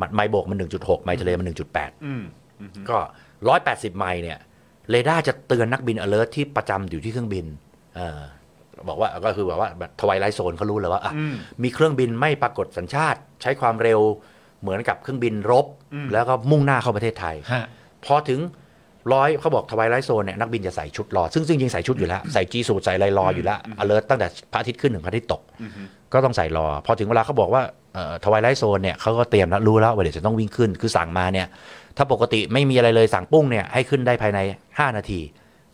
Speaker 4: มันไมล์บกมันหนึ่งจุดหกไมล์ทะเลมันหนึ่งจุดแปดก็ร้อยแปดสิบไมล์เนี่ยเรดาร์จะเตือนนักบิน alert ที่ประจำอยู่ที่เครื่องบินเอ่อบอกว่าก็คือแบบว่าทวายไลท์โซนเขารู้เลยว่าอ่ะมีเครื่องบินไม่ปรากฏสัญชาติใช้ความเร็วเหมือนกับเครื่องบินรบ แล้วก็มุ่งหน้าเข้าประเทศไทย
Speaker 2: ฮะ
Speaker 4: พอถึงร้อยเขาบอกทวายไลท์โซนเนี่ยนักบินจะใส่ชุดรอ ซึ่งซึ่งจริงใส่ชุดอยู่แล้ว ใส่จีสูทใส่อะไรรออยู่แล้ว alert ตั้งแต่พระอาทิตย์ขึ้นถึงพระอาทิตย์ตก ก็ต้องใส่รอ พอถึงเวลาเขาบอกว่าทวายไลท์โซนเนี่ยเขาก็เตรียมแล้วรู้แล้วว่าเดี๋ยวจะต้องวิ่งขึ้นคือสั่งมาเนี่ย ถ้าปกติไม่มีอะไรเลยสั่งปุ้งเนี่ยให้ขึ้นได้ภายใน 5 นาที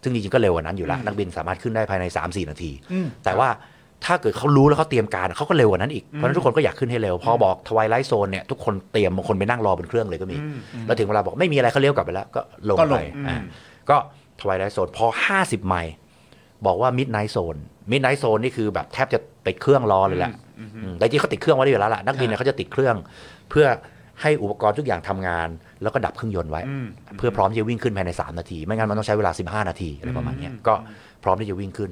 Speaker 4: ซึ่งจริงๆก็เร็วกว่านั้นอยู่แล้วนักบินสามารถขึ้นได้ภายใน 3-4 นาที แต่ว่าถ้าเกิดเขารู้แล้วเขาเตรียมการเขาก็เร็วกว่านั้นอีกเพราะฉะนั้นทุกคนก็อยากขึ้นให้เร็ว พอบอกทวายไลท์โซนเนี่ยทุกคนเตรียมบางคนไปนั่งรอบนเครื่องเลยก็มี แล้วถึงเวลาบอกไม่มีอะไรเขาเลี้ยวกลับไปแล้ว ก็ลง
Speaker 2: ก็ล
Speaker 4: ไป
Speaker 2: ง
Speaker 4: อ่ะก็ทวายไลท์โซนพอ 50 ไมล์บอกว่ามิดไนท์โซนมิดไนท์โซนนี่คือแบบแทบจะติดเครื่องรอเลยแหละอืมแต่จริงเขาติดเครื่องไว้อยู่แล้วล่ะนักบินเนี่ยเขาจะติดเครื่อง เพื่อให้อุปกรณ์ทุกอย่างทำงาน แล้วก็ดับเครื่องยนต์ไว้ เพื่อพร้อมที่จะวิ่งขึ้นภายใน 3 นาที ไม่งั้นมันต้องใช้เวลา 15 นาทีอะไรประมาณเนี้ยก็พร้อมที่จะวิ่งขึ้น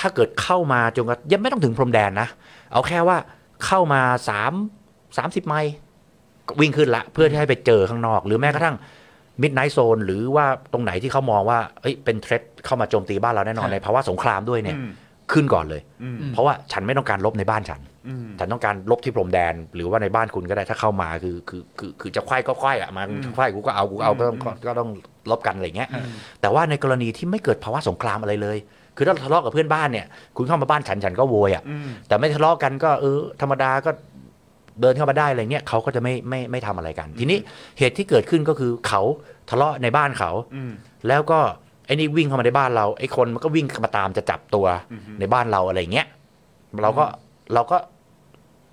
Speaker 4: ถ้าเกิดเข้ามาจนกระยังไม่ต้องถึงพรมแดนนะ เอาแค่ว่าเข้ามา 3 30 ไมล์ก็วิ่งขึ้นละ เพื่อที่ให้ไปเจอข้างนอก หรือแม้กระทั่งมิดไนท์โซนหรือว่าตรงไหนที่เขามองว่าเอ้ยเป็นเทรดเข้ามาโจมตีบ้านเราแน่นอน
Speaker 2: ครับ
Speaker 4: ในภาวะสงครามด้วยเนี่ยขึ้นก่อนเลย เพราะว่าฉันไม่ต้องการลบในบ้านฉัน ฉันต้องการลบที่พรมแดน หรือว่าในบ้านคุณก็ได้ถ้าเข้ามาคือคือคือคือจะควายก็ควายอ่ะมาควายกูก็เอากูก็เอาก็ต้องก็ก็ต้องลบกันอะไรอย่างเงี้ย แต่ว่าในกรณีที่ไม่เกิดภาวะสงครามอะไรเลย คือถ้าทะเลาะกับเพื่อนบ้านเนี่ย คุณเข้ามาบ้านฉันฉันก็โวยอ่ะ แต่ไม่ทะเลาะกันก็เออธรรมดาก็เดินเข้ามาได้อะไรเงี้ยเขาก็จะไม่ไม่ไม่ทำอะไรกัน ทีนี้เหตุที่เกิดขึ้นก็คือเขาทะเลาะในบ้านเขา แล้วก็ไอ้นี่วิ่งเข้ามาในบ้านเราไอ้คนมันก็วิ่งมาตามจะจับตัวในบ้านเราอะไรเงี้ยเราก็เราก็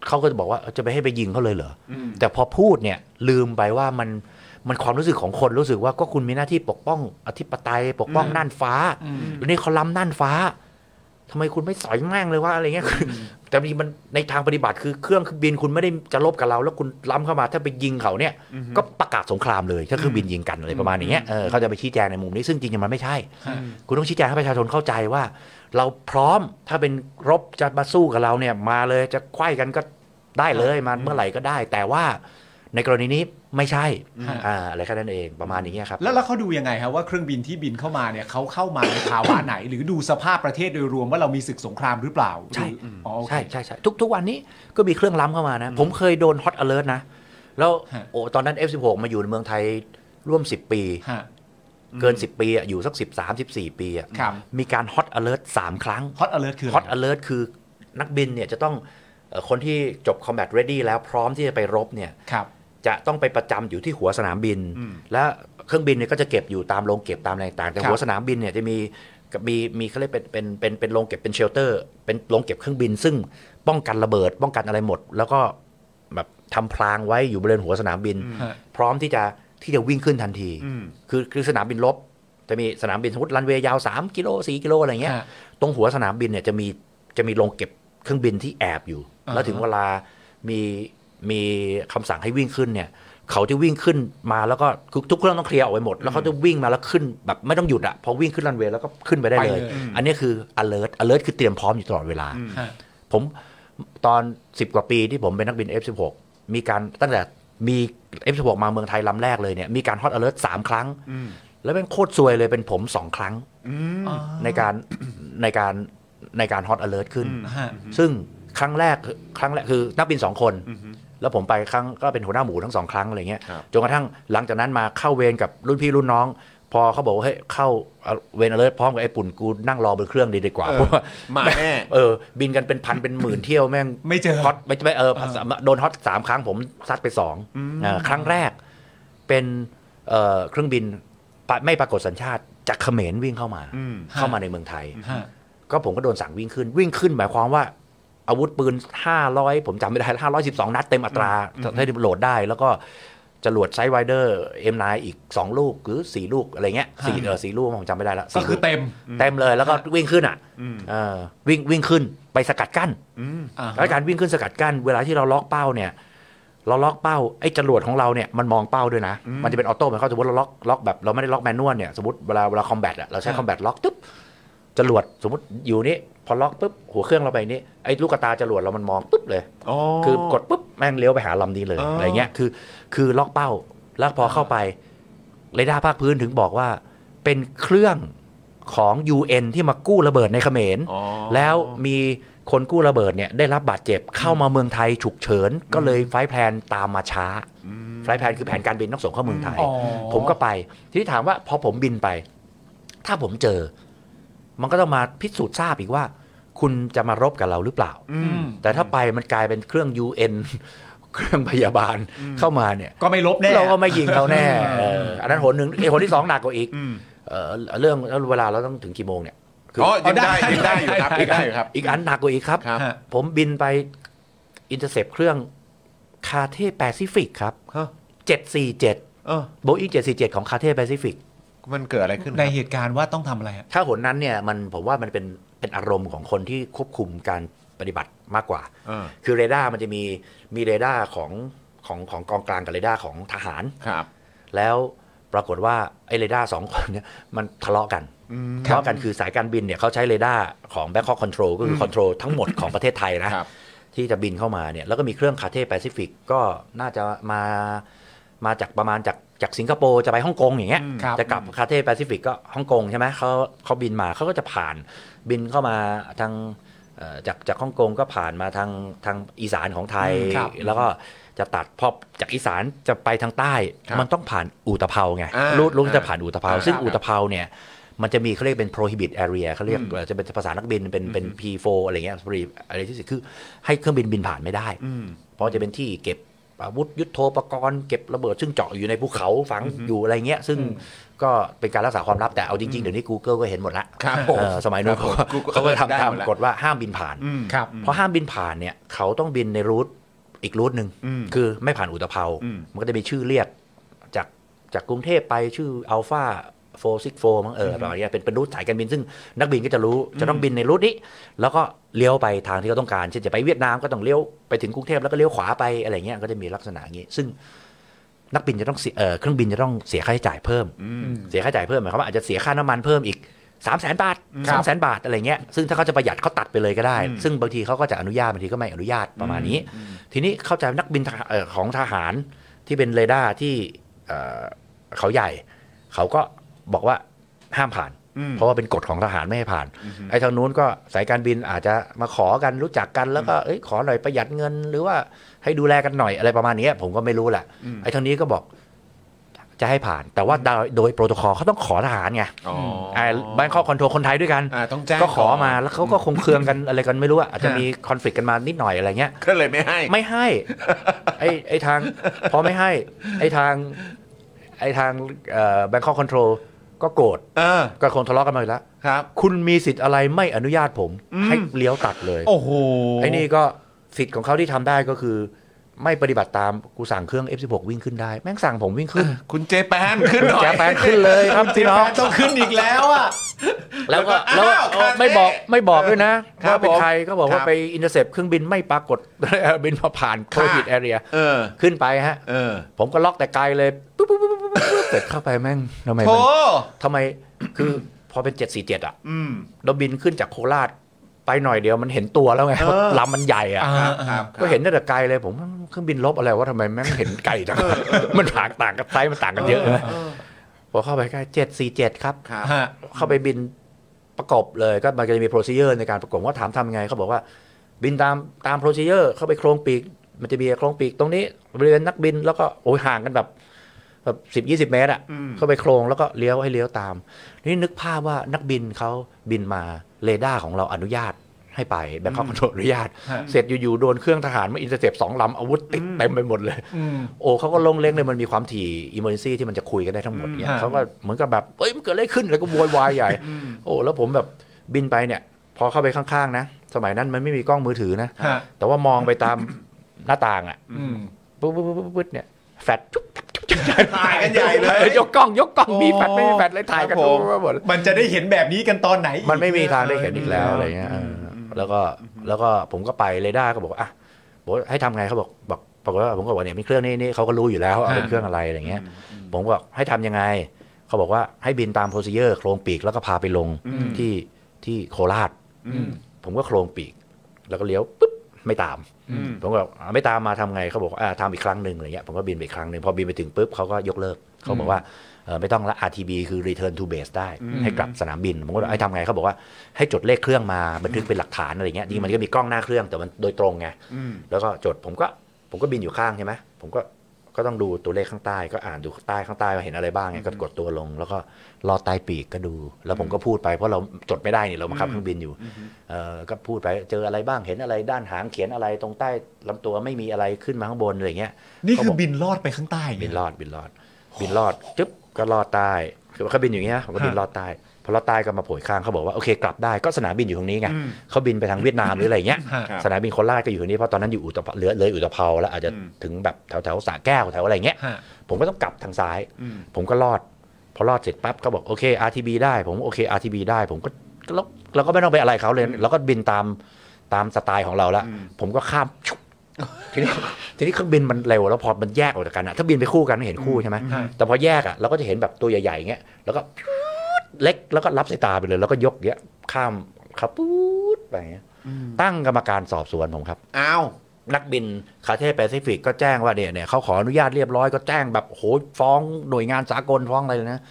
Speaker 4: เขาก็จะบอกว่าจะไปให้ไปยิงเขาเลยเหรออแต่พอพูดเนี่ยลืมไปว่ามันมันความรู้สึกของคนรู้สึกว่าก็คุณมีหน้าที่ปกป้องอธิปไตยปกป้องน่านฟ้าอยู่ในคอลัมน์น่านฟ้าทำไมคุณไม่สอยแม่งเลยว่าอะไรเงี้ยคือ แต่จริงๆมันในทางปฏิบัติคือเครื่องบินคุณไม่ได้จะลบกับเรา แล้วคุณล้ำเข้ามาถ้าไปยิงเขาเนี่ย ก็ประกาศสงครามเลยถ้าเครื่องบินยิงกันอะไรประมาณอย่างเงี้ยเออเขาจะไปชี้แจงในมุมนี้ซึ่งจริงๆมันไม่ใช่ คุณต้องชี้แจงให้ประชาชนเข้าใจว่า เราพร้อมถ้าเป็นรบจะมาสู้กับเราเนี่ยมาเลยจะไขว้กันก็ได้เลยมาเมื่อไหร่ก็ได้ แต่ว่าในกรณีนี้ไม่ใช่อ่าอะไรแค่นั้นเองประมาณนี้ครับ
Speaker 2: แล้วแล้วเขาดูยังไงครับว่าเครื่องบินที่บินเข้ามาเนี่ยเขาเข้ามาในภาวะไหน หรือดูสภาพประเทศโดยรวมว่าเรามีศึกสงครามหรือเปล่า
Speaker 4: ใช่
Speaker 2: หรืออ๋อโอเค
Speaker 4: ใช่ใช่ใช่ทุกทุกวันนี้ก็มีเครื่องล้ำเข้ามานะ ผมเคยโดนฮอตอเล r t นะ แล้ว
Speaker 2: ฮะ
Speaker 4: โอ้ตอนนั้น F16 มาอยู่ในเมืองไทยร่วม 10 ปี
Speaker 2: ฮะ
Speaker 4: เกิน 10 ปีอะอยู่สัก 13 14 ปีอะ
Speaker 2: ครับ
Speaker 4: มีการฮอตอเล r t 3 ครั้ง
Speaker 2: ฮอตอเลิร์คืออะไร
Speaker 4: ฮอตอเลิร์คือนักบินเนี่ยจะต้องเอ่อคนที่จบ combat ready แล้วพร้อมที่จะไปรบเนี่ย
Speaker 2: ครับ
Speaker 4: จะต้องไปประจำอยู่ที่หัวสนามบิน และเครื่องบินเนี่ยก็จะเก็บอยู่ตามโรงเก็บตามอะไรต่างๆแต่
Speaker 2: ครับ
Speaker 4: หัวสนามบินเนี่ยจะมีกับมีมีเขาเรียกเป็นเป็นเป็นเป็นโรงเก็บเป็นเชลเตอร์ เป็นโรงเก็บเครื่องบิน ซึ่งป้องกันระเบิดป้องกันอะไรหมด แล้วก็แบบทำพรางไว้อยู่บริเวณหัวสนามบิน
Speaker 2: ฮะ
Speaker 4: พร้อมที่จะที่จะวิ่งขึ้นทันที คือคือสนามบินรบจะมีสนามบินสมมติรันเวย์ยาว 3 กิโล4กิโลอะไรเงี้ย
Speaker 2: ฮะ
Speaker 4: ตรงหัวสนามบินเนี่ยจะมีจะมีโรงเก็บเครื่องบินที่แอบอยู่
Speaker 2: อ่าฮะ
Speaker 4: แล้วถึงเวลามีมีคำสั่งให้วิ่งขึ้นเนี่ย เขาจะวิ่งขึ้นมาแล้วก็คือทุกเครื่องต้องเคลียร์ออกไปหมด แล้วเขาจะวิ่งมาแล้วขึ้นแบบไม่ต้องหยุดอะพอวิ่งขึ้นรันเวย์แล้วก็ขึ้นไปได้เลย อันนี้คือ alert alert คือเตรียมพร้อมอยู่ตลอดเวลา
Speaker 2: ฮะ
Speaker 4: ผมตอน 10 กว่าปีที่ผมเป็นนักบิน F16 มีการตั้งแต่มี F16 มาเมืองไทยลำแรกเลยเนี่ยมีการฮอตอเลิร์สามครั้ง แล้วเป็นโคตรซวยเลยเป็นผมสองครั้งในการ ในการในการฮอตอเลิร์ขึ้น
Speaker 2: ฮะ
Speaker 4: ซึ่งครั้งแรกครั้งแรกคือนักบินสองคน แล้วผมไปครั้งก็เป็นหัวหน้าหมูทั้งสองครั้งอะไรเงี้ยจนกระทั่งหลังจากนั้นมาเข้าเวรกับรุ่นพี่รุ่นน้อง พอเขาบอกว่าเฮ้ยเข้าเวรอเลิร์พร้อมกับไอ้ปุ่นกูนั่งรอบนเครื่องดีดีกว่าเพราะว่า
Speaker 1: มาแน่
Speaker 4: เออ บินกันเป็นพันเป็นหมื่นเที่ยวแม่ง
Speaker 2: ไม่เจอ
Speaker 4: ฮอตไม่ไม่เออพันสามโดนฮอตสามครั้งผมซัดไปสองเออครั้งแรกเป็นเอ่อเครื่องบินปะไม่ปรากฏสัญชาติจากเขมรวิ่งเข้ามาเข้ามาในเมืองไทย
Speaker 2: ฮะ
Speaker 4: ก็ผมก็โดนสั่งวิ่งขึ้นวิ่งขึ้นหมายความว่า อาวุธปืน 500 ผมจำไม่ได้ 512 นัดเต็มอัตราถ้าที่โหลดได้ แล้วก็ จรวดไซด์ไวเดอร์เอ็มไนอีก 2 ลูกหรือ 4 ลูกอะไรเงี้ยสี่เออสี่ลูกผมจำไม่ได้ละ
Speaker 5: ก็
Speaker 4: สี่
Speaker 5: คือ
Speaker 4: ลู
Speaker 5: เต็ม
Speaker 4: เต็มเลยแล้วก็วิ่งขึ้นอ่ะ
Speaker 1: อืม
Speaker 4: เออวิ่งวิ่งขึ้นไปสกัดกั้น
Speaker 1: อืม
Speaker 5: อ่า
Speaker 4: แล้วการวิ่งขึ้นสกัดกั้นเวลาที่เราล็อกเป้าเนี่ย เราล็อกเป้าไอ้จรวดของเราเนี่ยมันมองเป้าด้วยนะ
Speaker 1: อืม
Speaker 4: มันจะเป็นออโต้เหมือนเขาสมมติเราล็อกล็อกแบบเราไม่ได้ล็อกแมนนวลเนี่ยสมมติเวลาเวลาคอมแบทอะเราใช้คอมแบทล็อกตึ๊บจรวดสมมติอยู่นี่พอล็อกปุ๊บหัวเครื่องเราไปนี่ไอ้ลูกกระตาจรวดเรามันมองปุ๊บเลย
Speaker 1: อ๋อ
Speaker 4: คือกดปุ๊บแม่งเลี้ยวไปหาลำนี้เลย
Speaker 1: อ๋ออ
Speaker 4: อะไรเงี้ยคือคือล็อกเป้าแล้วพอเข้าไปเรดาร์ภาคพื้นถึงบอกว่า เป็นเครื่องของ UN ที่มากู้ระเบิดในเขมร
Speaker 1: อ๋อ
Speaker 4: แล้วมีคนกู้ระเบิดเนี่ยได้รับบาดเจ็บเข้ามาเมืองไทยฉุกเฉิน ก็เลยไฟล์แพลนตามมาช้า ไฟล์แพลนคือแผนการบินต้องส่งเข้าเมืองไทย
Speaker 5: อ๋อ
Speaker 4: ผมก็ไป ทีนี้ถามว่าพอผมบินไป ถ้าผมเจอ มันก็ต้องมาพิสูจน์ทราบอีกว่า คุณจะมารบกับเราหรือเปล่า
Speaker 5: อืม
Speaker 4: แต่ถ้าไปมันกลายเป็นเครื่อง UN เครื่องพยาบาลเข้ามาเนี่ย
Speaker 5: ก็ไม่ลบแน่
Speaker 4: เราก็ไม่ยิงเขาแน่เอออันนั้นหนหนึ่งไอ้หนที่สองหนักกว่าอีก
Speaker 1: อืม
Speaker 4: เออเรื่องแล้วเวลาเราต้องถึงกี่โมงเนี่ย
Speaker 1: อ๋อยังได้
Speaker 5: ได้
Speaker 1: ยังได้อยู่ครับ
Speaker 5: ได้
Speaker 1: ยังได้อยู่ครับ
Speaker 4: อีกอันหนักกว่าอีกครับ
Speaker 1: ครับ
Speaker 5: ฮะ
Speaker 4: ผมบินไปอินเตอร์เซปเครื่องคาเท p แปซิฟิกครับ
Speaker 1: ฮะ
Speaker 4: 747
Speaker 1: เออ
Speaker 4: โบอิ้ง747 ของคาเท p แปซิฟิก
Speaker 1: มันเกิดอะไรขึ้นค
Speaker 5: ใน
Speaker 1: รับ
Speaker 5: เหตุการณ์ว่าต้องทำอะไรฮะ
Speaker 4: ถ้าหนนั้นเนี่ยมันผมว่ามันเป็นเป็นอารมณ์ของคนที่ควบคุมการปฏิบัติมากกว่า
Speaker 1: เออ
Speaker 4: คือเรดาร์มันจะมีมีเรดาร์ของของของกองกลางกับเรดาร์ของทหาร
Speaker 1: ครับ
Speaker 4: แล้วปรากฏว่าไอ้เรดาร์สองคนเนี่ยมันทะเลาะกัน
Speaker 1: อืม
Speaker 4: ทะเลาะกันคือสายการบินเนี่ยเขาใช้เรดาร์ของ Bangkok Control ก็คือคอนโทรลทั้งหมดของประเทศไทยนะครับ ที่จะบินเข้ามาเนี่ยแล้วก็มีเครื่องคาเท p แปซิฟิกก็น่าจะมามาจากประมาณจากจากสิงคโปร์จะไปฮ่องกงอย่างเงี้ย
Speaker 1: อืม
Speaker 5: ครับ
Speaker 4: จะกลับคาเท p แปซิฟิกก็ฮ่องกงใช่ไหมเขาเขาบินมาเขาก็จะผ่านบินเข้ามาทางเอ่อจากจากฮ่องกงก็ผ่านมาทางทางอีสานของไทย
Speaker 5: อืมครับ
Speaker 4: แล้วก็จะตัดพอจากอีสานจะไปทางใต้
Speaker 1: ครับ
Speaker 4: มันต้องผ่านอู่ตะเภาไง
Speaker 1: อ่า
Speaker 4: รูดรูดจะผ่านอู่ตะเภา
Speaker 1: อ่า
Speaker 4: ซึ่ง
Speaker 1: ครับ
Speaker 4: อู่ตะเภาเนี่ย มันจะมีเขาเรียกเป็น prohibit area เขาเรียกเอ่อจะเป็นภาษานักบินเป็นเป็น P4 อะไรเงี้ย prohibit อะไรที่สิคือให้เครื่องบินบินผ่านไม่ได้
Speaker 1: อืม
Speaker 4: เพราะจะเป็นที่เก็บอาวุธยุโทโธปกรณ์เก็บระเบิดซึ่งเจาะอยู่ในภูเขาฝังอยู่อะไรเงี้ย ซึ่งก็เป็นการรักษาความลับแต่เอาจริงๆ เดี๋ยวนี้ Google ก็เห็นหมดละ
Speaker 1: ครับผม
Speaker 4: เออสมัยนู้น
Speaker 1: ครับผม
Speaker 4: เขาก็
Speaker 1: Google
Speaker 4: เขาก็
Speaker 1: ได้
Speaker 4: ทำตา
Speaker 1: หม
Speaker 4: ม
Speaker 1: ดละ
Speaker 4: กฎว่าห้ามบินผ่าน
Speaker 1: อืม
Speaker 5: ครับ
Speaker 4: เพราะห้ามบินผ่านเนี่ยเขาต้องบินในรูทอีกรูทหนึ่ง
Speaker 1: อืม
Speaker 4: คือไม่ผ่านอุตภเปา
Speaker 1: อืม
Speaker 4: มันก็จะมีชื่อเรียกจากจากกรุงเทพไปชื่ออัลฟาโฟซิกโฟมั้งเออประมาณเนี้ยเป็นเป็นรูทสายการบินซึ่งนักบินก็จะรู้จะต้องบินในรูทนี้ แล้วก็เลี้ยวไปทางที่เขาต้องการเช่นจะไปเวียดนามก็ต้องเลี้ยวไปถึงกรุงเทพแล้วก็เลี้ยวขวาไปอะไรเงี้ยก็จะมีลักษณะอย่างนี้ ซึ่งนักบินจะต้องเสียเออเครื่องบินจะต้องเสียค่าใช้จ่ายเพิ่ม เสียค่าใช้จ่ายเพิ่มหมายความว่าอาจจะเสียค่าน้ำมันเพิ่มอีก 3 0 0แสนบาท
Speaker 1: ครั
Speaker 4: สา
Speaker 1: บ
Speaker 4: มแสนบาทอะไรเงี้ยซึ่งถ้าเขาจะประหยัดเขาตัดไปเลยก็ได้
Speaker 1: อืม
Speaker 4: ซึ่งบางทีเขาก็จะอนุญาตบางทีก็ไม่อนุญาตประมาณนี้ ทีนี้เข้าใจนักบินทหารเอ่อของทหารที่เป็นเรดาร์ที่เอ่อเขาใหญ่ เขาก็บอกว่าห้ามผ่าน
Speaker 1: อืม
Speaker 4: เพราะว่าเป็นกฎของทหารไม่ให้ผ่าน ไอ้ทางนู้นก็สายการบินอาจจะมาขอกันรู้จักกันแล้วก็เอ้ยขอหน่อยประหยัดเงิน หรือว่าให้ดูแลกันหน่อยอะไรประมาณเนี้ยผมก็ไม่รู้แหละ
Speaker 1: อืม
Speaker 4: ไอ้ทางนี้ก็บอกจะให้ผ่าน แต่ว่าโดยโดยโปรโตคอลเขาต้องขอทหารไง
Speaker 1: อ๋อ
Speaker 4: บ้านข้อคอนโทรคนไทยด้วยกัน
Speaker 1: อ่าต้องแจ้ง
Speaker 4: ก็ขอมาแล้วเขาก็คงเคืองกัน อะไรกันไม่รู้อะอาจจะมีคอนฟ lict กันมานิดหน่อยอะไรเงี้ย
Speaker 1: ก็เลยไม่ให้
Speaker 4: ไม่ให้ ไอ้ไอ้ทาง พอไม่ให้ ไอ้ทางไอ้ทางแบงคอกคอนโทรลก็โกรธ
Speaker 1: เออ
Speaker 4: ก็คงทะเลาะกันมาอีกแล้ว
Speaker 1: ครับ
Speaker 4: คุณมีสิทธิ์อะไรไม่อนุญาตผม
Speaker 1: อืม
Speaker 4: ให้เลี้ยวตัดเลย
Speaker 1: โอ้โห
Speaker 4: ไอ้นี่ก็สิทธิ์ของเขาที่ทำได้ก็คือ ไม่ปฏิบัติตามกูสั่งเครื่อง F16 วิ่งขึ้นได้ แม่งสั่งผมวิ่งขึ้น
Speaker 1: คุณเจแปนขึ้นหน่อย
Speaker 4: แกแปนขึ้นเลยครับพี่น้อง
Speaker 5: ต้องขึ้นอีกแล้วอ่ะ
Speaker 4: แล้วก็
Speaker 1: แล้
Speaker 4: แล้ว ว
Speaker 1: ก็
Speaker 4: ก็
Speaker 1: อ้าว
Speaker 4: เออ
Speaker 1: คาเฟ่
Speaker 4: ไม่บอกไม่บอกด้วยนะ
Speaker 1: ครั
Speaker 4: ว่า
Speaker 1: บ
Speaker 4: เป็นใครก็บอก
Speaker 1: ผม
Speaker 4: ว่า
Speaker 1: ครับ
Speaker 4: ไปอินเตอร์เซปเครื่องบินไม่ปรากฏ บินมาผ่านโควิด
Speaker 1: ค่ะ
Speaker 4: แอเรีย
Speaker 1: เออ
Speaker 4: ขึ้นไปฮะ
Speaker 1: เออ
Speaker 4: ผมก็ล็อกแต่ไกลเลย ปุ๊บปุ๊บปุ๊บปุ๊บปุ๊บเสร็จเข้าไปแม่งทำไม
Speaker 1: โถ
Speaker 4: มันทำไมคือ พอเป็น 747 อ่ะ
Speaker 1: อืม
Speaker 4: เราบินขึ้นจากโคราชไปหน่อยเดียวมันเห็นตัวแล้วไง
Speaker 1: เออ
Speaker 4: ลำมันใหญ่อ่ะ
Speaker 1: ครับครับ
Speaker 4: ก็เห็นตั้งแต่ไกลเลยผมว่าเครื่องบินลบอะไรว่าทำไมแม่งเห็นไกลจัง มันต่างต่างกันไซส์มันต่างกันเยอะนะพอเข้าไปใกล้เจ็ดสี่เจ็ดครับ
Speaker 1: ครับ
Speaker 5: ฮะ
Speaker 4: เข้าไปบินประกบเลยก็มันก็จะมีโปรซีเจอร์ในการประกบว่าถามทำไงเขาบอกว่า บินตามตามโปรซีเจอร์เข้าไปโครงปีก มันจะมีโครงปีกตรงนี้บริเวณนักบินแล้วก็โอ้ยห่างกันแบบแบบสิบยี่สิบเมตรอะ
Speaker 1: อืม
Speaker 4: เข้าไปโครงแล้วก็เลี้ยวให้เลี้ยวตาม นี่นึกภาพว่านักบินเขาบินมาเรดาร์ของเราอนุญาตให้ไปแบงคอกคอนโทรลอนุญาต
Speaker 5: ฮะ
Speaker 4: เสร็จอยู่ๆโดนเครื่องทหารมาอินเตอร์เซปสองลำอาวุธติดเต็มไปหมดเลย
Speaker 5: อืม
Speaker 4: โอ้เขาก็ลงเล็กเลยมันมีความถี่อิมเมอร์ซีที่มันจะคุยกันได้ทั้งหมดเนี่ย
Speaker 5: อืม
Speaker 4: เขาก็เหมือนกับแบบเอ้ยมันเกิดอะไรขึ้นแล้วก็โวยวายใหญ่ โอ้แล้วผมแบบบินไปเนี่ย พอเข้าไปข้างๆนะ สมัยนั้นมันไม่มีกล้องมือถือนะ
Speaker 5: ฮะ
Speaker 4: แต่ว่ามองไปตามหน้าต่างอ่ะ
Speaker 5: อืม
Speaker 4: ปุ๊บปุ๊บปุ๊บปุ๊บเนี่ยแฟดชุบชุบชุ
Speaker 1: ถ่ายกันใหญ่เลย
Speaker 4: ยกกล้องยกกล้องมีแฟลชไม่มีแฟลชเลยถ่าย
Speaker 1: ค
Speaker 4: กัน
Speaker 1: รับผม
Speaker 4: ทั่วหมด
Speaker 2: มันจะได้เห็นแบบนี้กันตอนไหนอีก
Speaker 4: มันไม่มีทางได้เห็นอีกแล้ว
Speaker 2: เ
Speaker 4: อะไรเงี้ยเออแล้วก็แล้วก็ผมก็ไปเรดาร์ก็บอกว่าอ่ะบอกว่าให้ทำไงเขาบอกบอกปรากฏว่าผมก็บอกเนี่ยมีเครื่องนี้นี่เขาก็รู้อยู่แล้วว่าเป็นเครื่องอะไรอะไรเงี้ย ผมก็บอกให้ทำยังไง เขาบอกว่าให้บินตามโพซิเยอร์โครงปีกแล้วก็พาไปลงที่ที่โคราช ผมก็โครงปีก แล้วก็เลี้ยวปุ๊บไม่ตาม ผมก็บอกอ่าไม่ตามมาทำไงเขาบอกว่าอ่าทำอีกครั้งหนึ่งอะไรเงี้ยผมก็บินไปอีกครั้งหนึ่งพอบินไปถึงปุ๊บเขาก็ยกเลิกเขาบอกว่าเอ่อไม่ต้องละ RTB คือ Return to Base ได้ ให้กลับสนามบิน ผมก็บอกไอ้ทำไงเขาบอกว่าให้จดเลขเครื่องมาบันทึกเป็นหลักฐานอะไรเงี้ยจริงมันก็มีกล้องหน้าเครื่องแต่มันโดยตรงไงแล้วก็จดผมก็ผมก็บินอยู่ข้างใช่ไหมผมก็ก็ต้องดูตัวเลขข้างใต้ ก็อ่านดูข้างใต้ข้างใต้ว่าเห็นอะไรบ้างไงก็กดตัวลง แล้วก็ลอดใต้ปีกก็ดู แล้วผมก็พูดไปเพราะเราจดไม่ได้นี่เรามาขับเครื่องบินอยู่ เอ่อก็พูดไปเจออะไรบ้างเห็นอะไรด้านหางเขียนอะไรตรงใต้ลำตัวไม่มีอะไรขึ้นมาข้างบนอะไรเงี้ย
Speaker 2: นี่คื
Speaker 4: เขาบ
Speaker 2: อ
Speaker 4: อก
Speaker 2: บินลอดไปข้างใต้
Speaker 4: บิ
Speaker 2: เย
Speaker 4: นรอดบินรอดบินรอดจึ๊บก็รอดใต้คือเขาบินอย่างเงี้ยผมก็บิน
Speaker 2: ฮะ
Speaker 4: รอดใต้พอรอดใต้ก็มาโผล่ข้างเขาบอกว่าโอเคกลับได้ก็สนามบินอยู่ตรงนี้ไงเขาบินไปทางเวียดนามหรืออะไรเงี้ย
Speaker 2: ฮะ
Speaker 1: ครับ
Speaker 4: สนามบินโคราชก็อยู่ตรงนี้เพราะตอนนั้นอยู่อุตภเปาเหลือเลยอุตภเปาแล้วอาจจะ
Speaker 1: อืม
Speaker 4: ถึงแบบแถวแถวๆสระแก้วแถวอะไรเงี้ย
Speaker 2: ฮะ
Speaker 4: ผมก็ต้องกลับทางซ้าย ผมก็รอด พอรอดเสร็จปั๊บเขาบอกโอเค RTB ได้ผมโอเค RTB ได้ ผมก็แล้วเราก็ไม่ต้องไปอะไรเขาเลยเราก็บินตามตามสไตล์ของเราละผมก็ข้ามชุบทีนี้ทีนี้เครื่องบินมันเร็วแล้วพอมันแยกออกจากกันอะถ้าบินไปคู่กันไม่เห็นคู่ใช่ไหม
Speaker 2: ใช่
Speaker 4: แต่พอแยกอะเราก็จะเห็นแบบตัวใหญ่ๆอย่างเงี้ยแล้วก็เล็กแล้วก็รับสายตาไปเลย แล้วก็ยกเงี้ยข้ามขับปู๊ดไปอย่างเงี้ยตั้งกรรมการสอบสวนผมครับ
Speaker 1: อ้าว
Speaker 4: นักบินคาเทแปซิฟิกก็แจ้งว่าเนี่ยเนี่ยเขาขออนุญาตเรียบร้อยก็แจ้งแบบโหฟ้องหน่วยงานสากลฟ้องอะไรเลยนะ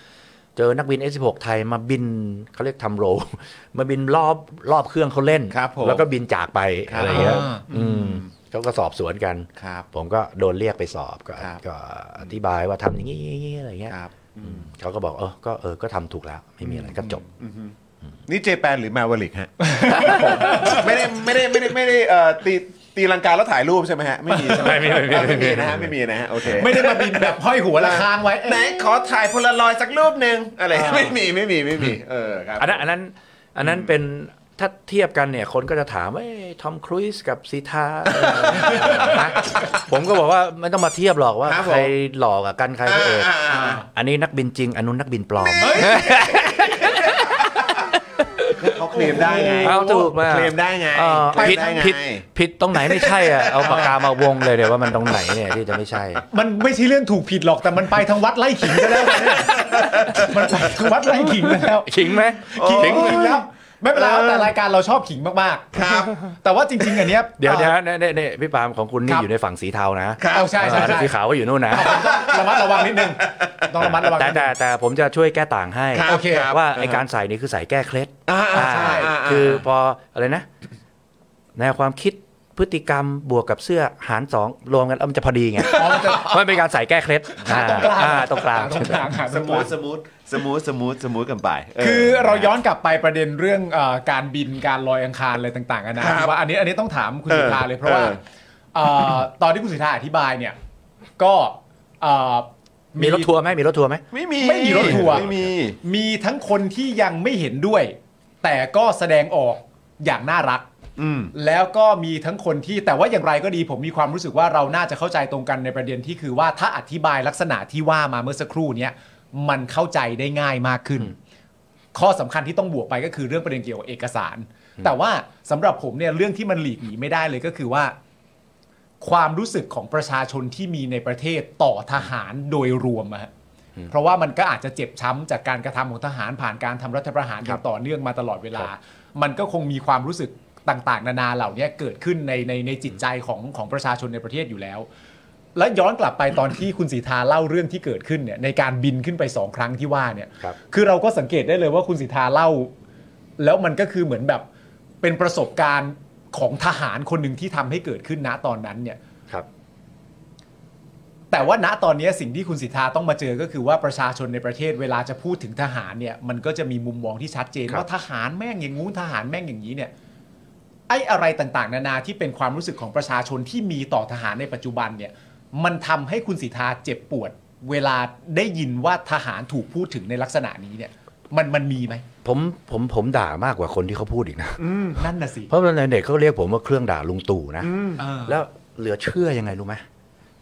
Speaker 4: เจอนักบิน S16 ไทยมาบินเขาเรียกทำโรล มาบินรอบรอบเครื่องเขาเล่น
Speaker 1: ครับผม
Speaker 4: แล้วก็บินจากไป
Speaker 1: ครับ
Speaker 4: อะไรเงี้ย
Speaker 2: อ่า
Speaker 4: อืมเขาก็สอบสวนกัน
Speaker 1: ครับ
Speaker 4: ผมก็โดนเรียกไปสอบก็
Speaker 1: ครับ
Speaker 4: ก็อธิบายว่าทำอย่างนี้อย่างนี้อะไรเงี้ย
Speaker 1: ครับ
Speaker 4: อืมเขาก็บอกเออก็เออก็ทำถูกแล้วไม่มีอะไรก็จบ
Speaker 1: นี่เจแปนหรือมาวลิกฮะ ไม่ได้ไม่ได้ไม่ได้ไม่ได้เอ่อตีตีลังกาแล้วถ่ายรูปใช่ไหมฮะ ไม่มีใช่ไหม
Speaker 4: ไม่มีไม่มี
Speaker 1: อ่ะไม่มีนะฮะไม่มีนะฮะโอเค
Speaker 2: ไม่ได้มาบินแบบห้อยหัวระฆังไว้
Speaker 1: ไหนขอถ่ายพลารอยด์สักรูปหนึ่งอะไรไม่มีไม่มีไม่มีเออครับ
Speaker 4: อันนั้นอันนั้นอันนั้นเป็นถ้าเทียบกันเนี่ย คนก็จะถามว่าทอมครูซกับซีทา ผมก็บอกว่าไม่ต้องมาเทียบหรอกว่า
Speaker 1: ครับผม
Speaker 4: ใครหลอกกับกันใครพระเอก
Speaker 1: อ่าอ่าอ่า
Speaker 4: อันนี้นักบินจริง อันนู้นนักบินปลอม
Speaker 1: เขาเคลมได้ไง
Speaker 4: เอาถูกมาก
Speaker 1: เคลมได้ไง
Speaker 4: เอ่อ
Speaker 1: เคล
Speaker 4: ผิ
Speaker 1: ม
Speaker 4: ด
Speaker 1: ได้ไง
Speaker 4: ผิดผิดตรงไหนไม่ใช่อ่ะ เอาปากกามาวงเลยเดี๋ยวว่ามันตรงไหนเนี่ยที่จะไม่ใช่
Speaker 2: มันไม่ใช่เรื่องถูกผิดหรอกแต่มันไปทางวัดไล่ขิงซะแล้วเนี่ยมันไปทางวัดไล่ขิงแล้ว
Speaker 4: ขิงไหม
Speaker 2: ขิงขิงแล้ว ไม่เป็นไรแต่รายการเราชอบขิงมากๆ
Speaker 1: ครับ
Speaker 2: แต่ว่าจริง ๆ อันเนี้ย
Speaker 4: เดี๋ยวเดี๋ยวเนี่ยเนี่ยเนี่ยพี่ปาล์มของคุณนี่
Speaker 2: ครับ
Speaker 4: อยู่ในฝั่งสีเทานะ
Speaker 2: เอาใช่ใช่
Speaker 4: อ่า
Speaker 2: ใช่
Speaker 4: สีขาวก็อยู่นู่นนะ
Speaker 2: ระมัดระวังนิดนึงต้องระมัดระวัง
Speaker 4: แต่
Speaker 2: นิดนึ
Speaker 4: แต่
Speaker 2: ง
Speaker 4: แต่ผมจะช่วยแก้ต่างให้
Speaker 1: ครับโอเคครับ
Speaker 4: ว่าไอการใส่นี่คือใส่แก้เคล็ด
Speaker 1: อ่าอ่าใช่
Speaker 4: อ่า
Speaker 1: อ่า
Speaker 4: คือพออะไรนะแนวความคิดพฤติกรรมบวกกับเสื้อหารสองรวมกันแล้วมันจะพอดีไงมันเป็นการใส่แก้เคล็ด
Speaker 2: หาตรงกลาง
Speaker 4: อ่ตรงกลาง
Speaker 2: ตรงกลางหาต
Speaker 1: ส
Speaker 2: รงก
Speaker 1: มู
Speaker 2: ลาง
Speaker 1: ทสมูทสมูทสมูทสมูทกันไปเ
Speaker 2: คือเราย้อนกลับไปประเด็นเรื่องเออการบินการลอยอังคารอะไรต่างๆกันะครับ ว่าอันนี้อันนี้ต้องถามคุณ
Speaker 1: เออ
Speaker 2: สุธาเลยเพราะว่า
Speaker 1: เออ
Speaker 2: เอ่อตอนที่คุณสุธาอธิบายเนี่ยก็เอ่อ
Speaker 4: มีรถทัวร์ไหมมีรถทัวร์ไหม
Speaker 1: ไม่มี
Speaker 2: ไม่มีรถทัวร์
Speaker 1: ไม่มี
Speaker 2: มีทั้งคนที่ยังไม่เห็นด้วย แต่ก็แสดงออกอย่างน่ารัก
Speaker 1: อืม
Speaker 2: แล้วก็มีทั้งคนที่แต่ว่าอย่างไรก็ดีผมมีความรู้สึกว่าเราน่าจะเข้าใจตรงกันในประเด็นที่คือว่าถ้าอธิบายลักษณะที่ว่ามาเมื่อสักครู่เนี้ยมันเข้าใจได้ง่ายมากขึ้น ข้อสำคัญที่ต้องบวกไปก็คือเรื่องประเด็นเกี่ยวกับเอกสาร แต่ว่าสำหรับผมเนี่ยเรื่องที่มันหลีกหนีไม่ได้เลยก็คือว่า ความรู้สึกของประชาชนที่มีในประเทศต่อทหารโดยรวมอะฮะเพราะว่ามันก็อาจจะเจ็บช้ำจากการกระทำของทหารผ่านการทำรัฐประหารอย่างต่อเนื่องมาตลอดเวลา มันก็คงมีความรู้สึกต่างๆ นานาเหล่านี้เกิดขึ้นในในในจิตใจของของประชาชนในประเทศอยู่แล้ว และย้อนกลับไปตอนที่คุณสีทาเล่าเรื่องที่เกิดขึ้นเนี่ยในการบินขึ้นไปสองครั้งที่ว่าเนี่ย
Speaker 4: ครับ
Speaker 2: อเราก็สังเกตได้เลยว่าคุณสีทาเล่า แล้วมันก็คือเหมือนแบบเป็นประสบการณ์ของทหารคนหนึ่งที่ทำให้เกิดขึ้นณตอนนั้นเนี่ย
Speaker 4: ครับ
Speaker 2: แต่ว่าณตอนนี้สิ่งที่คุณสิทธาต้องมาเจอก็คือว่าประชาชนในประเทศเวลาจะพูดถึงทหารเนี่ย มันก็จะมีมุมมองที่ชัดเจน
Speaker 4: ครับ
Speaker 2: ว่าทหารแม่งอย่างงู้นทหารแม่งอย่างนี้เนี่ยไอ้อะไรต่างๆ นานาที่เป็นความรู้สึกของประชาชนที่มีต่อทหารในปัจจุบันเนี่ย มันทำให้คุณสิทธาเจ็บปวด เวลาได้ยินว่าทหารถูกพูดถึงในลักษณะนี้เนี่ย มันมันมีไหม
Speaker 4: ผมผมผมด่ามากกว่าคนที่เขาพูดอีกนะ
Speaker 2: นั่นน่ะสิ
Speaker 4: เพราะในเด็กเขาเรียกผมว่าเครื่องด่าลุงตู่นะ
Speaker 2: เออ
Speaker 4: แล้วเหลือเชื่อยังไงรู้ไหม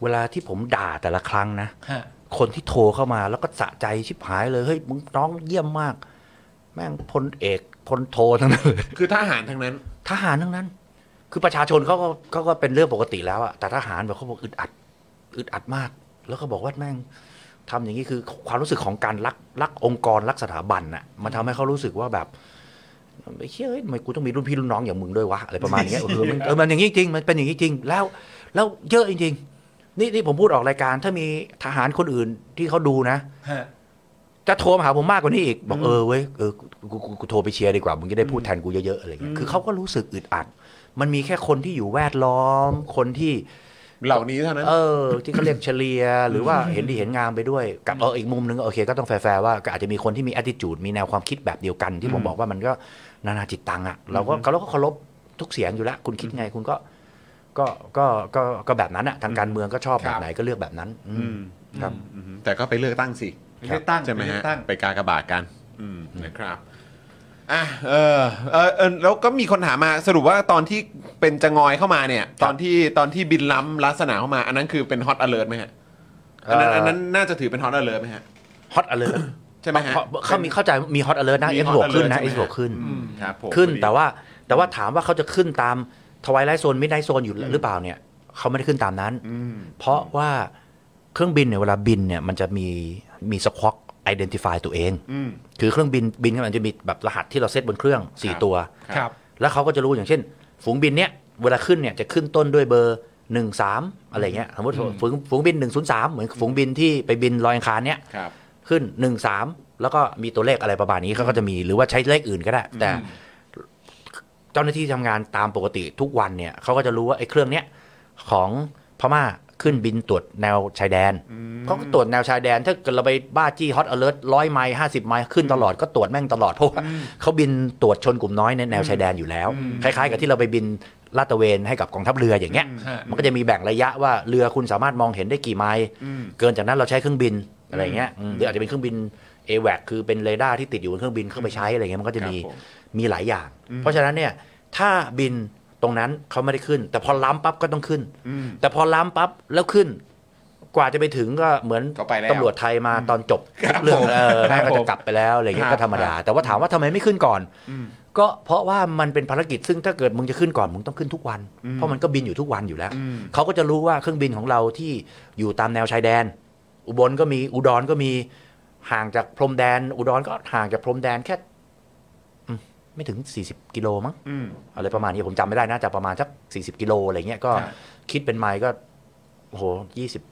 Speaker 4: เวลาที่ผมด่าแต่ละครั้งนะ
Speaker 2: ฮะ
Speaker 4: คนที่โทรเข้ามาแล้วก็สะใจชิบหายเลยเฮ้ยมึงน้องเยี่ยมมาก แม่งพลเอกพลโททั้งนั้นเลย
Speaker 1: คือทหารทั้งนั้น
Speaker 4: ทหารทั้งนั้น คือประชาชนเขาก็เขาก็เป็นเรื่องปกติแล้วอะแต่ทหารแบบเขาบอกอึดอัดอึดอัดมาก แล้วก็บอกว่าแม่งทำอย่างนี้คือความรู้สึกของการรักรักองค์กรรักสถาบันน่ะมันทำให้เขารู้สึกว่าแบบไอ้เชี่ยเอ้ยทำไมกูต้องมีรุ่นพี่รุ่นน้องอย่างมึงด้วยวะอะไรประมาณอย่างเงี้ยเออมันเออมันอย่างนี้จริงมันเป็นอย่างนี้จริงแล้ว แล้วเยอะจริงๆนี่นี่ผมพูดออกรายการ ถ้ามีทหารคนอื่นที่เขาดูนะ
Speaker 5: ฮะ
Speaker 4: จะโทรมาหาผมมากกว่านี้อีก บอกเออเว้ยเออกูกูกูโทรไปเชียร์ดีกว่า มึงจะได้พูดแทนกูเยอะๆอะไรเงี้ยคือเขาก็รู้สึกอึดอัด มันมีแค่คนที่อยู่แวดล้อม คนที่
Speaker 1: เหล่านี้เท่านั้น
Speaker 4: เออ ที่เขาเรียกเฉลีย หรือว่าเห็นดีเห็นงามไปด้วย กับเอออีกมุมหนึงโอเค ก็ต้องแฟร์ๆว่าก็อาจจะมีคนที่มี attitude มีแนวความคิดแบบเดียวกัน ที่ผมบอกว่ามันก็นานาจิตตังอะเราก็เราก็เคารพทุกเสียงอยู่แล้วคุณคิดไงคุณก็ ก็ก็ก็ก็แบบนั้นอะทางการเมืองก็ชอบ
Speaker 1: ค
Speaker 4: แบ
Speaker 1: รั
Speaker 4: บบ ไหนก็เลือกแบบนั้น อืม
Speaker 1: อืม
Speaker 4: ครับ
Speaker 1: อืมแต่ก็ไปเลือกตั้งสิ
Speaker 5: ไปเลือกตั้ง
Speaker 1: ใช่ไหม
Speaker 5: ปเลื
Speaker 1: ฮะ
Speaker 5: อกตั้ง
Speaker 1: ไปกากบาทกันอืมนะครับอ่ะเออเออเออแล้วก็มีคนถามมาสรุปว่าตอนที่เป็นจะงอยเข้ามาเนี่ย ตอนที่ตอนที่บินล้ำลักษณะเข้ามา อันนั้นคือเป็นฮอตอเลิร์ไหมฮะอันนั้น
Speaker 4: เอ่ออั
Speaker 1: อันนั้นน่าจะถือเป็นฮอตอเลิร์ไหมฮะ
Speaker 4: ฮอตอเลิร์
Speaker 1: ใช่ไหมฮะ
Speaker 4: เพราะเขามีเข้าใจมีฮอตอเลอร์นะเอฟบวกขึ้นนะเอฟบวกขึ้น
Speaker 1: อืมครับผม
Speaker 4: ขึ้น
Speaker 1: พอดี
Speaker 4: แต่ว่าแต่ว่าถามว่าเขาจะขึ้นตามทวายไลท์โซนมิดไนท์โซนอยู่หรือเปล่าเนี่ยเขาไม่ได้ขึ้นตามนั้น
Speaker 1: อืม
Speaker 4: เพราะว่าเครื่องบินเนี่ยเวลาบินเนี่ยมันจะมีมีสควอกไอดีนติฟายตัวเอง
Speaker 1: อืม
Speaker 4: คือเครื่องบินบินเนี่ยมันจะมีแบบรหัสที่เราเซตบนเครื่อง
Speaker 1: ครับ
Speaker 4: 4 ตัว
Speaker 1: ครับ
Speaker 4: แล้วเขาก็จะรู้อย่างเช่น ฝูงบินเนี่ยเวลาขึ้นเนี่ยจะขึ้นต้นด้วยเบอร์1 3อะไรเงี้ยสมมติฝูงฝูงบิน 103 เหมือนฝูงบินที่ไปบินลอยอังคารเนี่ย
Speaker 1: ครับ
Speaker 4: ขึ้น 1 3 แล้วก็มีตัวเลขอะไรประมาณนี้เขาก็จะมีหรือว่าใช้เลขอื่นก็ได้ แต่เจ้าหน้าที่ทำงานตามปกติทุกวันเนี่ยเขาก็จะรู้ว่าไอ้เครื่องเนี้ยของพม่าขึ้นบินตรวจแนวชายแดนเขาก็ตรวจแนวชายแดน ถ้าเกิดเราไปบ้าจี้ฮอตอเลิร์ตร้อยไมล์ห้าสิบไมล์ขึ้นตลอดก็ตรวจแม่งตลอดเพราะว่าเขาบินตรวจชนกลุ่มน้อยในแนวชายแดนอยู่แล้ว คล้ายๆ กับที่เราไปบินลาดตระเวนให้กับกองทัพเรืออย่างเงี้ย
Speaker 5: ฮะ
Speaker 4: มันก็จะมีแบ่งระยะว่าเรือคุณสามารถมองเห็นได้กี่ไมล์เกินจากนั้นเราใช้เครื่องบินอะไรเงี้ยอืมหรืออาจจะเป็นเครื่องบิน a w a c คือเป็นเรดาร์ที่ติดอยู่บนเครื่องบินเข้าไปใช้อะไรเงี้ยมันก็จะมี
Speaker 1: ครับผม
Speaker 4: มีหลายอย่าง เพราะฉะนั้นเนี่ยถ้าบินตรงนั้นเขาไม่ได้ขึ้น แต่พอล้ำปั๊บก็ต้องขึ้น
Speaker 1: อืม
Speaker 4: แต่พอล้ำปั๊บแล้วขึ้น กว่าจะไปถึงก็เหมือน
Speaker 1: ก็ไปแล้ว
Speaker 4: ตำรวจไทยมาตอนจบ
Speaker 1: ครับ
Speaker 4: เรื่อง
Speaker 1: ผม
Speaker 4: เอ
Speaker 1: ค
Speaker 4: อ
Speaker 1: รับ
Speaker 4: แม่งก็
Speaker 1: ผม
Speaker 4: จะกลับไปแล้วอะไรเงี้
Speaker 1: ค
Speaker 4: ย
Speaker 1: รับ
Speaker 4: ก็ธรรมดา แต่ว่าถามว่าทำไมไม่ขึ้นก่อน ก็เพราะว่ามันเป็นภารกิจซึ่งถ้าเกิดมึงจะขึ้นก่อนมึงต้องขึ้นทุกวัน เพราะมันก็บินอยู่ทุกวันอยู่แล้ว
Speaker 1: อืม
Speaker 4: เขาก็จะรู้ว่าเครื่องบินของเราที่อยู่ตามแนวชายแดน อุบลก็มีอุดรก็มีห่างจากพรมแดน อุดรก็ห่างจากพรมแดนแค่อืมไม่ถึง 40 กิโลมั้ง
Speaker 1: อืม
Speaker 4: อะไรประมาณนี้ผมจำไม่ได้น่าจะประมาณสัก40 กิโลอะไรเงี้ยก็
Speaker 1: ครับ
Speaker 4: คิดเป็นไมล์ก็โอ้โหยี่สิบ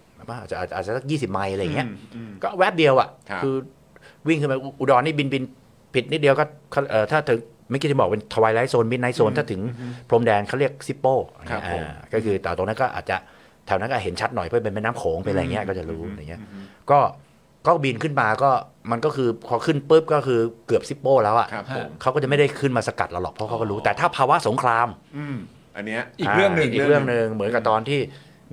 Speaker 4: อาจจะอาจจะอาจจะสักยี่สิบไมล์อะไรเงี้ย
Speaker 1: อืม
Speaker 4: ก็แวบเดียวอ่ะ
Speaker 1: ครับ
Speaker 4: อวิ่งขึ้นไปอุอุดรนี่บินบินผิดนิดเดียวก็เอ่อถ้าถึงเมื่อกี้ที่บอกเป็นทวายไลท์โซนมิดไนท์โซนถ้าถึงพรมแดนเขาเรียกซิปโป้
Speaker 1: ครับผม
Speaker 4: อ่าก็คือแต่ตรงนั้นก็อาจจะแถวนั้นก็เห็นชัดหน่อยเพื่อเป็นแม่น้ำโขงเป็นอะไรเงี้ยก็จะรู้อะไรเงี้ยก็ก็บินขึ้นมาก็มันก็คือพอขึ้นปุ๊บก็คือเกือบซิปโป้แล้วอ่ะ
Speaker 1: ครับผม
Speaker 4: เขาก็จะไม่ได้ขึ้นมาสกัดเราหรอกเพราะเขาก็รู้แต่ถ้าภาวะสงคราม
Speaker 1: อืมอันเนี้ย
Speaker 2: อีกเรื่องหนึ่ง
Speaker 4: อีกเรื่องหนึ่งเหมือนกับตอนที่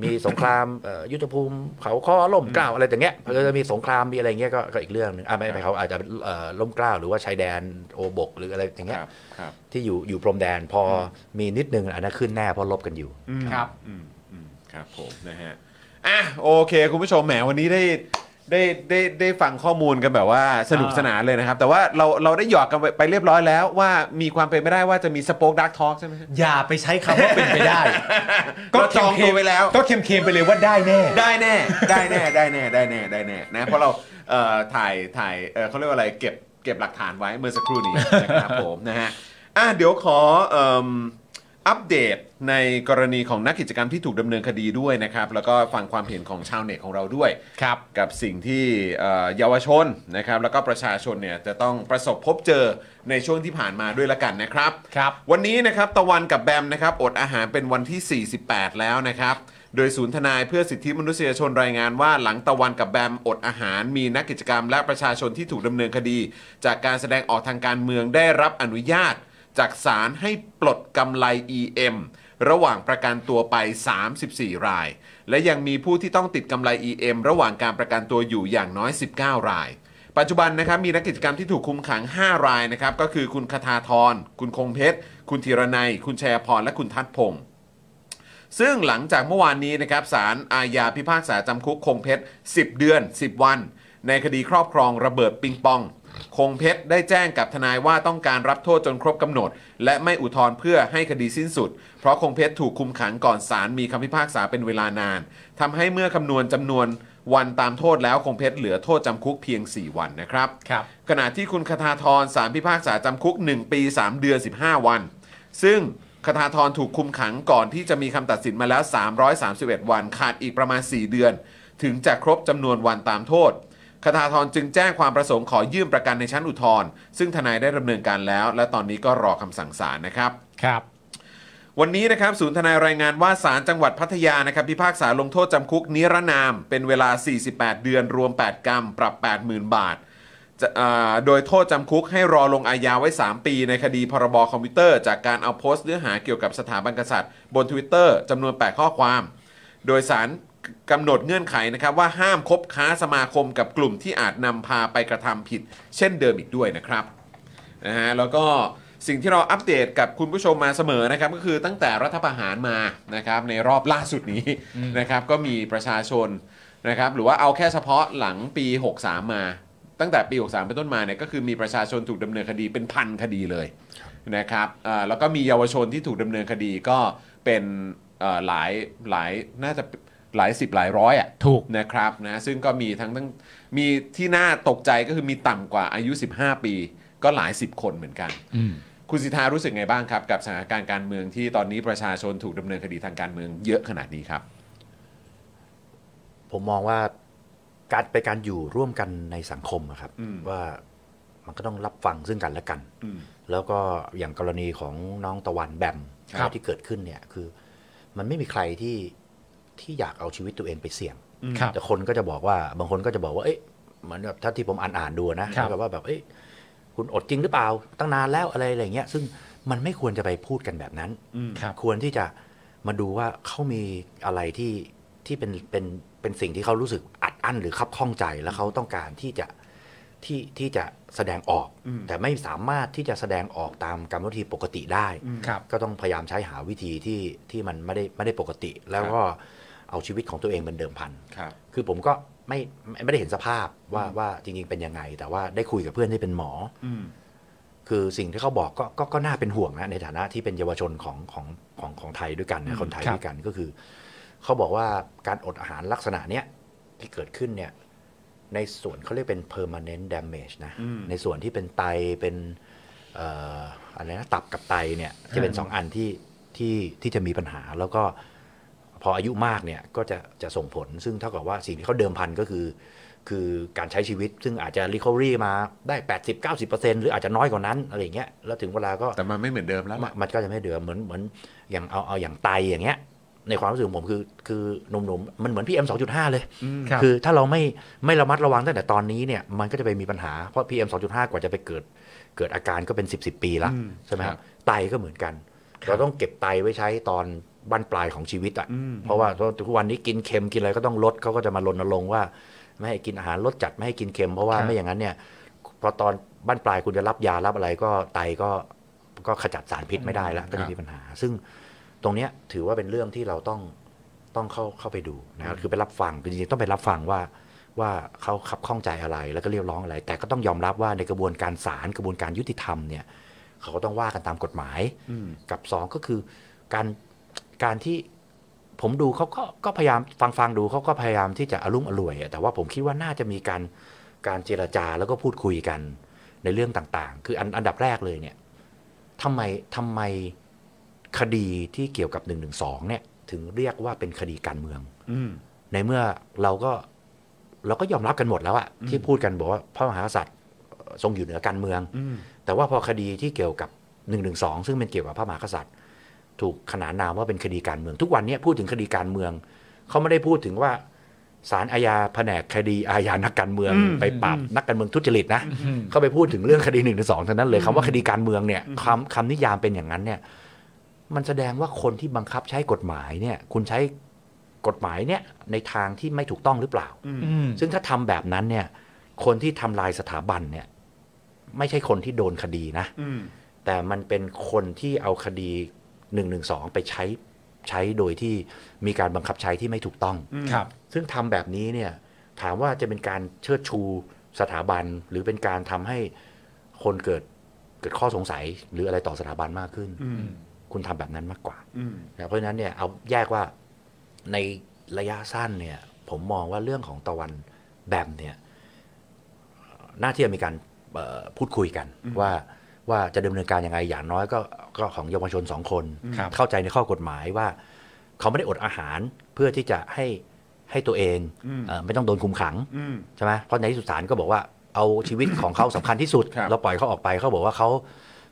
Speaker 4: มีสงคราม เอ่อยุทธภูมิเขาข้อล่มเกล้าอะไรอย่างเงี้ยพอจะมีสงครามมีอะไรอย่างเงี้ยก็ก็อีกเรื่องหนึ่งอ่ะไม่ไม่เขาอาจจะเอ่อล่มเกล้าหรือว่าชายแดนโอบกหรืออะไรอย่างเงี้
Speaker 1: ค
Speaker 4: ย
Speaker 1: รับครับ
Speaker 4: ที่อยู่อยู่พรมแดนพอมีนิดนึงอันนั้นขึ้นแน่เพราะลบกันอยู่
Speaker 2: ครับ
Speaker 1: อืมอืมครับผมนะฮะอ่ะโอเค คุณผู้ชมแหมวันนี้ได้ได้ได้ได้ฟังข้อมูลกันแบบว่าสนุกสนานเลยนะครับ แต่ว่าเราเราได้หยอกกันไปไปเรียบร้อยแล้วว่ามีความเป็นไม่ได้ว่าจะมีสป็อคดักทอล์กใช่ไหม
Speaker 2: อย่าไปใช้คำว่าเป็นไปได้
Speaker 1: ก็จองตัวไว้แล้ว
Speaker 2: ก็เค็มๆไปเลยว่าได้แน่
Speaker 1: ได้แน่ ได้แน่ได้แน่ได้แน่ได้แน่นะเพราะเราเอ่อถ่ายถ่ายเอ่อเขาเรียกว่าอะไรเก็บเก็บหลักฐานไว้เมื่อสักครู่นี้นะครับผมนะฮะอ่ะเดี๋ยวขอเอิ่มอัปเดตในกรณีของนักกิจกรรมที่ถูกดำเนินคดีด้วยนะครับ แล้วก็ฟังความเห็นของชาวเน็ตของเราด้วย
Speaker 2: ครับ
Speaker 1: กับสิ่งที่เอ่อเยาวชนนะครับ แล้วก็ประชาชนเนี่ยจะต้องประสบพบเจอในช่วงที่ผ่านมาด้วยละกันนะครับ
Speaker 2: ครับ
Speaker 1: วันนี้นะครับตะวันกับแบมนะครับอดอาหารเป็นวันที่ 48 แล้วนะครับ โดยศูนย์ทนายเพื่อสิทธิมนุษยชนรายงานว่าหลังตะวันกับแบมอดอาหาร มีนักกิจกรรมและประชาชนที่ถูกดำเนินคดี จากการแสดงออกทางการเมืองได้รับอนุญาต จากศาลให้ปลดกำไร EM ระหว่างประกันตัวไป 34 ราย และยังมีผู้ที่ต้องติดกำไร EM ระหว่างการประกันตัวอยู่อย่างน้อย 19 ราย ปัจจุบันนะครับมีนักกิจกรรมที่ถูกคุมขัง 5 รายนะครับก็คือคุณคทาธร คุณคงเพชร คุณธีรนัย คุณชัยพร และคุณทัดพงศ์ ซึ่งหลังจากเมื่อวานนี้นะครับศาลอาญาพิพากษาจำคุกคงเพชร 10 เดือน 10 วัน ในคดีครอบครองระเบิดปิงปอง คงเพชรได้แจ้งกับทนายว่าต้องการรับโทษจนครบกำหนด และไม่อุทธรณ์เพื่อให้คดีสิ้นสุด เพราะคงเพชรถูกคุมขังก่อนศาลมีคำพิพากษาเป็นเวลานานทำให้เมื่อคำนวณจำนวนวันตามโทษแล้วคงเพชรเหลือโทษจำคุกเพียง 4 วันนะครับ
Speaker 2: ครับ
Speaker 1: ขณะที่คุณคทาธรสารพิพากษาจำคุก 1 ปี 3 เดือน 15 วัน ซึ่งคทาธรถูกคุมขังก่อนที่จะมีคำตัดสินมาแล้ว 331 วัน ขาดอีกประมาณ 4 เดือน ถึงจะครบจำนวนวันตามโทษ คทาธรจึงแจ้งความประสงค์ขอยื่นประกันในชั้นอุทธรณ์ซึ่งทนายได้ดำเนินการแล้ว และตอนนี้ก็รอคำสั่งศาลนะครับ
Speaker 2: ครับ
Speaker 1: วันนี้นะครับศูนย์ทนายรายงานว่าศาลจังหวัดพัทยานะครับพิพากษาลงโทษจำคุกนิรนาม เป็นเวลา 48 เดือนรวม 8 กรรม ปรับ 80,000 บาทจะอ่าโดยโทษจำคุกให้รอลงอาญาไว้ 3 ปีในคดีพรบคอมพิวเตอร์จากการเอาโพสต์เนื้อหาเกี่ยวกับสถาบันกษัตริย์ บน Twitter จำนวน 8 ข้อความ โดยสารกำหนดเงื่อนไขนะครับว่าห้ามคบค้าสมาคมกับกลุ่มที่อาจนำพาไปกระทำผิด เช่นเดิมอีกด้วยนะครับ นะฮะแล้วก็สิ่งที่เราอัปเดตกับคุณผู้ชมมาเสมอนะครับก็คือตั้งแต่รัฐประหารมานะครับในรอบล่าสุดนี้นะครับก็มีประชาชนนะครับหรือว่าเอาแค่เฉพาะหลังปี 63 มา ตั้งแต่ปี 63 เป็นต้นมาเนี่ยก็คือมีประชาชนถูกดำเนินคดีเป็นพันคดีเลยนะครับเอ่อแล้วก็มีเยาวชนที่ถูกดำเนินคดีก็เป็นเอ่อหลายหลายน่าจะหลายสิบหลายร้อยอ่ะ
Speaker 2: ถูก
Speaker 1: นะครับนะซึ่งก็มีทั้งทั้งมีที่น่าตกใจก็คือมีต่ำกว่าอายุ 15 ปี ก็หลาย 10 คนเหมือนกัน คุณสิทธารู้สึกไงบ้างครับ กับสถานการณ์การเมืองที่ตอนนี้ประชาชนถูกดำเนินคดีทางการเมืองเยอะขนาดนี้ครับ
Speaker 4: ผมมองว่าการไปนการอยู่ร่วมกันในสังคมอะครับ
Speaker 1: อืม
Speaker 4: ว่ามันก็ต้องรับฟังซึ่งกันและกัน
Speaker 1: อืม
Speaker 4: แล้วก็อย่างกรณีของน้องตะวันแบม
Speaker 1: ครับ
Speaker 4: ที่เกิดขึ้นเนี่ยคือ มันไม่มีใครที่ที่อยากเอาชีวิตตัวเองไปเสี่ยง
Speaker 2: ครับ
Speaker 4: แต่คนก็จะบอกว่าบางคนก็จะบอกว่าเอ๊ะเหมือนแบบถ้าที่ผมอ่านอ่านๆดูนะครับ แล้วก็ว่าแบบเอ๊ะคุณอดจริงหรือเปล่าตั้งนานแล้วอะไรอะไรอย่างเงี้ยซึ่งมันไม่ควรจะไปพูดกันแบบนั้น
Speaker 2: ครับ
Speaker 4: ควรที่จะมาดูว่าเขามีอะไรที่ที่เป็นเป็นเป็นสิ่งที่เขารู้สึกอัดอั้นหรือคับข้องใจแล้วเขาต้องการที่จะที่ที่จะแสดงออก
Speaker 1: อืม
Speaker 4: แต่ไม่สามารถที่จะแสดงออกตามกรรมวิธีปกติได้
Speaker 2: ครับ
Speaker 4: ก็ต้องพยายามใช้หาวิธีที่ที่มันไม่ได้ไม่ได้ปกติ แล้วก็เอาชีวิตของตัวเองเป็นเดิมพัน
Speaker 1: ครับ
Speaker 4: คือผมก็ไม่ไม่ไม่ได้เห็นสภาพว่าว่าจริงๆเป็นยังไง แต่ว่าได้คุยกับเพื่อนที่เป็นหมอ
Speaker 1: อืม
Speaker 4: คือสิ่งที่เขาบอกก็ก็ก็น่าเป็นห่วงนะในฐานะที่เป็นเยาวชนของของของของไทยด้วยกันนะคนไทย
Speaker 2: ครับ
Speaker 4: ด้วยกันก็คือ เขาบอกว่าการอดอาหารลักษณะเนี้ยที่เกิดขึ้นเนี่ยในส่วนเขาเรียกเป็น permanent damage นะ
Speaker 1: อืม
Speaker 4: ในส่วนที่เป็นไตเป็นเอ่ออะไรนะตับกับไตเนี่ยจะเป็นสองอันที่ที่ที่จะมีปัญหาแล้วก็พออายุมากเนี่ยก็จะจะส่งผล ซึ่งเท่ากับว่าสิ่งที่เขาเดิมพันก็คือ คือการใช้ชีวิตซึ่งอาจจะ recovery มาได้ 80-90%หรืออาจจะน้อยกว่านั้นอะไรอย่างเงี้ยแล้วถึงเวลาก็
Speaker 1: แต่มันไม่เหมือนเดิมแล้ว
Speaker 4: ม
Speaker 1: ล่ะ
Speaker 4: มันก็จะไม่เดือมเหมือนเหมือนอย่างเอาเอาอย่างไตอย่างเงี้ย ในความรู้สึกของผมคือคือหนุ่มๆมันเหมือนพีเอ็มสองจุดห้าเลย
Speaker 2: ครับ
Speaker 4: อถ้าเราไม่ไม่ระมัดระวังตั้งแต่ตอนนี้เนี่ยมันก็จะไปมีปัญหาเพราะพีเอ็มสองจุดห้ากว่าจะไปเกิดเกิดอาการก็เป็นสิบสิบปีละ
Speaker 1: อืม
Speaker 4: ใช่ไหมค
Speaker 1: ครั
Speaker 4: รั
Speaker 1: บบ
Speaker 4: ไตก็เหมือนกัน เราต้องเก็บไตไว้ใช้ตอนบั้นปลายของชีวิตอ่ะ
Speaker 1: อืม
Speaker 4: เพราะว่าทุกวันนี้กินเค็มกินอะไรก็ต้องลดเขาก็จะมารณรงค์ว่า ไม่ให้กินอาหารรสจัดไม่ให้กินเค็มเพราะว่า
Speaker 2: ครับ
Speaker 4: ไม่อย่างนั้นเนี่ยพอตอนบ้านปลายคุณจะรับยารับอะไรก็ไตก็ก็ขจัดสารพิษไม่ได้แล้วก็จะมีปัญหา ซึ่งตรงเนี้ยถือว่าเป็นเรื่องที่เราต้องต้องเข้าเข้าไปดูนะครับคือไปรับฟังคือจริงๆต้องไปรับฟังว่าว่าเขาขับข้องใจอะไรแล้วก็เรียกร้องอะไร แต่ก็ต้องยอมรับว่าในกระบวนการศาลกระบวนการยุติธรรมเนี่ยเขาก็ต้องว่ากันตามกฎหมาย
Speaker 1: อืม
Speaker 4: กับสองก็คือการการที่ผมดูเขาก็ก็พยายามฟังฟังดูเขาก็พยายามที่จะอารมุ่มอร่วยอะแต่ว่าผมคิดว่าน่าจะมีการการเจรจาแล้วก็พูดคุยกันในเรื่องต่าง ๆ คืออันอันดับแรกเลยเนี่ยทำไมทำไมคดีที่เกี่ยวกับ1นึเนี่ยถึงเรียกว่าเป็นคดีการเมือง
Speaker 1: อืม
Speaker 4: ในเมื่อเราก็เราก็ยอมรับกันหมดแล้วอะที่พูดกันบอกว่าพระมหากษัตริย์ทรงอยู่เหนือการเมือง
Speaker 1: อืม
Speaker 4: แต่ว่าพอคดีที่เกี่ยวกับ1นึซึ่งเป็นเกี่ยวกับพระมหากษัตริย์ ถูกขนานนามว่าเป็นคดีการเมือง ทุกวันเนี้พูดถึงคดีการเมือง เขาไม่ได้พูดถึงว่าศาลอาญาแผนกคดีอาญานักการเมือง ไปปราบนักการเมืองทุจริตนะเขาไปพูดถึงเรื่องคดีหนึ่งสองเท่านั้นเลยคำว่าคดีการเมืองเนี่ยคำคำนิยามเป็นอย่างนั้นเนี่ยมันแสดงว่าคนที่บังคับใช้กฎหมายเนี่ยคุณใช้กฎหมายเนี่ยในทางที่ไม่ถูกต้องหรือเปล่า
Speaker 2: อืม
Speaker 4: ซึ่งถ้าทำแบบนั้นเนี่ย คนที่ทำลายสถาบันเนี่ย ไม่ใช่คนที่โดนคดีนะ
Speaker 1: อืม
Speaker 4: แต่มันเป็นคนที่เอาคดี1นึไปใช้ ใช้โดยที่มีการบังคับใช้ที่ไม่ถูกต้อง
Speaker 2: ครับ
Speaker 4: ซึ่งทำแบบนี้เนี่ยถามว่าจะเป็นการเชิดชูสถาบัน หรือเป็นการทำให้คนเกิดเกิดข้อสงสัยหรืออะไรต่อสถาบันมากขึ้น คุณทำแบบนั้นมากกว่านะเพราะฉะนั้นเนี่ยเอาแยกว่าในระยะสั้นเนี่ย ผมมองว่าเรื่องของตะวันแบบเนี่ยน่าที่จะมีการเอ่อพูดคุยกัน ว่าว่าจะดำเนินการยังไงอย่างน้อยก็ก็ของเยาวชนสองคน
Speaker 2: ครับ
Speaker 4: เข้าใจในข้อกฎหมายว่า เขาไม่ได้อดอาหารเพื่อที่จะให้ให้ตัวเองเอ่อไม่ต้องโดนคุมขังใช่ไหมเพราะในที่สุดศาลก็บอกว่าเอาชีวิตของเขาสำคัญที่สุด
Speaker 1: ครับ
Speaker 4: เราปล่อยเขาออกไปเขาบอกว่าเขา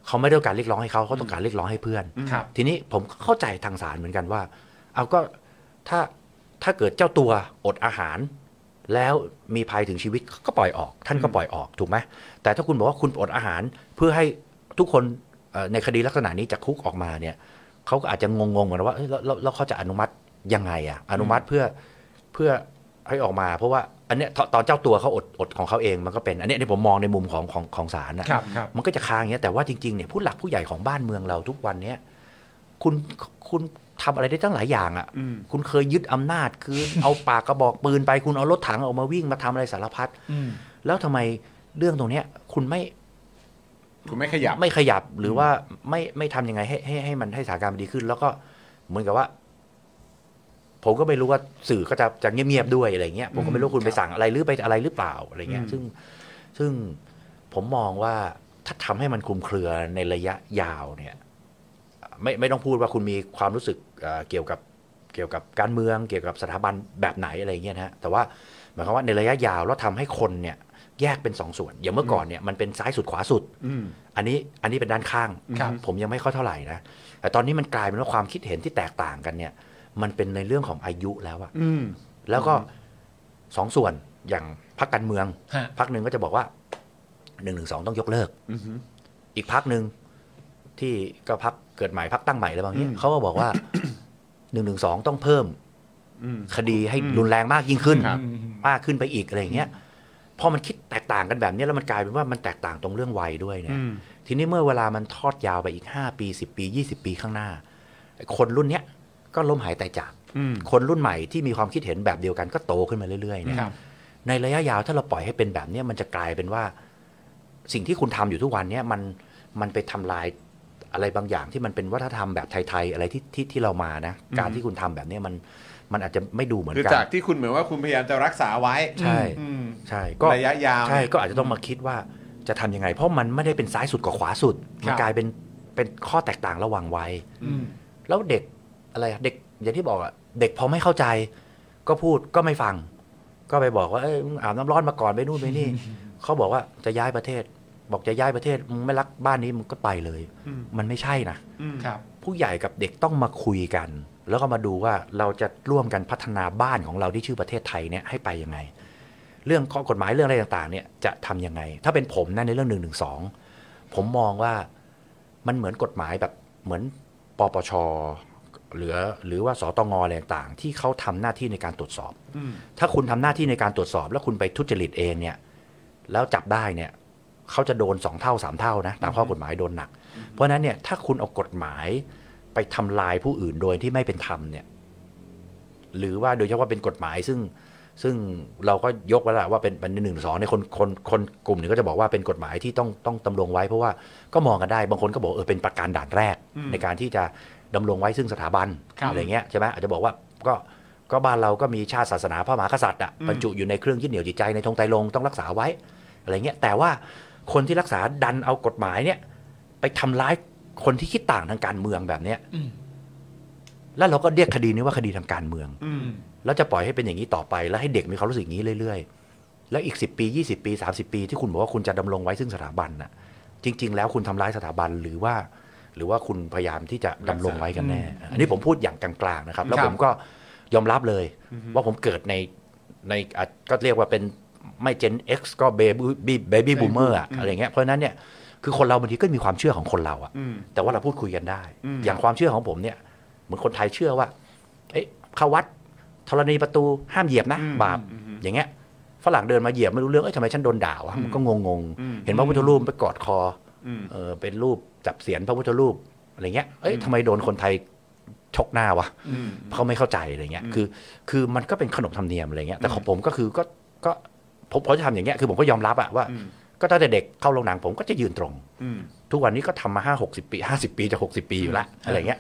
Speaker 4: เขาไม่ได้ต้องการเรียกร้องให้เขาเขาต้องการเรียกร้องให้เพื่อน
Speaker 2: ครับ
Speaker 4: ทีนี้ผมก็เข้าใจทางศาลเหมือนกันว่า เอาก็ถ้าถ้าเกิดเจ้าตัวอดอาหาร แล้วมีภัยถึงชีวิตก็ปล่อยออก ท่านก็ปล่อยออกถูกไหมแต่ถ้าคุณบอกว่าคุณอดอาหารเพื่อให้ทุกคนเอ่อในคดีลักษณะนี้จากคุกออกมาเนี่ยเขาก็อาจจะงงๆเหมือนว่าเอ้ยแล้วแล้วแล้วเขาจะอนุมัติยังไงอะอนุมัติเพื่อเพื่อให้ออกมา เพราะว่าอันเนี้ยตอนตอนเจ้าตัวเขาอดอดของเขาเองมันก็เป็น อันเนี้ยที่ผมมองในมุมของของของศาลนะ
Speaker 2: ครับครับ
Speaker 4: มันก็จะค้างอย่างเงี้ยแต่ว่าจริงๆเนี่ยผู้หลักผู้ใหญ่ของบ้านเมืองเราทุกวันเนี้ยคุณคุณทำอะไรได้ตั้งหลายอย่างอะ่ะคุณเคยยึดอำนาจคือ เอาปากกระบอกปืนไปคุณเอารถถังออกมาวิ่งมาทำอะไรสารพัดแล้วทำไมเรื่องตรงเนี้ย คุณไม่
Speaker 1: คุณไม่ขยับ
Speaker 4: ไม่ขยับหรือว่าไม่ไม่ทำยังไงให้ให้ให้มันให้สถานการณ์มันดีขึ้น แล้วก็เหมือนกับว่า ผมก็ไม่รู้ว่าสื่อก็จะจะเงียบๆด้วยอะไรเงี้ยผมก็ไม่รู้คุณไปสั่งอะไรหรือไปอะไรหรือเปล่าอะไรเงี้ยซึ่ง ซึ่งผมมองว่าถ้าทำให้มันคลุมเครือในระยะยาวเนี่ยไม่ไม่ต้องพูดว่าคุณมีความรู้สึกเอ่อเกี่ยวกับเกี่ยวกับการเมือง เกี่ยวกับสถาบันแบบไหนอะไรเงี้ยนะฮะแต่ว่าหมายความว่าในระยะยาวแล้วทำให้คนเนี่ยแยกเป็นสองส่วน อย่างเมื่อก่อนเนี่ยมันเป็นซ้ายสุดขวาสุดอันนี้อันนี้เป็นด้านข้าง
Speaker 2: ครับ
Speaker 4: ผมยังไม่ค่อยเท่าไหร่นะแต่ตอนนี้มันกลายเป็นว่าความคิดเห็นที่แตกต่างกันเนี่ย มันเป็นในเรื่องของอายุแล้วอะแล้วก็สองส่วนอย่างพรรคการเมือง
Speaker 2: ฮะ
Speaker 4: พักหนึ่งก็จะบอกว่าหนึ่งหนึ่งสองต้องยกเลิก อีกพักหนึ่งที่ก็พักเกิดใหม่พักตั้งใหม่อะไรบางอย่างเขาก็บอกว่าหนึ่งหนึ่งสองต้องเพิ่มคดีให้รุนแรงมากยิ่งขึ้น มากขึ้นไปอีกอะไรอย่างเงี้ยพอมันคิดแตกต่างกันแบบเนี้ยแล้วมันกลายเป็นว่ามันแตกต่างตรงเรื่องวัยด้วยเนี่ยทีนี้เมื่อเวลามันทอดยาวไปอีกห้าปีสิบปียี่สิบปีข้างหน้าไอ้คนรุ่นเนี้ยก็ล้มหายตายจาก คนรุ่นใหม่ที่มีความคิดเห็นแบบเดียวกันก็โตขึ้นมาเรื่อยๆเนี่ย
Speaker 2: ครับ
Speaker 4: ในระยะยาวถ้าเราปล่อยให้เป็นแบบเนี้ยมันจะกลายเป็นว่าสิ่งที่คุณทำอยู่ทุกวันเนี้ยมันมันไปทำลายอะไรบางอย่างที่มันเป็นวัฒนธรรมแบบไทยๆอะไรที่ที่ที่เรามานะ การที่คุณทำแบบเนี้ยมันมันอาจจะไม่ดูเหมือน
Speaker 1: คือ
Speaker 4: กั
Speaker 1: จาก
Speaker 4: น
Speaker 1: ที่คุณเหมือนว่าคุณพยายามจะรักษาไว้
Speaker 4: ใช่
Speaker 1: อืม
Speaker 4: ใช่ก็
Speaker 1: ระยะยาว
Speaker 4: ใช่ก็อาจจะต้องมาคิดว่าจะทำยังไง เพราะมันไม่ได้เป็นซ้ายสุดกับขวาสุด มันกลายเป็นเป็นข้อแตกต่างระหว่างวัย
Speaker 2: อืม
Speaker 4: แล้วเด็กอะไรอะเด็กอย่างที่บอกอะเด็กพอไม่เข้าใจ ก็พูดก็ไม่ฟัง ก็ไปบอกว่าเอ้ยมึงอาบน้ำร้อนมาก่อนไปนู่นไปนี่ เขาบอกว่าจะย้ายประเทศ บอกจะย้ายประเทศมึงไม่รักบ้านนี้มึงก็ไปเลย มันไม่ใช่นะ
Speaker 2: ครับ
Speaker 4: ผู้ใหญ่กับเด็กต้องมาคุยกัน แล้วก็มาดูว่าเราจะร่วมกันพัฒนาบ้านของเราที่ชื่อประเทศไทยเนี่ยให้ไปยังไง เรื่องข้อกฎหมายเรื่องอะไรต่างๆ เนี่ยจะทำยังไง ถ้าเป็นผมนะในเรื่องหนึ่งหนึ่งสองผมมองว่ามันเหมือนกฎหมายแบบเหมือนปปชหรือหรือว่าสตงอะไรต่างๆ ที่เขาทำหน้าที่ในการตรวจสอบ ถ้าคุณทำหน้าที่ในการตรวจสอบ แล้วคุณไปทุจริตเองเนี่ยแล้วจับได้เนี่ยเขาจะโดนสองเท่าสามเท่านะตามข้อกฎหมายโดนหนัก เพราะฉะนั้นเนี่ยถ้าคุณเอากฎหมาย ไปทำลายผู้อื่นโดยที่ไม่เป็นธรรมเนี่ย หรือว่าโดยเฉพาะเป็นกฎหมายซึ่ง ซึ่งเราก็ยกไว้แล้วว่าเป็นเป็นหนึ่งสองในยคนคนคนกลุ่มหนึ่งก็จะบอกว่าเป็นกฎหมายที่ต้องต้องดำรงไว้ เพราะว่าก็มองกันได้บางคนก็บอกเออเป็นประการด่านแรก ในการที่จะดำรงไว้ซึ่งสถาบัน
Speaker 2: ครับ
Speaker 4: อะไรเงี้ยใช่ไหมอาจจะบอกว่าก็ก็บ้านเราก็มีชาติศาสนาพระมหากษัตริย์อะบรรจุอยู่ในเครื่องยึดเหนี่ยวจิตใจในธงไตรรงค์ต้องรักษาไว้อะไรเงี้ยแต่ว่าคนที่รักษาดันเอากฎหมายเนี่ย ไปทำร้ายคนที่คิดต่างทางการเมืองแบบเนี้ยแล้วเราก็เรียกคดีนี้ว่าคดีทางการเมือง
Speaker 2: อืม
Speaker 4: แล้วจะปล่อยให้เป็นอย่างนี้ต่อไป แล้วให้เด็กมีความรู้สึกอย่างนี้เรื่อยๆ แล้วอีก 10 ปี 20 ปี 30 ปี ที่คุณบอกว่าคุณจะดำรงไว้ซึ่งสถาบันน่ะ จริง ๆ แล้วคุณทำร้ายสถาบันหรือว่า หรือว่าคุณพยายามที่จะดำรงไว้กันแน่ อันนี้ผมพูดอย่างกลางๆนะครับ แล้ว
Speaker 2: ครับ
Speaker 4: ผมก็ยอมรับเลย ว่าผมเกิดในในอ่ะก็เรียกว่าเป็นไม่เจน X ก็เบบี้เบบี้บูมเมอร์อะไรเงี้ยเพราะฉะนั้นเนี่ยคือคนเราบางทีก็มีความเชื่อของคนเราอะแต่ว่าเราพูดคุยกันได้ อย่างความเชื่อของผมเนี่ย เหมือนคนไทยเชื่อว่า เอ้ยเข้าวัดธรณีประตูห้ามเหยียบนะบาปอย่างเงี้ยฝรั่งเดินมาเหยียบไม่รู้เรื่องเอ้ยทำไมฉันโดนด่าวะมันก็งงงๆเห็นพระพุทธรูปไปกอดคออเออเป็นรูปจับเสียนพระพุทธรูปอะไรเงี้ยเอ้ยทำไมโดนคนไทย ชกหน้าวะเขาไม่เข้าใจอะไรเงี้ยคือ คือมันก็เป็นขนมธรรมเนียมอะไรเงี้ยแต่ของผมก็คือก็ก็ผมผมจะทำอย่างเงี้ยคือผมก็ยอมรับอะว่า ก็ตั้งแต่เด็กเข้าโรงหนังผมก็จะยืนตรง ทุกวันนี้ก็ทำมาห้าหกสิบปีห้าสิบปีจะหกสิบปีอยู่ละอะไรเงี้ย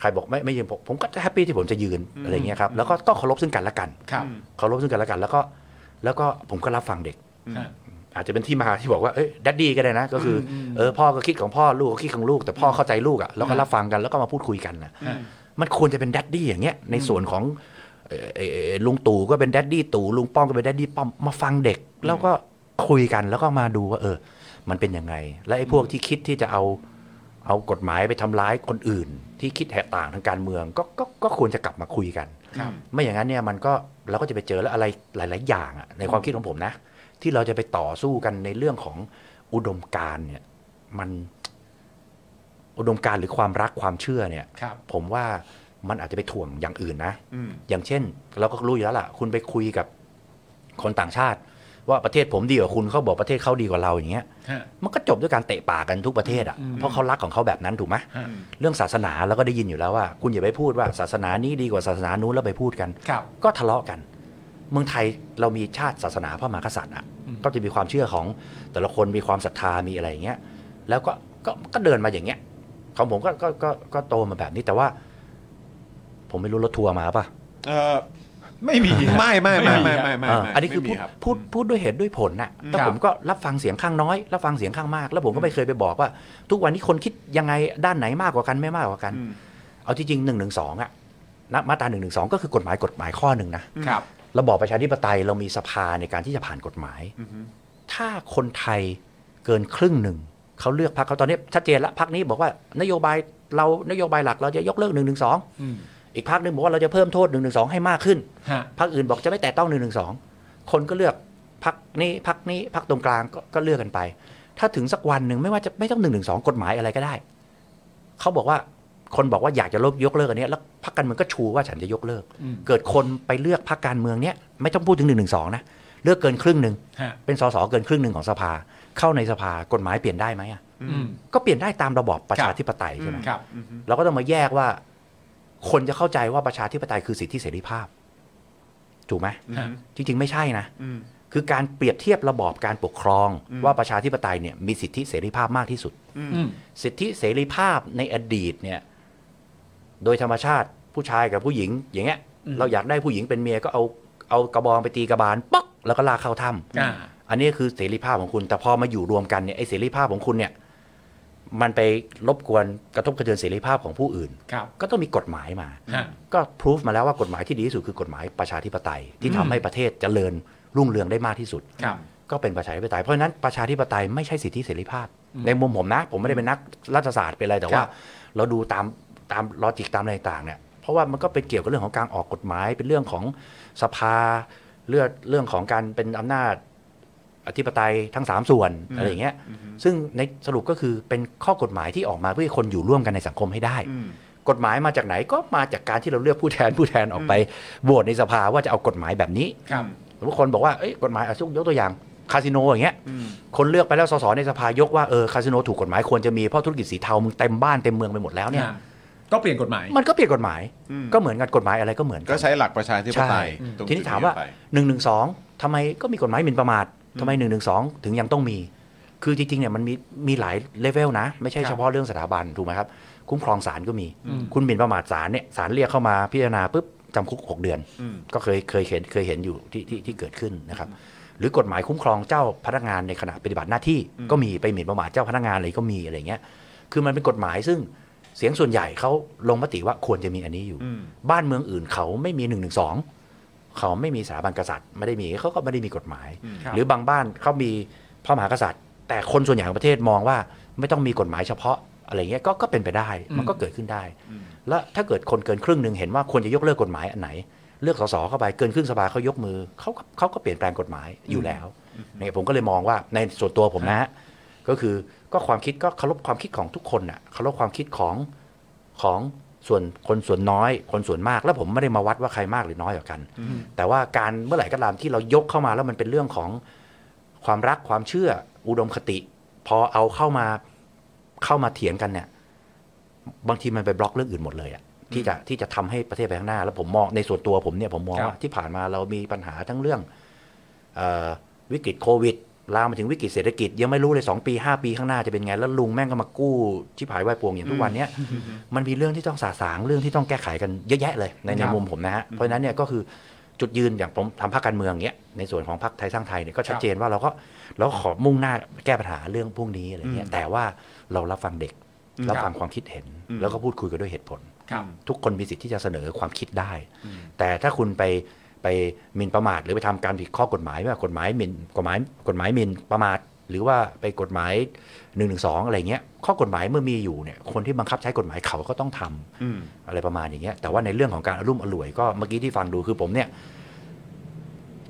Speaker 4: ใครบอกไม่ไม่ยืนผมผมก็จะแฮปปี้ที่ผมจะยืนอะไรเงี้ยครับแล้วก็ก็เคารพซึ่งกันและกัน
Speaker 2: ครับ
Speaker 4: เคารพซึ่งกันและกัน แล้วก็แล้วก็ผมก็รับฟังเด็ก
Speaker 5: ครับ
Speaker 4: อาจจะเป็นที่มาที่บอกว่าเอ้ยดัดดี้ก็ได้นะ ก็คืออเออพ่อก็คิดของพ่อลูกก็คิดของลูก แต่พ่อเข้าใจลูกอะ่ะแล้วก็รับฟังกันแล้วก็มาพูดคุยกันนะมันควรจะเป็นดัดดี้อย่างเงี้ยในส่วนของเอ่อเอ่อเอ่อลุงตู่ก็เป็นดัดดี้ตู่ลุงป้อมก็เป็นดัดดี้ป้อมมาฟังเด็ก แล้วก็คุยกันแล้วก็มาดูว่าเออ มันเป็นยังไง และไอ้พวกที่คิดที่จะเอาเอากฎหมายไปทำร้ายคนอื่น ที่คิดแหกต่างทางการเมืองก็ก็ก็ควรจะกลับมาคุยกัน
Speaker 5: ครับ
Speaker 4: ไม่อย่างนั้นเนี่ยมันก็เราก็จะไปเจอแล้วอะไรหลาย ๆ อย่างอะในความคิดของผมนะ ที่เราจะไปต่อสู้กันในเรื่องของอุดมการณ์เนี่ย มันอุดมการณ์หรือความรักความเชื่อเนี่ย
Speaker 2: ครับ
Speaker 4: ผมว่ามันอาจจะไปถ่วงอย่างอื่นนะ อย่างเช่น เราก็รู้อยู่แล้วล่ะ คุณไปคุยกับคนต่างชาติ ว่าประเทศผมดีกว่าคุณเขาบอกประเทศเขาดีกว่าเราอย่างเงี้ย
Speaker 5: ฮะ
Speaker 4: มันก็จบด้วยการเตะปากกันทุกประเทศอ่ะ เพราะเขารักของเขาแบบนั้นถูกไหม
Speaker 5: ฮะ
Speaker 4: เรื่องศาสนาเราก็ได้ยินอยู่แล้วว่า คุณอย่าไปพูดว่าศาสนานี้ดีกว่าศาสนานู้นแล้วไปพูดกัน
Speaker 2: ครับ
Speaker 4: ก็ทะเลาะกัน เมืองไทยเรามีชาติศาสนาพระมหากษัตริย์อ่ะ ก็จะมีความเชื่อของแต่ละคนมีความศรัทธามีอะไรอย่างเงี้ย แล้วก็ก็ก็เดินมาอย่างเงี้ยของผมก็ก็ก็ก็โตมาแบบนี้แต่ว่า ผมไม่รู้รถทัวร์มาปะ
Speaker 1: เออ
Speaker 2: ไม่มี
Speaker 1: ไม่ไม่ไม่ไม่ไม่ไม่
Speaker 4: เออ
Speaker 1: ไม่
Speaker 4: อันนี้คือ
Speaker 1: ไม่
Speaker 4: พู
Speaker 1: มี
Speaker 4: ด
Speaker 1: รับ
Speaker 4: พูดพูดด้วยเหตุด้วยผลน่ะแต่
Speaker 2: ครับ
Speaker 4: ผมก็รับฟังเสียงข้างน้อย รับฟังเสียงข้างมาก แล้วผมก็ไม่เคยไปบอกว่า ทุกวันนี้คนคิดยังไงด้านไหนมากกว่ากันไม่มากกว่ากัน
Speaker 1: อืม
Speaker 4: เอาที่จริงหนึ่งหนึ่งสองอะนะมาตราหนึ่งหนึ่งสองก็คือกฎหมายกฎหมายข้อหนึ่งนะครับ ระบอบประชาธิปไตยเรามีสภาในการที่จะผ่านกฎหมาย
Speaker 1: อือฮึ
Speaker 4: ถ้าคนไทยเกินครึ่งหนึ่งเขาเลือกพรรคเขาตอนนี้ชัดเจนละพรรคนี้บอกว่านโยบายเรานโยบายหลักเราจะยกเลิกหนึ่งหนึ่งสอง
Speaker 5: อืม
Speaker 4: อีกพรรคหนึ่งบอกว่าเราจะเพิ่มโทษหนึ่งหนึ่งสองให้มากขึ้น
Speaker 5: ฮะ
Speaker 4: พรรคอื่นบอกจะไม่แตะต้องหนึ่งหนึ่งสองคนก็เลือกพักนี้พักนี้พักตรงกลางก็ก็เลือกกันไป ถ้าถึงสักวันหนึ่งไม่ว่าจะไม่ต้องหนึ่งหนึ่งสองกฎหมายอะไรก็ได้ เขาบอกว่าคนบอกว่าอยากจะลบยกเลิกอันเนี้ยแล้วพักการเมืองก็ชูว่าฉันจะยกเลิก
Speaker 5: อืม
Speaker 4: เกิดคนไปเลือกพักการเมืองเนี้ยไม่ต้องพูดถึงหนึ่งหนึ่งสองนะเลือกเกินครึ่งหนึ่ง
Speaker 5: ฮะ
Speaker 4: เป็นสสเกินครึ่งหนึ่งของสภา เข้าในสภากฎหมายเปลี่ยนได้ไหมอะ
Speaker 5: อืม
Speaker 4: ก็เปลี่ยนได้ตามระบอบประชาธิปไตยใช่ไหม
Speaker 2: ครับ
Speaker 4: เราก็ต้องมาแยกว่า คนจะเข้าใจว่าประชาธิปไตยคือสิทธิเสรีภาพ ถูกไหม
Speaker 5: ฮะ
Speaker 4: จริง ๆ ไม่ใช่นะ
Speaker 1: อืม
Speaker 4: คือการเปรียบเทียบระบอบการปกครอง ว่าประชาธิปไตยเนี่ยมีสิทธิเสรีภาพมากที่สุด
Speaker 5: อืม
Speaker 4: สิทธิเสรีภาพในอดีตเนี่ยโดยธรรมชาติผู้ชายกับผู้หญิง อย่างเงี้ยเราอยากได้ผู้หญิงเป็นเมียก็เอาเอากระบองไปตีกระบาลป๊อกแล้วก็ลากเข้าถ้
Speaker 5: อ่า
Speaker 4: ำอันนี้คือเสรีภาพของคุณ แต่พอมาอยู่รวมกันเนี่ยไอ้เสรีภาพของคุณเนี่ยมันไปรบกวนกระทบกระเทือนเสรีภาพของผู้อื่น
Speaker 2: ครับ
Speaker 4: ก็ต้องมีกฎหมายมา
Speaker 5: ฮะ
Speaker 4: ก็พิสูจมาแล้วว่ากฎหมายที่ดีที่สุดคือกฎหมายประชาธิปไตย ที่ทำให้ประเทศเจริญรุ่งเรืองได้มากที่สุด
Speaker 2: ครับ
Speaker 4: ก็เป็นประชาธิปไตยเพราะฉะนั้นประชาธิปไตยไม่ใช่สิทธิเสรีภาพ ในมุมผมนะ ผมไม่ได้เป็นนักรัฐศาสตร์เป็นอะไรแต่ว่า เราดูตามตามลอจิกตามอะไรต่างๆเนี่ยเพราะว่ามันก็เป็นเกี่ยวกับเรื่องของการออกกฎหมายเป็นเรื่องของสภาเรื่องเรื่องของการเป็นอำนาจอธิปไตยทั้งสามส่วนอะไรอย่างเงี้ยซึ่งในสรุปก็คือเป็นข้อกฎหมายที่ออกมาเพื่อให้คนอยู่ร่วมกันในสังคมให้ได้ กฎหมายมาจากไหนก็มาจากการที่เราเลือกผู้แทนผู้แทนออกไปโหวตในสภาว่าจะเอากฎหมายแบบนี้
Speaker 2: ครับ
Speaker 4: สมมติคนบอกว่าเอ้ยกฎหมายอ่ะยกตัวอย่างคาสิโนอย่างเงี้ยคนเลือกไปแล้วสสในสภายกว่าเออคาสิโนถูกกฎหมายควรจะมีเพราะธุรกิจสีเทามึงเต็มบ้านเต็มเมืองไปหมดแล้วเนี่ย
Speaker 2: ฮะก็เปลี่ยนกฎหมาย
Speaker 4: มันก็เปลี่ยนกฎหมายก็เหมือนกันกฎหมายอะไรก็เหมือน
Speaker 1: ก็
Speaker 4: น
Speaker 1: ใช้หลักประชาธิปไต
Speaker 4: ใช่
Speaker 1: ยตรง
Speaker 4: ทีนี้ถามว่า
Speaker 1: จุดไป
Speaker 4: 1นึทำไมก็มีกฎหมายหมิ่นประมาททำไม1นึถึงยังต้องมี คือจริงๆเนี่ยมันมีมีหลายเลเวลนะ ไม่ใช่
Speaker 2: ครับ
Speaker 4: เฉพาะเรื่องสถาบันถูกไหมครับคุ้มครองศาลก็มี คุณหมิ่นประมาทศาลเนี่ยศาลเรียกเข้ามาพิจารณาปุ๊บจำคุก 6 เดือน ก็เคยเคยเห็นเคยเห็นอยู่ที่ที่ที่เกิดขึ้นนะครับ หรือกฎหมายคุ้มครองเจ้าพนักงานในขณะปฏิบัติหน้าที่ก็มีไปหมิ่นประมาทเจ้าพนักงานอะไรก็มีอะไรเงี้ย คือมันเป็นกฎหมายซึ่งเสียงส่วนใหญ่เขาลงมติว่าควรจะมีอันนี้อยู่ บ้านเมืองอื่นเขาไม่มีหนึ่งหนึ่งสองเขาไม่มีสถาบันกษัตริย์ไม่ได้มีเขาก็ไม่ได้มีกฎหมาย
Speaker 2: ครับ
Speaker 4: หรือบางบ้านเขามีพระมหากษัตริย์ แต่คนส่วนใหญ่ของประเทศมองว่าไม่ต้องมีกฎหมายเฉพาะอะไรเงี้ยก็ก็เป็นไปได้มันก็เกิดขึ้นได้ แล้วถ้าเกิดคนเกินครึ่งหนึ่งเห็นว่าควรจะยกเลิกกฎหมายอันไหน เลือกสสเข้าไปเกินครึ่งสภาเขายกมือเขาก็เขาก็เปลี่ยนแปลงกฎหมายอยู่แล้วเนี่ยผมก็เลยมองว่าในส่วนตัวผมนะฮะก็คือก็ความคิดก็เคารพความคิดของทุกคนน่ะเคารพความคิดของของส่วนคนส่วนน้อย คนส่วนมากแล้วผมไม่ได้มาวัดว่าใครมากหรือน้อยกว่ากัน แต่ว่าการเมื่อไหร่ก็ตามที่เรายกเข้ามาแล้วมันเป็นเรื่องของความรักความเชื่ออุดมคติ พอเอาเข้ามาเข้ามาเถียงกันเนี่ย บางทีมันไปบล็อกเรื่องอื่นหมดเลยอะ ที่จะที่จะทำให้ประเทศไปข้างหน้า แล้วผมมองในส่วนตัวผมเนี่ยผมมอง
Speaker 2: ครับ
Speaker 4: ว่าที่ผ่านมาเรามีปัญหาทั้งเรื่องเออวิกฤตโควิดลามมาถึงวิกฤตเศรษฐกิจ ยังไม่รู้เลย 2 ปี 5 ปีข้างหน้าจะเป็นไง แล้วลุงแม่งก็มากู้ชิบหายไหวายปวงอย่างทุกวันเนี้ยมันมีเรื่องที่ต้องสาสางเรื่องที่ต้องแก้ไขกันเยอะแยะเลยในใน
Speaker 2: ครับ
Speaker 4: มุมผมนะฮะเพราะฉะนั้นเนี่ยก็คือจุดยืนอย่างผมทำพรรคการเมืองเนี้ยในส่วนของพรรคไทยสร้างไทยเนี่ยก็ชั
Speaker 2: ค
Speaker 4: ด
Speaker 2: รับ
Speaker 4: เจนว่าเราก็เราก็ขอมุ่งหน้าแก้ปัญหาเรื่องพวกนี้อะไรเงี้ยแต่ว่าเรารับฟังเด็กรับฟังความคิดเห็น แล้วก็พูดคุยกันด้วยเหตุผล
Speaker 2: ครับ
Speaker 4: ทุกคนมีสิทธิ์ที่จะเสนอความคิดได้ แต่ถ้าคุณไปไปหมิ่นประมาทหรือไปทำการผิดข้อกฎหมายว่ากฎหมายหมิ่นกฎหมายกฎหมายหมิ่นประมาท หรือว่าไปกฎหมาย1นึอะไรเงี้ยข้อกฎหมายเมื่อมีอยู่เนี่ยคนที่บังคับใช้กฎหมายเขาก็ต้องทำอะไรประมาณอย่างเงี้ยแต่ว่าในเรื่องของการอารมุ่มอร่วยก็เมื่อกี้ที่ฟังดูคือผมเนี่ย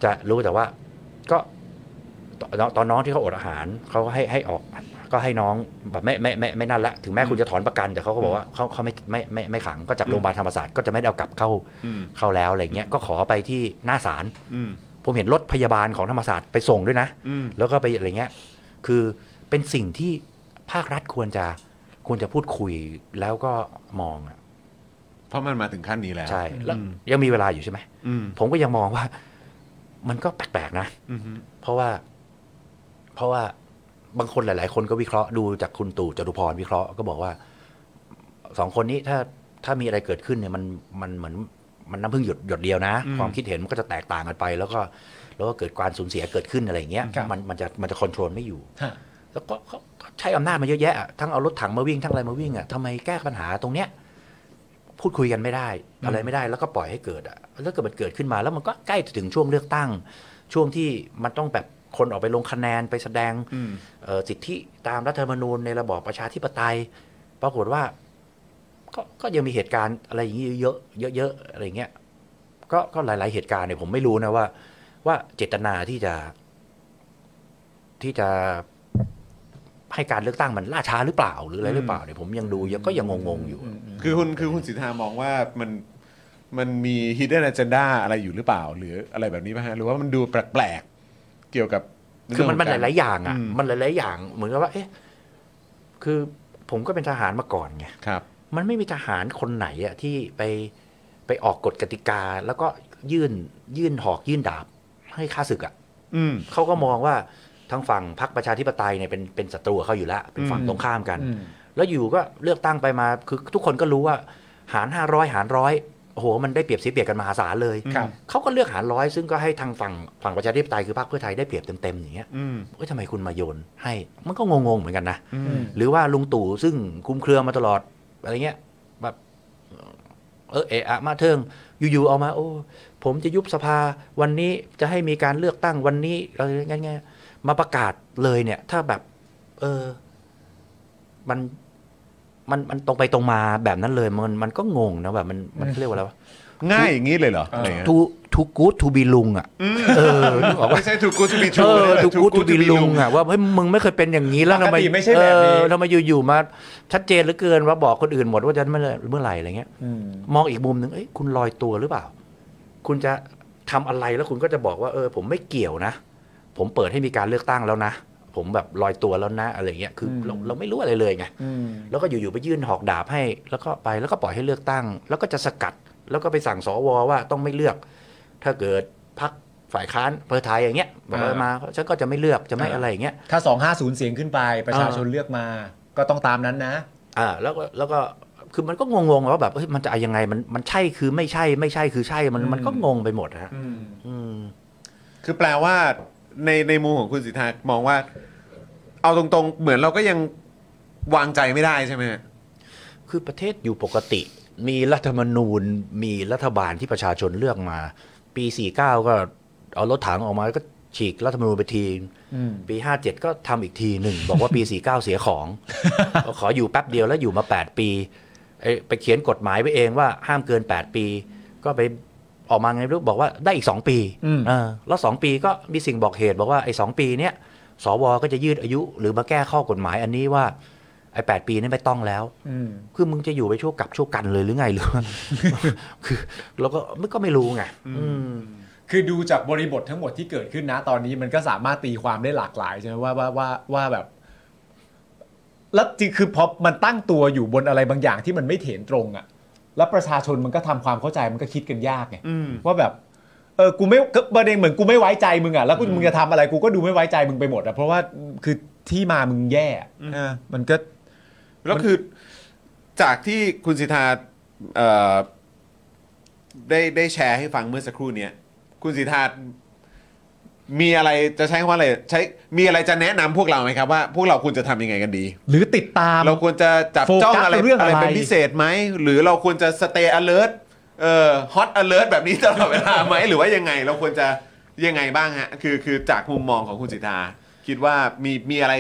Speaker 4: จะรู้แต่ว่าก็ตอนตอนน้องที่เขาอดอาหารเขาก็ให้ให้ออก ก็ให้น้องแบบไม่ไม่ไม่ไม่นั่นละถึงแม้คุณจะถอนประกันแต่เขาก็บอกว่าเขาเขาไม่ไม่ไม่ไม่ขังก็จากโรงพยาบาลธรรมศาสตร์ก็จะไม่ได้เอากลับเข้าเข้าแล้วอะไรเงี้ยก็ขอไปที่หน้าศาลผมเห็นรถพยาบาลของธรรมศาสตร์ไปส่งด้วยนะ แล้วก็ไปอะไรเงี้ย คือเป็นสิ่งที่ภาครัฐควรจะควรจะพูดคุยแล้วก็มองอะ
Speaker 1: เพราะมันมาถึงขั้นนี้แล้ว
Speaker 4: ใช่แล้วยังมีเวลาอยู่ใช่ไหม
Speaker 1: อืม
Speaker 4: ผมก็ยังมองว่า มันก็แปลกๆนะ
Speaker 1: อืม
Speaker 4: เพราะว่า เพราะว่าบางคนหลาย ๆ คนก็วิเคราะห์ดูจากคุณตู่จตุพรวิเคราะห์ก็บอกว่าสองคนนี้ถ้าถ้ามีอะไรเกิดขึ้นเนี่ยมันมันเหมือนมันน้ำพึ่งหยดหยดเดียวนะ ความคิดเห็นมันก็จะแตกต่างกันไป แล้วก็แล้วก็เกิดการสูญเสียเกิดขึ้นอะไรอย่างเงี้ย
Speaker 2: ครับ
Speaker 4: มันมันจะมันจะควบคุมไม่อยู่
Speaker 2: ฮะ
Speaker 4: แล้วก็ก็ก็ใช้อำนาจมาเยอะแยะอะทั้งเอารถถังมาวิ่งทั้งอะไรมาวิ่งอ่ะทำไมแก้ปัญหาตรงเนี้ย พูดคุยกันไม่ได้ อะไรไม่ได้แล้วก็ปล่อยให้เกิดอ่ะแล้วเกิดมันเกิดขึ้นมาแล้วมันก็ใกล้จะถึงช่วงเลือกตั้ง ช่วงที่มันต้องแบบคนออกไปลงคะแนนไปแสดงเอ่อสิทธิตามรัฐธรรมนูญในระบอบประชาธิปไตย ปรากฏว่า ก็ก็ยังมีเหตุการณ์อะไรอย่างนี้เยอะเยอะๆอะไรอย่างเงี้ยก็ก็หลายๆเหตุการณ์เนี่ยผมไม่รู้นะว่า ว่าเจตนาที่จะที่จะ ให้การเลือกตั้งมันล่าช้าหรือเปล่าหรืออะไรหรือเปล่าเนี่ยผมยังดูยังก็ยังงงๆอยู่
Speaker 1: คือคุณคือคุณสิทธามองว่ามันมันมี hidden agenda อะไรอยู่หรือเปล่า หรืออะไรแบบนี้ป่ะฮะหรือว่ามันดูแปลกๆเกี่ยวกับ
Speaker 4: คือมัน
Speaker 1: เรื่
Speaker 4: มั
Speaker 1: ง
Speaker 4: น
Speaker 1: ข
Speaker 4: ห
Speaker 1: กร
Speaker 4: ลายๆอย่างอ่ะ
Speaker 1: อืม
Speaker 4: มันหลายๆอย่าง เหมือนกับว่า เอ๊ะคือผมก็เป็นทหารมาก่อนไง
Speaker 1: ครับ
Speaker 4: มันไม่มีทหารคนไหนอ่ะที่ไปไปออกกฎกติกา แล้วก็ยื่นยื่นหอกยื่นดาบ ให้ข้าศึกอ่ะ
Speaker 1: อืม
Speaker 4: เขาก็มองว่าทางฝั่งพรรคประชาธิปไตยเนี่ยเป็นเป็นศัตรูกับเขาอยู่แล้ว เป็นฝั่ง
Speaker 1: อืม
Speaker 4: ตรงข้ามกัน
Speaker 2: อืม
Speaker 4: แล้วอยู่ก็เลือกตั้งไปมาคือทุกคนก็รู้ว่า หารห้าร้อยหารร้อยโอ้โหมันได้เปรียบเสียเปรียบกันมหาศาลเลย
Speaker 1: ครับ
Speaker 4: เขาก็เลือกหารร้อยซึ่งก็ให้ทางฝั่งฝั่งประชาธิปไตยคือพรรคเพื่อไทยได้เปรียบเต็มๆอย่างเงี้ย
Speaker 1: อืม
Speaker 4: เอ้ยทำไมคุณมาโยนให้มันก็งงๆเหมือนกันนะ
Speaker 1: อืม
Speaker 4: หรือว่าลุงตู่ซึ่งคุมเครือมาตลอดอะไรเงี้ยแบบเออเอะอะมาเทิงอยู่ๆเอามา โอ้ผมจะยุบสภาวันนี้จะให้มีการเลือกตั้งวันนี้อะไรเงี้ยๆมาประกาศเลยเนี่ย ถ้าแบบ เออ มันมันมันตรงไปตรงมาแบบนั้นเลยมันมันก็งงนะแบบมันมันเรียกว่าอะไรวะ
Speaker 1: ง่ายอย่างนี้เลยเหรออะไรเงี้ย
Speaker 4: too too good to be ลุงอ่ะเออนึกออกปะ
Speaker 1: ไม่ใช่ถูกกูจะมีถู
Speaker 4: เอก อดูกูทูบีลุงอะว่าเฮ้ยมึงไม่เคยเป็นอย่างนี้แล้วทำไม
Speaker 2: ปกติไม่ใช่แบบนี้
Speaker 4: เออทำไมอยู่ๆมาชัดเจนเหลือเกินว่าบอกคนอื่นหมดว่าจะเมื่อไหร่เมื่อไหร่อะไรเงี้ย
Speaker 2: อืม
Speaker 4: มองอีกมุมหนึ่งเอ้ยคุณลอยตัวหรือเปล่า คุณจะทำอะไรแล้วคุณก็จะบอกว่าเออ ผมไม่เกี่ยวนะ ผมเปิดให้มีการเลือกตั้งแล้วนะ ผมแบบลอยตัวแล้วนะอะไรเงี้ยคือเรา
Speaker 2: อืม
Speaker 4: เราไม่รู้อะไรเลยไง
Speaker 2: อืม
Speaker 4: แล้วก็อยู่ๆไปยื่นหอกดาบให้ แล้วก็ไปแล้วก็ปล่อยให้เลือกตั้ง แล้วก็จะสกัด แล้วก็ไปสั่งสวว่าต้องไม่เลือก ถ้าเกิดพักฝ่ายค้านเพื่อไทยอย่างเงี้ยบอกว่า
Speaker 2: อ่าม
Speaker 4: มาฉันก็จะไม่เลือกจะไม่อะไรอย่างเงี้ย
Speaker 2: ถ้า 250 เสียงขึ้นไปประชาชนเลือกมา ก็ต้องตามนั้นนะ
Speaker 4: อ่าแล้วก็แล้วก็คือมันก็งงๆว่าแบบเฮ้ยมันจะเอายังไงมันมันใช่คือไม่ใช่ไม่ใช่คือใช่มัน
Speaker 2: อืม
Speaker 4: มันก็งงไปหมดนะฮะ
Speaker 2: อืม
Speaker 4: อืม
Speaker 1: คือแปลว่าในในมุมของคุณสิทธามองว่า เอาตรงๆ เหมือนเราก็ยังวางใจไม่ได้ใช่ไหมฮะ
Speaker 4: คือประเทศอยู่ปกติ มีรัฐธรรมนูญ มีรัฐบาลที่ประชาชนเลือกมา ปี 49 ก็เอารถถังออกมาแล้วก็ฉีกรัฐธรรมนูญไปที
Speaker 2: อืม
Speaker 4: ปี 57 ก็ทำอีกทีหนึ่ง บอกว่าปี 49 เสียของ ขออยู่แป๊บเดียวแล้วอยู่มา 8 ปีเอ้ยไปเขียนกฎหมายไว้เองว่าห้ามเกิน 8 ปี ก็ไปออกมาไงไม่รู้บอกว่าได้อีก 2 ปี
Speaker 2: อืม
Speaker 4: เออแล้ว 2 ปีก็มีสิ่งบอกเหตุบอกว่าไอ้สองปีเนี้ยสวก็จะยืดอายุ หรือมาแก้ข้อกฎหมายอันนี้ว่าไอ้แปดปีนี่ไม่ต้องแล้ว
Speaker 2: อืม
Speaker 4: คือมึงจะอยู่ไปชั่วกับชั่วกันเลยหรือไงหรือว่า คือเราก็มันก็ไม่รู้ไงอืม
Speaker 2: คือดูจากบริบททั้งหมดที่เกิดขึ้นนะ ตอนนี้มันก็สามารถตีความได้หลากหลายใช่ไหมว่าว่าว่าว่าแบบ แล้วจริงคือพอมันตั้งตัวอยู่บนอะไรบางอย่างที่มันไม่เถนตรงอะ แล้วประชาชนมันก็ทำความเข้าใจมันก็คิดกันยากไง
Speaker 1: อืม
Speaker 2: ว่าแบบเออกูไม่ก็ประเด็นเหมือนกูไม่ไว้ใจมึงอ่ะแล้วกูมึงจะทำอะไรกูก็ดูไม่ไว้ใจมึงไปหมดอ่ะเพราะว่าคือที่มามึงแย่อะเออมันก็
Speaker 1: แล้วคือจากที่คุณสิทธาเอ่อได้ได้แชร์ให้ฟังเมื่อสักครู่เนี้ยคุณสิทธามีอะไรจะใช้คำว่าอะไรใช้มีอะไรจะแนะนำพวกเราไหมครับว่าพวกเราควรจะทำยังไงกันดี
Speaker 2: หรือติดตาม
Speaker 1: เราควรจะจับ
Speaker 2: โฟกัส
Speaker 1: จ้องอะไร
Speaker 2: เรื่องอะไร
Speaker 1: เป็นพิเศษไหม หรือเราควรจะ stay alert เอ่อ hot alert แบบนี้ตลอดเวลาไหม หรือว่ายังไงเราควรจะยังไงบ้างฮะ คือคือจากมุมมองของคุณสิทธาคิดว่ามีมีอะไร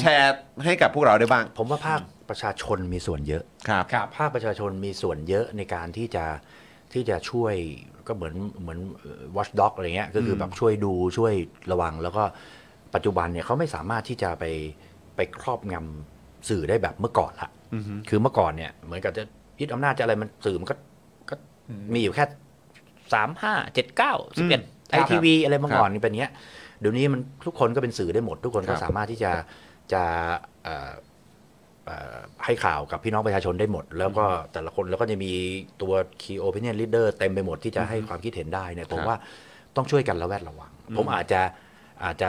Speaker 1: แชร์ให้กับพวกเราได้บ้าง
Speaker 4: ผมว่าภาคประชาชนมีส่วนเยอะ
Speaker 1: ครับ
Speaker 4: ภาคประชาชนมีส่วนเยอะในการที่จะที่จะช่วยก็เหมือนเหมือน watchdog อะไรเงี้ยก็คือแบบช่วยดูช่วยระวัง แล้วก็ปัจจุบันเนี่ยเขาไม่สามารถที่จะไปไปครอบงำสื่อได้แบบเมื่อก่อนละคือเมื่อก่อนเนี่ยเหมือนกับจะยึดอำนาจจะอะไรมันสื่อมันก็ก็มีอยู่แค่สามห้าเจ็ดเก้าสิบเอ็ดไอทีวีอะไรเมื่อก่อนนี่เป็นอย่างเงี้ย เดี๋ยวนี้มันทุกคนก็เป็นสื่อได้หมด ทุกคน
Speaker 1: ค
Speaker 4: ก็
Speaker 1: รับ
Speaker 4: สามารถที่จะจะเอ่อ เอ่อให้ข่าวกับพี่น้องประชาชนได้หมด แล้วก็แต่ละคนแล้วก็จะมีตัว key opinion leader เต็มไปหมดที่จะให้ความคิดเห็นได้เนี่ยผมว่าต้องช่วยกันระแวดระวัง ผมอาจจะอาจจะ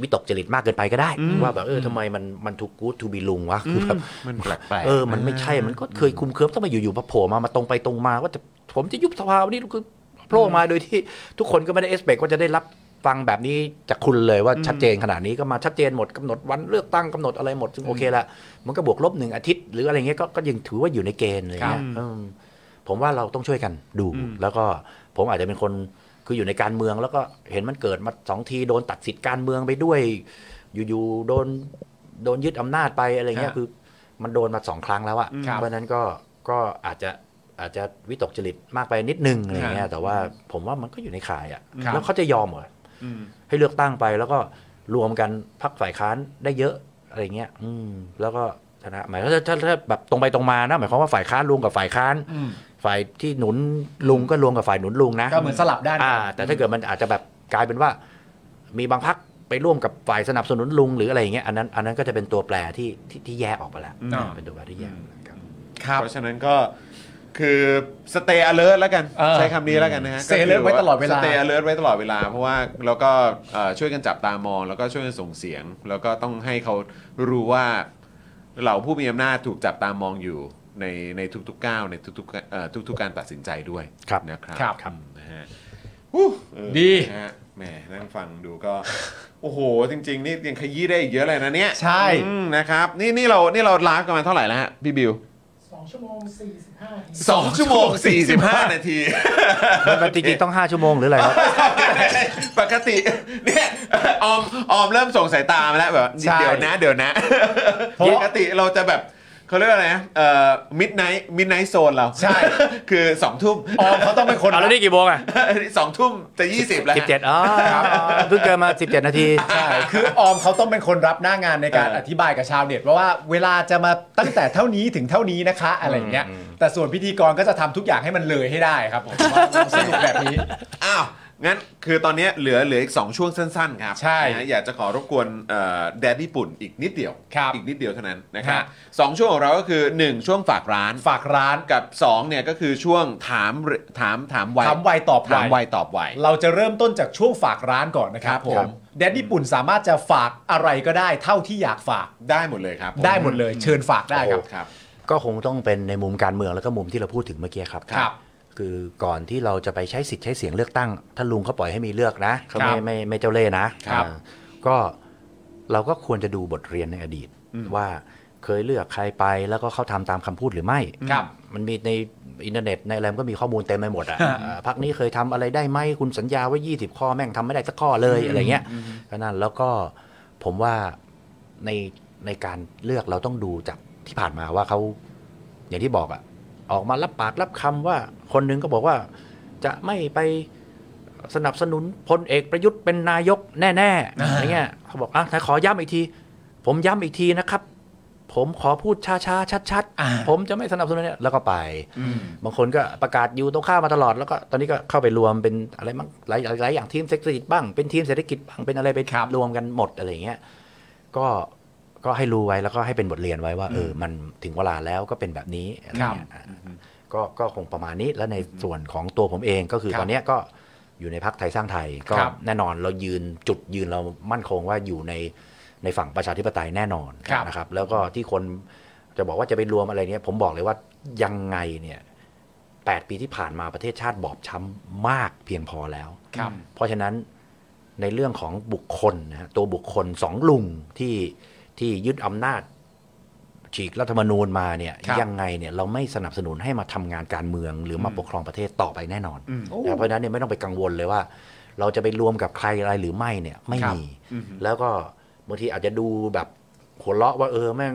Speaker 4: วิตกจริตมากเกินไปก็ได้ ว่าแบบเออทำไมมันมันถูกกู๊ดทูบีลุงวะคือแบบ
Speaker 1: มันแปลกแปลก
Speaker 4: เออมันไม่ใช่มันก็เคยคุมเคริบทำไมอยู่ๆมาโผล่มามาตรงไปตรงมา ว่าจะผมจะยุบสภาวันนี้คือโผล่มาโดยที่ทุกคนก็ไม่ได้เอสเ t กว่าจะได้รับฟังแบบนี้จากคุณเลยว่าชัดเจนขนาดนี้ก็มาชัดเจนหมดกำหนดวันเลือกตั้งกำหนดอะไรหมดซึ่งโอเคละ มันก็บวกลบหนึ่งอาทิตย์หรืออะไรเงี้ยก็ก็ยังถือว่าอยู่ในเกณฑ์อะไรเลย
Speaker 1: ครับ
Speaker 4: เออผมว่าเราต้องช่วยกันดู แล้วก็ผมอาจจะเป็นคนคืออยู่ในการเมือง แล้วก็เห็นมันเกิดมาสองทีโดนตัดสิทธิ์การเมืองไปด้วย อยู่ๆโดนโดนยึดอำนาจไปอะไรเงี้ย
Speaker 1: ฮะ
Speaker 4: คือมันโดนมาสองครั้งแล้วอะ
Speaker 1: ครับ
Speaker 4: เพราะฉะนั้นก็ก็อาจจะอาจจะวิตกจริตมากไปนิดนึงอะไรเงี้ยแต่ว่าผมว่ามันก็อยู่ในข่ายอะ
Speaker 1: ครับ
Speaker 4: แล้วเขาจะยอมเหรอ
Speaker 1: อืม
Speaker 4: ให้เลือกตั้งไปแล้วก็รวมกันพักฝ่ายค้านได้เยอะอะไรเงี้ย อืม แล้วก็ชนะหมายถ้าถ้าถ้าแบบตรงไปตรงมานะหมายความว่าฝ่ายค้านรวมกับฝ่ายค้าน ฝ่ายที่หนุนลุงก็รวมกับฝ่ายหนุนลุงนะ
Speaker 2: ก็เหมือนสลับด้านกัน
Speaker 4: อ่า แต่ถ้าเกิดมันอาจจะแบบกลายเป็นว่า มีบางพักไปร่วมกับฝ่ายสนับสนุนลุงหรืออะไรอย่างเงี้ยอันนั้นอันนั้นก็จะเป็นตัวแปรที่ที่ที่แยกออกไปแล้ว
Speaker 1: อืม
Speaker 4: เป็นตัวแปรที่แยกออกไปแล้วครับ
Speaker 2: ครับ
Speaker 1: เพราะฉะนั้นก็คือ stay alert แล้วกัน
Speaker 2: เออ
Speaker 1: ใช้คำนี้แล้วกันนะฮะ
Speaker 2: stay alert ไว้ตลอดเว
Speaker 1: ก็
Speaker 2: ลา
Speaker 1: คื stay alert ไว้ตลอดเวลา เพราะว่าแล้วก็เอ่อช่วยกันจับตามอง แล้วก็ช่วยกันส่งเสียง แล้วก็ต้องให้เขารู้ว่าเหล่าผู้มีอำนาจถูกจับตามองอยู่ในในทุกๆก้าวในทุกๆเอ่อทุกๆการตัดสินใจด้วย
Speaker 4: ครับ
Speaker 1: นะครับ
Speaker 2: ครับ
Speaker 1: อืมนะฮะอู้เออ
Speaker 2: ดี
Speaker 1: นะฮะแหมนั่งฟังดูก็ โอ้โห จริง ๆ นี่ยังขยี้ได้อีกเยอะเลยนะเนี่ย
Speaker 2: ใช่
Speaker 1: อืมนะครับนี่นี่เรานี่เราไลฟ์กันมาเท่าไหร่แล้วฮะพี่บิว สองชั่วโมง 45 นาที
Speaker 4: มันจริงๆต้องห้าชั่วโมงหรืออะไรครับ
Speaker 1: ปกติเนี่ยออมออมเริ่มส่งสายตามาแล้วแบบ
Speaker 2: ใช่
Speaker 1: เดี๋ยวนะ เดี๋ยวนะ
Speaker 2: เพราะ
Speaker 1: ปกติเราจะแบบเขาเรียกว่าอะไรนะเอ่อมิดไนท์มิดไนท์โซนเรา
Speaker 2: ใช่
Speaker 1: คือ 2 ทุ่ม
Speaker 2: ออมเขาต้องเป็นคน
Speaker 4: เอาแล้วนี่กี่โมงอ่ะ
Speaker 1: สองทุ่มจะ 20 แล้ว
Speaker 4: สิบเจ็ดอ๋อเพิ่งเกินมาสิบเจ็ดนาที
Speaker 2: ใช่คือออมเขาต้องเป็นคนรับหน้างานในการอธิบายกับชาวเน็ตว่าว่าเวลาจะมาตั้งแต่เท่านี้ถึงเท่านี้นะคะ อะไรอย่างเงี้ย แต่ส่วนพิธีกรก็จะทำทุกอย่างให้มันเลยให้ได้ครับผมว่าสนุกแบบนี้
Speaker 1: อ้าว งั้นคือตอนเนี้ยเหลือเหลืออีก 2 ช่วงสั้นๆ ครับ
Speaker 2: ใช่
Speaker 1: นะฮะอยากจะขอรบกวนแดดญี่ปุ่นอีกนิดเดียว
Speaker 2: ครับ
Speaker 1: อีกนิดเดียวเท่านั้นนะครับ
Speaker 2: ฮะ
Speaker 1: สองช่วงของเราก็คือหนึ่งช่วงฝากร้าน
Speaker 2: ฝากร้าน
Speaker 1: กับ2เนี่ยก็คือช่วงถามถามถามไว
Speaker 2: ถามไวตอบไว
Speaker 1: ถามไวตอบไว
Speaker 2: เราจะเริ่มต้นจากช่วงฝากร้านก่อนนะครับผ
Speaker 1: ครั
Speaker 2: ม
Speaker 1: บ
Speaker 2: แดนญี่ปุ่นสามารถจะฝากอะไรก็ได้เท่าที่อยากฝาก
Speaker 1: ได้หมดเลยครับผ
Speaker 2: ได้หมดเลย เชิญฝากได้ครับ
Speaker 1: ครับ
Speaker 4: ก็คงต้องเป็นในมุมการเมืองแล้วก็มุมที่เราพูดถึงเมื่อกี้ครับ
Speaker 2: ครับ
Speaker 4: คือก่อนที่เราจะไปใช้สิทธิ์ใช้เสียงเลือกตั้ง ถ้าลุงเขาปล่อยให้มีเลือกนะครับ ไม่ไม่ไม่เจ้าเล่ห์นะครับ อ่าก็เราก็ควรจะดูบทเรียนในอดีต ว่าเคยเลือกใครไปแล้วก็เขาทำตามคำพูดหรือไม่
Speaker 2: ครับ
Speaker 4: มันมีในอินเทอร์เน็ตในอะไรมันก็มีข้อมูลเต็มไปหมดอ่ะอ่าพักนี้เคยทำอะไรได้ไหมคุณสัญญาว่า 20 ข้อแม่งทำไม่ได้สักข้อเลยอะไรเงี้ยก็นั่นแล้วก็ผมว่าในในการเลือกเราต้องดูจากที่ผ่านมาว่าเขาอย่างที่บอกอ่ะออกมารับปากรับคำว่า คนหนึงก็บอกว่าจะไม่ไปสนับสนุนพลเอกประยุทธ์เป็นนายกแน่ๆอะไรเงี้ยเขาบอกอ่ะไหนขอย้ำอีกที ผมย้ำอีกทีนะครับ ผมขอพูดช้าๆชัด
Speaker 2: อ่า
Speaker 4: ๆ ผมจะไม่สนับสนุนเนี่ยแล้วก็ไป
Speaker 1: อืม
Speaker 4: บางคนก็ประกาศอยู่ตรงข้ามมาตลอดแล้วก็ตอนนี้ก็เข้าไปรวมเป็นอะไรบ้างหลายหลายอย่างทีมเศรษฐกิจบ้างเป็นทีมเศรษฐกิจบ้างเป็นอะไรไปรวมกันหมดอะไรอย่างเงี้ยก็ก็ให้รู้ไว้แล้วก็ให้เป็นบทเรียนไว้ว่าเออมันถึงเวลาแล้วก็เป็นแบบนี้อะไรเงี้ยอ่ะ ก็ก็คงประมาณนี้และในส่วนของตัวผมเองก็คือ
Speaker 2: ครับ
Speaker 4: ตอนเนี้ยก็อยู่ในพักไทยสร้างไทย ก็
Speaker 2: ครับ
Speaker 4: แน่นอนเรายืนจุดยืนเรามั่นคงว่าอยู่ในในฝั่งประชาธิปไตยแน่นอน
Speaker 2: ครับ
Speaker 4: นะครับ แล้วก็ที่คนจะบอกว่าจะไปรวมอะไรเนี่ยผมบอกเลยว่ายังไงเนี่ยแปดปีที่ผ่านมาประเทศชาติบอบช้ำมากเพียงพอแล้ว
Speaker 2: ครับ
Speaker 4: เพราะฉะนั้นในเรื่องของบุคคลนะฮะตัวบุคคลสองลุงที่ที่ยึดอำนาจฉีกรัฐธรรมนูญมาเนี่ย
Speaker 2: ครับ
Speaker 4: ยังไงเนี่ยเราไม่สนับสนุนให้มาทำงานการเมือง หรือมาปกครองประเทศต่อไปแน่นอนนะเพราะฉะนั้นเนี่ยไม่ต้องไปกังวลเลยว่า เราจะไปรวมกับใครอะไรหรือไม่เนี่ยไม่
Speaker 2: ครับ
Speaker 4: มี แล้วก็บางทีอาจจะดูแบบหัวเราะว่าเออแม่ง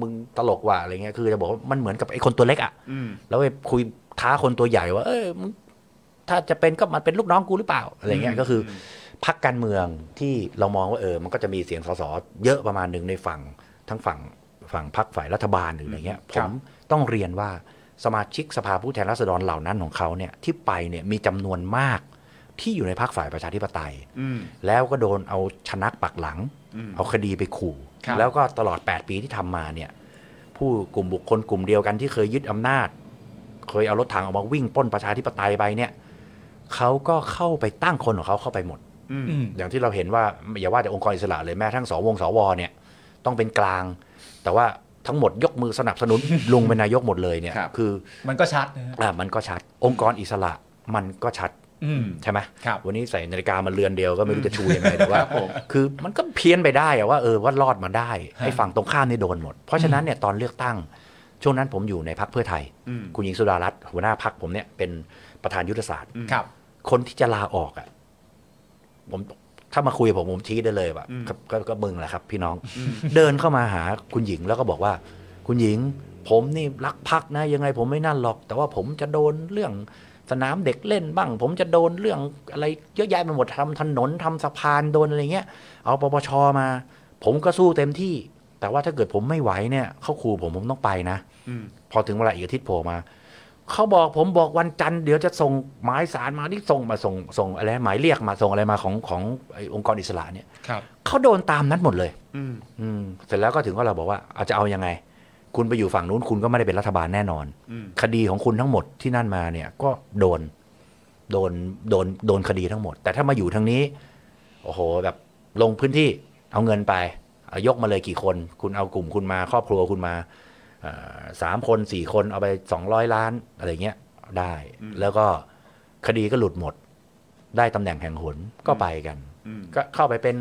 Speaker 4: มึงตลกว่ะอะไรเงี้ยคือจะบอกว่ามันเหมือนกับไอ้คนตัวเล็กอะ
Speaker 1: อืม
Speaker 4: แล้วไปคุยท้าคนตัวใหญ่ว่า เอยมึงถ้าจะเป็นก็มันเป็นลูกน้องกูหรือเปล่าอะไรเงี้ยก็คืออพักการเมืองที่เรามองว่าเออ มันก็จะมีเสียงสสเยอะประมาณหนึ่งในฝั่งทั้งฝั่งฝั่งพักฝ่ายรัฐบาลหรืออะไรเงี้ยผ
Speaker 2: ครั
Speaker 4: ม
Speaker 2: บ
Speaker 4: ต้องเรียนว่าสมาชิกสภาผู้แทนราษฎรเหล่านั้นของเขาเนี่ยที่ไปเนี่ยมีจำนวนมากที่อยู่ในพักฝ่ายประชาธิปไตย
Speaker 1: อืม
Speaker 4: แล้วก็โดนเอาชนักปักหลัง
Speaker 1: อืม
Speaker 4: เอาคดีไปขู่
Speaker 2: ครับ
Speaker 4: แล้วก็ตลอด 8 ปีที่ทำมาเนี่ย ผู้กลุ่มบุคคลกลุ่มเดียวกันที่เคยยึดอำนาจ เคยเอารถถังออกมาวิ่งปล้นประชาธิปไตยไปเนี่ยเขาก็เข้าไปตั้งคนของเขาเข้าไปหมด
Speaker 2: อืม
Speaker 4: อย่างที่เราเห็นว่า อย่าว่าแต่องค์กรอิสระเลยแม้กระทั้งสวงสวเนี่ย ต้องเป็นกลาง แต่ว่าทั้งหมดยกมือสนับสนุน ลุงเป็นนายกหมดเลยเนี่ย
Speaker 1: ครับ
Speaker 4: คือ
Speaker 2: มันก็ชัดนะฮะ
Speaker 4: อ่ะมันก็ชัด องค์กรอิสระมันก็ชัด
Speaker 2: อืม
Speaker 4: ใช่ไหม
Speaker 2: ครับ
Speaker 4: วันนี้ใส่นาฬิกามาเรือนเดียวก็ไม่รู้จะชูยังไงแต่ว่า คือมันก็เพี้ยนไปได้อะว่าเออว่ารอดมาได้ไอ้ฝั่งตรงข้ามนี่โดนหมด เพราะฉะนั้นเนี่ยตอนเลือกตั้ง ช่วงนั้นผมอยู่ในพักเพื่อไทย
Speaker 1: อืม
Speaker 4: คุณหญิงสุดารัตน์หัวหน้าพักผมเนี่ยเป็นประธานยุทธศาสตร์
Speaker 2: ครับ
Speaker 4: คนที่จะลาออกอ่ะผมถ้ามาคุยกับผมผมชี้ได้เลยแบบ
Speaker 1: อืม
Speaker 4: กก็ก็มึงแหละครับ พี่น้อง เดินเข้ามาหาคุณหญิงแล้วก็บอกว่า คุณหญิง ผมนี่รักพักนะ ยังไงผมไม่นั่นหรอก แต่ว่าผมจะโดนเรื่องสนามเด็กเล่นบ้าง ผมจะโดนเรื่องอะไรเยอะแยะไปหมดทำถนนทำสะพานโดนอะไรเงี้ย เอาปปชมา ผมก็สู้เต็มที่ แต่ว่าถ้าเกิดผมไม่ไหวเนี่ยเขาขู่ผมผมต้องไปนะ
Speaker 1: อืม
Speaker 4: พอถึงเวลาอีกอาทิตย์โผล่มา เขาบอกผมบอกวันจันทร์เดี๋ยวจะส่งหมายสารมาที่ส่งมาส่งส่งอะไรหมายเรียกมาส่งอะไรมาของของไอ้องค์กรอิสระเนี่ย
Speaker 2: ครับ
Speaker 4: เขาโดนตามนั้นหมดเลย
Speaker 1: อืม
Speaker 4: อืมเสร็จแล้วก็ถึงก็เราบอกว่าเอาจะเอายังไง คุณไปอยู่ฝั่งนู้นคุณก็ไม่ได้เป็นรัฐบาลแน่นอน
Speaker 1: อืม
Speaker 4: คดีของคุณทั้งหมดที่นั่นมาเนี่ยก็โดนโดนโดนโดนคดีทั้งหมด แต่ถ้ามาอยู่ทางนี้ โอ้โห แบบลงพื้นที่เอาเงินไปเอายกมาเลยกี่คน คุณเอากลุ่มคุณมาครอบครัวคุณมาเอ่อสามคนสี่คนเอาไปสองร้อยล้านอะไรเงี้ยได้
Speaker 1: อืม
Speaker 4: แล้วก็คดีก็หลุดหมด ได้ตำแหน่งแห่งหนก็ไปกัน
Speaker 1: อืม
Speaker 4: ก็เข้าไปเป็น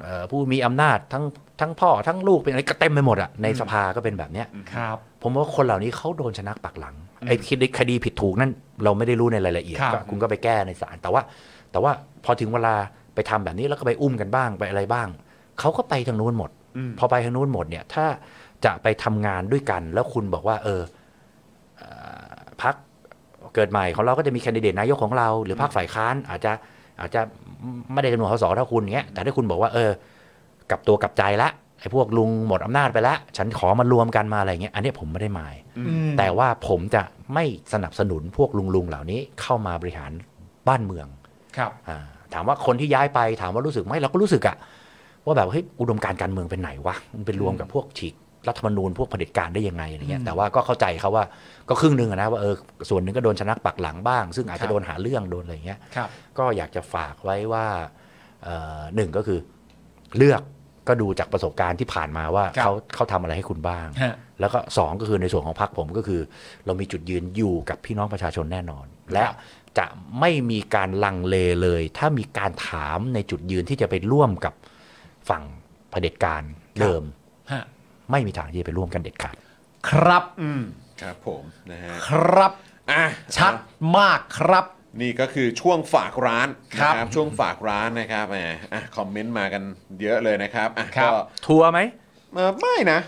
Speaker 4: เอ่อผู้มีอำนาจทั้งทั้งพ่อทั้งลูกเป็นอะไรก็เต็มไปหมดอะในสภาก็เป็นแบบเนี้ย
Speaker 2: ครับ
Speaker 4: ผมว่าคนเหล่านี้เขาโดนชะนักปักหลัง
Speaker 1: อืม
Speaker 4: ไอ้คดีคดีผิดถูกนั่นเราไม่ได้รู้ในรายละเอียด
Speaker 2: ครับ
Speaker 4: ก็คุณก็ไปแก้ในศาลแต่ว่า แต่ว่าพอถึงเวลาไปทำแบบนี้แล้วก็ไปอุ้มกันบ้างไปอะไรบ้างเขาก็ไปทางนู้นหมด
Speaker 1: อืม
Speaker 4: พอไปทางนู้นหมดเนี่ยถ้าจะไปทำงานด้วยกันแล้วคุณบอกว่า เออเอ่อพักเกิดใหม่ของเราก็จะมีแคนดิเดตนายกของเรา หรือพักฝ่ายค้านอาจจะอาจจะไม่ได้จำนวนสสเท่าคุณเงี้ยแต่ถ้าคุณบอกว่า เออกลับตัวกลับใจละไอ้พวกลุงหมดอำนาจไปละฉันขอมารวมกันมาอะไรเงี้ยอันเนี้ยผมไม่ได้หมาย
Speaker 2: อืม
Speaker 4: แต่ว่าผมจะไม่สนับสนุนพวกลุงๆเหล่านี้เข้ามาบริหารบ้านเมือง
Speaker 2: ครับ
Speaker 4: อ่าถามว่าคนที่ย้ายไปถามว่ารู้สึกไหมเราก็รู้สึกอะว่าแบบเฮ้ยอุดมการณ์การเมืองเป็นไหนวะมันเป็นรวมกับพวกฉีกรัฐธรรมนูญพวกเผด็จการได้ยังไงอะไรเงี้ยแต่ว่าก็เข้าใจเขาว่าก็ครึ่งหนึ่งอะนะว่าเออส่วนหนึ่งก็โดนชะนักปักหลังบ้าง ซึ่งอาจ
Speaker 2: ครั
Speaker 4: จะ
Speaker 2: บ
Speaker 4: โดนหาเรื่องโดนอะไรเงี้ย
Speaker 2: ครับ
Speaker 4: ก็อยากจะฝากไว้ว่าเอ่อหนึ่งก็คือเลือกก็ดูจากประสบการณ์ที่ผ่านมาว่า
Speaker 2: ครับ
Speaker 4: เขาเขาทำอะไรให้คุณบ้าง
Speaker 2: ฮะ
Speaker 4: แล้วก็สองก็คือในส่วนของพรรคผมก็คือ เรามีจุดยืนอยู่กับพี่น้องประชาชนแน่นอน และจะไม่มีการลังเลเลย ถ้ามีการถามในจุดยืนที่จะไปร่วมกับฝั่งเผด็จการเดิม
Speaker 2: ฮะ
Speaker 4: ไม่มีทางที่จะไปร่วมกันเด็ดขาด
Speaker 2: ครับ
Speaker 1: อืม ครับผมนะฮะ
Speaker 2: ครับ
Speaker 1: อ่ะ
Speaker 2: ชัดมากครับ
Speaker 1: นี่ก็คือช่วงฝากร้าน
Speaker 2: ครั
Speaker 1: นะ
Speaker 2: บ
Speaker 1: ช่วงฝากร้านนะครับแหมอ่ะคอมเมนต์มากันเยอะเลยนะครับอ่ะ
Speaker 2: ครับ
Speaker 1: ก็
Speaker 4: ทัวร์ไหม
Speaker 1: เอ่อไม่นะ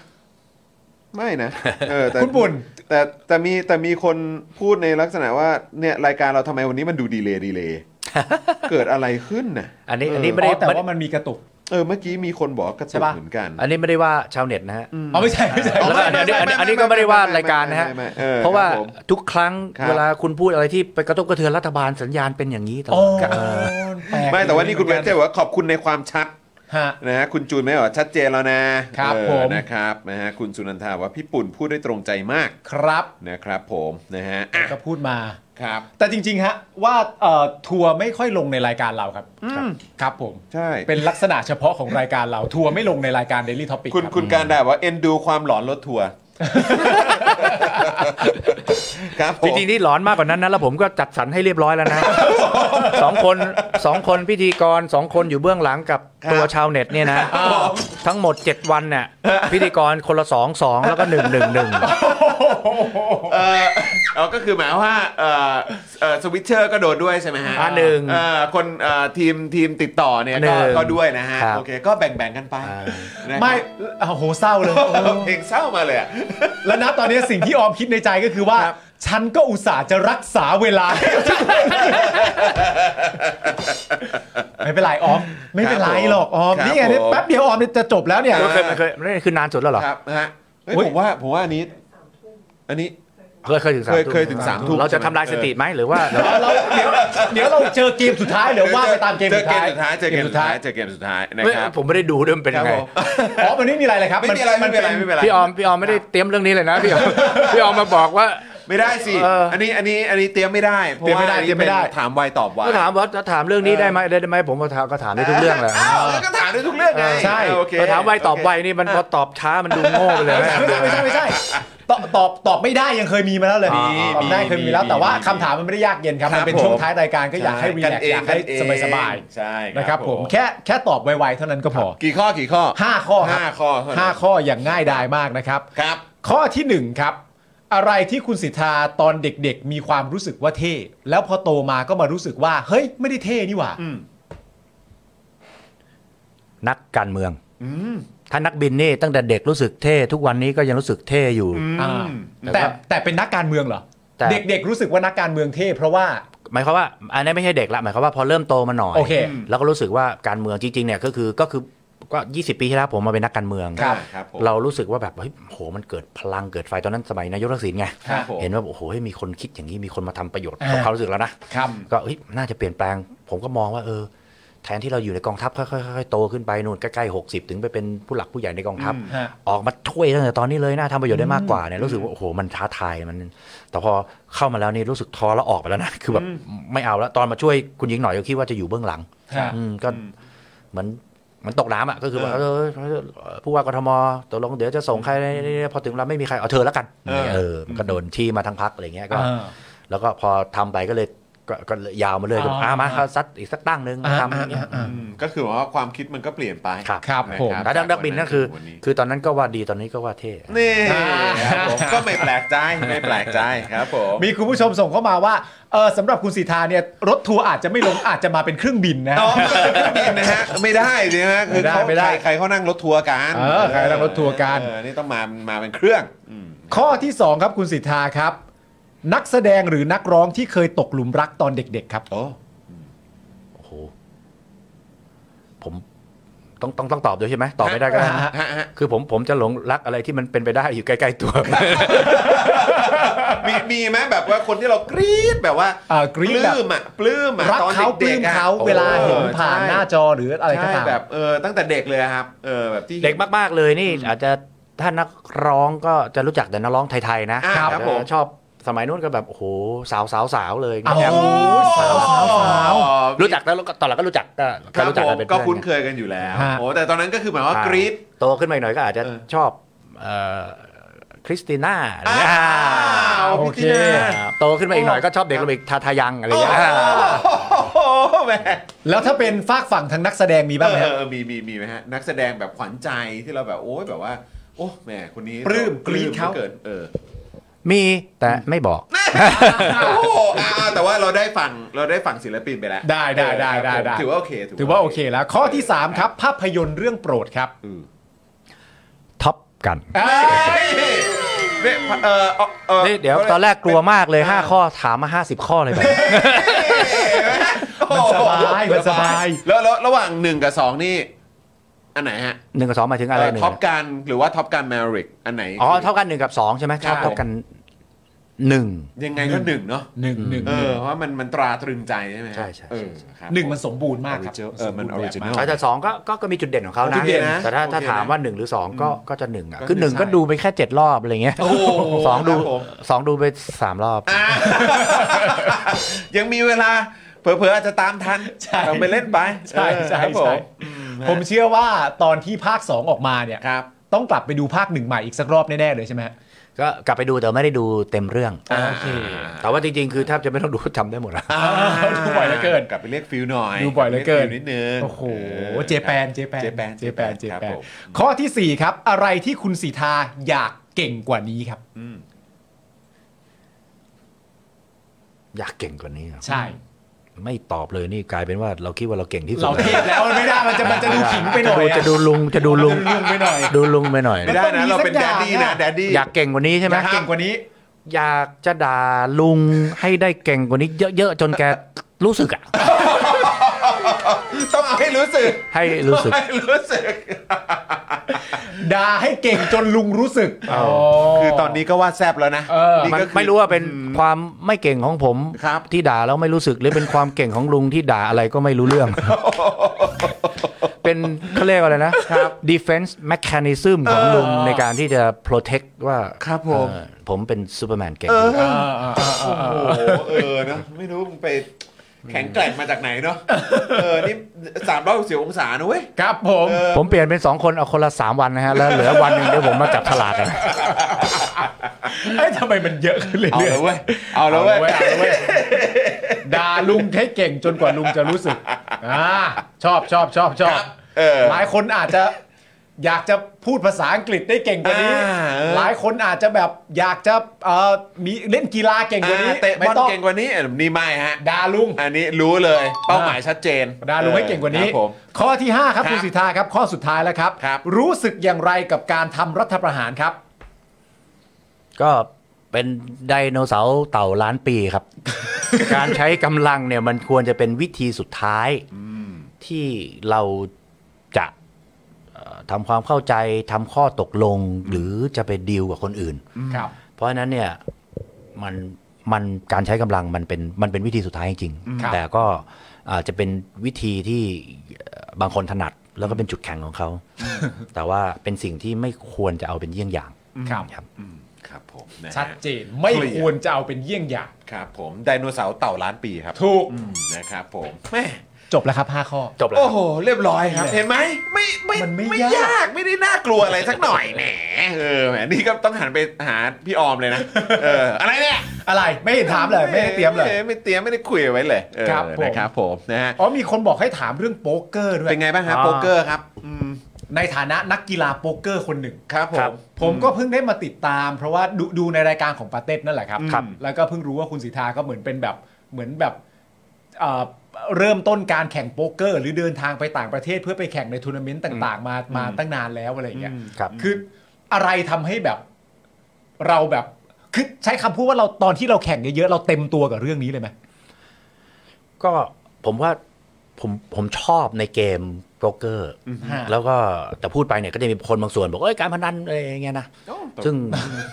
Speaker 1: ไม่นะเออแต่
Speaker 2: คุณบุญ
Speaker 1: แต่แต่มีแต่มีคนพูดในลักษณะว่าเนี่ยรายการเราทำไมวันนี้มันดูดีเลยดี เลย เกิดอะไรขึ้นน่ะ
Speaker 4: อันนี้อัน
Speaker 1: เ
Speaker 4: นี้ไม่
Speaker 2: อ๋
Speaker 4: ได้
Speaker 2: อแต่ว่ามันมีกระตุก
Speaker 1: เออเมื่อกี้มีคนบอกว่ากระตุ
Speaker 2: ใช่
Speaker 1: ก
Speaker 2: ปะ
Speaker 1: เหมือนกัน
Speaker 4: อันนี้ไม่ได้ว่าชาวเน็ตนะฮะ
Speaker 2: อ๋อไม่ใช่ไม่ใช่
Speaker 1: อ๋อ
Speaker 4: แล้วก็อันนี้อันนี้อันนี้ก็ไม่ได้ว่ารายการนะฮะ
Speaker 1: ไม่ไม่ไม่เออ
Speaker 4: เพราะว่า
Speaker 1: ครับผม
Speaker 4: ทุกครั้ง
Speaker 1: ครับ
Speaker 4: เวลาคุณพูดอะไรที่ไปกระทบกระเทือนรัฐบาลสัญญาณเป็นอย่างนี้ตลอด
Speaker 2: โอ้แปลก
Speaker 1: ไม่แต่ว่านี่คุณเวนเจอร์บอกว่าขอบคุณในความชัด
Speaker 2: ฮะ
Speaker 1: นะฮะคุณจูนไม่บอกว่าชัดเจนแล้วนะครับ เออ
Speaker 2: ผม
Speaker 1: นะครับนะฮะคุณสุนันทาบอกว่าพี่ปุ่นพูดได้ตรงใจมาก
Speaker 2: ครับ
Speaker 1: นะครับผมนะฮะอ่ะ
Speaker 2: ก็พูดมา
Speaker 1: ครับ
Speaker 2: แต่จริงๆฮะว่าเอ่อทัวร์ไม่ค่อยลงในรายการเราครับครับผม
Speaker 1: ใช่
Speaker 2: เป็นลักษณะเฉพาะของรายการเราทัวร์ไม่ลงในรายการ Daily Topic
Speaker 1: คุณ
Speaker 2: รับ
Speaker 1: คุณการดาบอกว่าเอ็นดูความหลอนรถทัวร์ ครับผ
Speaker 4: จ
Speaker 1: ม
Speaker 4: ริงๆนี่หลอนมากกว่านั้นนะแล้วผมก็จัดสรรให้เรียบร้อยแล้วนะ สองคนสองคนพิธีกรสองคนอยู่เบื้องหลังกับตัวชาวเน็ตเนี่ยนะทั้งหมด 7 วันเนี่ยพิธีกรคนละสองสองแล้วก็หนึ่งหนึ่งหนึ่ง
Speaker 1: เออเอาก็คือหมายความว่าเออเออสวิตเชอร์ก็โดนด้วยใช่ไหมฮะ
Speaker 4: อ่าหนึ่ง
Speaker 1: เออคนเออทีมทีมติดต่อเนี่ย
Speaker 4: หนึ่
Speaker 1: ก็
Speaker 4: ง
Speaker 1: ก็ด้วยนะฮะ
Speaker 4: ครับ
Speaker 1: โอเคก็แบ่งๆกันไปนะครับ
Speaker 2: ไม่โอ้โหเศร้าเลย
Speaker 1: เออเพลงเศร้ามาเลยอะ
Speaker 2: แล้วนะตอนนี้ สิ่งที่ออมคิดในใจก็คือว่า
Speaker 1: ครับ
Speaker 2: ฉันก็อุตส่าห์จะรักษาเวลา ไม่เป็นไรออม ไม่เป็นไรหรอกออม
Speaker 1: ครับ
Speaker 2: นี่ไงเนี่ย
Speaker 1: ผม
Speaker 2: แป๊บเดียวออมเนี่ยจะจบแล้วเนี่ย
Speaker 4: เคยเคยไม่ได้คือนานสุดแล้วเหรอ
Speaker 1: ครับฮะเฮ้ย
Speaker 2: อุ๊ย
Speaker 1: ผมว่าผมว่าอันนี้ อันนี้
Speaker 4: เคยเคยถึงสาม
Speaker 1: เคย
Speaker 4: ทุ่ม
Speaker 1: เคยถึงสามทุ่ม
Speaker 4: เราจะ
Speaker 1: ใช่ไหม
Speaker 4: ทำลายสติไหมหรือว่า
Speaker 2: เราเดี๋ยวเดี๋ยวเราเจอเกมสุดท้ายเดี๋ยวว่าไปตามเกม
Speaker 1: เจ
Speaker 2: สุ
Speaker 1: อ
Speaker 2: ด
Speaker 1: เกม
Speaker 2: ท้า
Speaker 1: สุดท้า
Speaker 2: ย
Speaker 1: ยเจอเกมสุดท้ายเจอเกมสุดท้ายนะ
Speaker 4: ไม่
Speaker 1: ครับ
Speaker 4: ผมไม่ได้ดูด้วยมันเป็น
Speaker 1: ครับ
Speaker 4: ยังไง
Speaker 1: ผม
Speaker 2: อ๋อมันไม่มีอะไรเลยครับ
Speaker 1: ไม่มีอะไรไม่เป็นไรไม่เป็นไร
Speaker 4: พี่ออมพี่ออมไม่ได้เตรียมเรื่องนี้เลยนะพี่ออม พี่ออมมาบอกว่า
Speaker 1: ไม่ได้สิ
Speaker 4: เอออั
Speaker 1: อันนี้อันนี้อันนี้เตรียมไม่ได้ เพราะว่าอันนี้เป็นถามไวตอบไว
Speaker 4: ก็ถามว่าจะถามเรื่องนี้ได้ไหมได้ไหมผมก็ถามก็ถามได้ทุกเรื่องแหละ
Speaker 1: อ้าวแล้วก็ถามได้ทุกเรื่องไง
Speaker 4: ใช่
Speaker 1: เออโอเค
Speaker 4: พอถามไวตอบไวนี่มันพอตอบช้ามันดูโง่ไปเลย นะ
Speaker 2: ไม่ใช่ไม่ใช่ไม่ใช่ตอบตอบตอบไม่ได้ยังเคยมีมาแล้วเลย
Speaker 1: มี
Speaker 2: ตอบได้
Speaker 1: มี
Speaker 2: เคยมีแล้ว
Speaker 1: มี
Speaker 2: แต่ว่า
Speaker 1: มี
Speaker 2: คำถามมันไม่ได้ยากเย็นครับ
Speaker 1: ครับ
Speaker 2: มันเป็น
Speaker 1: ผม
Speaker 2: ช่วงท้ายรายการก็อยากให้วี
Speaker 1: กัน
Speaker 2: แลก
Speaker 1: เอง
Speaker 2: อยากให้
Speaker 1: นเอง
Speaker 2: สบายสบาย
Speaker 1: ใช่
Speaker 2: ๆนะครับผมแค่แค่ตอบไวๆเท่านั้นก็พอ
Speaker 1: กี่ข้อกี่ข้อ
Speaker 2: ห้าข้อครั
Speaker 1: ห้า
Speaker 2: บ
Speaker 1: ข้อเท่นั้น
Speaker 2: ห้าข้ออย่างง่ายดายมากนะครับ
Speaker 1: ครับ
Speaker 2: ข้อที่หนึ่งครับ อะไรที่คุณสิทธาตอนเด็กๆ มีความรู้สึกว่าเท่ แล้วพอโตมาก็มารู้สึกว่า เฮ้ยไม่ได้เท่นี่หว่า
Speaker 4: นักการเมืองถ้านักบินนี่ตั้งแต่เด็กรู้สึกเท่ ทุกวันนี้ก็ยังรู้สึกเท่อยู่
Speaker 2: อ่า
Speaker 4: แต่
Speaker 2: แต่
Speaker 4: ว่า
Speaker 2: แต่เป็นนักการเมืองเหรอ
Speaker 4: แต่
Speaker 2: เด็กๆรู้สึกว่านักการเมืองเท่เพราะว่า
Speaker 4: หมายความว่า อันนี้ไม่ใช่เด็กละหมายความว่าพอเริ่มโตมาหน่อย
Speaker 2: โอเค
Speaker 4: แล้วก็รู้สึกว่าการเมืองจริงๆเนี่ยก็คือก็คือก็ 20 ปีที่แล้วผมมาเป็นนักการเมือง
Speaker 1: ครับครับผม
Speaker 4: เรารู้สึกว่าแบบเฮ้ยโหมันเกิดพลังเกิดไฟตอนนั้นสมัยนายกทักษิณไง
Speaker 1: ครับผม
Speaker 4: เห็นว่าโอ้โหเฮ้ยมีคนคิดอย่างนี้มีคนมาทำประโยชน์
Speaker 2: อ่า
Speaker 4: กับความรู้สึกแล้วนะครับ ก็เฮ้ยน่าจะเปลี่ยนแปลง ผมก็มองว่าเออ แทนที่เราอยู่ในกองทัพค่อยๆค่อยๆโตขึ้นไปนู่นใกล้ๆ60 ถึงไปเป็นผู้หลักผู้ใหญ่ในกองทัพ
Speaker 1: อืม
Speaker 2: ฮะ
Speaker 4: ออกมาช่วยตั้งแต่ตอนนี้เลยน่าทำประโยชน์ได้มากกว่าเนี่ยรู้สึกว่าโอ้โหมันท้าทายมัน แต่พอเข้ามาแล้วนี่รู้สึกท้อแล้วออกไปแล้วนะ คือแบบไม่เอาแล้วตอนมาช่วยคุณหญิงหน่อยก็คิดว่าจะอยู่เบื้องหลัง
Speaker 2: ฮะ
Speaker 4: อืมก็เหมือนเหมันตกน้ำอ่ะก็คือว่าเออเออผู้ว่ากทมตกลงเดี๋ยวจะส่งใครพอถึงเราไม่มีใครเอาเธอแล้วกัน
Speaker 1: เออ
Speaker 4: เออมันก็โดนที่มาทั้งพักอะไรเงี้ยก็
Speaker 2: อ่า
Speaker 4: แล้วก็พอทำไปก็เลยก็ก็เลยยาวมาเลยก็
Speaker 2: อ๋ออ่
Speaker 4: อ่ะมาเขาซัดอีกสักตั้งหนึ่งมาทำอย่างเงี้ย
Speaker 2: อ่า
Speaker 1: อืมก็คือว่าความคิดมันก็เปลี่ยนไป
Speaker 4: ครับ
Speaker 2: ครับ
Speaker 1: นะ
Speaker 2: ผม
Speaker 4: แล้วดังดักบินนั่นคือ
Speaker 1: วั
Speaker 4: คือตอนนั้นก็ว่าดีตอนนี้ก็ว่าเท่
Speaker 1: นี่
Speaker 2: อ่า
Speaker 1: ครับผมก็ไม่แปลกใจไม่แปลกใจครับผม
Speaker 2: มีคุณผู้ชมส่งเข้ามาว่าเออสำหรับคุณสิทธาเนี่ยรถทัวร์อาจจะไม่ลงอาจจะมาเป็นเครื่องบินนะ
Speaker 1: น้องบินนะฮะไม่ได้สิฮะคือเขา
Speaker 2: ไม่ได้ไม่ได้
Speaker 1: ใครใครเขานั่งรถทัวร์กัน
Speaker 2: เออใครนั่งรถทัวร์กัน
Speaker 1: เออนี่ต้องมามาเป็นเครื่องอืม
Speaker 2: ข้อที่ 2 ครับคุณสิทธาครับ นักแสดงหรือนักร้องที่เคยตกหลุมรักตอนเด็กๆครับ
Speaker 1: โอ้
Speaker 4: โอ้โห ผมต้องต้องต้องตอบด้วยใช่ไหมตอบไม่ได้ก็ได้นะ
Speaker 1: ฮะฮะ
Speaker 4: คือผมผมจะหลงรักอะไรที่มันเป็นไปได้อยู่ใกล้ ๆ ตัว
Speaker 1: มีมีไหมแบบว่าคนที่เรากรี๊ดแบบว่า
Speaker 2: อ่ากรี๊ด
Speaker 1: ป
Speaker 2: แบบ
Speaker 1: ลื้มอ่ะปลื้มอ่ะ
Speaker 2: รัก
Speaker 1: ตอน
Speaker 2: เขาป
Speaker 1: ด็
Speaker 2: ลื้
Speaker 1: ก
Speaker 2: ม
Speaker 1: ๆอ่ะ
Speaker 2: เขา
Speaker 1: โอ้
Speaker 2: เวลาเห็นผ่าน
Speaker 1: ใช่
Speaker 2: หน้าจอหรืออะไรก็
Speaker 1: ใช่
Speaker 2: ตาม
Speaker 1: แบบเออตั้งแต่เด็กเลยอะครับ เออแบบที่
Speaker 4: เด็กมาก ๆ เลยนี่ อาจจะถ้านักร้องก็จะรู้จักแต่นักร้องไทย ๆ นะ
Speaker 1: อ่าครับผม
Speaker 4: ชอบสมัยนู้นก็แบบ โอ้โห สาวสาวสาวเลย
Speaker 2: โอ้โหสาวสาวสาว
Speaker 4: รู้จักแล้วก็ตอนหลังก็รู้จักก็
Speaker 1: ค
Speaker 4: ก็
Speaker 1: รับ
Speaker 4: รู้จัก
Speaker 1: ผ
Speaker 4: กั
Speaker 1: ม
Speaker 4: นเป็น
Speaker 1: ก็
Speaker 4: เพื่อน
Speaker 1: คุ้นเค
Speaker 4: กัน
Speaker 1: ยกันอยู่แล้ว
Speaker 2: ฮะ
Speaker 1: โอ้แต่ตอนนั้นก็คือหมายว่า
Speaker 4: อ่าก
Speaker 1: รี๊ด
Speaker 4: โตขึ้นมาอีกหน่อยก็อาจจะ
Speaker 1: เออ
Speaker 4: ชอบเอ่อคริสติน่าอะไร
Speaker 1: อ้
Speaker 4: เงี้ย
Speaker 1: าว
Speaker 2: โอ
Speaker 1: พี่
Speaker 2: เค
Speaker 1: ตินา
Speaker 4: อ่าโตขึ้นมาอีกหน่อยก็ชอบเด็กลงมาอีกทาทายังอะไร
Speaker 1: โอ้
Speaker 4: เงี้ย
Speaker 1: โหแหม่
Speaker 2: แล้วถ้าเป็นฝากฝั่งทางนักแสดงมี
Speaker 1: เอ
Speaker 2: บ้างไหม
Speaker 1: อ
Speaker 2: ครับ
Speaker 1: เออมีมีมีไหมฮะนักแสดงแบบขวัญใจที่เราแบบโอ้ยแบบว่า โอ้แหม่คนนี้
Speaker 2: ปลื้มกรี๊ดเขา
Speaker 1: เกินเออ
Speaker 4: มีแต่ไม่บอก
Speaker 1: โอ้โหอ่าแต่ว่าเราได้ฝั่งเราได้ฝั่งศิลปินไปแล้ว
Speaker 2: ได้ได้ได้ได้ได้
Speaker 1: ถือว่าโอเค
Speaker 2: ถือว่าโอเคแล้ว ข้อที่ 3 ครับ ภาพยนตร์เรื่องโปรดครับ
Speaker 1: อืม
Speaker 4: ท็อปกัน
Speaker 2: เอ้ย
Speaker 1: เฮ้ยเนี่ยเออเอ่อเออ
Speaker 4: นี่เดี๋ยวตอนแรกกลัวมากเลย 5 ข้อถามมา 50 ข้อเลยแบบ
Speaker 1: โอ้โห
Speaker 2: มันสบายมันสบาย
Speaker 1: แล้วแล้วระหว่างหนึ่งกับสองนี่ อันไหนฮะ
Speaker 4: หนึ่งกับสองหมายถึงอะไรหนึ่ง
Speaker 1: ท็อปกันหรือว่าท็อปกันแมริกอันไหน
Speaker 4: อ๋อเท่ากันหนึ่งกับสองใช่ไหมชอบ
Speaker 1: ใช่
Speaker 4: เท่ากัน หนึ่ง
Speaker 1: ยังไงก็หนึ่งเนาะ
Speaker 5: หนึ่งหนึ่ง
Speaker 1: เออเพราะว่ามันมันตราตรึงใจใช่ไหมฮะ
Speaker 4: ใช่ใช่ใช่
Speaker 1: เออครับ
Speaker 5: หนึ่งมันสมบูรณ์มากครับ
Speaker 1: เออมัน original
Speaker 4: แต่สองก็ก็ก็มีจุดเด่นของเขา
Speaker 1: จุด
Speaker 4: นะ
Speaker 1: เด่นนะ
Speaker 4: แต่ถ้าถ้า
Speaker 1: โอเคนะ
Speaker 4: ถามว่าหนึ่งหรือสองก็ก็จะหนึ่งอ่ะ
Speaker 1: ก็
Speaker 4: คือหนึ่ง
Speaker 1: ใช่
Speaker 4: ก็ดูไปแค่เจ็ดรอบอะไรเงี้ย
Speaker 1: โอ้โห
Speaker 4: สองดู
Speaker 1: ครับผม
Speaker 4: สองดูไปสามรอบ
Speaker 1: ยังมีเวลาเผลอๆอาจจะตามทัน
Speaker 2: ใช่
Speaker 1: เราไปเล่นไป
Speaker 2: ใช่ใช่
Speaker 1: เออครับผ
Speaker 2: ใช่
Speaker 1: ม
Speaker 2: ผมเชื่อว่าตอนที่ภาค 2 ออกมาเนี่ย
Speaker 1: ครับ
Speaker 2: ต้องกลับไปดูภาคหนึ่งใหม่อีกสักรอบแน่ ๆ เลยใช่ไหมฮะ
Speaker 4: ก็กลับไปดูแต่ไม่ได้ดูเต็มเรื่อง
Speaker 2: อ่าโอเค
Speaker 4: แต่ว่าจริงๆ คือแทบจะไม่ต้องดู จำได้หมดแล้ว
Speaker 2: อ้าวดูบ่อยเหลือเกิน
Speaker 1: กลับไปเรียกฟิลหน่อย
Speaker 2: ดูบ่อยเหลือเกิน
Speaker 1: รีฟินิดนึง
Speaker 2: โอ้โห
Speaker 1: ออ
Speaker 2: เจแปน เจแปน
Speaker 1: เจแปน
Speaker 2: เจแปน เจ
Speaker 1: ครับ
Speaker 2: แปน
Speaker 1: ผม
Speaker 2: ข้อทีสี่ 4 ครับ อะไรที่คุณสีทาอยากเก่งกว่านี้ครับ
Speaker 1: อืม
Speaker 4: อยากเก่งกว่านี้อะ
Speaker 2: ใช่
Speaker 4: ไม่ตอบเลยนี่กลายเป็นว่าเราคิดว่าเราเก่งที่สุด
Speaker 2: เราเทพแล้วมันไม่ได้มันจะมันจะดูขิงไปหน่อยอะ
Speaker 4: จะดูจะดูลุงจะดูลุง
Speaker 2: มันจะไปหน่อย
Speaker 4: ดูลุงไปหน่อย
Speaker 1: ไม่ได้
Speaker 2: มันต้อง
Speaker 1: นะ
Speaker 2: มี
Speaker 1: เรา
Speaker 2: สัก
Speaker 1: เป็นแดดดี้
Speaker 2: อย่า
Speaker 1: นะ
Speaker 2: งอะ
Speaker 1: แดดดี้
Speaker 4: อยากเก่งกว่านี้ใช่ไหม
Speaker 2: อยากเก่งกว่านี้
Speaker 4: อยากจะด่าลุงให้ได้เก่งกว่านี้ เยอะๆจนแกรู้สึกอ่ะ
Speaker 1: ต้องเอาให้รู้สึก
Speaker 4: ให้รู้สึก
Speaker 1: ให้รู้สึก
Speaker 2: ด่าให้เก่งจนลุงรู้สึก
Speaker 4: เอา
Speaker 1: คือตอนนี้ก็ว่าแซบแล้วนะ
Speaker 2: เออ
Speaker 1: นี่
Speaker 4: มัน
Speaker 1: ก็คือ
Speaker 4: ไม่รู้ว่าเป็นความไม่เก่งของผม
Speaker 1: ครับ
Speaker 4: ที่ด่าแล้วไม่รู้สึกหรือเป็นความเก่งของลุงที่ด่าอะไรก็ไม่รู้เรื่อง เป็นเขาเรียกว่าอะไรนะ defense mechanism ของลุงในการที่จะ protect ว่า
Speaker 1: ครับผม
Speaker 4: เอ่อผมเป็นซูเปอร์แมนเก่ง
Speaker 2: เออเออเออเออ
Speaker 1: โอ้โหเออเนอะไม่รู้มึงไปแข็งแกร่งมาจากไหนเนาะเออนี่สามร้อยหกสิบองศานะเว้ย
Speaker 2: ครับผม
Speaker 4: ผมเปลี่ยนเป็น 2 คน เอาคนละ 3 วันนะฮะ แล้วเหลือวันหนึ่งเดี๋ยวผมมาจับฉลากกัน
Speaker 2: เอ้ยทำไมมันเยอะขึ้น
Speaker 1: เอา
Speaker 2: เรื่อย
Speaker 1: ละ
Speaker 2: ๆ
Speaker 1: เว้ย เอาละเว้ย
Speaker 2: อาละเว้ยด่าลุงให้เก่งจนกว่าลุงจะรู้สึกอ่าชอบชอบชอบชอบ
Speaker 1: ครับเออ
Speaker 2: หลายคนอาจจะอยากจะพูดภาษาอังกฤษได้เก่งกว่านี้
Speaker 1: อ่าเออ
Speaker 2: หลายคนอาจจะแบบอยากจะเอ่อมีเล่นกีฬาเก่งกว่านี้
Speaker 1: อ่าเตะบ
Speaker 2: ไม่
Speaker 1: อล
Speaker 2: ต้อง
Speaker 1: เก่งกว่านี้อ่ะนี่ไม่ฮะ
Speaker 2: ด่าลุง
Speaker 1: อันนี้รู้เลย เป้าหมายชัดเจน
Speaker 2: ดาลุงให้เก่งกว่านี้
Speaker 1: ครับผม
Speaker 2: ข้อที่ 5 ครับ
Speaker 1: ครับ
Speaker 2: คุณสิทธาครับ ข้อสุดท้ายแล้วครับ
Speaker 1: ครับ
Speaker 2: รู้สึกอย่างไรกับการทำรัฐประหารครับ
Speaker 4: ก็เป็นไดโนเสาร์เต่าล้านปีครับ การใช้กำลังเนี่ยมันควรจะเป็นวิธีสุดท้ายที่เราจะเอ่อทำความเข้าใจทำข้อตกลงหรือจะไปดีลกับคนอื่น
Speaker 2: ครับ
Speaker 4: เพราะฉะนั้นเนี่ยมันมันการใช้กำลังมันเป็นมันเป็นวิธีสุดท้ายจริง
Speaker 2: ครับ
Speaker 4: ๆแต่ก็อาจจะเป็นวิธีที่เอ่อบางคนถนัดแล้วก็เป็นจุดแข็งของเขา แต่ว่าเป็นสิ่งที่ไม่ควรจะเอาเป็นเยี่ยงอย่าง
Speaker 2: ครับ
Speaker 1: อืมครับผมนะฮะ
Speaker 2: ชัดเจนไม่
Speaker 1: เคลียร์
Speaker 2: ควรจะเอาเป็นเยี่ยงอย่าง
Speaker 1: ครับผมไดโนเสาร์เต่าล้านปีครับ
Speaker 2: ถูก
Speaker 1: อืมนะครับผมแม่
Speaker 2: จบแล้วครับ 5 ข้อ
Speaker 4: จบแล้ว
Speaker 1: โอ้โห เรียบร้อยครับ เห็นไหมไม่ไม่
Speaker 2: มันไม่
Speaker 1: ไม่
Speaker 2: ยาก
Speaker 1: ยากไม่ได้น่ากลัวอะไรสักหน่อยแหมเออแหมนี่ก็ต้องหันไปหาพี่ออมเลยนะเอออะไรเนี่ย
Speaker 2: อะไรไม่เห็นถามเลยไม่ได้เตรียมเลย
Speaker 1: ไม่เตรียมไม่ได้คุยไว้เลยเออ
Speaker 2: ครับผม
Speaker 1: นะครับผมนะฮะ
Speaker 2: อ๋อมีคนบอกให้ถามเรื่องโป๊กเกอร์ด้วย
Speaker 1: เป็นไงบ้างฮะโป๊กเกอร์ครับอืม
Speaker 2: ในฐานะนักกีฬาโป๊กเกอร์คนหนึ่ง
Speaker 1: ครับผม
Speaker 2: ผมก็เพิ่งได้มาติดตาม เพราะว่าดูดูในรายการของปาเต้นั่นแหละครับ
Speaker 1: ครับ
Speaker 2: แล้วก็เพิ่งรู้ว่าคุณสิทธาก็เหมือนเป็นแบบเหมือนแบบเอ่อเริ่มต้นการแข่งโป๊กเกอร์ หรือเดินทางไปต่างประเทศเพื่อไปแข่งในทัวร์นาเมนต์ต่าง ๆ มามาตั้งนานแล้วอะไรอย่างเงี้ย
Speaker 4: ครับ
Speaker 2: คืออะไรทำให้แบบ เราแบบคือใช้คำพูดว่าเราตอนที่เราแข่งเยอะๆเราเต็มตัวกับเรื่องนี้เลยไหม
Speaker 4: ก็ผมว่าผมผมชอบในเกมโป๊กเกอร์
Speaker 2: ฮะ
Speaker 4: แล้วก็แต่พูดไปเนี่ยก็จะมีคนบางส่วนบอกเอ้ยการพนันอะไรอย่างเงี้ยนะ
Speaker 1: โอ้ตก
Speaker 4: ซึ่ง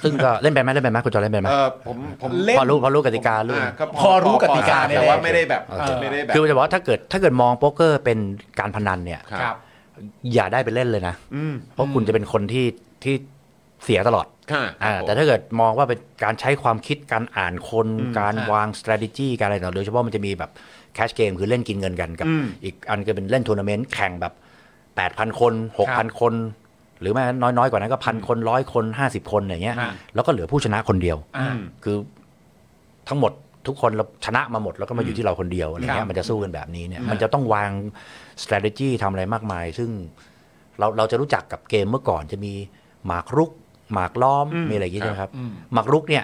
Speaker 4: ซึ่งก็เล่นไปนไหมเล่นไปนไหมคุณจอเล่นไปนไหม
Speaker 1: เออผมผม
Speaker 2: เล่น
Speaker 4: พอรู้พอรู้กติการู้
Speaker 1: อ่ก็
Speaker 2: พอรู้กติกา
Speaker 1: พอทรบ
Speaker 2: แน่ๆ
Speaker 1: แต่ว่าไม่ได้แบบ
Speaker 4: โอเค
Speaker 1: ไม่ได้แบบ
Speaker 4: คือจะบอกว่าถ้าเกิดถ้าเกิดมองโป๊กเกอร์เป็นการพนันเนี่ย
Speaker 1: ครับ
Speaker 4: อย่าได้ไปเล่นเลยนะ
Speaker 1: อืม
Speaker 4: เพราะคุณจะเป็นคนที่ที่เสียตลอด
Speaker 1: ค่ะ
Speaker 4: อ่าแต่ถ้าเกิดมองว่าเป็นการใช้ความคิดการอ่านคน การวาง s t r a t e g y การอะไรต่างๆโดยเฉพาะมันจะมีแบบ cash game คือเล่นกินเงินกันกับ อีกอันก็เป็นเล่นทัวร์นาเมนต์แข่งแบบ 8,000 คน 6,000 คน หรือไม่น้อยๆกว่านั้นก็พันคนร้อยคน 50 คนอย่างเงี้ย
Speaker 2: ฮะ
Speaker 4: แล้วก็เหลือผู้ชนะคนเดียว
Speaker 2: อ่า
Speaker 4: คือทั้งหมดทุกคนเราชนะมาหมดแล้วก็มาอยู่ที่เราคนเดียวอะไร
Speaker 2: ครั
Speaker 4: เงี้
Speaker 2: บ
Speaker 4: ยมันจะสู้กันแบบนี้เนี่ยมันจะต้องวาง s t r a t e g y ทำอะไรมากมาย ซึ่งเราเราจะรู้จักกับเกมเมื่อก่อนจะมีหมากรุก หมากล้อมมีอะไรอย่างงี้ใช่ไหมครับ
Speaker 2: อืม
Speaker 4: หมากรุกเนี่ย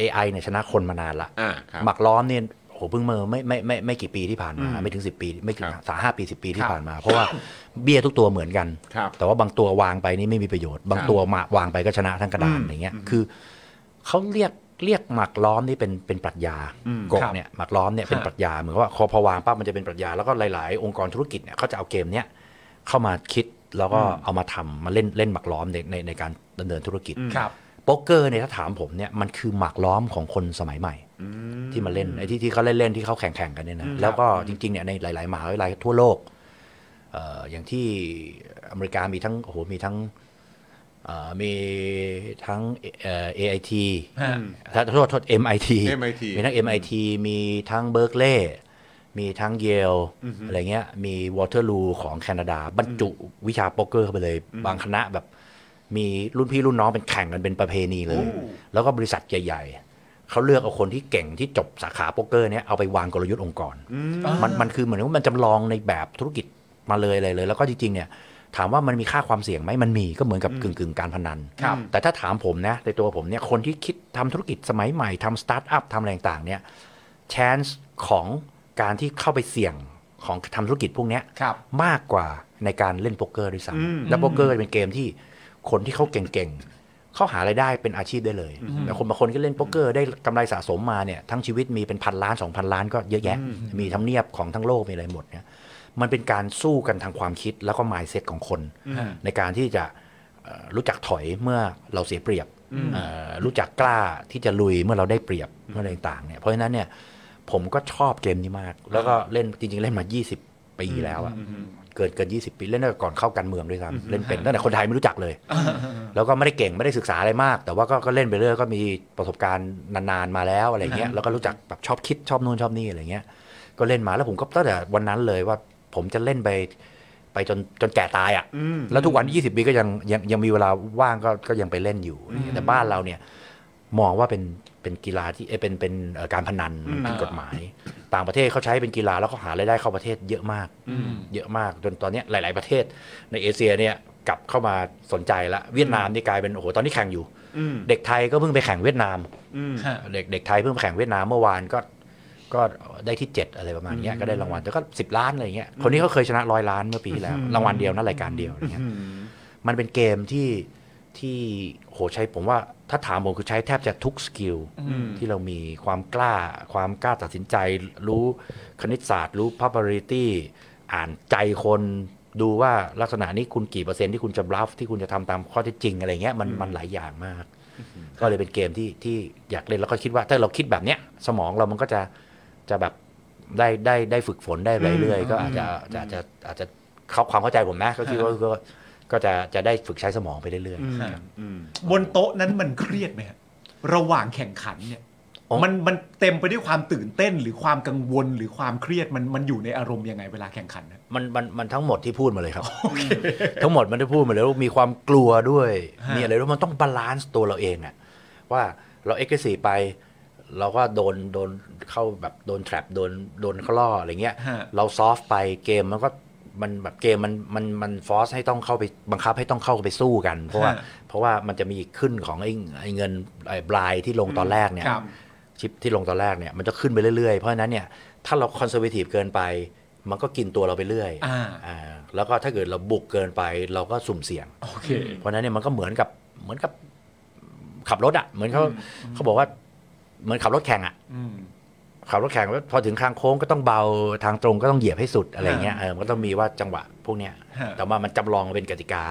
Speaker 4: AI เนี่ยชนะคนมานานละ
Speaker 1: อ่าครับ
Speaker 4: หมากล้อมเนี่ยโหเพิ่งเมื่อไม่ไม่ไม่ไม่กี่ปีที่ผ่านมา ไม่ถึง 10 ปี ไม่ถึง
Speaker 1: ครับ
Speaker 4: สามห้าปีสิปีที่ผ่านมา เพราะว่าเบี้ยทุกตัวเหมือนกัน
Speaker 1: ครับ
Speaker 4: แต่ว่าบางตัววางไปนี่ไม่มีประโยชน์ บางตัวมาวางไปก็ชนะทั้งกระดาน
Speaker 1: อืม
Speaker 4: อย่างเงี้ยคือเขาเรียกเรียกหมักล้อมนี่เป็นเป็นปรัชญา
Speaker 1: อืม
Speaker 4: กบ
Speaker 2: ครับ
Speaker 4: เนี่ยหมักล้อมเนี่ยเป็น
Speaker 2: ฮะ
Speaker 4: ปรัชญาเหมือนกับว่าพอพอวางปั๊บมันจะเป็นปรัชญาแล้วก็หลาย ๆ องค์กรธุรกิจเนี่ยเขาจะเอาเกมเนี้ยเข้ามาคิดแล้วก็เอามาทำมาเล่นเล่นหมักล้อมในในในการดำเนินธุรกิจ
Speaker 2: ครับ
Speaker 4: โป๊กเกอร์เนี่ยถ้าถามผมเนี่ยมันคือหมากล้อมของคนสมัยใหม่ ที่มาเล่นไอ้ที่ที่เขาเล่นๆที่เขาแข่งๆกันเนี่ยนะแล้วก็จริงๆเนี่ยในหลายๆมหาวิทยาลัยทั่วโลกเอ่ออย่างที่อเมริกามีทั้งโอ้โหมีทั้งเอ่อมีทั้งเอ่อ AIT
Speaker 5: ฮะ
Speaker 4: ถ้าโทษโทษ MIT
Speaker 1: MIT
Speaker 4: มีทั้ง MIT มีทั้งเบิร์กลีย์มีทั้งเยลอะไรเงี้ย มีวอเตอร์ลูของแคนาดา บรรจุวิชาโป๊กเกอร์เข้าไปเลย บางคณะแบบ มีรุ่นพี่รุ่นน้องเป็นแข่งกันเป็นประเพณีเลย แล้วก็บริษัทใหญ่ ๆ เขาเลือกเอาคนที่เก่งที่จบสาขาโป๊กเกอร์เนี้ยเอาไปวางกลยุทธ์องค์กร มันมันคือเหมือนว่ามันจำลองในแบบธุรกิจมาเลยอะไรเลย แล้วก็จริงๆเนี่ยถามว่ามันมีค่าความเสี่ยงไหมมันมีก็เหมือนกับกึ่งกึ่งๆการพนัน
Speaker 2: ครับ
Speaker 4: แต่ถ้าถามผมนะในตัวผมเนี่ยคนที่คิดทำธุรกิจสมัยใหม่ทำสตาร์ทอัพทำอะไรต่างๆเนี่ย chance ของการที่เข้าไปเสี่ยงของทำธุรกิจพวกเนี้ย
Speaker 2: ครับ
Speaker 4: มากกว่าในการเล่นโป๊กเกอร์ด้วยซ้ำแล้วโป๊กเกอร์เป็นเกมที่คนที่เขาเก่งๆเขาหารายได้เป็นอาชีพได้เลยแต่คนบางคนก็เล่นโป๊กเกอร์ได้กำไรสะสมมาเนี่ยทั้งชีวิตมีเป็นพันล้านสองพันล้านก็เยอะแยะ มีทำเนียบของทั้งโลกมีอะไรหมดเนี่ยมันเป็นการสู้กันทางความคิดแล้วก็ mindset ของคน ในการที่จะเอ่อรู้จักถอยเมื่อเราเสียเปรียบเอ่อรู้จักกล้าที่จะลุยเมื่อเราได้เปรียบเมื่ออะไรต่างๆเนี่ยเพราะฉะนั้นเนี่ยผมก็ชอบเกมนี้มาก แล้วก็เล่นจริง ๆ เล่นมา 20 ปีแล้วอะเกินเกิน 20 ปีเล่นตั้งแต่ก่อนเข้าการเมืองด้วยซ้ำเล่นเป็นตั้งแต่คนไทยไม่รู้จักเลย แล้วก็ไม่ได้เก่งไม่ได้ศึกษาอะไรมาก แต่ว่าก็ก็เล่นไปเรื่อยก็มีประสบการณ์นานๆมาแล้วอะไรเงี้ยแล้วก็รู้จักแบบชอบคิดชอบนู่นชอบนี่อะไรเงี้ยก็เล่นมาแล้วผมก็ตั้งแต่วันนั้นเลยว่าผมจะเล่นไป ไปจนจนแก่ตายอะ่ะ แล้วทุกวัน 20 ปีก็ยังยังยังมีเวลาว่างก็ก็ยังไปเล่นอยู่ แต่บ้านเราเนี่ย มองว่าเป็นเป็นกีฬาที่เอ้ยเป็นเป็นเอ่อการพนันมันผิดกฎหมาย ต่างประเทศเขาใช้เป็นกีฬาแล้วเขาหารายได้เข้าประเทศเยอะมากเยอะมากจนตอนเนี้ยหลาย ๆ ประเทศในเอเชียเนี่ยกลับเข้ามาสนใจละเวียดนามนี่กลายเป็นโอ้โหตอนนี้แข่งอยู่ เด็กไทยก็เพิ่งไปแข่งเวียดนาม
Speaker 5: ฮะ
Speaker 4: เด็กเด็กไทยเพิ่งมาแข่งเวียดนามเมื่อวานก็ก็ได้ที่ 7 อะไรประมาณเนี้ยก็ได้รางวัลแต่ก็ 10 ล้านอะไรเงี้ยคนนี้เขาเคยชนะร้อยล้านเมื่อปีที่แล้ว รางวัลเดียวนะรายการเดียวอะไรเงี้ยมันเป็นเกมที่ที่โหใช้ผมว่าถ้าถามผมคือใช้แทบจะทุกสกิลที่เรามีความกล้าความกล้าตัดสินใจ รู้คณิตศาสตร์ รู้ probability อ่านใจคนดูว่าลักษณะนี้คุณกี่เปอร์เซ็นต์ที่คุณจะรับที่คุณจะทำตามข้อเท็จจริงอะไรเงี้ยมันมันหลายอย่างมาก ก็เลยเป็นเกมที่ที่อยากเล่นแล้วก็คิดว่าถ้าเราคิดแบบเนี้ยสมองเรามันก็จะจะแบบได้ได้ได้ฝึกฝนได้เรื่อยๆก็อาจจะจะจะอาจจะเข้าความเข้าใจผมนะก็คิดว่าก็ก็จะจะได้ฝึกใช้สมองไปเรื่อยๆ
Speaker 5: บนโต๊ะนั้นมันเครียดไหมฮะระหว่างแข่งขันเนี่ย
Speaker 4: อ๋อ
Speaker 5: มันมันเต็มไปด้วยความตื่นเต้นหรือความกังวลหรือความเครียดมันมันอยู่ในอารมณ์ยังไงเวลาแข่งขันนะ
Speaker 4: มันมันมันทั้งหมดที่พูดมาเลยครับ ทั้งหมดมันได้พูดมาเลยว่ามีความกลัวด้วย
Speaker 5: ฮะ
Speaker 4: มีอะไรด้วยมันต้องบาลานซ์ตัวเราเองอะว่าเราเอ็กซ์ซีไป เราก็โดนโดนเข้าแบบโดนแทรปโดนโดนเขาล่ออะไรเงี้ย
Speaker 5: ฮะ
Speaker 4: เราซอฟต์ไปเกมมันก็มันแบบเกมมันมันมันฟอสให้ต้องเข้าไปบังคับให้ต้องเข้าไปสู้กัน เพราะว่า
Speaker 5: ฮะ
Speaker 4: เพราะว่ามันจะมีขึ้นของไอ้ไอ้เงินไอ้บลายที่ลงตอนแรกเนี่ย
Speaker 5: ครับ
Speaker 4: ชิปที่ลงตอนแรกเนี่ยมันจะขึ้นไปเรื่อยๆ เพราะฉะนั้นเนี่ยถ้าเราคอนเซอร์ t วทีฟเกินไป มันก็กินตัวเราไปเรื่อย
Speaker 5: อ่า
Speaker 4: อ่าแล้วก็ถ้าเกิดเราบุกเกินไปเราก็สุ่มเสี่ยง
Speaker 5: โอเค
Speaker 4: เพราะฉะนั้นเนี่ยมันก็เหมือนกับเหมือนกับขับรถอ่ะเหมือนเขาเขาบอกว่าเหมือนขับรถแข่งอ่ะ
Speaker 5: อืม
Speaker 4: ขับรถแข่งแล้วพอถึงทางโค้งก็ต้องเบาทางตรงก็ต้องเหยียบให้สุดอะไรเงี้ยเออมันก็ต้องมีว่าจังหวะพวกเนี้ย
Speaker 5: ฮะ
Speaker 4: แต่ว่ามันจำลองเป็นกติกา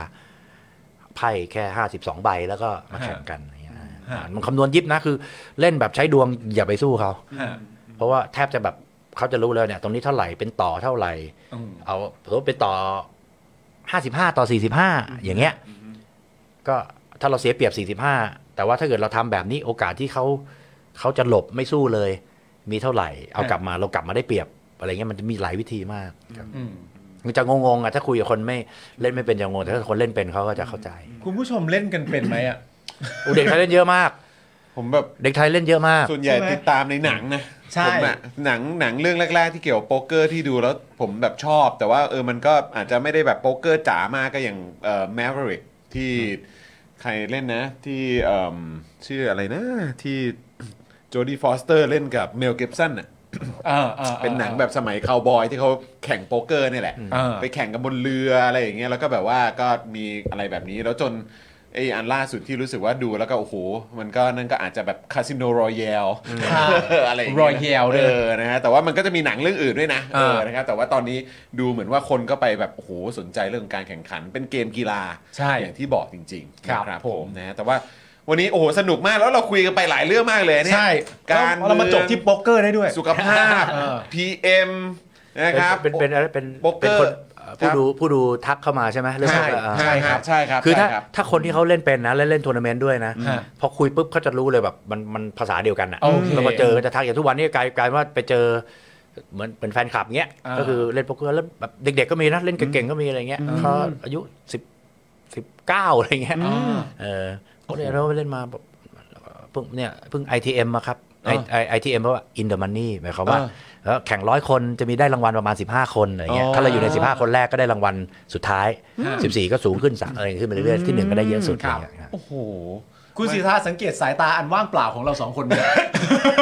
Speaker 4: ไพ่แค่ห้าสิบสองใบแล้วก็มาแข่งกันอะไรเงี้ยอ่ามันคำนวณยิบนะคือ เล่นแบบใช้ดวงอย่าไปสู้เขา
Speaker 5: ฮะ
Speaker 4: เพราะว่าแทบจะแบบเขาจะรู้เลยเนี่ยตรงนี้เท่าไหร่เป็นต่อเท่าไหร่
Speaker 5: อืม
Speaker 4: เอาสมมติเป็นต่อห้าสิบห้าต่อสี่สิบห้าอย่างเงี้ยก็ถ้าเราเสียเปรียบสี่สิบห้าแต่ว่าถ้าเกิดเราทำแบบนี้โอกาสที่เขาเขาจะหลบไม่สู้เลย มีเท่าไหร่ เอากลับมาเรากลับมาได้เปรียบอะไรเงี้ยมันจะมีหลายวิธีมากครับ
Speaker 5: อืม
Speaker 4: มันจะงงๆอ่ะถ้าคุยกับคนไม่เล่นไม่เป็นจะงงแต่ถ้าคนเล่นเป็นเขาก็จะเข้าใจ
Speaker 5: คุณผู้ชมเล่นกันเป็นไหมอ่ะ
Speaker 4: อู้เด็กไทยเล่นเยอะมาก
Speaker 1: ผมแบบ
Speaker 4: เด็กไทยเล่นเยอะมาก
Speaker 1: ส่วนใหญ่
Speaker 5: ใช่ไหม
Speaker 1: ติดตามในหนังนะ
Speaker 5: ใช่
Speaker 1: ผมอะหนังหนังเรื่องแรก ๆ ที่เกี่ยวกับโป๊กเกอร์ที่ดูแล้วผมแบบชอบ แต่ว่าเออมันก็อาจจะไม่ได้แบบโป๊กเกอร์จ๋ามากก็อย่างเอ่อแมวริกที่ใครเล่นนะ ที่เอิ่มชื่ออะไรนะที่โจดีฟอสเตอร์เล่นกับเมลเก็บสันอ่ะ
Speaker 5: เออออออ
Speaker 1: เป็นหนังแบบสมัยคาวบอยที่เขาแข่งโป๊กเกอร์เนี่ยแหละ
Speaker 5: อ่า
Speaker 1: ไปแข่งกันบนเรืออะไรอย่างเงี้ยแล้วก็แบบว่าก็มีอะไรแบบนี้แล้วจนไออันล่าสุดที่รู้สึกว่าดูแล้วก็โอ้โห มันก็นั่นก็อาจจะแบบคาสิโนรอยั ลอะไรอย่างเงี้ย
Speaker 5: Royale ด้
Speaker 1: เอ
Speaker 5: วย
Speaker 1: อนะฮะแต่ว่ามันก็จะมีหนังเรื่องอื่นด้วยนะเออ
Speaker 5: อ่าน
Speaker 1: นะครับแต่ว่าตอนนี้ดูเหมือนว่าคนก็ไปแบบโอ้โหสนใจเรื่องการแข่งขัน เป็นเกมกีฬา
Speaker 5: ใช่
Speaker 1: อย่างที่บอกจริงๆ
Speaker 5: ครับ
Speaker 1: นะ
Speaker 5: ผม
Speaker 1: นะฮะแต่ว่า วันนี้โอ้โหสนุกมากแล้วเราคุยกันไปหลายเรื่องมากเลยเนี่ย
Speaker 2: ใช่
Speaker 1: การ
Speaker 2: แล้วมาจบที่โป๊กเกอร์ได้ด้วย
Speaker 1: สุขภาพ
Speaker 2: เออ
Speaker 1: PM นะครับ
Speaker 4: เป็นเป็นอะไรเป็น
Speaker 1: โป๊กเกอร์
Speaker 4: นคนเอ่อ
Speaker 1: ครั
Speaker 4: ผู้
Speaker 1: บ
Speaker 4: ดูผู้ดูทักเข้ามาใช่ไหมเรื่อง
Speaker 1: ใช่
Speaker 4: เอ่อ
Speaker 1: ใช่ครับใช่ครับ
Speaker 4: คือถ้า
Speaker 1: ใช่รับ
Speaker 4: ถ้าคนที่เขาเล่นเป็นนะเล่นเล่นทัวร์นาเมนต์ด้วยนะ
Speaker 2: ฮะ
Speaker 4: พอคุยปุ๊บเขาจะรู้เลยแบบมันมันภาษาเดียวกันอ่ะ
Speaker 2: โอเค
Speaker 4: แล้วมาเจอก็จะทักอย่างทุกวันนี้กลายกลายว่าไปเจอเหมือนเป็นแฟนคลับเงี้ย
Speaker 2: อ่า
Speaker 4: ก็คือเล่นโป๊กเกอร์แล้วแบบเด็กๆก็มีนะเล่นเก่งๆก็มีอะไรเงี้ยเขาอายุสิบสิบเก้าอะไรเงี้ยเออเขาเรียนแล้วาเล่นมาแบบเพิ่งเนี่ยเพิ่ง ITM มาครับ
Speaker 1: อ่า
Speaker 4: I- I- ITM เพราะว่า in the money หมายความว่า
Speaker 1: อ่า
Speaker 4: แล้วแข่งร้อยคนจะมีได้รางวัลประมาณ 15 คนอะไรเงี้ย
Speaker 1: อ๋อ
Speaker 4: ถ้าเราอยู่ใน 15 คนแรกก็ได้รางวัลสุดท้าย 14 ก็สูงขึ้นสามอะไรขึ้นไปเรื่อยๆที่หนึ่งก็ได้เยอะสุด
Speaker 2: ครับ
Speaker 4: อะไรเงี้ย
Speaker 1: โอ้โห
Speaker 5: คุณสิทธาสังเกตสายตาอันว่างเปล่าของเราสองคน เนี่ย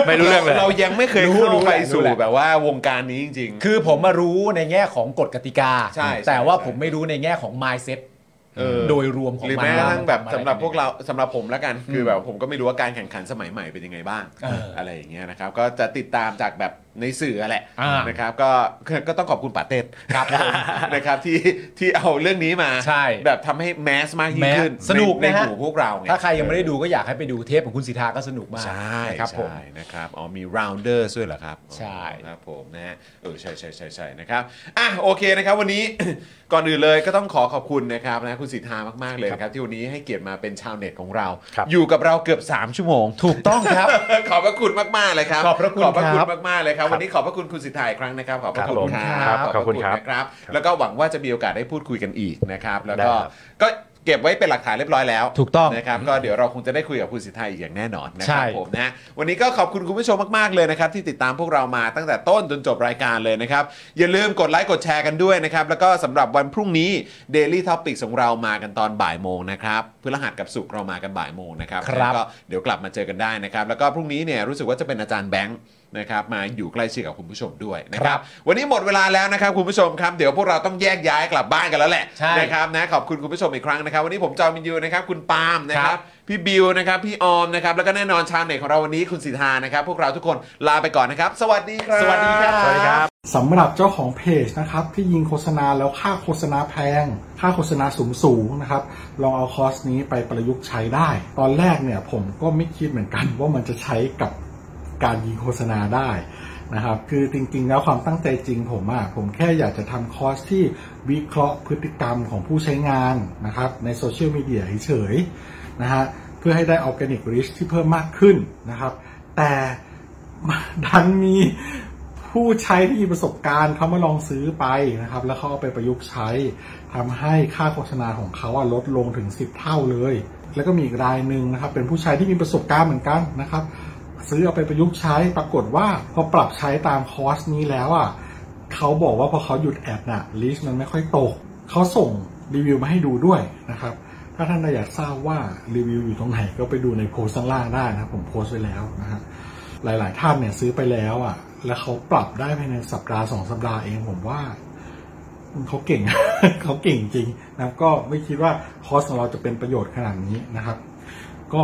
Speaker 4: ไม่รู้เรื่องเลย
Speaker 1: เรายังไม่เคย
Speaker 2: รู้
Speaker 1: เข้า
Speaker 2: รู้
Speaker 1: ไป
Speaker 2: แหละรู้
Speaker 1: สู่
Speaker 2: แหละ
Speaker 1: แบบว่าวงการนี้จริง
Speaker 2: คือผมมารู้ในแง่ของกฎกติกา
Speaker 1: ใช่ใช่
Speaker 2: แต่ว่า
Speaker 1: ใช่
Speaker 2: ผมไม่รู้ในแง่ของ mindset
Speaker 1: ๆเออ
Speaker 2: โดยรวมของ
Speaker 1: หรือ
Speaker 2: มัน
Speaker 1: แม้กระทั่งแบบ
Speaker 2: มัน
Speaker 1: สำหรับพวก
Speaker 2: อะไ
Speaker 1: เราสำหรับผมแล้วกัน คือแบบผมก็ไม่รู้ว่าการแข่งขันสมัยใหม่เป็นยังไงบ้าง
Speaker 2: เอออ
Speaker 1: อะไรอย่างเงี้ยนะครับ ก็จะติดตามจากแบบในสื่อแหละ
Speaker 2: อ่าน
Speaker 1: นะครับ ก็ก็ต้องขอบคุณป๋าเต้
Speaker 2: ครับผม
Speaker 1: นะครับที่ที่เอาเรื่องนี้มา
Speaker 2: ใช่
Speaker 1: แบบทำให้แมสมากยิ่งขึ้น
Speaker 2: แมสสนุก
Speaker 1: ใน
Speaker 2: นะ
Speaker 1: ใน
Speaker 2: ฮะ
Speaker 1: หมู่พวกเราไง
Speaker 2: ถ้าใครยังไม่ได้ดูก็อยากให้ไปดูเทปของคุณสิทธาก็สนุกมาก
Speaker 1: ใช่
Speaker 2: นะครับผม
Speaker 1: ใช่นะครับอ๋อมี rounders ด้วยเหรอครับ
Speaker 2: ใช่
Speaker 1: ครับผมนะฮะเออใช่ใช่ใช่ใช่นะครับอ่ะโอเคนะครับวันนี้ ก่อนอื่นเลยก็ต้องขอขอบคุณนะครับนะคุณสิทธามาก ๆ เลยนะครับที่วันนี้ให้เกียรติมาเป็นชาวเน็ตของเรา
Speaker 4: ครับ
Speaker 1: อยู่กับเราเกือบ 3 ชั่วโมง
Speaker 2: ถูกต้องครับ
Speaker 1: ขอบพระคุณมากๆเลยครับ
Speaker 2: ขอบพระคุณ
Speaker 1: ขอบพระคุณ
Speaker 2: ครับ
Speaker 1: มากๆเลยครับ วันนี้ขอบพระคุณคุณสิทธาอีกครั้งนะครับขอบพระ
Speaker 4: ครับ
Speaker 1: คุณ
Speaker 4: ผม
Speaker 1: ครับ
Speaker 4: ครับขอบคุณ
Speaker 1: พะนะครับ
Speaker 4: ครับ
Speaker 1: แล้วก็หวังว่าจะมีโอกาสได้พูดคุยกันอีกนะครับแล้วก็
Speaker 4: ได้ครับ
Speaker 1: ก็เก็บไว้เป็นหลักฐานเรียบร้อยแล้ว
Speaker 2: ถูกต้อง
Speaker 1: นะครับก็เดี๋ยวเราคงจะได้คุยกับคุณสิทธาอีกอย่างแน่นอนนะค
Speaker 2: ใช่
Speaker 1: รับผมนะฮะวันนี้ก็ขอบคุณคุณผู้ชมมากๆเลยนะครับที่ติดตามพวกเรามาตั้งแต่ต้นจนจบรายการเลยนะครับ อย่าลืมกดไลค์กดแชร์กันด้วยนะครับ แล้วก็สำหรับวันพรุ่งนี้ Daily t o p i c ของเรามากันตอนบ่ายโมงนะครับพฤหัสกับศุกร์เรามากันบ่ายโมงนะครับ
Speaker 2: ครับ
Speaker 1: แล้วก็เดี๋ยวกลับมาเจอกันได้นะครับ แล้วก็พรุ่งนี้เนี่ยรู้สึกว่าจะเป็นอาจารย์แบงค์นะครับมาอยู่ใกล้ชิดกับคุณผู้ชมด้วยนะครับ วันนี้หมดเวลาแล้วนะครับคุณผู้ชมครับเดี๋ยวพวกเราต้องแยกย้ายกลับบ้านกันแล้วแหละ
Speaker 2: ใช่
Speaker 1: นะครับนะขอบคุณคุณผู้ชมอีกครั้งนะครับ วันนี้ผมจอมินยูนะครับคุณปาล์มนะครับพี่บิวนะครับพี่ออมนะครับแล้วก็แน่นอนชาวเน็ตของเราวันนี้คุณสิทธานะครับ พวกเราทุกคนลาไปก่อนนะครับ สวัสดีครับ
Speaker 2: สวัสดีครับ
Speaker 4: สวัสดีครับ
Speaker 3: สำหรับเจ้าของเพจนะครับที่ยิงโฆษณาแล้วค่าโฆษณาแพง ค่าโฆษณาสูงสูงๆนะครับ ลองเอาคอร์สนี้ไปประยุกต์ใช้ได้ ตอนแรกเนี่ยผมก็ไม่คิดเหมือนกัน ว่ามันจะใช้กับการยิงโฆษณาได้นะครับ คือจริงๆ แล้วความตั้งใจจริงผมอะผมแค่อยากจะทำคอร์สที่วิเคราะห์พฤติกรรมของผู้ใช้งานนะครับในโซเชียลมีเดียเฉยๆนะฮะเพื่อให้ได้ออร์แกนิกริชที่เพิ่มมากขึ้นนะครับ แต่ ดันมี ผู้ใช้ที่มีประสบการณ์เขามาลองซื้อไปนะครับ แล้วเขาเอาไปประยุกต์ใช้ทำให้ค่าโฆษณาของเขาอะลดลงถึง 10 เท่าเลย แล้วก็มีอีกรายหนึ่งนะครับ เป็นผู้ใช้ที่มีประสบการณ์เหมือนกันนะครับ ซื้อเอาไปประยุกต์ใช้ปรากฏว่าพอปรับใช้ตามคอร์สนี้แล้วอ่ะเขาบอกว่าพอเขาหยุดแอดน่ะลิสต์มันไม่ค่อยตกเขาส่งรีวิวมาให้ดูด้วยนะครับ ถ้าท่านอยากทราบว่ารีวิวอยู่ตรงไหนก็ไปดูในโพสต์ข้างล่างได้นะครับผมโพสต์ไว้แล้วนะฮะ หลาย ๆ ท่านเนี่ยซื้อไปแล้วอ่ะ แล้วเขาปรับได้ภายในสัปดาห์สองสัปดาห์เองผมว่าเขาเก่ง เขาเก่งจริงนะครับก็ไม่คิดว่าคอร์สของเราจะเป็นประโยชน์ขนาดนี้นะครับ ก็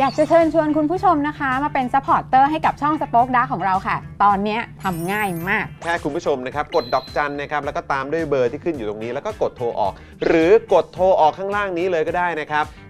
Speaker 6: อยากจะเชิญชวนคุณผู้ชมนะคะ มาเป็นซัพพอร์ตเตอร์ให้กับช่องสป็อคดาของเราค่ะ ตอนเนี้ยทำง่ายมาก
Speaker 1: แค่คุณผู้ชมนะครับ กดดอกจันนะครับ แล้วก็ตามด้วยเบอร์ที่ขึ้นอยู่ตรงนี้ แล้วก็กดโทรออก หรือกดโทรออกข้างล่างนี้เลยก็ได้นะครับ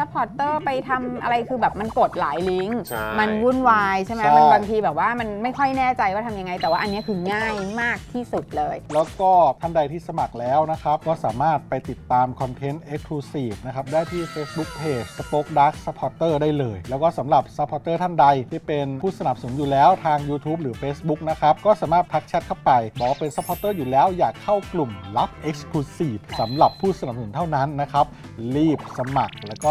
Speaker 6: ซัพพอร์เตอร์ไปทำอะไรคือแบบมันกดหลายลิงก์
Speaker 1: ใช่
Speaker 6: มันวุ่นวายใช่ไหม
Speaker 7: ใช่
Speaker 6: มันบางทีแบบว่ามันไม่ค่อยแน่ใจว่าทำยังไง แต่ว่าอันเนี้ยคือง่ายมากที่สุดเลย
Speaker 7: แล้วก็ท่านใดที่สมัครแล้วนะครับ ก็สามารถไปติดตามคอนเทนต์ Exclusive นะครับ ได้ที่ Facebook Page Spoke Dark Supporter ได้เลย แล้วก็สำหรับ Supporter ท่านใดที่เป็นผู้สนับสนุนอยู่แล้วทาง YouTube หรือ Facebook นะครับ ก็สามารถทักแชทเข้าไป บอกเป็น Supporter อยู่แล้วอยากเข้ากลุ่มลับ Exclusive สำหรับผู้สนับสนุนเท่านั้นนะครับ รีบสมัคร แล้วก็